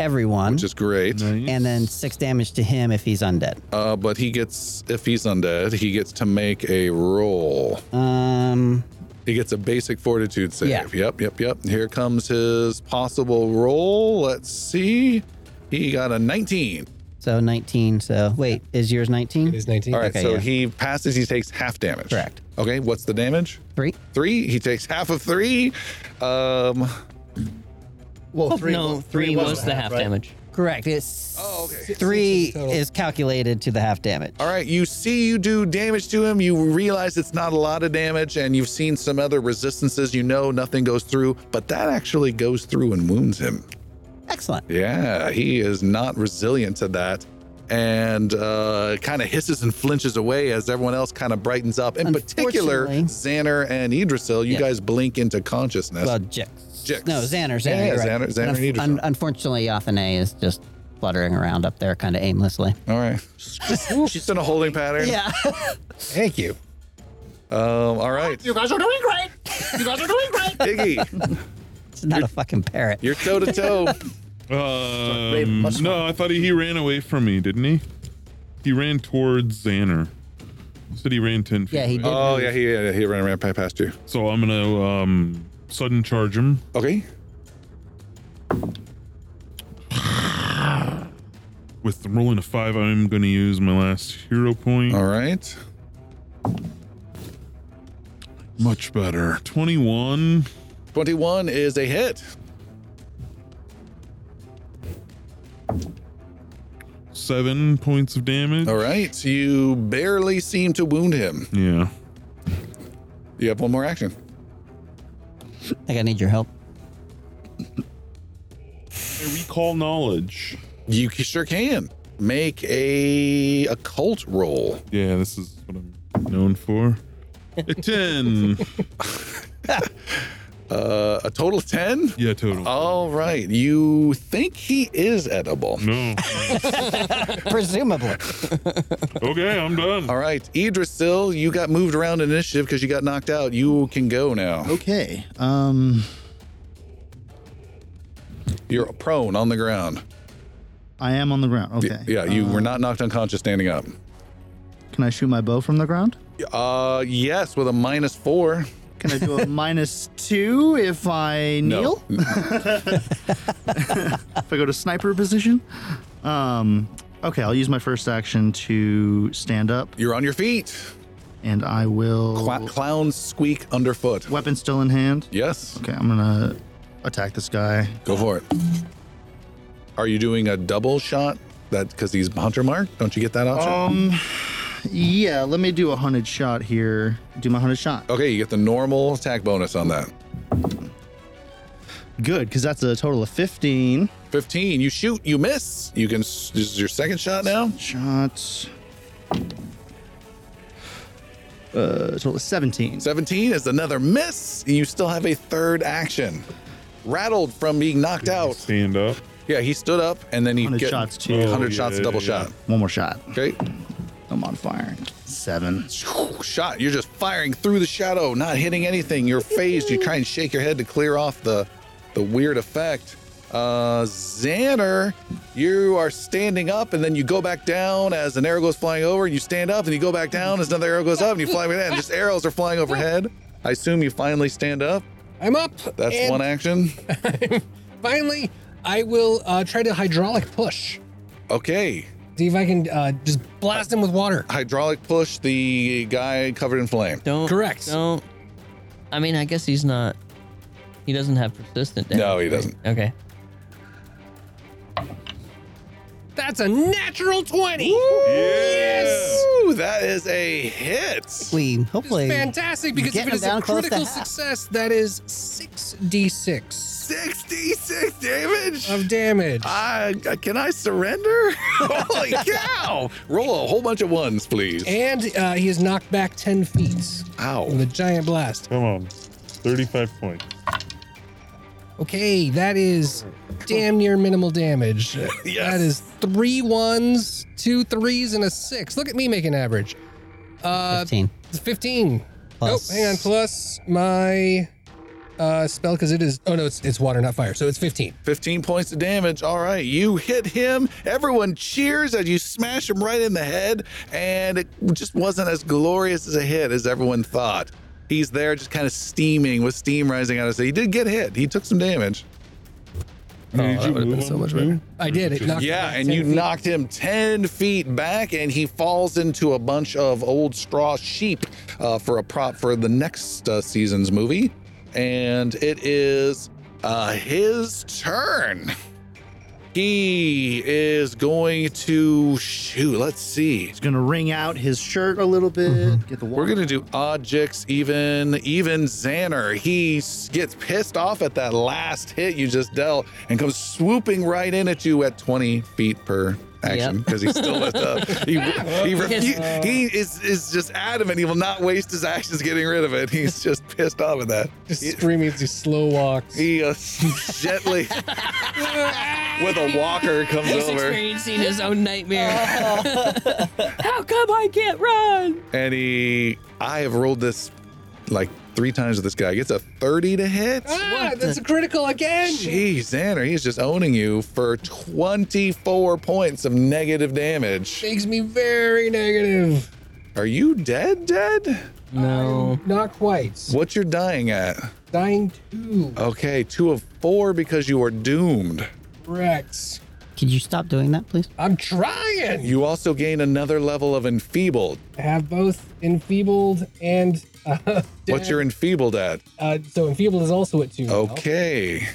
Speaker 1: Oh,
Speaker 9: everyone,
Speaker 1: Which is great.
Speaker 9: and then six damage to him if he's undead.
Speaker 1: Uh, but he gets if he's undead, he gets to make a roll.
Speaker 9: Um
Speaker 1: He gets a basic fortitude save.
Speaker 9: Yeah.
Speaker 1: Yep, yep, yep. Here comes his possible roll. Let's see. He got a 19.
Speaker 9: So 19. So wait, is yours 19? It
Speaker 68: is 19.
Speaker 1: All right, so he passes, he takes half damage.
Speaker 9: Correct.
Speaker 1: Okay, what's the damage?
Speaker 9: Three.
Speaker 1: Three. He takes half of three. Um,
Speaker 7: Well,
Speaker 2: Oh,
Speaker 7: three.
Speaker 2: no,
Speaker 7: was-
Speaker 2: three was the half
Speaker 7: right?
Speaker 2: damage.
Speaker 9: Correct. It's oh, okay. three is calculated to the half damage.
Speaker 1: All right, you see you do damage to him. You realize it's not a lot of damage, and you've seen some other resistances. You know nothing goes through, but that actually goes through and wounds him.
Speaker 9: Excellent.
Speaker 1: Yeah, he is not resilient to that. And uh, kind of hisses and flinches away as everyone else kind of brightens up. In particular, Xander and Idrisil, you
Speaker 9: Yeah.
Speaker 1: guys blink into consciousness.
Speaker 9: Well, Jix.
Speaker 1: Jix.
Speaker 9: No, Xander. Xander.
Speaker 1: Yeah,
Speaker 9: you're right.
Speaker 1: Xander, Xander and
Speaker 9: Unf-
Speaker 1: Idrisil.
Speaker 9: un- unfortunately, Yathane is just fluttering around up there, kind of aimlessly.
Speaker 1: All right. She's in a holding pattern.
Speaker 9: (laughs) Yeah.
Speaker 68: Thank you.
Speaker 1: Um, all right.
Speaker 5: You guys are doing great. You guys are doing great.
Speaker 1: Iggy,
Speaker 9: It's not a fucking parrot.
Speaker 1: you're toe to
Speaker 9: (laughs)
Speaker 1: toe.
Speaker 4: Um, no, I thought he, he ran away from me, didn't he? He ran towards Xander. Said he ran ten feet.
Speaker 9: Yeah, he
Speaker 4: away.
Speaker 9: did
Speaker 1: Oh, yeah, he, yeah, he ran, ran past you.
Speaker 4: So I'm gonna um sudden charge him.
Speaker 1: Okay.
Speaker 4: With the rolling a five, I'm gonna use my last hero point.
Speaker 1: All right.
Speaker 4: Much better. Twenty-one.
Speaker 1: 21 is a hit.
Speaker 4: Seven points of damage.
Speaker 1: All right. You barely seem to wound him.
Speaker 4: Yeah.
Speaker 1: You have one more action.
Speaker 9: I think I need your help.
Speaker 4: I recall knowledge.
Speaker 1: You c- sure can. Make a occult roll.
Speaker 4: Yeah, this is what I'm known for. A ten.
Speaker 1: Uh, a total of 10?
Speaker 4: yeah, total.
Speaker 1: All right. You think he is edible. (laughs)
Speaker 4: no.
Speaker 9: Presumably.
Speaker 4: Okay, I'm done.
Speaker 1: All right. Idrisil, you got moved around in initiative because you got knocked out. You can go now.
Speaker 7: Okay. Um,
Speaker 1: You're prone on the ground.
Speaker 7: I am on the ground.
Speaker 1: Y-
Speaker 7: Okay. Uh,
Speaker 1: Yeah, you were not knocked unconscious standing up.
Speaker 7: Can I shoot my bow from the ground?
Speaker 1: Uh, yes, with a minus four.
Speaker 7: Can I do
Speaker 1: (laughs)
Speaker 7: a minus two if I kneel?
Speaker 1: No.
Speaker 7: If I go to sniper position? Um, okay, I'll use my first action to stand up,
Speaker 1: You're on your feet.
Speaker 7: and I will.
Speaker 1: Cla- clowns squeak underfoot.
Speaker 7: Weapon still in hand.
Speaker 1: Yes.
Speaker 7: Okay, I'm gonna attack this guy.
Speaker 1: Go for it. Are you doing a double shot? That because he's hunter mark. Don't you get that option?
Speaker 7: Um, yeah, let me do a hunted shot here. Do my hunted shot.
Speaker 1: okay, you get the normal attack bonus on that.
Speaker 7: Good, because that's a total of 15
Speaker 1: Fifteen. You shoot. You miss. You can. s- This is your second shot now.
Speaker 7: shots. Uh, total of 17.
Speaker 1: Seventeen is another miss. You still have a third action. Rattled from being knocked out.
Speaker 4: Stand up.
Speaker 1: Yeah, he stood up and then he
Speaker 7: Hundred
Speaker 1: get
Speaker 7: shots, too.
Speaker 1: Hundred
Speaker 4: Oh,
Speaker 1: shots,
Speaker 4: yeah,
Speaker 1: double
Speaker 4: yeah.
Speaker 1: shot.
Speaker 7: One more shot.
Speaker 1: Okay.
Speaker 7: I'm on fire. Seven.
Speaker 1: shot. You're just firing through the shadow, not hitting anything. You're phased. You try and shake your head to clear off the the weird effect. Uh Xanner, you are standing up and then you go back down as an arrow goes flying over. You stand up and you go back down as another arrow goes up and you fly back down. Just arrows are flying overhead. I assume you finally stand up.
Speaker 5: I'm up.
Speaker 1: That's
Speaker 5: and
Speaker 1: one action.
Speaker 5: Finally, I will uh, try to hydraulic push.
Speaker 1: Okay.
Speaker 5: See if I can uh, just blast him with water.
Speaker 1: Hydraulic push the guy covered in flame.
Speaker 2: Don't
Speaker 5: Correct.
Speaker 2: Don't. I mean, I guess he's not. He doesn't have persistent damage.
Speaker 1: No, he doesn't.
Speaker 2: Okay.
Speaker 5: That's a natural 20. Yes.
Speaker 1: Ooh, that is a hit.
Speaker 9: We hopefully
Speaker 5: Fantastic because
Speaker 9: Getting
Speaker 5: if it is
Speaker 9: him
Speaker 5: a
Speaker 9: down close to
Speaker 5: critical
Speaker 9: half.
Speaker 5: success, that is 6d6.
Speaker 1: 66 damage?
Speaker 5: Of damage.
Speaker 1: I, I- can I surrender? (laughs) Holy cow! Roll a whole bunch of ones, please.
Speaker 5: And uh, he is knocked back 10 feet.
Speaker 1: Ow.
Speaker 5: With a giant blast.
Speaker 23: Come on. 35 points.
Speaker 5: Okay, that is damn near
Speaker 1: (laughs)
Speaker 5: minimal damage. That is three ones, two threes, and a six. Look at me making average. Uh,
Speaker 9: 15.
Speaker 5: 15.
Speaker 9: Plus-
Speaker 5: Nope, Oh, hang on. Plus my uh, spell, because it is. Oh, no, it's, it's water, not fire. So it's 15.
Speaker 1: 15 points of damage. All right, you hit him. Everyone cheers as you smash him right in the head, and it just wasn't as glorious as a hit as everyone thought. He's there just kind of steaming with steam rising out of his head. He did get hit, he took some damage.
Speaker 23: Did you move him too?
Speaker 5: I did. It knocked
Speaker 1: yeah, and you knocked him 10 feet back, and he falls into a bunch of old straw sheep uh, for a prop for the next uh, season's movie. And it is uh, his turn. He is going to shoot. Let's see.
Speaker 3: He's gonna wring out his shirt a little bit. Get the
Speaker 1: We're gonna do objects, even even Xander. He s- gets pissed off at that last hit you just dealt, and comes swooping right in at you at 20 feet per action because he's still lit up. He he, refu- he is is just adamant he will not waste his actions getting rid of it. He's just pissed off at that.
Speaker 5: Just
Speaker 1: He-
Speaker 5: screaming as he slow walks.
Speaker 1: He uh, gently (laughs) with a walker comes
Speaker 2: He's
Speaker 1: over.
Speaker 2: experiencing his own (laughs) nightmare. How come I can't run?
Speaker 1: and he I have rolled this like three times with this guy. Gets a 30 to hit.
Speaker 5: Ah, that's a critical again.
Speaker 1: Jeez, Xander, he's just owning you for 24 points of negative damage.
Speaker 5: Makes me very negative.
Speaker 1: Are you dead, dead?
Speaker 2: No.
Speaker 5: Not quite.
Speaker 1: What's your dying at?
Speaker 5: Dying two.
Speaker 1: Okay, two of four because you are doomed.
Speaker 5: Rex.
Speaker 9: Could you stop doing that, please?
Speaker 5: I'm trying.
Speaker 1: You also gain another level of enfeebled.
Speaker 5: I have both enfeebled and uh, (laughs)
Speaker 1: What's your enfeebled at?
Speaker 5: uh, so enfeebled is also at two. now.
Speaker 1: Okay.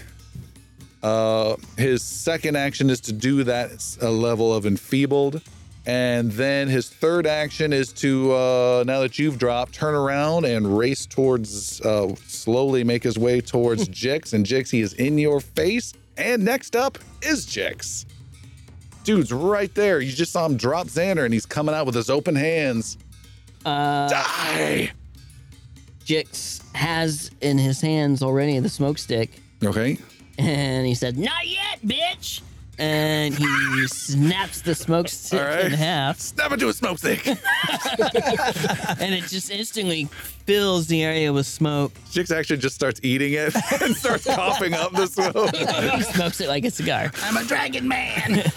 Speaker 1: Uh, his second action is to do that s- a level of enfeebled, and then his third action is to uh, now that you've dropped, turn around and race towards, uh, slowly make his way
Speaker 2: (laughs)
Speaker 1: towards Jix. And Jix, he is in your face. And next up is Jix. Dude's right there. You just saw him drop Xander, and he's coming out with his open hands.
Speaker 2: Uh,
Speaker 1: Die.
Speaker 2: Jix has in his hands already the smoke stick,
Speaker 1: Okay.
Speaker 2: and he said, "Not yet, bitch!" And he snaps the smoke stick
Speaker 1: right.
Speaker 2: in half,
Speaker 1: Snap into a smoke stick.
Speaker 2: and it just instantly fills the area with smoke.
Speaker 1: Jix actually just starts eating it (laughs) and starts coughing up the smoke.
Speaker 2: he smokes it like a cigar.
Speaker 14: I'm a dragon man.
Speaker 2: (laughs)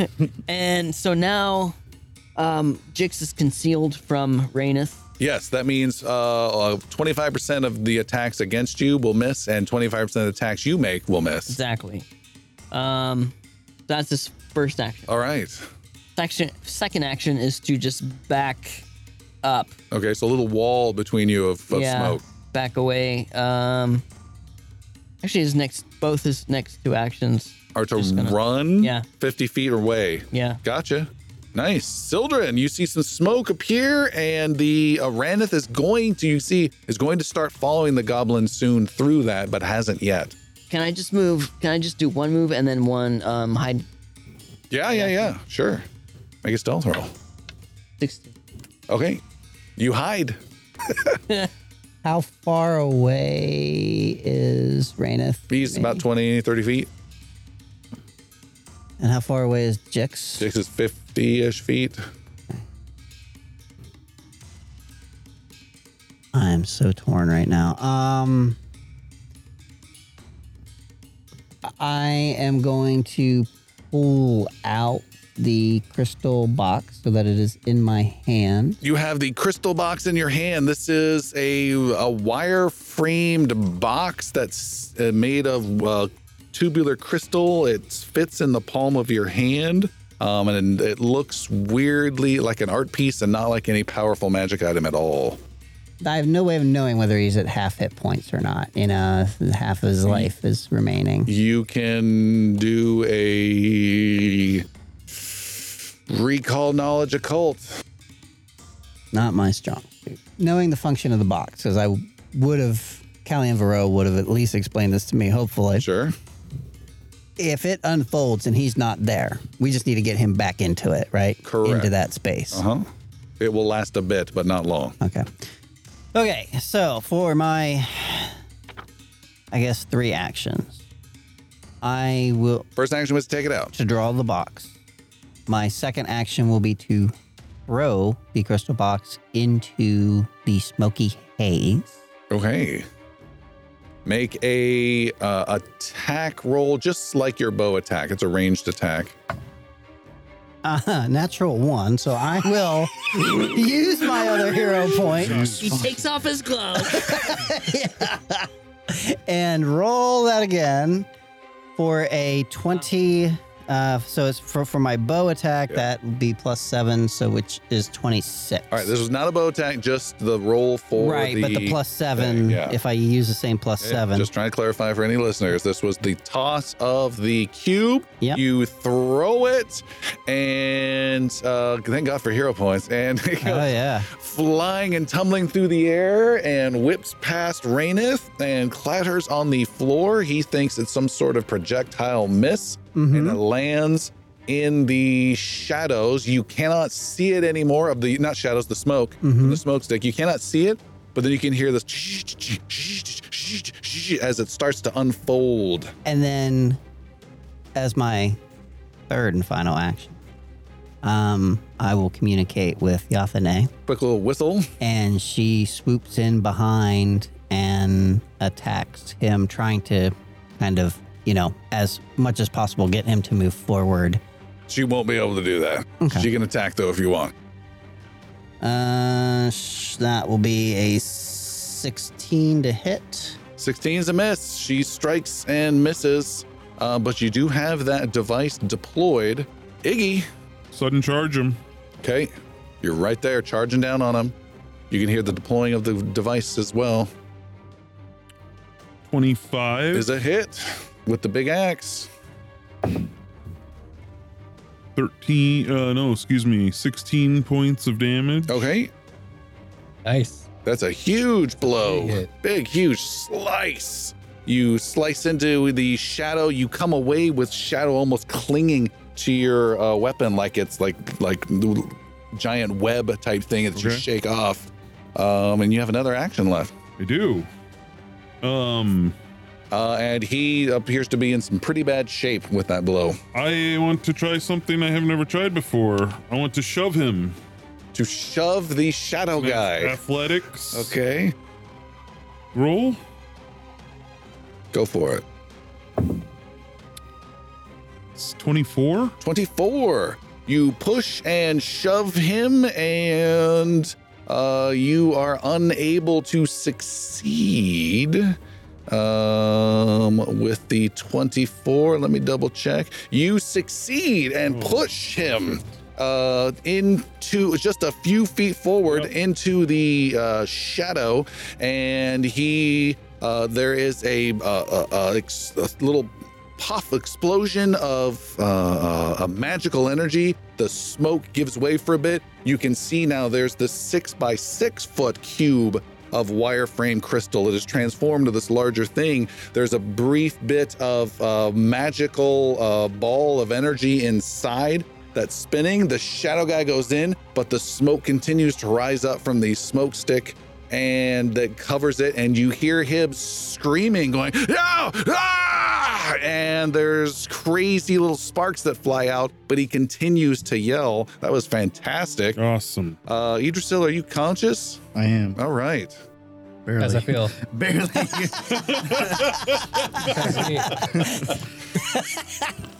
Speaker 2: And so now, um, Jix is concealed from Raineth.
Speaker 1: Yes, that means uh, uh, 25% of the attacks against you will miss, and 25% of the attacks you make will miss.
Speaker 2: Exactly. Um, that's his first action.
Speaker 1: All right.
Speaker 2: Section, second action is to just back up.
Speaker 1: Okay, so a little wall between you of, of smoke.
Speaker 2: Back away. Um, actually, his next, both his next two actions.
Speaker 1: Or to
Speaker 2: Just gonna-
Speaker 1: run
Speaker 2: Yeah.
Speaker 1: 50 feet away.
Speaker 2: Yeah.
Speaker 1: Gotcha. Nice. Sildren, you see some smoke appear, and the Aranith is going to, you see, is going to start following the goblin soon through that, but hasn't yet.
Speaker 2: Can I just move? Can I just do one move and then one um, hide?
Speaker 1: Yeah, yeah, yeah. Sure. Make a stealth roll.
Speaker 2: 16.
Speaker 1: Okay. You hide.
Speaker 9: How far away is Raineth?
Speaker 1: He's about 20, 30 feet.
Speaker 9: And how far away is Jix?
Speaker 1: Six is 50 ish feet.
Speaker 9: I'm so torn right now. Um, I am going to pull out the crystal box so that it is in my hand.
Speaker 1: You have the crystal box in your hand. This is a, a wire framed box that's uh, made of uh, tubular crystal. It fits in the palm of your hand. Um, and it looks weirdly like an art piece and not like any powerful magic item at all.
Speaker 9: I have no way of knowing whether he's at half hit points or not. You know, if half of his life is remaining.
Speaker 1: You can do a recall knowledge occult.
Speaker 9: Not my strong suit. Knowing the function of the box, because I would have, Callie and Varro would have at least explained this to me, hopefully.
Speaker 1: Sure.
Speaker 9: if it unfolds and he's not there, we just need to get him back into it, right?
Speaker 1: Correct.
Speaker 9: Into that space.
Speaker 1: Uh huh. It will last a bit, but not long.
Speaker 9: Okay. Okay, so for my, I guess, three actions, I will.
Speaker 1: First action was to take it out.
Speaker 9: To draw the box. My second action will be to throw the crystal box into the smoky haze. (laughs)
Speaker 1: Okay. Make a uh, attack roll, just like your bow attack. It's a ranged attack.
Speaker 9: Uh-huh, natural one, so I will use my other hero point.
Speaker 2: He takes off his gloves.
Speaker 9: and roll that again for a 20. Uh, so it's for, for my bow attack, that would be plus seven, so which is 26.
Speaker 1: All right, this is not a bow attack, just the roll for
Speaker 9: right,
Speaker 1: the
Speaker 9: but the plus seven,
Speaker 1: thing, yeah.
Speaker 9: if I use the same plus
Speaker 1: Yeah,
Speaker 9: seven.
Speaker 1: Just trying to clarify for any listeners. This was the toss of the cube. You throw it, and uh, thank God for hero points. And (laughs) it
Speaker 9: Oh,
Speaker 1: goes
Speaker 9: yeah.
Speaker 1: flying and tumbling through the air and whips past Rainith and clatters on the floor. He thinks it's some sort of projectile miss, and it lands in the shadows. You cannot see it anymore of the not shadows, the smoke, from the smokestick. You cannot see it, but then you can hear this as it starts to unfold.
Speaker 9: And then, as my third and final action, um, I will communicate with Yathane.
Speaker 1: Quick little whistle.
Speaker 9: And she swoops in behind and attacks him, trying to kind of, you know, as much as possible, get him to move forward.
Speaker 1: She won't be able to do that.
Speaker 9: Okay.
Speaker 1: She can attack though if you want.
Speaker 9: Uh, sh- that will be a 16 to hit.
Speaker 1: 16 is a miss. She strikes and misses, uh, but you do have that device deployed. Iggy.
Speaker 23: Sudden charge him.
Speaker 1: Okay. You're right there, charging down on him. You can hear the deploying of the device as well.
Speaker 23: 25
Speaker 1: is a hit with the big axe.
Speaker 23: 13 uh no excuse me 16 points of damage
Speaker 1: okay
Speaker 23: nice
Speaker 1: that's a huge blow big huge slice you slice into the shadow you come away with shadow almost clinging to your uh, weapon like it's like like giant web type thing that you
Speaker 23: Okay.
Speaker 1: shake off um, and you have another action left
Speaker 23: i do um
Speaker 1: uh, and he appears to be in some pretty bad shape with that blow
Speaker 23: i want to try something i have never tried before i want to shove him
Speaker 1: to shove the shadow guy
Speaker 23: athletics
Speaker 1: okay
Speaker 23: roll
Speaker 1: go for it
Speaker 23: it's 24
Speaker 1: 24. You push and shove him, and uh, you are unable to succeed um, with the 24. Let me double check. You succeed and push him uh, into just a few feet forward into the uh, shadow, and he. Uh, there is a, uh, uh, uh, ex- a little puff explosion of uh, uh, a magical energy. The smoke gives way for a bit. You can see now there's this six by six foot cube of wireframe crystal. It is transformed to this larger thing. There's a brief bit of uh, magical uh, ball of energy inside that's spinning. The shadow guy goes in, but the smoke continues to rise up from the smoke stick and that covers it. And you hear him screaming, going, No! Ah! And there's crazy little sparks that fly out, but he continues to yell. That was fantastic.
Speaker 23: Awesome.
Speaker 1: Uh, Idrisil, are you conscious?
Speaker 3: I am.
Speaker 1: All right.
Speaker 3: Barely.
Speaker 5: How's that feel?
Speaker 3: (laughs) Barely.
Speaker 5: (laughs)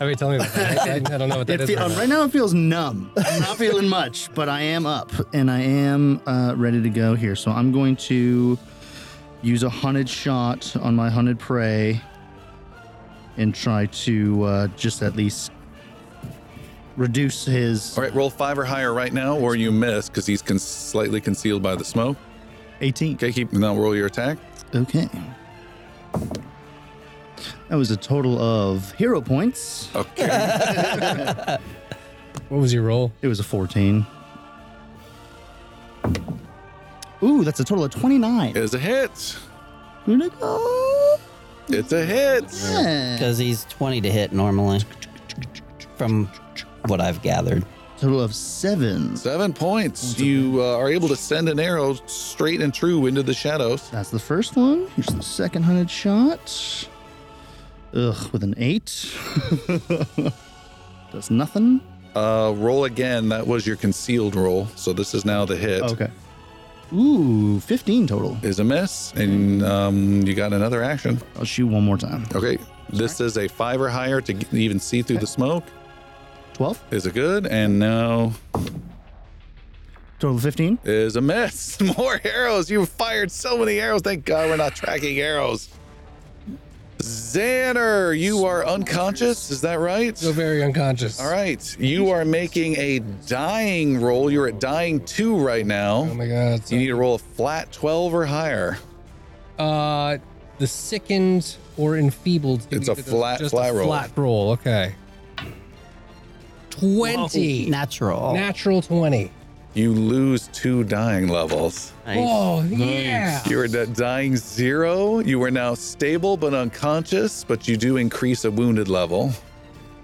Speaker 5: I mean, tell me about that. I, I don't know what that
Speaker 3: It
Speaker 5: is.
Speaker 3: feel, uh,
Speaker 5: right
Speaker 3: right,
Speaker 5: now.
Speaker 3: now. it feels numb. I'm not feeling much, but I am up and I am uh, ready to go here. So I'm going to use a hunted shot on my hunted prey and try to uh, just at least reduce his
Speaker 1: All right, roll five or higher right now, or you miss because he's con- slightly concealed by the smoke.
Speaker 3: 18.
Speaker 1: Okay, keep now roll your attack.
Speaker 3: Okay. That was a total of hero points.
Speaker 1: Okay.
Speaker 3: what was your roll? It was a 14. Ooh, that's a total of 29.
Speaker 1: It is a hit.
Speaker 3: Here we go.
Speaker 1: It's a hit.
Speaker 9: Because he's 20 to hit normally, from what I've gathered.
Speaker 7: Total of seven.
Speaker 1: Seven points. You uh, are able to send an arrow straight and true into the shadows.
Speaker 7: That's the first one. Here's the second hunted shot. Ugh, with an eight. (laughs) Does nothing.
Speaker 1: Uh, roll again. That was your concealed roll. So this is now the hit.
Speaker 7: Okay. Ooh, 15 total.
Speaker 1: Is a miss, and um, you got another action.
Speaker 7: I'll shoot one more time.
Speaker 1: Okay. This is a five or higher to g- even see through the smoke.
Speaker 7: 12
Speaker 1: Is a good, and now
Speaker 7: total of 15.
Speaker 1: is a miss. (laughs) More arrows. You fired so many arrows. Thank God we're not tracking arrows. Xanner, you are unconscious. Is that right?
Speaker 5: Still very unconscious.
Speaker 1: All right. You are making a dying roll. You're at dying two right
Speaker 5: Oh
Speaker 1: now.
Speaker 5: my god.
Speaker 1: You need to roll a flat 12 or higher.
Speaker 5: Uh, the sickened or enfeebled.
Speaker 1: It's a
Speaker 5: Just
Speaker 1: flat- flat roll.
Speaker 5: Flat roll. Okay. Twenty.
Speaker 9: Natural.
Speaker 5: Natural twenty.
Speaker 1: You lose two dying levels.
Speaker 5: Oh yeah.
Speaker 1: You were at dying zero. You are now stable but unconscious, but you do increase a wounded level.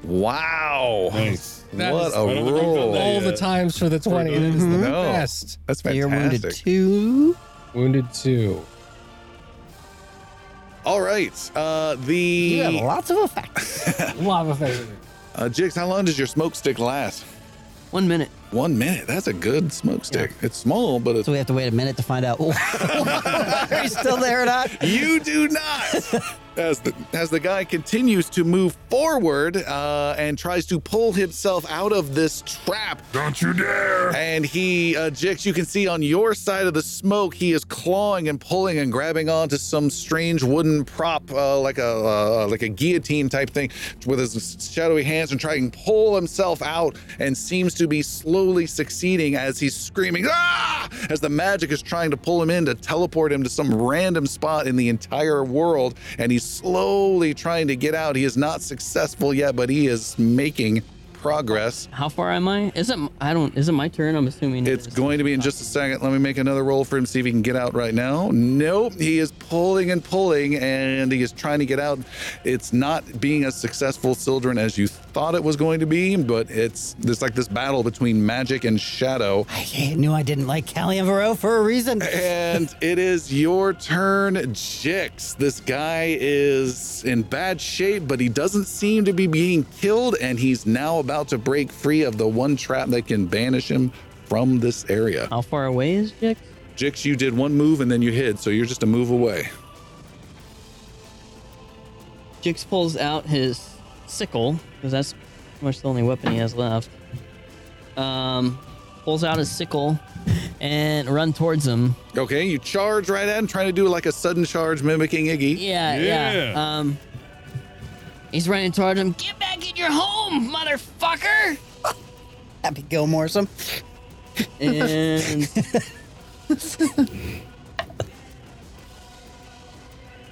Speaker 1: Wow.
Speaker 69: Nice.
Speaker 5: That
Speaker 1: what
Speaker 5: is-
Speaker 1: a
Speaker 69: I don't think I've done
Speaker 1: roll.
Speaker 69: that
Speaker 5: All
Speaker 69: Yeah.
Speaker 5: the times for the twenty. That is the
Speaker 1: No.
Speaker 5: best.
Speaker 1: That's
Speaker 9: You're wounded
Speaker 1: fantastic.
Speaker 9: two.
Speaker 5: Wounded two.
Speaker 1: (laughs) All right. Uh, the
Speaker 9: lots of effects.
Speaker 5: Lava favorite.
Speaker 1: uh, Jigs, how long does your smoke stick last?
Speaker 2: (laughs) One minute.
Speaker 1: One minute. That's a good smoke stick. It's small, but
Speaker 9: (laughs)
Speaker 1: it's.
Speaker 9: So we have to wait a minute to find out. (laughs) Are you still there or not?
Speaker 1: you do not. As the, as the guy continues to move forward uh, and tries to pull himself out of this trap,
Speaker 4: Don't you dare!
Speaker 1: And he, uh, Jix, you can see on your side of the smoke, he is clawing and pulling and grabbing onto some strange wooden prop, uh, like a uh, like a guillotine type thing, with his shadowy hands and trying to pull himself out, and seems to be slowly succeeding as he's screaming ah! as the magic is trying to pull him in to teleport him to some random spot in the entire world, and he's slowly trying to get out. He is not successful yet, but he is making progress.
Speaker 2: How far am I? Isn't I don't? Is it my turn? I'm assuming
Speaker 1: It's
Speaker 2: it is.
Speaker 1: going to be in just a second. Let me make another roll for him, see if he can get out right now. Nope. He is pulling and pulling, and he is trying to get out. It's not being as successful, Sildren, as you thought it was going to be, but it's there's like this battle between magic and shadow.
Speaker 9: I knew I didn't like Callion Varro for a reason.
Speaker 1: And it is your turn, Jix. This guy is in bad shape, but he doesn't seem to be being killed, and he's now about to break free of the one trap that can banish him from this area.
Speaker 2: How far away is Jix?
Speaker 1: Jix, you did one move and then you hid, so you're just a move away.
Speaker 2: Jix pulls out his sickle because that's pretty much the only weapon he has left. Um, pulls out his sickle and run towards him.
Speaker 1: Okay, you charge right at him, trying to do like a sudden charge mimicking Iggy.
Speaker 2: Yeah, yeah. Um, he's running towards him. Get back in your home, motherfucker!
Speaker 9: Happy Gilmore some.
Speaker 2: And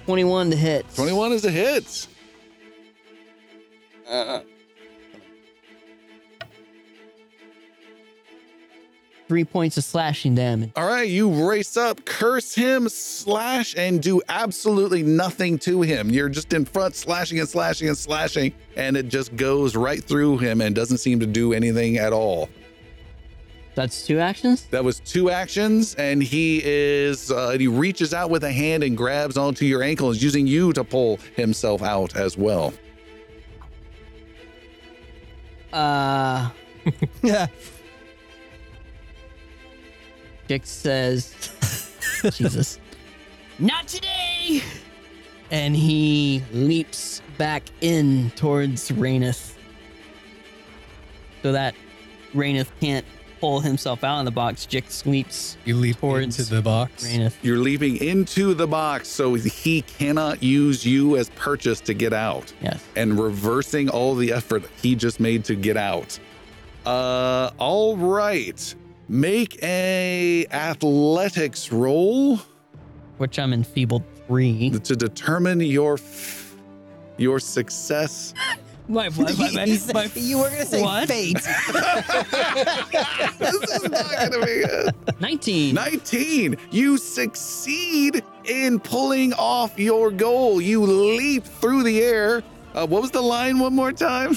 Speaker 2: twenty-one to hit.
Speaker 1: 21 is a hit.
Speaker 2: Three points of slashing damage.
Speaker 1: All right, you race up, curse him, slash, and do absolutely nothing to him. You're just in front, slashing and slashing and slashing, and it just goes right through him and doesn't seem to do anything at all.
Speaker 2: That's two actions.
Speaker 1: That was two actions, and he is uh, he reaches out with a hand and grabs onto your ankle, and is using you to pull himself out as well.
Speaker 2: Uh,
Speaker 9: Yeah.
Speaker 2: Jix says, (laughs) Jesus. Not today! And he leaps back in towards Raineth. So that Raineth can't pull himself out of the box. Jix leaps
Speaker 5: You leap
Speaker 2: Towards
Speaker 5: into the box.
Speaker 2: Raineth.
Speaker 1: You're leaping into the box, so he cannot use you as purchase to get out,
Speaker 2: Yes.
Speaker 1: and reversing all the effort he just made to get out. Uh, all right, make a athletics roll
Speaker 2: Which I'm enfeebled three.
Speaker 1: to determine your f- your success.
Speaker 2: My,
Speaker 9: (laughs) He said- you were gonna say
Speaker 2: what?
Speaker 9: fate.
Speaker 1: (laughs) this is not gonna be good.
Speaker 2: 19.
Speaker 1: 19. You succeed in pulling off your goal. You leap through the air. Uh, what was the line one more time?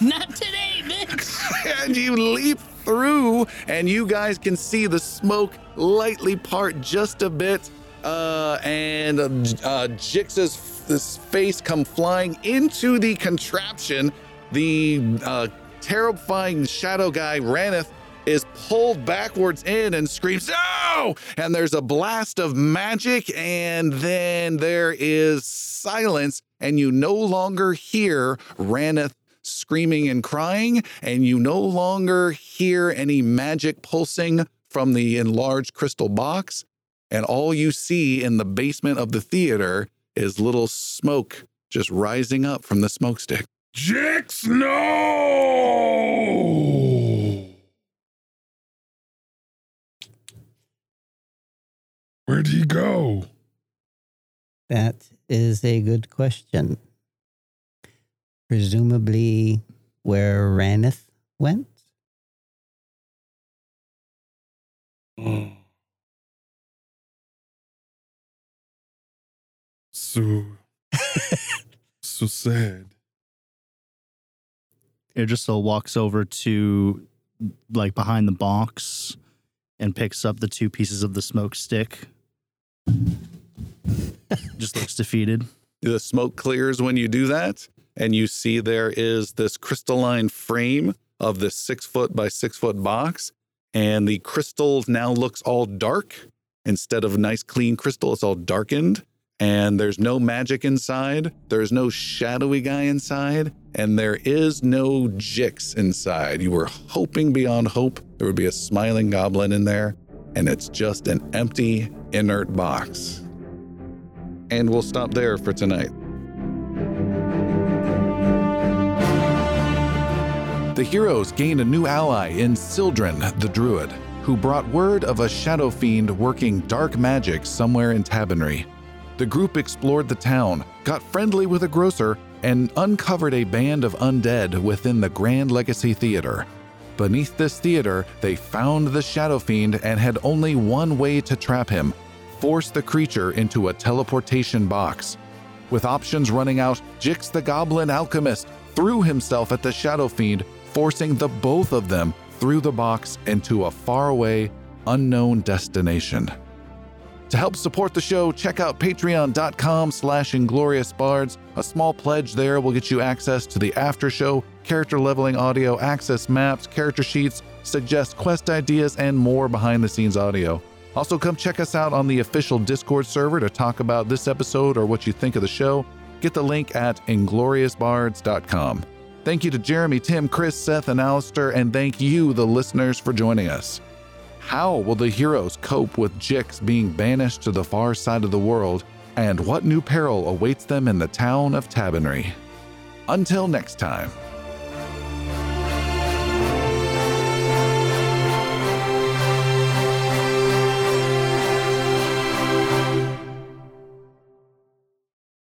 Speaker 14: Not today, bitch.
Speaker 1: (laughs) and you leap through, and you guys can see the smoke lightly part just a bit. Uh, and uh, uh, Jix's this face come flying into the contraption. The uh, terrifying shadow guy, Raneth, is pulled backwards in and screams, No! And there's a blast of magic, and then there is silence, and you no longer hear Raneth screaming and crying, and you no longer hear any magic pulsing from the enlarged crystal box. And all you see in the basement of the theater is little smoke just rising up from the smokestick.
Speaker 4: Jix, no! Where'd he go?
Speaker 47: That is a good question. Presumably where Ranith went?
Speaker 4: Oh.
Speaker 2: (laughs)
Speaker 4: So, so sad.
Speaker 3: Idrisil walks over to like behind the box and picks up the two pieces of the smoke stick. Just looks defeated.
Speaker 1: The smoke clears when you do that, and you see there is this crystalline frame of this six foot by six foot box, and the crystal now looks all dark. Instead of nice clean crystal, it's all darkened and there's no magic inside, there's no shadowy guy inside, and there is no Jix inside. You were hoping beyond hope there would be a smiling goblin in there, and it's just an empty, inert box. And we'll stop there for tonight. The heroes gained a new ally in Sildren the Druid, who brought word of a shadow fiend working dark magic somewhere in Tabanry. The group explored the town, got friendly with a grocer, and uncovered a band of undead within the Grand Legacy Theater. Beneath this theater, they found the Shadow Fiend and had only one way to trap him force the creature into a teleportation box. With options running out, Jix the Goblin Alchemist threw himself at the Shadow Fiend, forcing the both of them through the box into a faraway, unknown destination. To help support the show, check out patreon.com slash ingloriousbards. A small pledge there will get you access to the after show, character leveling audio, access maps, character sheets, suggest quest ideas, and more behind the scenes audio. Also, come check us out on the official Discord server to talk about this episode or what you think of the show. Get the link at ingloriousbards.com. Thank you to Jeremy, Tim, Chris, Seth, and Alistair, and thank you, the listeners, for joining us. How will the heroes cope with Jix being banished to the far side of the world? And what new peril awaits them in the town of Tabanry? Until next time.